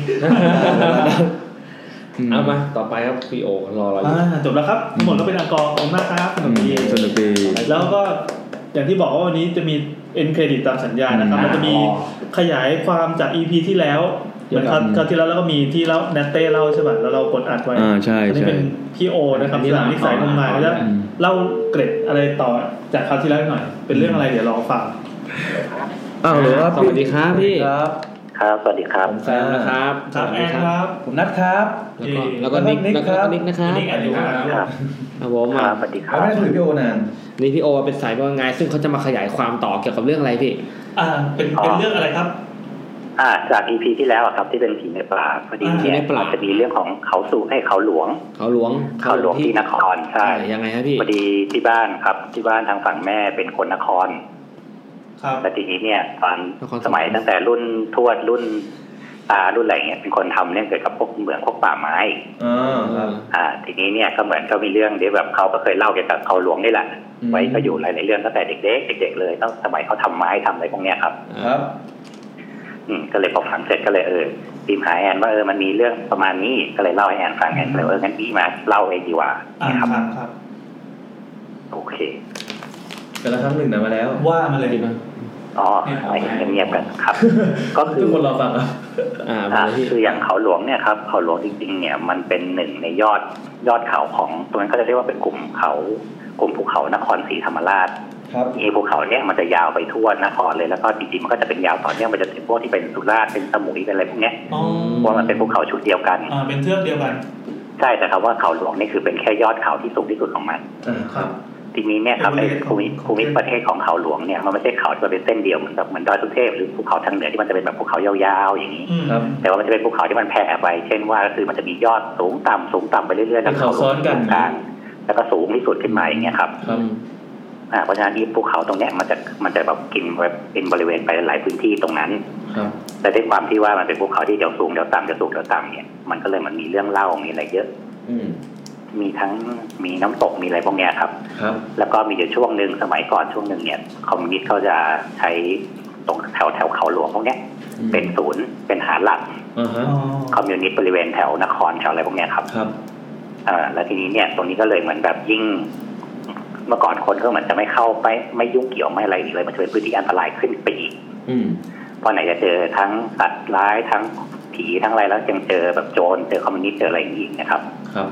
อืม เอามาต่อไปครับพีโอรอเราอยู่ อ่าจบแล้วครับทั้งหมดก็เป็นอังกอร์ขอบคุณมากครับส อื นุก ม ดี สนุกดี แล้วก็อย่างที่บอกว่าวันนี้จะมีเอ็นเครดิตตามสัญญานะครับมันจะมีขยายความจาก EP ที่แล้วเหมือนคราวคราวที่แล้วเราก็มีที่เล่าแนตเต้เล่าใช่ป่ะแล้วเรากดอัดไว้ อ่าใช่ อันนี้ ใช่ เป็นพี่โอนะครับที่หลังนิสัยทำงานแล้ว อืม เล่าเกร็ดอะไรต่อจากคราวที่แล้วหน่อย เป็นเรื่องอะไรเดี๋ยวลองฟัง อ้าวเหรอครับ สวัสดีครับพี่ ครับ ครับ สวัสดีครับ แซมนะครับ ครับแอนครับ ผมนัดครับ แล้วก็แล้วก็นิกแล้วก็นิกนะค อั รั น บ นี้แอนดูนะครับ ครับ ครับผม ค อ่ะ รับสวัสดีค เขา รับ ไม่ได้คุยกับพี่โอนาน นี่พี่โอเป็นสายว่างไงซึ่งเขาจะมาขยายความต่อเกี่ยวกับเรื่องอะไรพี่ อ่าเป็นเป็นเรื่องอะไรครับ อ่า จากอีพีที่แล้วอะครับที่เป็นผีในป่าพอดี อ่า เนี่ย ผีในป่า มันจะมีเรื่องของเขาสู่ให้ยเขาหลวง เขาหลวง เขาหลวงที่นครใช่ ใช่ยังไงฮะพี่ พอดีที่บ้านครับ ที่บ้านทางฝั่งแม่เป็นคนนคร ครับ แต่ทีนี้เนี่ยตอน นคร สมัยตั้งแต่รุ่นทวดรุ่นตารุ่นอะไรเงี้ยเป็นคนทำเรื่องเกี่ยวกับพวกเหมืองพวกป่าไม้ อ่าครับ อ่า ทีนี้เนี่ยก็เหมือนก็มีเรื่องเดี๋ยวแบบเขาก็เคยเล่าเกี่ยวกับเขาหลวงนี่แหละ อืม ไว้ก็อยู่หลายๆเรื่องตั้งแต่เด็กๆเด็ก ๆ เลยตั้งสมัยเขาทำไม้ทำอะไรพวกเนี้ยครับ ครับ อืมก็เลยพอฟังเสร็จก็เลยเออพิมพ์หาแอนว่าเออมันมีเรื่องประมาณนี้ก็เลยเล่าให้แอนฟังแอนก็เลยเอองั้นพี่มาเล่าเองดีกว่า อ่า นะครับ ครับครับ โอเค แต่ละครั้งหนึ่งนะมาแล้ว ว่ามาเลย อ๋อไอ้เงียบๆกัน <laughs> ครับ ก็คื ทุ อก คนรอฟังครับ อ่า อ่า มาเลยพี่ คืออย่างเขาหลวงเนี่ยครับเขาหลวงจริงๆ เนี่ยมันเป็นหนึ่งในยอดยอดเขาของตรงนั้นก็จะเรียกว่าเป็นกลุ่มเขา กลุ่มภูเขานครศรีธรรมราช ครับ ไอ้ภูเขาเนี่ยมันจะยาวไปทั่วนครเลยแล้วก็จริงๆมันก็จะเป็นยาวต่อเนื่องไปจนถึงพวกที่เป็นสุราษฎร์เป็นสมุยเป็นอะไรพวกเนี้ย อ๋อ เพราะมันเป็นภูเขาชุดเดียวกัน อ่าเป็นเทือกเดียวกัน ใช่แต่คำว่าเขาหลวงนี่คือเป็นแค่ยอดเขาที่สูงที่สุดของมัน อ่าครับ ทีนี้เนี่ยครับไอ้ภูมิภูมิประเทศของเขาหลวงเนี่ยมันไม่ใช่เขาที่มันเป็นเส้นเดียวเหมือนแบบเหมือนดอยสุเทพหรือภูเขาทางเหนือที่มันจะเป็นแบบภูเขายาวๆอย่างนี้ อืม ครับ แต่ว่ามันจะเป็นภูเขาที่มันแผ่ไป เช่นว่าก็คือมันจะมียอดสูงต่ำสูงต่ำไปเรื่อยๆแล้ว เป็นเขาซ้อนกัน หลวงกลางแล้วก็สูงที่สุดขึ้นมาอย่างเงี้ยครับ ครับ อ่าเพราะฉะนั้นที่ภูเขาตรงเนี้ยมันจะมันจะแบบกินแบบเป็นบริเวณไปหลายพื้นที่ตรงนั้น ครับ แต่ด้วยความที่ว่ามันเป็นภูเขาที่เดี๋ยวสูงเดี๋ยวต่ำเดี๋ยวสูงเดี๋ยวต่ำเนี่ยมันก็เลยมันมีเรื่องเล่ามีอะไรเยอะ อืม มีทั้งมีน้ำตกมีอะไรพวกเนี้ยครับ ครับ แล้วก็มีอยู่ช่วงหนึ่งสมัยก่อนช่วงหนึ่งเนี่ยคอมมิวนิสต์เขาจะใช้ตรงแถวแถวเขาหลวงพวกเนี้ยเป็นศูนย์เป็นฐานหลัก อ่าฮะ คอมมิวนิสต์บริเวณแถวนครแถวอะไรพวกเนี้ยครับ ครับ เอ่อแล้วทีนี้เนี่ยตรงนี้ก็เลยเหมือนแบบยิ่ง เมื่อก่อนคนก็เหมือนจะไม่เข้าไปไม่ยุ่งเกี่ยวไม่อะไรอีกเลยมันจะเป็นพื้นที่อันตรายขึ้นไปอีก อืม เพราะไหนจะเจอทั้งสัตว์ร้ายทั้งผีทั้งอะไรแล้วยังเจอแบบโจรเจอคอมมิวนิสต์เจออะไรอย่างนี้อีกนะครับ ครับ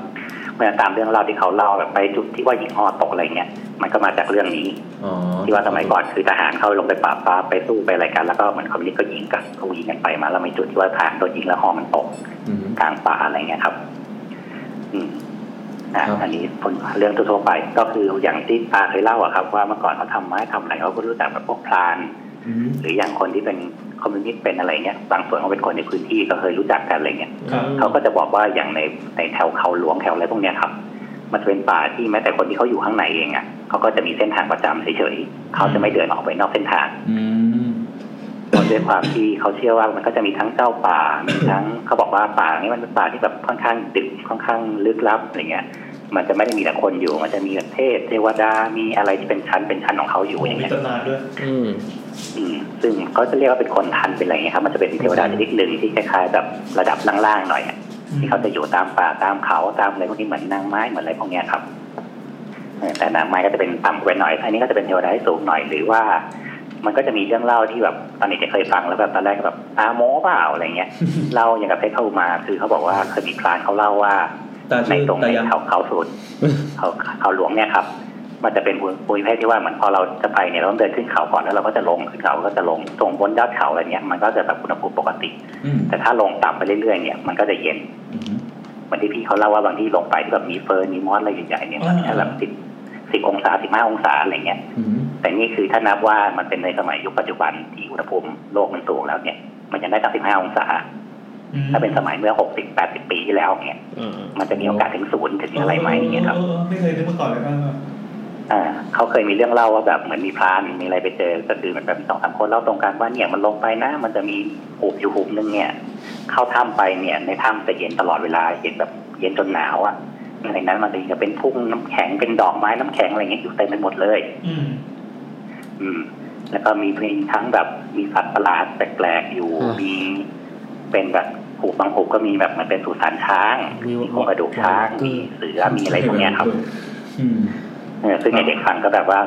เมื่อตามเรื่องเล่าที่เขาเล่าแบบไปจุดที่ว่าหญิงอ้อตกอะไรเงี้ยมันก็มาจากเรื่องนี้ อ๋อ ที่ว่าสมัยก่อนคือทหารเข้าลงไปปราบปรามไปสู้ไปอะไรกันแล้วก็เหมือนคอมมิวนิสต์ก็ยิงกันเขายิงกันไปมาแล้วมีจุดที่ว่าทหารโดนยิงแล้วหอมันตก อืม กลางป่าอะไรเงี้ยครับ อืมนะครับ อันนี้ผลเรื่องทั่วๆไปก็คืออย่างที่ตาเคยเล่าอะครับ ว่าเมื่อก่อนเขาทำไม้ทำอะไรเขาก็รู้จักแบบพวกพราน อืม หรืออย่างคนที่เป็นคอมมิวนิสต์เป็นอะไรเงี้ยบางส่วนเขาเป็นคนในพื้นที่ก็เคยรู้จักกันอะไรเงี้ย ครับ เขาก็จะบอกว่าอย่างในในแถวเขาหลวงแถวอะไรพวกเนี้ยครับ มันจะเป็นป่าที่แม้แต่คนที่เขาอยู่ข้างในเองอะเขาก็จะมีเส้นทางประจำเฉยๆเขาจะไม่เดินออกไปนอกเส้นทาง อืม เพราะด้วยความที่เขาเชื่อว่ามันก็จะมีทั้งเจ้าป่า มีทั้งเขาบอกว่าป่านี่มันเป็นป่าที่แบบค่อนข้างดึกค่อนข้างลึกลับอะไรเงี้ย มันจะไม่ได้มีแต่คนอยู่ มันจะมีแบบเทพเทวดา มีอะไรที่เป็นชั้นเป็นชั้นของเขาอยู่อย่าง มี เงี้ย ตำนานด้วย อืม อืมซึ่งเขาจะเรียกว่าเป็นคนทันเป็นอะไรเงี้ยครับ มันจะเป็นเทวดาชนิดหนึ่งที่คล้ายๆแบบระดับล่างๆหน่อยอะที่เขาจะอยู่ตามป่าตามเขาตามอะไรพวกนี้เหมือนนางไม้เหมือนอะไรพวกเนี้ยครับเออแต่นางไม้ก็จะเป็นต่ำกว่าหน่อย อันนี้ก็จะเป็นเทวดาที่สูงหน่อยหรือว่า มันก็จะมีเรื่องเล่าที่แบบตอนเด็กๆเคยฟังแล้วแบบตอนแรกก็แบบตาโม้เปล่าอะไร <laughs> เงี้ย เล่าอย่างกับเพชรเข้ามา คือเขาบอกว่าเคยมีพรานเขาเล่าว่า ตา ใน ชื่อ ตรงใน ตายัง เขาเขาสู <laughs> ดเขาเขาหลวงเนี่ยครับ มันจะเป็นภูมิประเภทที่ว่าเหมือนพอเราจะไปเนี่ยเราต้องเดินขึ้นเขาก่อนแล้วเราก็จะลงขึ้นเขาก็จะลงตรงบนยอดเขาอะไรเนี้ยมันก็จะแบบอุณหภูมิปกติ อืม แต่ถ้าลงต่ำไปเรื่อยๆเนี่ยมันก็จะเย็น อืม เหมือนที่พี่เขาเล่าว่าบางที่ลงไปที่แบบมีเฟิร์นมีมอสอะไรใหญ่ๆเนี่ยมันจะแบบสิบสิบองศาสิบห้าองศาอะไรเงี้ย อืม แต่นี่คือถ้านับว่ามันเป็นในสมัยยุคปัจจุบันที่อุณหภูมิโลกมันสูงแล้วเนี่ย มันยังได้ตั้ง15 องศา ถ้าเป็นสมัยเมื่อ 60 80 ปีที่แล้วเนี่ย อืม มันจะมีโอกาสถึงศูนย์ถึงอะไรไหมอย่างเงี้ยครับ ออออไม่เคยนึกมาก่อนเลยว่า อ่าเขาเคยมีเรื่องเล่าว่าแบบเหมือนมีพรานมีอะไรไปเจอก็คือเหมือนแบบมีสองสามคนเล่าตรงกันว่าเนี่ยมันลงไปนะ มันจะมีหุบอยู่หุบนึงเนี่ย เข้าถ้ำไปเนี่ย ในถ้ำจะเย็นตลอดเวลาเย็นแบบเย็นจนหนาวอะในนั้นมันจะเป็นพุ่งน้ำแข็งเป็นดอกไม้น้ำแข็งอะไรเงี้ยอยู่เต็มไปหมดเลย อืม อืม แล้วก็มีเพลงทั้งแบบมีสัตว์ประหลาดแปลกๆอยู่ มีเป็นแบบหูบางหูก็มีแบบเหมันเป็นสุสานช้าง มีโครงกระดูกช้าง มีเสือ มีอะไรพวกเนี้ยครับ อืม เออซึ่งในเด็กฟังก็แบบว่า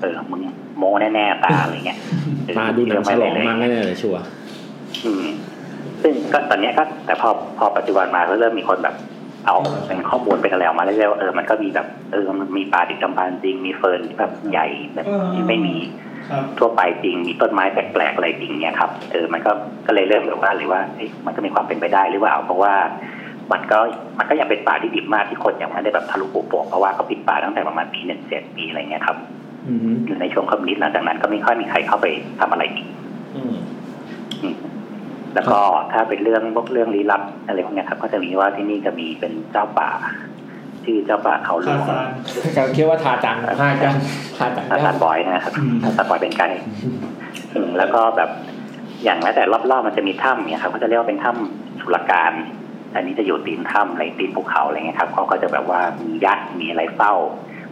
เออ มึงโมแน่ๆตาอะไรเงี้ยหรือ <laughs> ตาดูหนังฉลองมากแน่เลยชัวร์ อืม ซึ่งก็ตอนเนี้ยก็แต่พอพอปัจจุบันมาก็เริ่มมีคนแบบ เอาเป็นข้อมูลเป็นอะไรออกมาเรื่อยๆว่าเออมันก็มีแบบเออมันมีปลาดิบจำปาจริงมีเฟิร์นที่แบบใหญ่แบบที่ไม่มี ครับ ทั่วไปจริงมีต้นไม้แปลกๆอะไรจริงเนี่ยครับเออมันก็ก็เลยเริ่มแบบว่าหรือว่าเอ๊ะมันก็มีความเป็นไปได้หรือเปล่า เพราะว่ามันก็มันก็ยังเป็นป่าที่ดิบมากที่คนยังไม่ได้แบบทะลุปลูกโป่งเพราะว่าเขาปิดป่าตั้งแต่ประมาณปีหนึ่งเจ็ดปีอะไรเงี้ยครับ อืม อยู่ในช่วงคอมมิวนิสต์หลังจากนั้นก็ไม่ค่อยมีใครเข้าไปทำอะไรอีก อืม อืมแล้วก็ถ้าเป็นเรื่องพวกเรื่องลี้ลับอะไรพวกเนี้ยครับ ก็จะมีว่าที่นี่จะมีเป็นเจ้าป่าชื่อเจ้าป่าเขาหล คาว ง ซาน เราคิดว่าทาจังทาจั <laughs> งทาจัง อา ได้ ซานบอยนะครับ อืม ถ้าสปอยเป็นไกด์อืมแล้วก็แบบอย่างแม้แต่รอบๆมันจะมีถ้ำเนี่ยครับเขาจะเรียกว่าเป็นถ้ำสุลกานอันนี้จะอยู่ตีนถ้ำอะไรตีนภูเขาอะไรเงี้ยครับเขาก็จะแบบว่ามียักษ์มีอะไรเฝ้า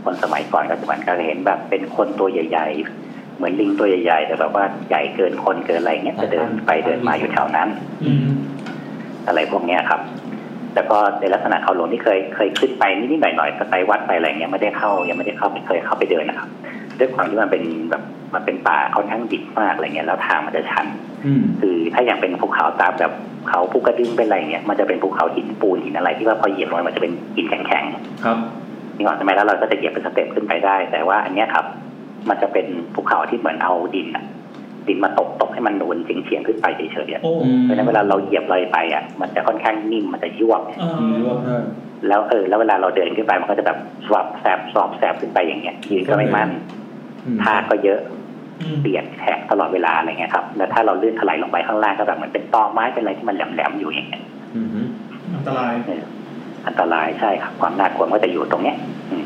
คนสมัยก่อนก็จะเหมือนกันเห็นแบบเป็นคนตัวใหญ่ ๆ เหมือนลิงตัวใหญ่ ๆ แต่แบบว่าใหญ่เกินคนเกินอะไรเงี้ยจะเดินไปเดินมาอยู่แถวนั้น อืม อะไรพวกเนี้ยครับ แต่ก็ในลักษณะเขาหลวงที่เคยเคยขึ้นไปนิดๆหน่อยๆก็ไปวัดไปอะไรเงี้ยไม่ได้เข้ายังไม่ได้เข้าไม่เคยเข้าไปเดินนะครับ ด้วยความที่มันเป็นแบบมันเป็นป่าค่อนข้างดิบมากอะไรเงี้ยแล้วทางมันจะชัน อืม คือถ้าอย่างเป็นภูเขาตามแบบเขาภูกระดึงเป็นอะไรเงี้ยมันจะเป็นภูเขาหินปูนหินอะไรที่ว่าพอเหยียบลงไปมันจะเป็นหินแข็งๆ ครับ นี่ก่อนใช่ไหมแล้วเราก็จะเหยียบเป็นสเต็ปขึ้นไปได้ แต่ว่าอันเนี้ยครับ มันจะเป็นภูเขาที่เหมือนเอาดินอะดินมาตบตบให้มันนูนเฉียงๆขึ้นไปเฉยๆอะ โอ้ เพราะฉะนั้นเวลาเราเหยียบเลยไปอ่ะ มันจะค่อนข้างนิ่มมันจะยวบ เอ่อ มีร่วมด้วย แล้วเออแล้วเวลาเราเดินขึ้นไปมันก็จะแบบสวับแสบสอบแสบขึ้นไปอย่างเงี้ยยืนก็ไม่มั่น อืม ท่าก็เยอะ อืม เปียกแฉะตลอดเวลาอะไรเงี้ยครับแล้วถ้าเราลื่นถลายลงไปข้างล่างก็แบบเหมือนเป็นตอไม้เป็นอะไรที่มันแหลมๆอยู่อย่างเงี้ย อืม อันตราย เอออันตรายใช่ครับความน่ากลัวมันก็จะอยู่ตรงเนี้ย อืม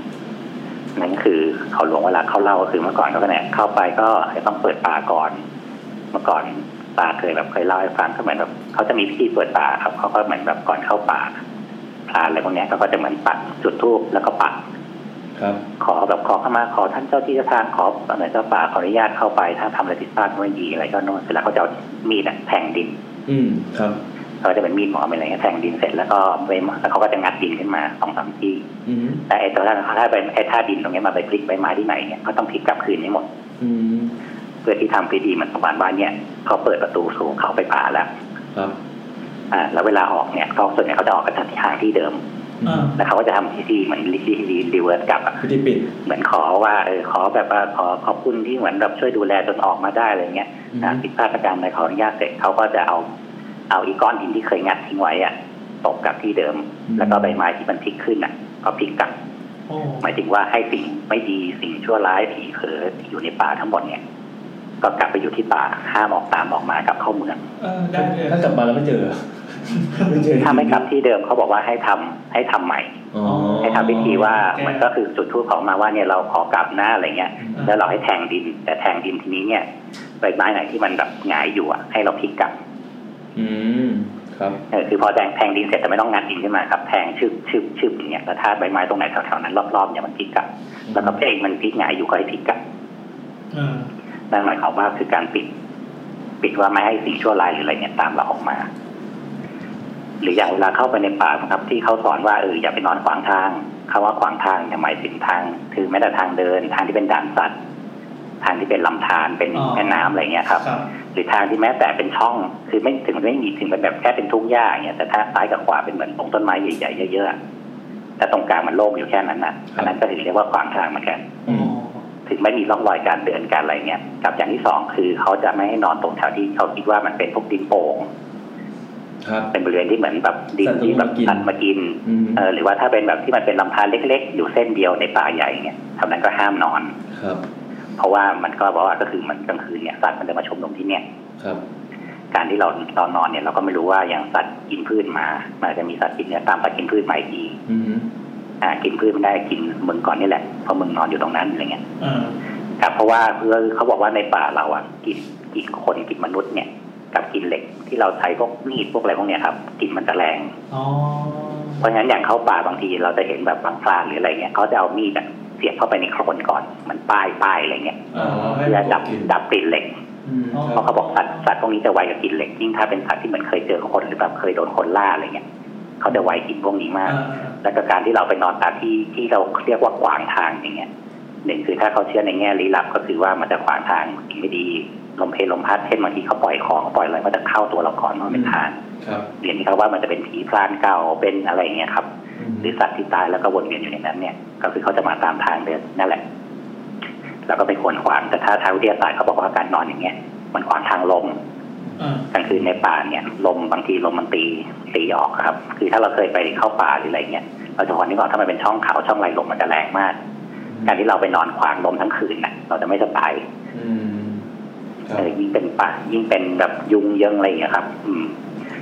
นั่นคือเขาหลวงเวลาเข้าเล่าก็คือเมื่อก่อนก็เนี่ยเข้าไปก็จะต้องเปิดป่าก่อน เมื่อก่อนป่าเคยแบบเคยเล่าให้ฟังก็เหมือนแบบเขาจะมีพิธีเปิดป่าครับเขาก็เหมือนแบบก่อนเข้าป่า พรานอะไรพวกเนี้ยเขาก็จะเหมือนปักจุดทูบแล้วก็ปัก ครับ ขอแบบขอเข้ามาขอท่านเจ้าที่เจ้าทางขออะไรเจ้าป่าขออนุญาตเข้าไปถ้าทำอะไรผิดพลาดก็ไม่ดีอะไรก็โน่นเสร็จแล้วเขาจะเอามีดอะแทงดิน อืมครับ เขาจะเป็นมีดหมอเป็นอะไรเงี้ยแทงดินเสร็จแล้วก็ไปแล้วเขาก็จะงัดดินขึ้นมาสองสามที่ อืม แต่ไอ้ตอนแรกเขาถ้าไปไอ้ท่าดินตรงเนี้ยมาไปพลิกใบไม้ที่ไหนเนี่ยก็ต้องพลิกกลับคืนให้หมด อืม เพื่อที่ทำพิธีเหมือนประมาณว่าเนี่ยเขาเปิดประตูสู่เขาไปป่าแล้ว ครับ อ่าแล้วเวลาออกเนี่ยเขาส่วนใหญ่เขาจะออกกันจากที่ทางที่เดิม อ่า แล้วเขาก็จะทำพิธีเหมือนรีรีรีรีเวิร์สกลับอะ พิธีปิด เหมือนขอว่าเออขอแบบว่าขอขอบคุณที่เหมือนแบบช่วยดูแลจนออกมาได้อะไรเงี้ย อืม นะผิดพลาดประการใดขออนุญาตเสร็จเขาก็จะเอา เอาอีก้อนหินที่เคยงัดทิ้งไว้อะตกกลับที่เดิม แล้วก็ใบไม้ที่มันพลิกขึ้นอ่ะก็พลิกกลับ โอ้ หมายถึงว่าให้สิ่งไม่ดีสิ่งชั่วร้ายผีเผลอที่อยู่ในป่าทั้งหมดเนี่ย ก็กลับไปอยู่ที่ป่าห้ามออกตามออกมากลับเข้าเมือง เออได้เลย ถ้ากลับมาแล้วไม่เจอไม่เจอ ถ้าไม่กลับที่เดิมเขาบอกว่าให้ทำให้ทำใหม่ อ๋อ ให้ทำพิธีว่ามันก็คือจุดทูปของมาว่าเนี่ยเราขอกลับนะอะไรเงี้ย แล้วเราให้แทงดิน แต่แทงดินทีนี้เนี่ยใบไม้ไหนที่มันแบบหงายอยู่อ่ะให้เราพลิกกลับ อืมครับ เออคือพอแทงแทงดินเสร็จแต่ไม่ต้องงัดดินขึ้นมาครับแทงชึบชึบชึบอย่างเงี้ยแล้วถ้าใบไม้ตรงไหนแถวๆนั้นรอบๆเนี่ยมันพลิกกลับ แล้วก็เพลงมันพลิกหงายอยู่ก็ให้พลิกกลับ เออ นั่นหมายความว่าคือการปิด ปิดว่าไม่ให้สิ่งชั่วร้ายหรืออะไรเนี่ยตามเราออกมา หรืออย่างเวลาเข้าไปในป่านะครับ ที่เขาสอนว่าเอออย่าไปนอนขวางทางคำว่าขวางทางเนี่ยหมายถึงทาง คือแม้แต่ทางเดิน ทางที่เป็นด่านสัตว์ ทางที่เป็นลำธารเป็นแม่น้ำอะไรเงี้ยครับ ครับ หรือทางที่แม้แต่เป็นช่อง คือไม่ถึงไม่มีถึงเป็นแบบแค่เป็นทุ่งหญ้าอย่างเงี้ยแต่ถ้าซ้ายกับขวาเป็นเหมือนตรงต้นไม้ใหญ่ๆเยอะๆแต่ตรงกลางมันโล่งอยู่แค่นั้นน่ะอันนั้นก็ถือเรียกว่าขวางทางเหมือนกัน อ๋อ ถึงไม่มีร่องรอยการเดินการอะไรเงี้ยกับอย่างที่สองคือเขาจะไม่ให้นอนตรงแถวที่เขาคิดว่ามันเป็นพวกดินโป่ง ครับ เป็นบริเวณที่เหมือนแบบดิน สัตว์ ที่แบบ มากิน สัตว์มากิน อืม เออหรือว่าถ้าเป็นแบบที่มันเป็นลำธารเล็ก ๆ อยู่เส้นเดียวในป่าใหญ่เนี่ยเท่านั้นก็ห้ามนอน ครับ เพราะว่ามันก็บอกว่าก็คือมันกลางคืนเนี่ยสัตว์มันจะมาชุมนุมที่เนี่ย ครับ การที่เราตอนนอนเนี่ยเราก็ไม่รู้ว่าอย่างสัตว์กินพืชมามันอาจจะมีสัตว์กินเนี่ยตามสัตว์กินพืชใหม่อีก อืม อ่ากินพืชไม่ได้กินมึงก่อนนี่แหละเพราะมึงนอนอยู่ตรงนั้นอะไรเงี้ย อ่า ครับเพราะว่าเพื่อเขาบอกว่าในป่าเราอ่ะกินกินคนกินมนุษย์เนี่ย กับกินเหล็กที่เราใช้พวกมีดพวกอะไรพวกเนี้ยครับกินมันจะแรง อ๋อ เพราะงั้นอย่างเข้าป่าบางทีเราจะเห็นแบบบางพรานหรืออะไรเงี้ยเขาจะเอามีดอะเสียบเข้าไปในโคลนก่อนเหมันป้ายป้ายอะไรเงี้ย อ๋อให้ แล้วดับ กิน ดับกลิ่นเหล็ก อืม เพราะเขาบอกสัตว์สัตว์พวกนี้จะไวกับกลิ่นเหล็กยิ่งถ้าเป็นสัตว์ที่เหมือนเคยเจอคนหรือแบบเคยโดนคนล่าอะไรเงี้ยเขาจะไวกลิ่นพวกนี้มา อ่าก แล้วก็การที่เราไปนอนตามที่ที่เราเรียกว่าขวางทางอย่างเงี้ยหนึ่งคือถ้าเขาเชื่อในแง่ลี้ลับก็คือว่ามันจะขวางทางสิ่งไม่ดีลมเพลลมพัดเช่นบางทีเขาปล่อยของปล่อยอะไรก็จะเข้าตัวเราก่อนว่ามันเป็นทาง ครับ เรียนที่เขาว่ามันจะเป็นผีพรานเก่าเป็นอะไรอย่างเงี้ยครับ อืม หรือสัตว์ที่ตายแล้วก็วนเวียนอยู่ในนั้นเนี่ยก็คือเขาจะมาตามทางเดินนั่นแหละ แล้วก็ไปขวนขวางแต่ถ้าทางวิทยาศาสตร์เขาบอกว่าการนอนอย่างเงี้ยมันขวางทางลม อ่าก ลางคืนในป่าเนี่ยลมบางทีลมมันตีตีออกครับ คือถ้าเราเคยไปเข้าป่าหรืออะไรเงี้ยเราจะวันนี้ก่อนถ้ามันเป็นช่องเขาช่องไรลมมันจะแรงมาก การที่เราไปนอนขวางลมทั้งคืนน่ะเราจะไม่สบาย อืมครั เอบ อยิ่งเป็นป่ายิ่งเป็นแบบยุงเยิงอะไรอย่างเงี้ยครับ อืม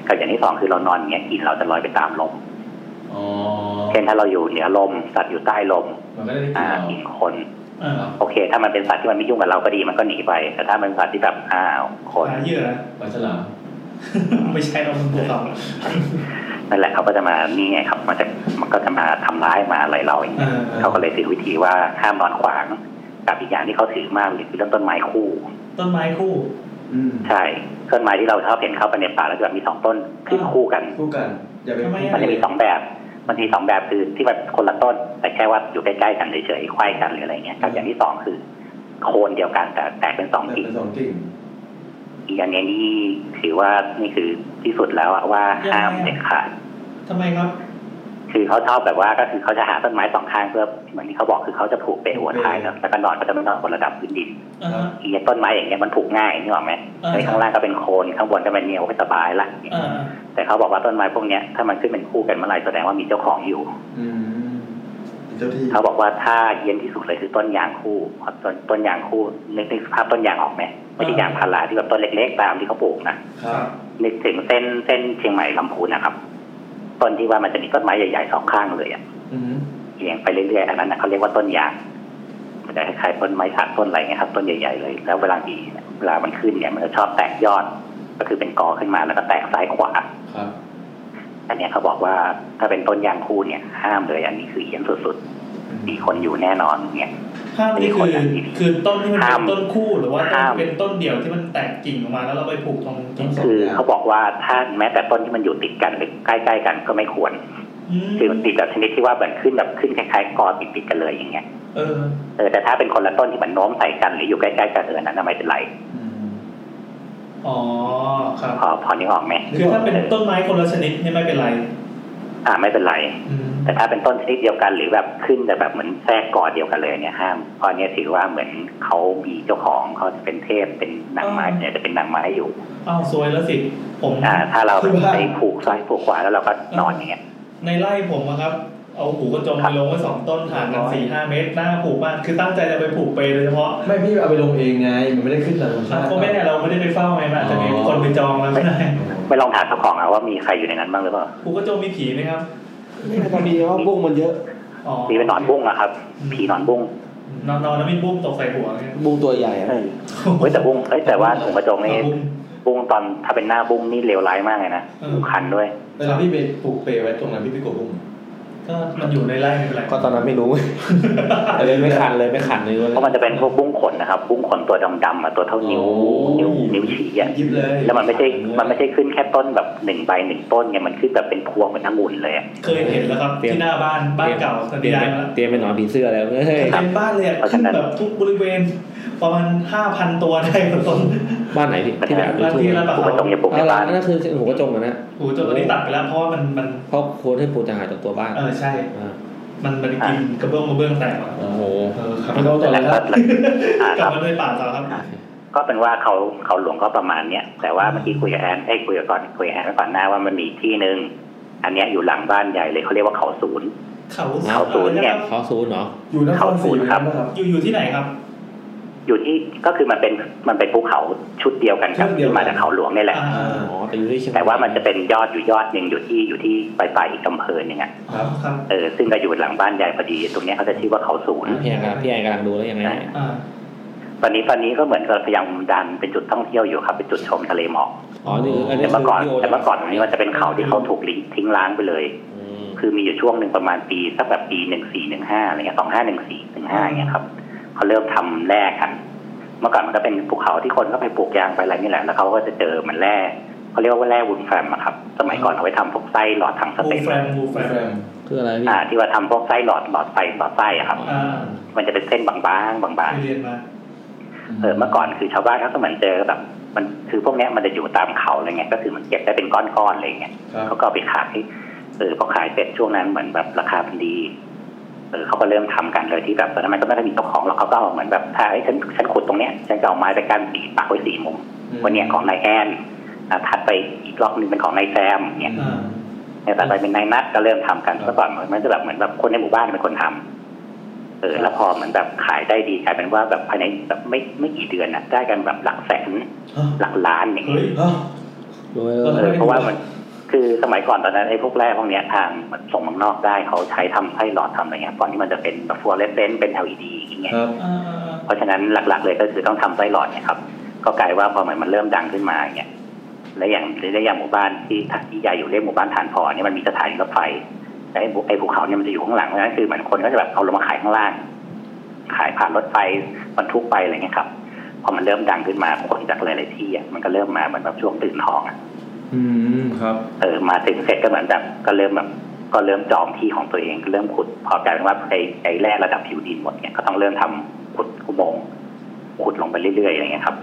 กับอย่างที่สองคือเรานอนอย่างเงี้ยกลินเราจะลอยไปตามลม อ๋อ เช่นถ้าเราอยู่เหนือลมสัตว์อยู่ใต้ลม มันก็ได้กิน อ่า เรา กลินคน อ่า โอเค ถ้ามันเป็นสัตว์ที่มันไม่ยุ่งกับเราก็ดีมันก็หนีไป แต่ถ้ามันเป็นสัตว์ที่แบบอ้าวคน หาเหยื่อ ปลาฉลาม ไม่ใช่เราเป็นภูเขา นั่นแหละเขาก็จะมานี่ไงครับ มันจะมันก็จะมาทำร้ายมาอะไรเราอย่าง เอ เงี้ย อ เขาก็เลยถือวิธีว่าห้ามนอนขวางกับอีกอย่างที่เขาถือมากเลยคือเรื่องต้นไม้คู่ ต้นไม้คู่ อืม ใช่ต้นไม้ที่เราชอบเห็นเข้าไปในป่าแล้วจะแบบมีสองต้นขึ้นคู่กัน คู่กัน อย่าไปคู่ มันจะมีสองแบบมันมีสองแบบคือที่มันคนละต้น แต่แค่ว่าอยู่ใกล้ๆกันเฉยๆควายกันหรืออะไรเงี้ยกับอย่างที่สองคือ โคนเดียวกันแต่แตกเป็นสองกิ่ง เป็นสองกิ่ง อีกอันเนี้ยนี่ถือว่านี่คือที่สุดแล้วอะว่าห้ามเด็ดขาด ทำไมครับ คือเขาชอบแบบว่าก็คือเขาจะหาต้นไม้สองข้างเพื่อเหมือนที่เขาบอกคือเขาจะผูกเปรหัวท้ายเนอะแล้วก็นอนก็จะไม่นอนบนระดับพื้นดิน อ่าฮะ อีกอย่างต้นไม้อย่างเงี้ยมันผูกง่ายนึกออกไหม อ่า ในข้างล่างก็เป็นโคนข้างบนก็เป็นเหนียวก็สบายละ อ่า แต่เขาบอกว่าต้นไม้พวกเนี้ยถ้ามันขึ้นเป็นคู่กันเมื่อไหร่แสดงว่ามีเจ้าของอยู่ อืมเป็นเจ้าที่ เขาบอกว่าถ้าเย็นที่สุดเลยคือต้นยางคู่ครับต้นต้นยางคู่นึกนึกภาพต้นยางออกไหมไม่ใช่ยางพาราที่แบบต้นเล็กๆตามที่เขาปลูกนะครับ นึกถึงเส้นเส้นเชียงใหม่ลำพูนนะครับต้นที่ว่ามันจะมีต้นไม้ใหญ่ๆสองข้างเลยอะ อืม เลี้ยงไปเรื่อยๆอันนั้นนะเขาเรียกว่าต้นยางมันจะคล้ายๆต้นไม้สักต้นอะไรเงี้ยครับต้นใหญ่ๆเลย แล้วเวลาดีเนี่ยเวลามันขึ้นเนี่ยมันจะชอบแตกยอด ก็คือเป็นกอขึ้นมาแล้วก็แตกซ้ายขวา ครับ อันเนี้ยเขาบอกว่าถ้าเป็นต้นยางคู่เนี่ย ห้ามเลยอันนี้คือเหี้ยนสุดๆมีคนอยู่แน่นอนเนี่ย ห้ามนี่ มีคน คือ อ่ะ คือต้นที่มัน ห้า เป็ ม นต้นคู่หรือว่าต้น ห้าม เป็นต้นเดี่ยวที่มันแตกกิ่งออกมาแล้วเราไปผูกตรงต้นสอง คือเขาบอกว่าถ้าแม้แต่ต้นที่มันอยู่ติดกันหรือใกล้ๆกันก็ไม่ควร อืม คือมันติดแบบชนิดที่ว่าเหมือนขึ้นแบบขึ้นคล้ายๆกอติดติดๆกันเลยอย่างเงี้ย เออ เออแต่ถ้าเป็นคนละต้นที่มันโน้มใส่กันหรืออยู่ใกล้ๆกันเออนั้นนะไม่เป็นไร อ๋อครับ พอพอนึกออกไหม คือถ้าเป็นต้นไม้คนละชนิดเนี่ยไม่เป็นไร อ่าไม่เป็นไร อืม แต่ถ้าเป็นต้นชนิดเดียวกันหรือแบบขึ้นแต่แบบเหมือนแทรกกอเดียวกันเลยเนี่ยห้ามเพราะเนี่ยถือว่าเหมือนเขามีเจ้าของเขาจะเป็นเทพเป็นนางไม้เนี่ยจะเป็นนางไม้อยู่ อ้าวซวยแล้วสิ ผม อ่าถ้าเราไปผูกซ้ายผูกขวาแล้วเราก็นอนอย่างเงี้ย ในไร่ผมอะครับ เอาหูกระจงไปลงไว้สองต้นห่างกันสี่ห้าเมตรหน้าผูกมากคือตั้งใจจะไปผูกเปรย์โดยเฉพาะ ไม่พี่เอาไปลงเองไง มันไม่ได้ขึ้นหลังธรรมชาติ ก็ไม่แน่เราไม่ได้ไปเฝ้าไงมันอาจจะมีคนไปจองแล้วก็ได้ ไปลองถามเจ้าของเอาว่ามีใครอยู่ในนั้นบ้างหรือเปล่า หูกระจงมีผีไหมครับ ไม่พอดีว่าบุ้งมันเยอะ อ๋อ มีเป็นหนอนบุ้งนะครับ ผีหนอนบุ้ง นอนนอนแล้วมีบุ้มตกใส่หัวเนี่ย บุ้งตัวใหญ่อะ เฮ้ยแต่บุ้งเฮ้ยแต่ว่าถุงกระจงนี่ บุ้ม บุ้งตอนถ้าเป็นหน้าบุ้งนี่เลวร้ายมากเลยนะ เออ บุ้งคันด้วย เวลาพี่ไปปลูกเปรย์ไว้ตรงนั้นพี่ไปกดปุ่ม ก็มันอยู่ในไร่ไม่เป็นไร ก็ตอนนั้นไม่รู้ <laughs> เลยไม่ขันเลยไม่ขันเลย เพราะมันจะเป็นพวกบุ้งขนนะครับ บุ้งขนตัวดำๆอะตัวเท่านิ้วนิ้วนิ้วชี้อ่ะ ยิบเลย แล้วมันไม่ใช่ มันไม่ใช่ขึ้นแค่ต้นแบบหนึ่งใบหนึ่งต้นไงมันขึ้นแบบเป็นพวงเหมือนน้ำอุ่นเลยอะ เคยเห็นแล้วครับที่หน้าบ้านบ้านเก่าตอน เตรี นี้ ยม ย้ายมาแล้ว เตรียมเป็นหนอนผีเสื้อแล้วเฮ้ย เต็มบ้านเลยอ่ะขึ้นแบบทุกบริเวณประมาณห้าพันตัวได้หมดต้น บ้านไหนที่ที่แบบดู บ้าน ทุ่ง ที่รับปาก ปลูกกระจงอย่าปลูกใน เอาละ บ้าน นั่นคือหัวกระจงอะนะ หูจนตอนนี้ตัดไปแล้วเพราะว่ามันมัน เพราะโค้ดให้ปูจะหายจากตัวบ้าน เออใช่ อ่า มันมันกินกระเบื้องกระเบื้องแตกหมด โอ้โห เออครับ มันก็ต่อ แล้ว แล้ว ก็อ่าก ค ลับ รับ มาด้วยป่าต่อครับ ก็เป็นว่าเขาเขาหลวงก็ประมาณเนี้ยแต่ว่าเมื่อกี้คุยกับแอนไอ้ยคุยกับก่อนคุยกับแอนก่อนหน้าว่ามันมีอีกที่หนึ่งอันเนี้ยอยู่หลังบ้านใหญ่เลยเขาเรียกว่าเขาศูนย์ เขา เขาศูนย์เนี่ย เขาซูนย์เหรอ อยู่นครศรีนะครับ อยู่อยู่ที่ไหนครับ อยู่ที่ก็คือมันเป็นมันเป็นภูเขาชุดเดียวกันกับที่มาจากเขาหลวงนี่แหละ อ่า อ่า อ๋อแต่อยู่ที่เชียงให แต่ว่ามันจะเป็นยอดอยู่ยอดหนึ่งอยู่ที่อยู่ที่ปลายปลายๆอีกอำเภอหนึ่งอ่ะ ครับครับ เออซึ่งก็อยู่หลังบ้านยายพอดี ตรงเนี้ยเขาจะชื่อว่าเขาศูนย์ พี่แอนกำลังพี่แอนกำลังดูแล้วยังไงเนี่ย อ่า ตอนนี้ตอนนี้ก็เหมือนกับพยายามดันเป็นจุดท่องเที่ยวอยู่ครับเป็นจุดชมทะเลหมอก อ๋อนี่คืออันนี้ แต่เมื่อก่อน คื แต่เมื่อก่อนตรงนี้มันจะเป็นเขาที่เขาถูกลิงทิ้งล้างไปเลย อืม คือมีอยู่ช่วงหนึ่งประมาณปีสักแบบปีหนึ่งสี่หนึ่งห้าอะไรเงี้ยสองห้าหนึ่งสี่หนึ่งห้าเงี้ยครับเขาเริ่มทำแร่กัน เมื่อก่อนมันก็เป็นภูเขาที่คนก็ไปปลูกยางไปอะไรนี่แหละแล้วเขาก็จะเจอเหมันแร่เขาเรียกว่าแร่วุ้นแฟมอะครับสมัยก่อนเอาไว้ทำพวกไส้หลอดถังส บู เต็ก แฟมบูแฟ แฟรมม คืออะไรพี่ อ่าที่ว่าทำพวกไส้หลอดหลอดไฟหลอดไส้อะครับ อ่า มันจะเป็นเส้นบางๆบาง ไปเรียนมา ๆเออเมื่อก่อนคือชาวบ้านเขาก็เหมือนเจอแบบ มันคือพวกเนี้ยมันจะอยู่ตามเขาอะไรเงี้ยก็คือมันเก็บได้เป็นก้อนๆอะไรเงี้ย ครับ เขาก็เอาไปขายเออพอขายเสร็จช่วงนั้นเหมือนแบบราคามันดีเออเขาก็เริ่มทำกันเลยที่แบบตอนนั้นมันก็ไม่ได้มีเจ้าของหรอกเขาก็เอาเหมือนแบบถ้าไอ้ยฉันฉันขุดตรงเนี้ยฉันจะเอาไม้ไปกั้นสีปักไว้สีมุมวันเนี้ยของนายแอนอ่ะถัดไปอีกรอบนึงเป็นของนายแซมเนี่ย อ่า เนี่ยแต่ไปเป็นนายนัดก็เริ่มทำกันเมื่อก่อนมันจะแบบเหมือนแบบคนในหมู่บ้านเป็นคนทำเออ แล้วพอเหมือนแบบขายได้ดีกลายเป็นว่าแบบภายในแบบไม่ไม่กี่เดือนน่ะ ได้กันแบบหลักแสนหลักล้านอย่างเงี้ เฮ้ ย ย ฮะ รวยเอ เอ อ อเพราะว่ามันคือสมัยก่อนตอนนั้นไอ้พวกแร่พวกเนี้ยทางมันส่งเมืองนอกได้เขาใช้ทำไส้หลอดทำอะไรเงี้ยก่อนที่มันจะเป็นแบบฟลูอเรสเซนต์เป็น LED อย่างเงี้ย ครับ อ่าอ่าอ่า เพราะฉะนั้นหลัก ๆ เลยก็คือต้องทำไส้หลอดเนี่ยครับ ก็กลายว่าพอเหมือนมันเริ่มดังขึ้นมาอย่างเงี้ยและอย่างและอย่างหมู่บ้านที่ที่ยายอยู่เรียกหมู่บ้านฐานพอเนี่ยมันมีสถานีรถไฟ แต่ไอ้บุไอ้ภูเขาเนี่ยมันจะอยู่ข้างหลังเพราะฉะนั้นคือเหมือนคนก็จะแบบเอาลงมาขายข้างล่าง ขายผ่านรถไฟบรรทุกไปอะไรเงี้ยครับพอมันเริ่มดังขึ้นมาคนจากหลายๆที่อ่ะมันก็เริ่มมาเหมือนแบบช่วงตื่นทองอ่ะ อืมครับ เออมาถึงเสร็จก็เหมือนแบบก็เริ่มแบบก็เริ่มจองที่ของตัวเองก็เริ่มขุดพอกลายเป็นว่าไอ้ไอ้แร่ระดับผิวดินหมดเนี่ยก็ต้องเริ่มทำขุดอุโมงค์ขุดลงไปเรื่อยๆอะไรเงี้ยครับ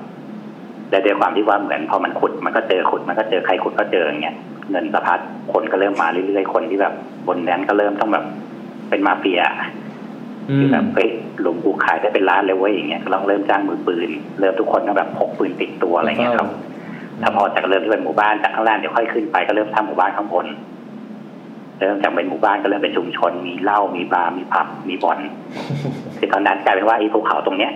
และด้วยความที่ว่าเหมือนพอมันขุดมันก็เจอขุดมันก็เจอใครขุดก็เจออย่างเงี้ยเงินสะพัดคนก็เริ่มมาเรื่อยๆคนที่แบบบนนั้นก็เริ่มต้องแบบเป็นมาเฟีย อื คือ ม แบบเฮ้ยหลุมกูขายได้เป็นล้านเลยเว้ยอย่างเงี้ยเราเริ่มจ้างมือปืน เริ่มทุกคนก็แบบพกปืนติดตัวอะไรเงี้ยครับถ้าพอจากเริ่มที่เป็นหมู่บ้านจากข้างล่างเดี๋ยวค่อยขึ้นไปก็เริ่มสร้างหมู่บ้านข้างบนเริ่มจากเป็นหมู่บ้านก็เริ่มเป็นชุมชน มีเหล้ามีบาร์มีผับมีบ่อนคือตอนนั้นกลายเป็นว่าไอ้ภูเขาตรงเนี้ย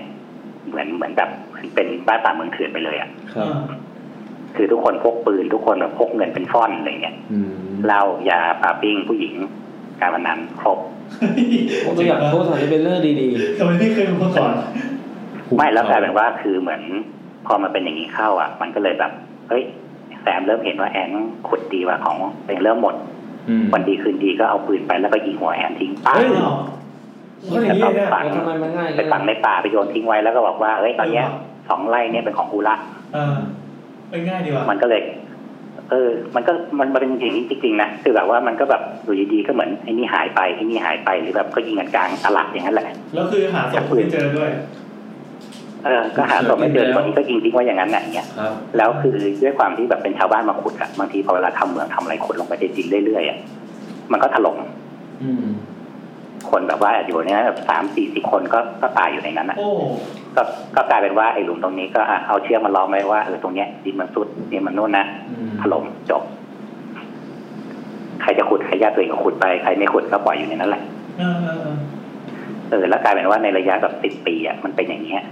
เหมือนเหมือนแบบเหมือนเป็นบ้านป่าเมืองเถื่อนไปเลยอ่ะ ครับ อ่า คือทุกคนพกปืนทุกคนแบบพกเงินเป็นฟ่อนอะไรเงี้ย อืม เหล้ายาปาปิ้งผู้หญิงการพนันครบ ผมตัวอย่างโค้ดสถานีเป็นเรื่องดี ทำไมพี่เคยรู้มาก่อน ไม่แล้วกลายเป็นว่าคือเหมือนพอมาเป็นอย่างนี้เข้าอ่ะ มันก็เลยแบบ เฮ้ยแซมเริ่มเห็นว่าแอนขุดดีกว่าของเองเริ่มหมด อืม วันดีคืนดีก็เอาปืนไปแล้วก็ยิงหัวแหนทิ้งป้า เฮ้ยก็อย่างนี้แล้ว เนี่ ก็ ย ฝัง ทำไมมันง่าย ไปฝังในป่าไปโยนทิ้งไว้แล้วก็บอกว่าเอ้ยตอนเนี้ยสองไร่เนี่ยเป็นของกูละ เออเอ้ยง่ายดีว่ะ มันก็เลย เออ มันก็มันมันเป็นอย่างนี้จริงๆนะ คือแบบว่ามันก็แบบอยู่ดีๆก็เหมือนไอ้นี่หายไปไอ้นี่หายไปหรือแบบก็ยิงกันกลางตลาดอย่างนั้นแหละ แล้วคือหาศพคนที่เจอด้วย เออ ก็หาศพไม่เจอคนนี้ก็ยิงทิ้งไว้อย่างนั้นแหละอย่างเงี้ย ครับ แล้วคือด้วยความที่แบบเป็นชาวบ้านมาขุดอะบางทีพอเวลาทำเหมืองทำอะไรขุดลงไปจริงๆเรื่อยๆอะมันก็ถล่ม อืม คนแบบว่าอยู่ในนั้นแบบสามสี่สิบคนก็ก็ตายอยู่ในนั้นอะ โอ้ ก็ก็กลายเป็นว่าไอ้หลุมตรงนี้ก็อ่ะเอาเชือกมาล้อมไว้ว่าเออตรงเนี้ยดินมันสุดดินมันนู่นนะ อืม ถล่มจบ ใครจะขุดใครญาติตัวเองก็ขุดไปใครไม่ขุดก็ปล่อยอยู่ในนั้นแหละ เออเออเออ เออแล้วกลายเป็นว่าในระยะแบบสิบปีอ่ะมันเป็นอย่างเงี้ย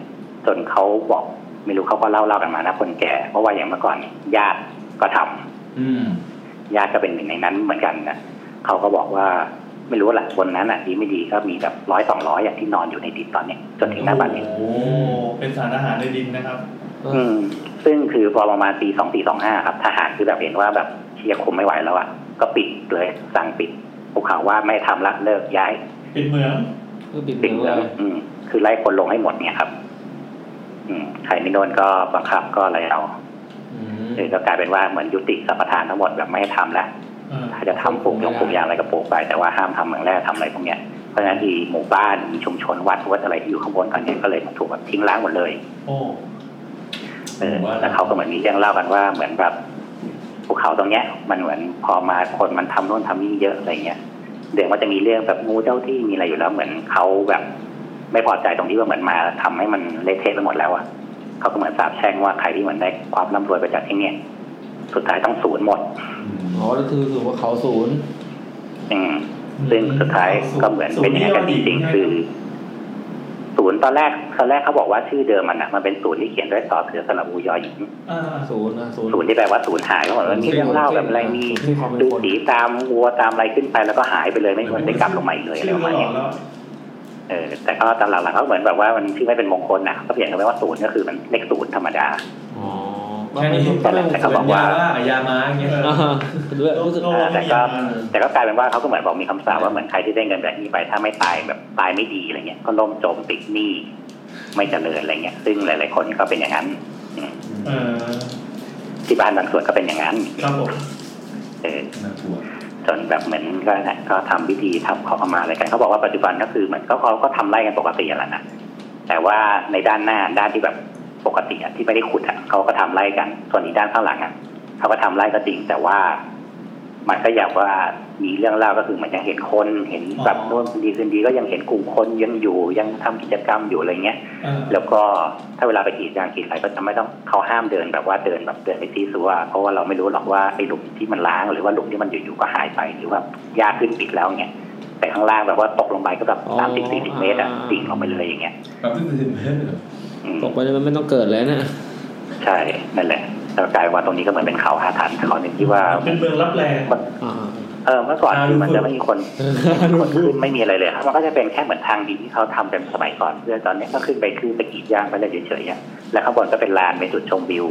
จนเขาบอกไม่รู้เขาก็เล่าเล่ากันมานะคนแก่เพราะว่าอย่างเมื่อก่อนญาติก็ทำ อืม ญาติก็เป็นหนึ่งในนั้นเหมือนกันนะเขาก็บอกว่าไม่รู้แหละคนนั้นอ่ะดีไม่ดีก็มีแบบร้อยสองร้อยอย่างที่นอนอยู่ในดินตอนเนี้ยจนถึงหน้าบัดนี้ โอ้เป็นสารอาหารในดินนะครับ อืม ซึ่งคือพอประมาณปีสองสี่สองห้าครับทหารคือแบบเห็นว่าแบบเชียร์คุมไม่ไหวแล้วอ่ะก็ปิดเลยสั่งปิดภูเขาว่าไม่ทำละเลิกย้าย เป็นเหมือง คือปิดเมื ปิ อ ด ง เมือง เลย อืม คือไล่คนลงให้หมดเนี่ยครับ อืมใครไม่โดนก็บังคับก็อะไรเอา อืม คือก็กลายเป็นว่าเหมือนยุติสัมปทานทั้งหมดแบบไม่ให้ทำละ เออ ถ้าจะทำปลูกยงปลูกยางอะไรก็ปลูกไปแต่ว่าห้ามทำเหมืองแร่ทำอะไรพวกเนี้ยเพราะฉะนั้นที่หมู่บ้านมีชุมชนวัดวัดอะไรที่อยู่ข้างบนกันเนี่ยก็เลยถูกแบบทิ้งล้างหมดเลย โอ้ เออแล้วเขาก็เหมือนมีเรื่องเล่ากันว่าเหมือนแบบภูเขาตรงเนี้ย มันเหมือนพอมาคนมันทำโน่นทำนี่เยอะอะไรเงี้ยเดี๋ยวมันจะมีเรื่องแบบงูเจ้าที่มีอะไรอยู่แล้วเหมือนเขาแบบ ไม่พอใจตรงที่ว่าเหมือนมาทำให้มันเละเทะไปหมดแล้วอะเขาก็เหมือนสาบแช่งว่าใครที่เหมือนได้ความร่ำรวยไปจากที่เนี่ยสุดท้ายต้องสูญหมด อ๋อก็คือถือว่าเขาศูนย์ อืม ซึ่งสุดท้ายก็เหมือนเป็นอย่างนั้นกันจริงๆคือศูนย์ตอนแรกตอนแรกเขาบอกว่าชื่อเดิมมันอะมันเป็นศูนย์ที่เขียนด้วยซอเสือสระบูยอหญิง เออ ศูนย์นะศูนย์ ศูนย์ที่แปลว่าศูนย์หายก็เหมือนว่ามีเรื่องเล่าแบบอะไรมี ที่ความเป็น ดู คน สีตามวัวตามอะไรขึ้นไปแล้วก็หายไปเลยไม่มีวันได้กลับลงมาอีกเลยอะไร ชื่อ ปก็ระมาณ หลอกแล้เนี้ยว เออแต่ก็ตอนหลังๆเขาเหมือนแบบว่ามันชื่อไม่เป็นมงคลนะก็เปลี่ยนไปว่าศูนย์ก็คือมันเลขศูนย์ธรรมดา อ๋อ มันไม่ถูกต้อง แต่เขาบอกว่า ยาม้าอย่างเงี้ย อ่าด้วยรู้สึก โลกไม่มีแต่ก็ ยามา แต่ก็กลายเป็นว่าเขาก็เหมือนบอกมีคำสาปว่าเหมือนใครที่ได้เงินแบบนี้ไปถ้าไม่ตายแบบตายไม่ดีอะไรเงี้ยก็ล่มจมติดหนี้ไม่เจริญอะไรเงี้ยซึ่งหลายๆคนก็เป็นอย่างนั้นอืม เออ ที่บ้านบางส่วนก็เป็นอย่างนั้น ครับผม เออ น่ากลัว จนแบบเหมือนก็นะก็ทำพิธีทำขอขมาอะไรกันเขาบอกว่าปัจจุบันก็คือเหมือนก็เขาก็ทำไร่กันปกติแหละนะแต่ว่าในด้านหน้าด้านที่แบบปกติอะที่ไม่ได้ขุดอะเขาก็ทำไร่กัน ส่วนอีกด้านข้างหลังอะเขาก็ทำไร่ก็จริง แต่ว่า มันก็อยากว่ามีเรื่องเล่าก็คือเหมือนยังเห็นคนเห็นแบบโน่นดีคืนดีก็ยังเห็นกลุ่มคนยังอยู่ยังทำกิจกรรมอยู่อะไรเงี้ย เออ แล้วก็ถ้าเวลาไปกรีดยางกรีดอะไรก็จะไม่ต้องเขาห้ามเดินแบบว่าเดินแบบเดินไปซีซัวเพราะว่าเราไม่รู้หรอกว่าไอ้หลุมที่มันล้างหรือว่าหลุมที่มันอยู่ๆก็หายไปหรือว่าหญ้าขึ้นปิดแล้วเงี้ยแต่ข้างล่างแบบว่าตกลงไปก็แบบสามสิบสี่สิบเมตรอะดิ่งลงไปเลยอย่างเงี้ย แบบที่เป็นเพื่อนเหรอ อืม ตกไปเลยมันไม่ต้องเกิดเลยนะ ใช่นั่นแหละแล้วกลายเป็นว่าตรงนี้ก็เหมือนเป็นเขาอาถรรพ์เขาหนึ่งที่ว่า เป็นเมืองรับแรง อ่า เออเมื่อก่อนคือมันจะไม่มีคนคนขึ้นไม่มีอะไรเลยครับมันก็จะเป็นแค่เหมือนทางดินที่เขาทำเป็นสมัยก่อนเพื่อตอนเนี้ยก็ขึ้นไปคือไปกรีดยางไปเลยเฉยๆอะแล้วข้างบนก็เป็นลานเป็นจุดชมวิว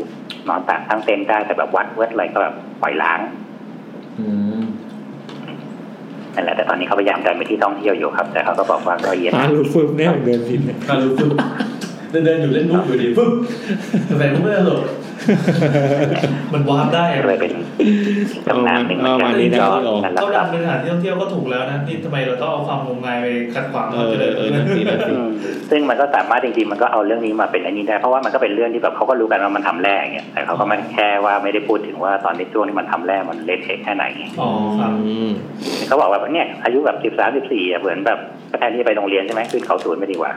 นอนตากตั้งเต็นท์ได้แต่แบบวัดเวทอะไรก็แบบปล่อยล้าง อืม นั่นแหละแต่ตอนนี้เขาพยายามดันไปที่ท่องเที่ยวอยู่ครับ แต่เขาก็บอกว่าก็เย็น อ่ารู้ฟึบแน่เหมือนเดินผิดเนี่ย การรู้ฟึบเดินเดินอยู่เล่นมุกอยู่ดีฟึบแต่มุกไม่ได้หรอก มันวาร์ปได้ ก็เลยเป็นตำนานหนึ่งเหมือนกันก็นั่นแหละ เขา ค ดั รับ นเป็นสถานที่ท่องเที่ยวก็ถูกแล้วนะนี่ทำไมเราต้องเอาความงมงายไปขัดขวาง เอ เขา อ จะ เอ เล อยเออนั่นสินั่นสิ อืมซึ่งมันก็สามารถจริงๆมันก็เอาเรื่องนี้มาเป็นอันนี้ได้เพราะว่ามันก็เป็นเรื่องที่แบบเขาก็รู้กันว่ามันทำแร่อย่างเงี้ยแต่เขาก็มันแค่ว่าไม่ได้พูดถึงว่าตอนในช่วงที่มันทำแร่มันเละเทะแค่ไหนไง อ๋อครับ อืม เขาบอกว่าเนี่ยอายุแบบสิบสามสิบสี่เหมือนแบบก็แทนที่จะไปโรงเรียนใช่ไหมขึ้นเขาสวนไม่ดีกว่า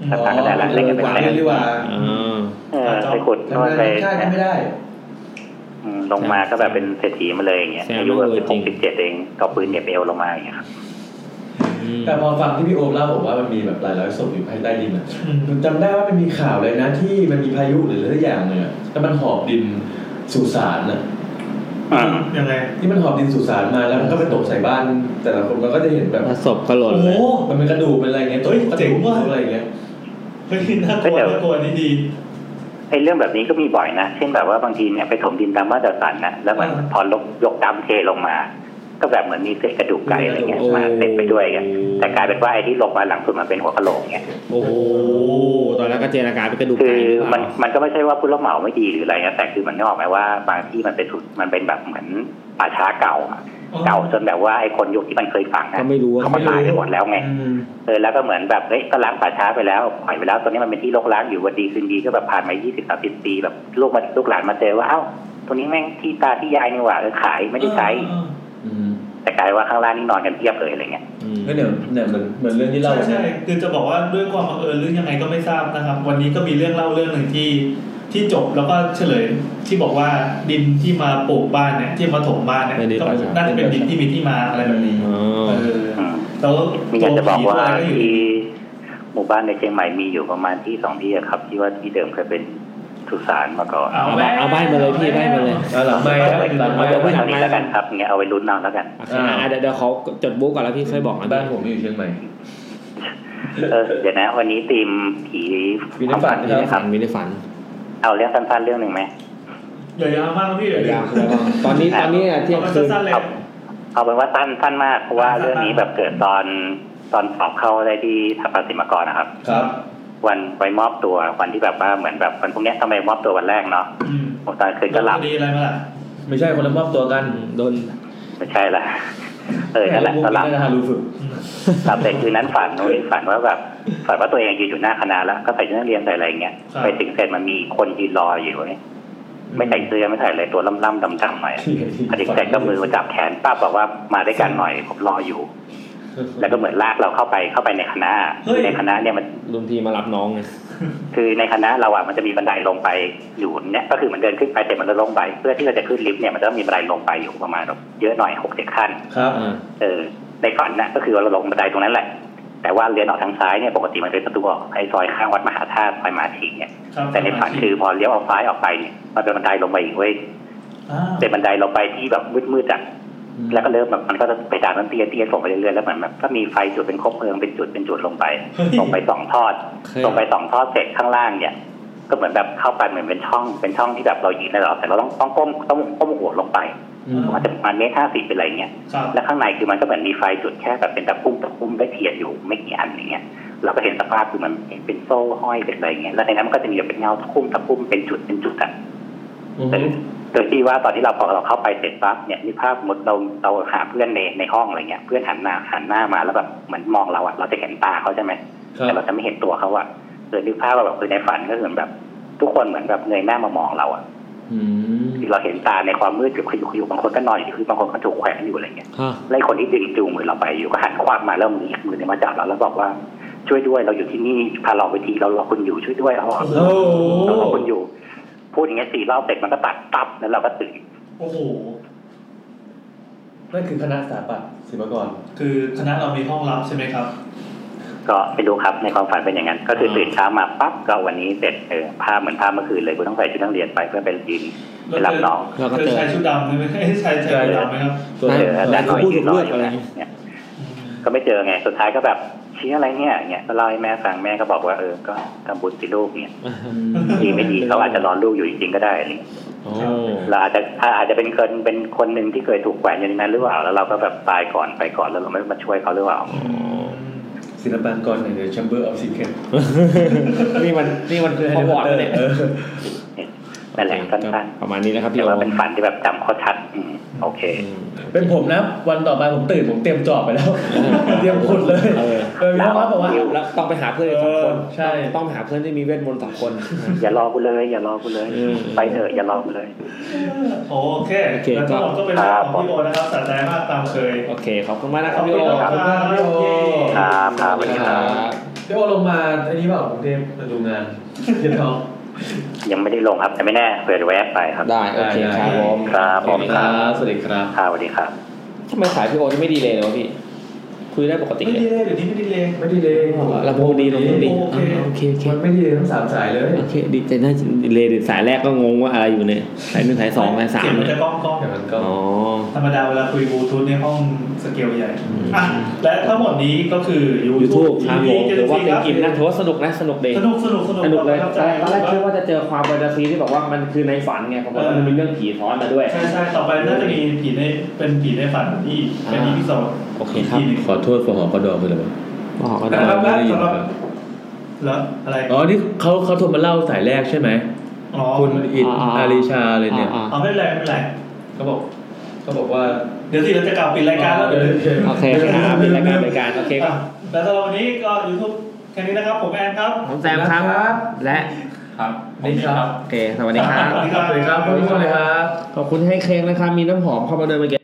อืม ครับ เล่นกันเป็นเล่นดีกว่า อ่า เออไปขุด ทำอะไร ไป ใช่ไม่ได้ อืมลงมาก็แบบเป็นเศรษฐีมาเลยอย่างเงี้ยอายุแบบสิบหกสิบเจ็ดเองก็ปืนเหน็บเอวลงมาอย่างเงี้ยครับ อืม แต่พอฟังที่พี่โอมเล่าบอกว่ามันมีแบบหลายร้อยศพอยู่ภายใต้ดินอะ อืม จำได้ว่ามันมีข่าวเลยนะ ที่มันมีพายุหรืออะไรสักอย่างเนี่ยอะแล้วมันหอบดินสุสานอะ อืม ยังไง ที่มันหอบดินสุสานมาแล้วมันก็ไปตกใส่บ้าน แต่ละคนเราก็จะเห็นแบบ ถ้าศพก็หล่ โอ้ น โห เลย มันเป็นกระดูกเป็นอะไรเงี้ยตก เฮ้ย กระ เจ๋ ดู ง ก ว่ะ อะไรเงี้ย เฮ้ยน่ากลัวน่ากลัวนี่ดี ไอ้เรื่องแบบนี้ก็มีบ่อยนะ เช่นแบบว่าบางทีเนี่ยไปถมดินตามมาตรฐานนะแล้วมัน อ่า พอลบยกดำเทลงมา ก ก็แบบเหมือนมีเศษกระดูกไก่อะไรเงี้ยมาเต็มไปด้วยเงี้ยแต่กลายเป็นว่าไอ้ที่ลงมาหลังสุดมันเป็นหัวกะโหลกเงี้ย โอ้โหตอนแรกก็เจรการเป็นกระดูก คื ไก่ อ หรือเป มัน ล่า มันก็ไม่ใช่ว่าผู้รับเหมาไม่ดีหรืออะไรนะแต่คือมันนึกออกไหมว่าบางที่มันเป็นสุดมันเป็นแบบเหมือนป่าช้าเก่าอะเก่าจนแบบว่าไอ้คนยุคที่มันเคยฝังอะ ก็ไม่รู้ว่า เขามาตายไปหมดแล้วไง อืม เออแล้วก็เหมือนแบบเฮ้ยก็ล้างป่าช้าไปแล้วปล่อยไปแล้วตอนนี้มันเป็นที่รกร้างอยู่วันดีคืนดีก็แบบผ่านมา20 30ปีแบบลูกมาลูกหลานมาเจอว่าเอ้าตรงนี้แม่งที่ตาที่ยายนี่หว่าเออขายไม่ได้ใช้ อืม แต่กลายว่าข้างล่างนี่นอนกันเพียบเลยอะไรเงี้ย ก็เนี่ยเนี่ยเหมือนเหมือนเรื่องที่เล่า ใช่ใช่คือจะบอกว่าด้วยความบังเอิญหรือยังไงก็ไม่ทราบนะครับ วันนี้ก็มีเรื่องเล่าเรื่องหนึ่งที่ที่จบแล้วก็เฉลยที่บอกว่าดินที่มาปลูกบ้านเนี่ยที่มาถมบ้านเนี่ยก็น่าจะเป็นดินที่มีที่มาอะไรแบบนี้ อ๋อ เออแล้ว มีอยากจะบอกว่า ตัวผี ที่หมู่บ้านในเชียงใหม่มีอยู่ประมาณที่สองที่อะครับ ที่ว่าที่เดิมเคยเป็นสุสานมาก่อน เอา เอา แล้ บ้าว เอาใบมาเลยพี่ใบมาเลย เอาหลังไม่แล้วหลังไม่ เดี๋ยวพูด เท่านี้แล้วกันครับเนี่ยเอาไว้ลุ้นเอาแล้วกัน โอเคอ่ะอ่ะเดี๋ยวเดี๋ยวเขาจดบุ๊กก่อนแล้วพี่ค่อยบอกนะ บ้าน พี่ ผมอยู่เชียงใหม่ เออเดี๋ยวนะ วันนี้ตีมผี วินิจฉัย มีในฝันมีในฝัน เอาเรื่องสั้นๆเรื่องหนึ่งไหม อย่ายาวมากนะพี่เดี๋ยว อยากต <laughs> อนนี้ตอนนี้อ่ะเที่ยง เอา คืน สั้นๆเลย ครับ เอาเป็นว่าสั้นสั้นมากเพราะว่า สั้นๆ เรื่องนี้แบบเกิดตอนตอนสอบเข้าได้ที่สถาปัตยมกรนะครับ ครับ วันไปมอบตัววันที่แบบว่าเหมือนแบบวันพรุ่งเนี้ยทำไมมอบตัววันแรกเนาะ อืม ผมตอนคืนก็หลับ ดีอะไรมาล่ะ ไม่ใช่คนละมอบตัวกัน โดน ไม่ใช่ละเออนั่นแหละก็หลับ ไม่ได้ฮารุฝึก หลับแต่คืนนั้นฝันโน้ยฝันว่าแบบฝันว่าตัวเองยืนอยู่หน้าคณะแล้วก็ใส่ชุดนักเรียนใส่อะไรอย่างเงี้ยไปถึงเสร็จมันมีคนยืนรออยู่เนี่ยไม่ใส่เสื้อไม่ใส่อะไรตัวล่ำๆดำๆหน่อย พอดีแฟนก็มือมาจับแขนป้าบอกว่ามาด้วยกันหน่อยผมรออยู่ แล้วก็เหมือนลากเราเข้าไปเข้าไปในคณะคือในคณะเนี่ยมัน รุ่นพี่มารับน้องไง คือในคณะเราอ่ะมันจะมีบันไดลงไปอยู่เนี่ยก็คือมันเดินขึ้นไปเสร็จมันจะลงไป เพื่อที่เราจะขึ้นลิฟต์เนี่ยมันจะต้องมีบันไดลงไปอยู่ประมาณแบบเยอะหน่อยหกเจ็ดขั้น ครับ อ่า เออในฝันนะก็คือเราลงบันไดตรงนั้นแหละ แต่ว่าเรียนออกทางซ้ายเนี่ยปกติมันเป็นประตูออกไอ้ซอยข้างวัดมหาธาตุซอยมหาธีเนี่ย ครับ แต่ในฝันคือพอเลี้ยวออกซ้ายออกไปเนี่ยมันเป็นบันไดลงไปอีกเว้ย อ่า เป็นบันไดลงไปที่แบบมืดๆอ่ะ แล้วก็เริ่มแบบมันก็จะไปดานนั้นเตี้ยเตี้ยส่งไปเรื่อยๆแล้วเหมือนแบบก็มีไฟจุดเป็นคบเพลิงเป็นจุดเป็นจุดลงไปลงไปสองทอดลงไปสองทอดเสร็จข้างล่างเนี่ย ก็เหมือนแบบเข้าไปเหมือนเป็นช่องเป็นช่องที่แบบเรายืนได้หรอแต่เราต้องต้องก้มต้องก้มหัวลงไปอาจจะประมาณเมตรห้าสิบเป็นอะไรเงี้ย ครับ แล้วข้างในคือมันก็เหมือนมีไฟจุดแค่แบบเป็นตะปุ่มตะปุ่มได้เทียนอยู่ไม่กี่อันอย่างเงี้ยเราก็เห็นสภาพคือมันเป็นโซ่ห้อยเป็นอะไรเงี้ยแล้วในนั้นมันก็จะมีแบบเป็นเงาตะปุ่มตะปุ่มเป็นจุดเป็นจุดอะ อืม แต่โดยที่ว่าตอนที่เราพอเราเข้าไปเสร็จปั๊บเนี่ยนี่ภาพหมดเราเราหาเพื่อนในในห้องอะไรเงี้ยเพื่อนหันหน้าหันหน้ามาแล้วแบบเหมือนมองเราอะเราจะเห็นตาเขาใช่ไหม ครั แต่ บ เราจะไม่เห็นตัวเขาอะเออนึกภาพว่าแบบคือในฝันก็คือเหมือนแบบ ทุกคนเหมือนแบบเงยหน้ามามองเราอะ อืม คือเราเห็นตาในความมืดอยู่ขยุกขยุกบางคนก็นอนอยู่คือบางคนก็ถูกแขวนอยู่อะไรเงี้ย ฮะ ไล่คนที่ดึงจูงมือเราไปอยู่ก็หันควักมาแล้วมืออีกมือหนึงมาจับเราแล้วบอกว่าช่วยด้วยเราอยู่ที่นี่พาเราไปทีเรารอคุณอยู่ช่วยด้วยเรา โอ้ เรารอคุณอยู่ พูดอย่างเงี้ยสี่รอบเสร็จมันก็ตัดตับแล้วเราก็ตื่น โอ้โห นั่นคือคณะสถาปัตย์ศิลปากร คือคณะเรามีห้องลับใช่ไหมครับ ก็ไม่รู้ครับในความฝันเป็นอย่างนั้น ก็คือตื่นเช้ามาปั๊บก็วันนี้เสร็จเออภาพเหมือนภาพเมื่อคืนเลยกูต้องใส่ชุดนักเรียนไปเพื่อไปยืนไปรับน้อง แล้วก็ เธ เจ อ อ ชายชุดดำใช่ไหมเอ้ยชายชายชุดดำไหมครับ ตัว เจ เดียว ออาจารย์หน่อย พูด ยื ถึ น ง รอ เลือดอะอยู่ ไร นะเนี่ยก็ไม่เจอไงสุดท้ายก็แบบชี้อะไรเนี่ยเนี่ยก็เล่าให้แม่ฟังแม่ก็บอกว่าเออก็ทำบุญสิลูกเนี่ยดีไม่ดีเขาอาจจะรอลูกอยู่จริงๆก็ได้อะไรเงี้ย โอ้ เราอาจจะอาจจะเป็นคนเป็นคนหนึ่งที่เคยถูกแขวนอยู่ในนั้นหรือเปล่าแล้วเราก็แบบตายก่อนไปก่อนแล้วเราไม่มาช่วยเขาหรือเปล่า ศิลปากรในเดอะแชมเบอร์ออฟซีเคท นี่มันนี่มันคือ พ พ อ อ บบ อ อ ร์ ร์ ด ด เล เลย ย นั่นแหละสั้น ประมาณนี้นะครับ ๆ พี่ แต่ โอ ว่าเป็นฝันที่แบบจำเขาชัดอืมโอเค อืม เป็นผมนะ วันต่อไปผมตื่นผมเตรียมจอบไปแล้ว เตรียมขุดเลย เออ เออมีน้องรับบอกว่า แล้วต้องไปหาเพื่อนอีกสองคน เออใช่ ต้องไปหาเพื่อนที่มีเวทมนต์ส <laughs> องคน อย่ารอกูเลย อย่ารอกูเลย อืม ไปเถอะอย่ารอกูเลย โอเค โอเค แล้ว ก็ ทั้งหมดก็เป็น ครับ ของพี่โอนะครับสัตย์ใจมากตามเคย โอเคขอบคุณมากนะครับพี่โอ ขอบคุณครับพี่โอ ครับครับสวัสดีครับ พี่โอลงมาอันนี้เปล่ากรุงเทพมาดูงานเทียนทอง ยังไม่ได้ลงครับ แต่ไม่แน่เผื่อแวะไปครับ ได้โอเคครับผม ครับผมครับ สวัสดีครับ ครับสวัสดีครับ ทำไมสายพี่โอนี่ไม่ดีเลยเลยวะพี่ คุยได้ปกติ ไม่ เล ดี ย เลยเดี๋ยวนี้ไม่ดีเลย ไม่ดีเลย ลำโพงดีลำโพงดี โอเค อ่าโอเคโอเค มันไม่ดีเลยทั้งสามสายเลย โอเคดีใจน่าจะดีเลยสายแรกก็งงว่าอะไรอยู่เนี่ยสายหนึ่งสายสองสายสาม เสียงมัน เนี่ จะ ย ก้องก้อง แต่มันก็ อ๋อ ธรรมดาเวลาคุยบลูทูธในห้อง สเกลใหญ่อ่ะและทั้งหมดนี้ก็คือ YouTube ครับผมหรือว่าเป็นกินนะถือว่าสนุกนะสนุกดี สนุกสนุกสนุก สนุกเลย ประทับใจ แต่ตอนแรกคิดว่าจะเจอความแฟนตาซีที่บอกว่ามันคือในฝันไงปรากฏว่ามันมีเรื่องผีซ้อนมาด้วย ใช่ใช่ต่อไปน่าจะมีผีในเป็นผีในฝันที่เป็นอีพิโซด โอเคครับ อีกทีหนึ่ง ขอโทษฟอหอกระดองคืออะไรวะ อ๋อก็ แต่ ได้ แล้ว ไม่ได้ยิน สำหรับ ครับ แล้วอะไร อ๋อนี่เขาเขาโทรมาเล่าสายแรกใช่ไหม อ๋อ คุณอิดอาริชาเลยเนี่ย อ่า เอาไม่เป็นไรไม่เป็นไร ก็บอกก็บอกว่า เดี๋ยวสิเราจะกล่าวปิดรายการแล้วเดี๋ยว ๆโอเคครับเป็นรายการรายการโอเคครับ อ่ะแล้วสำหรับวันนี้ก็ยูทูบแค่นี้นะครับ ผมแอนครับ ผมแซมครับและ ครับ นี่ครับ โอเคสวัสดีครับ สวัสดีครับ ขอบคุณให้เคงนะครับมีน้ำหอมเข้ามาเดินเมื่อกี้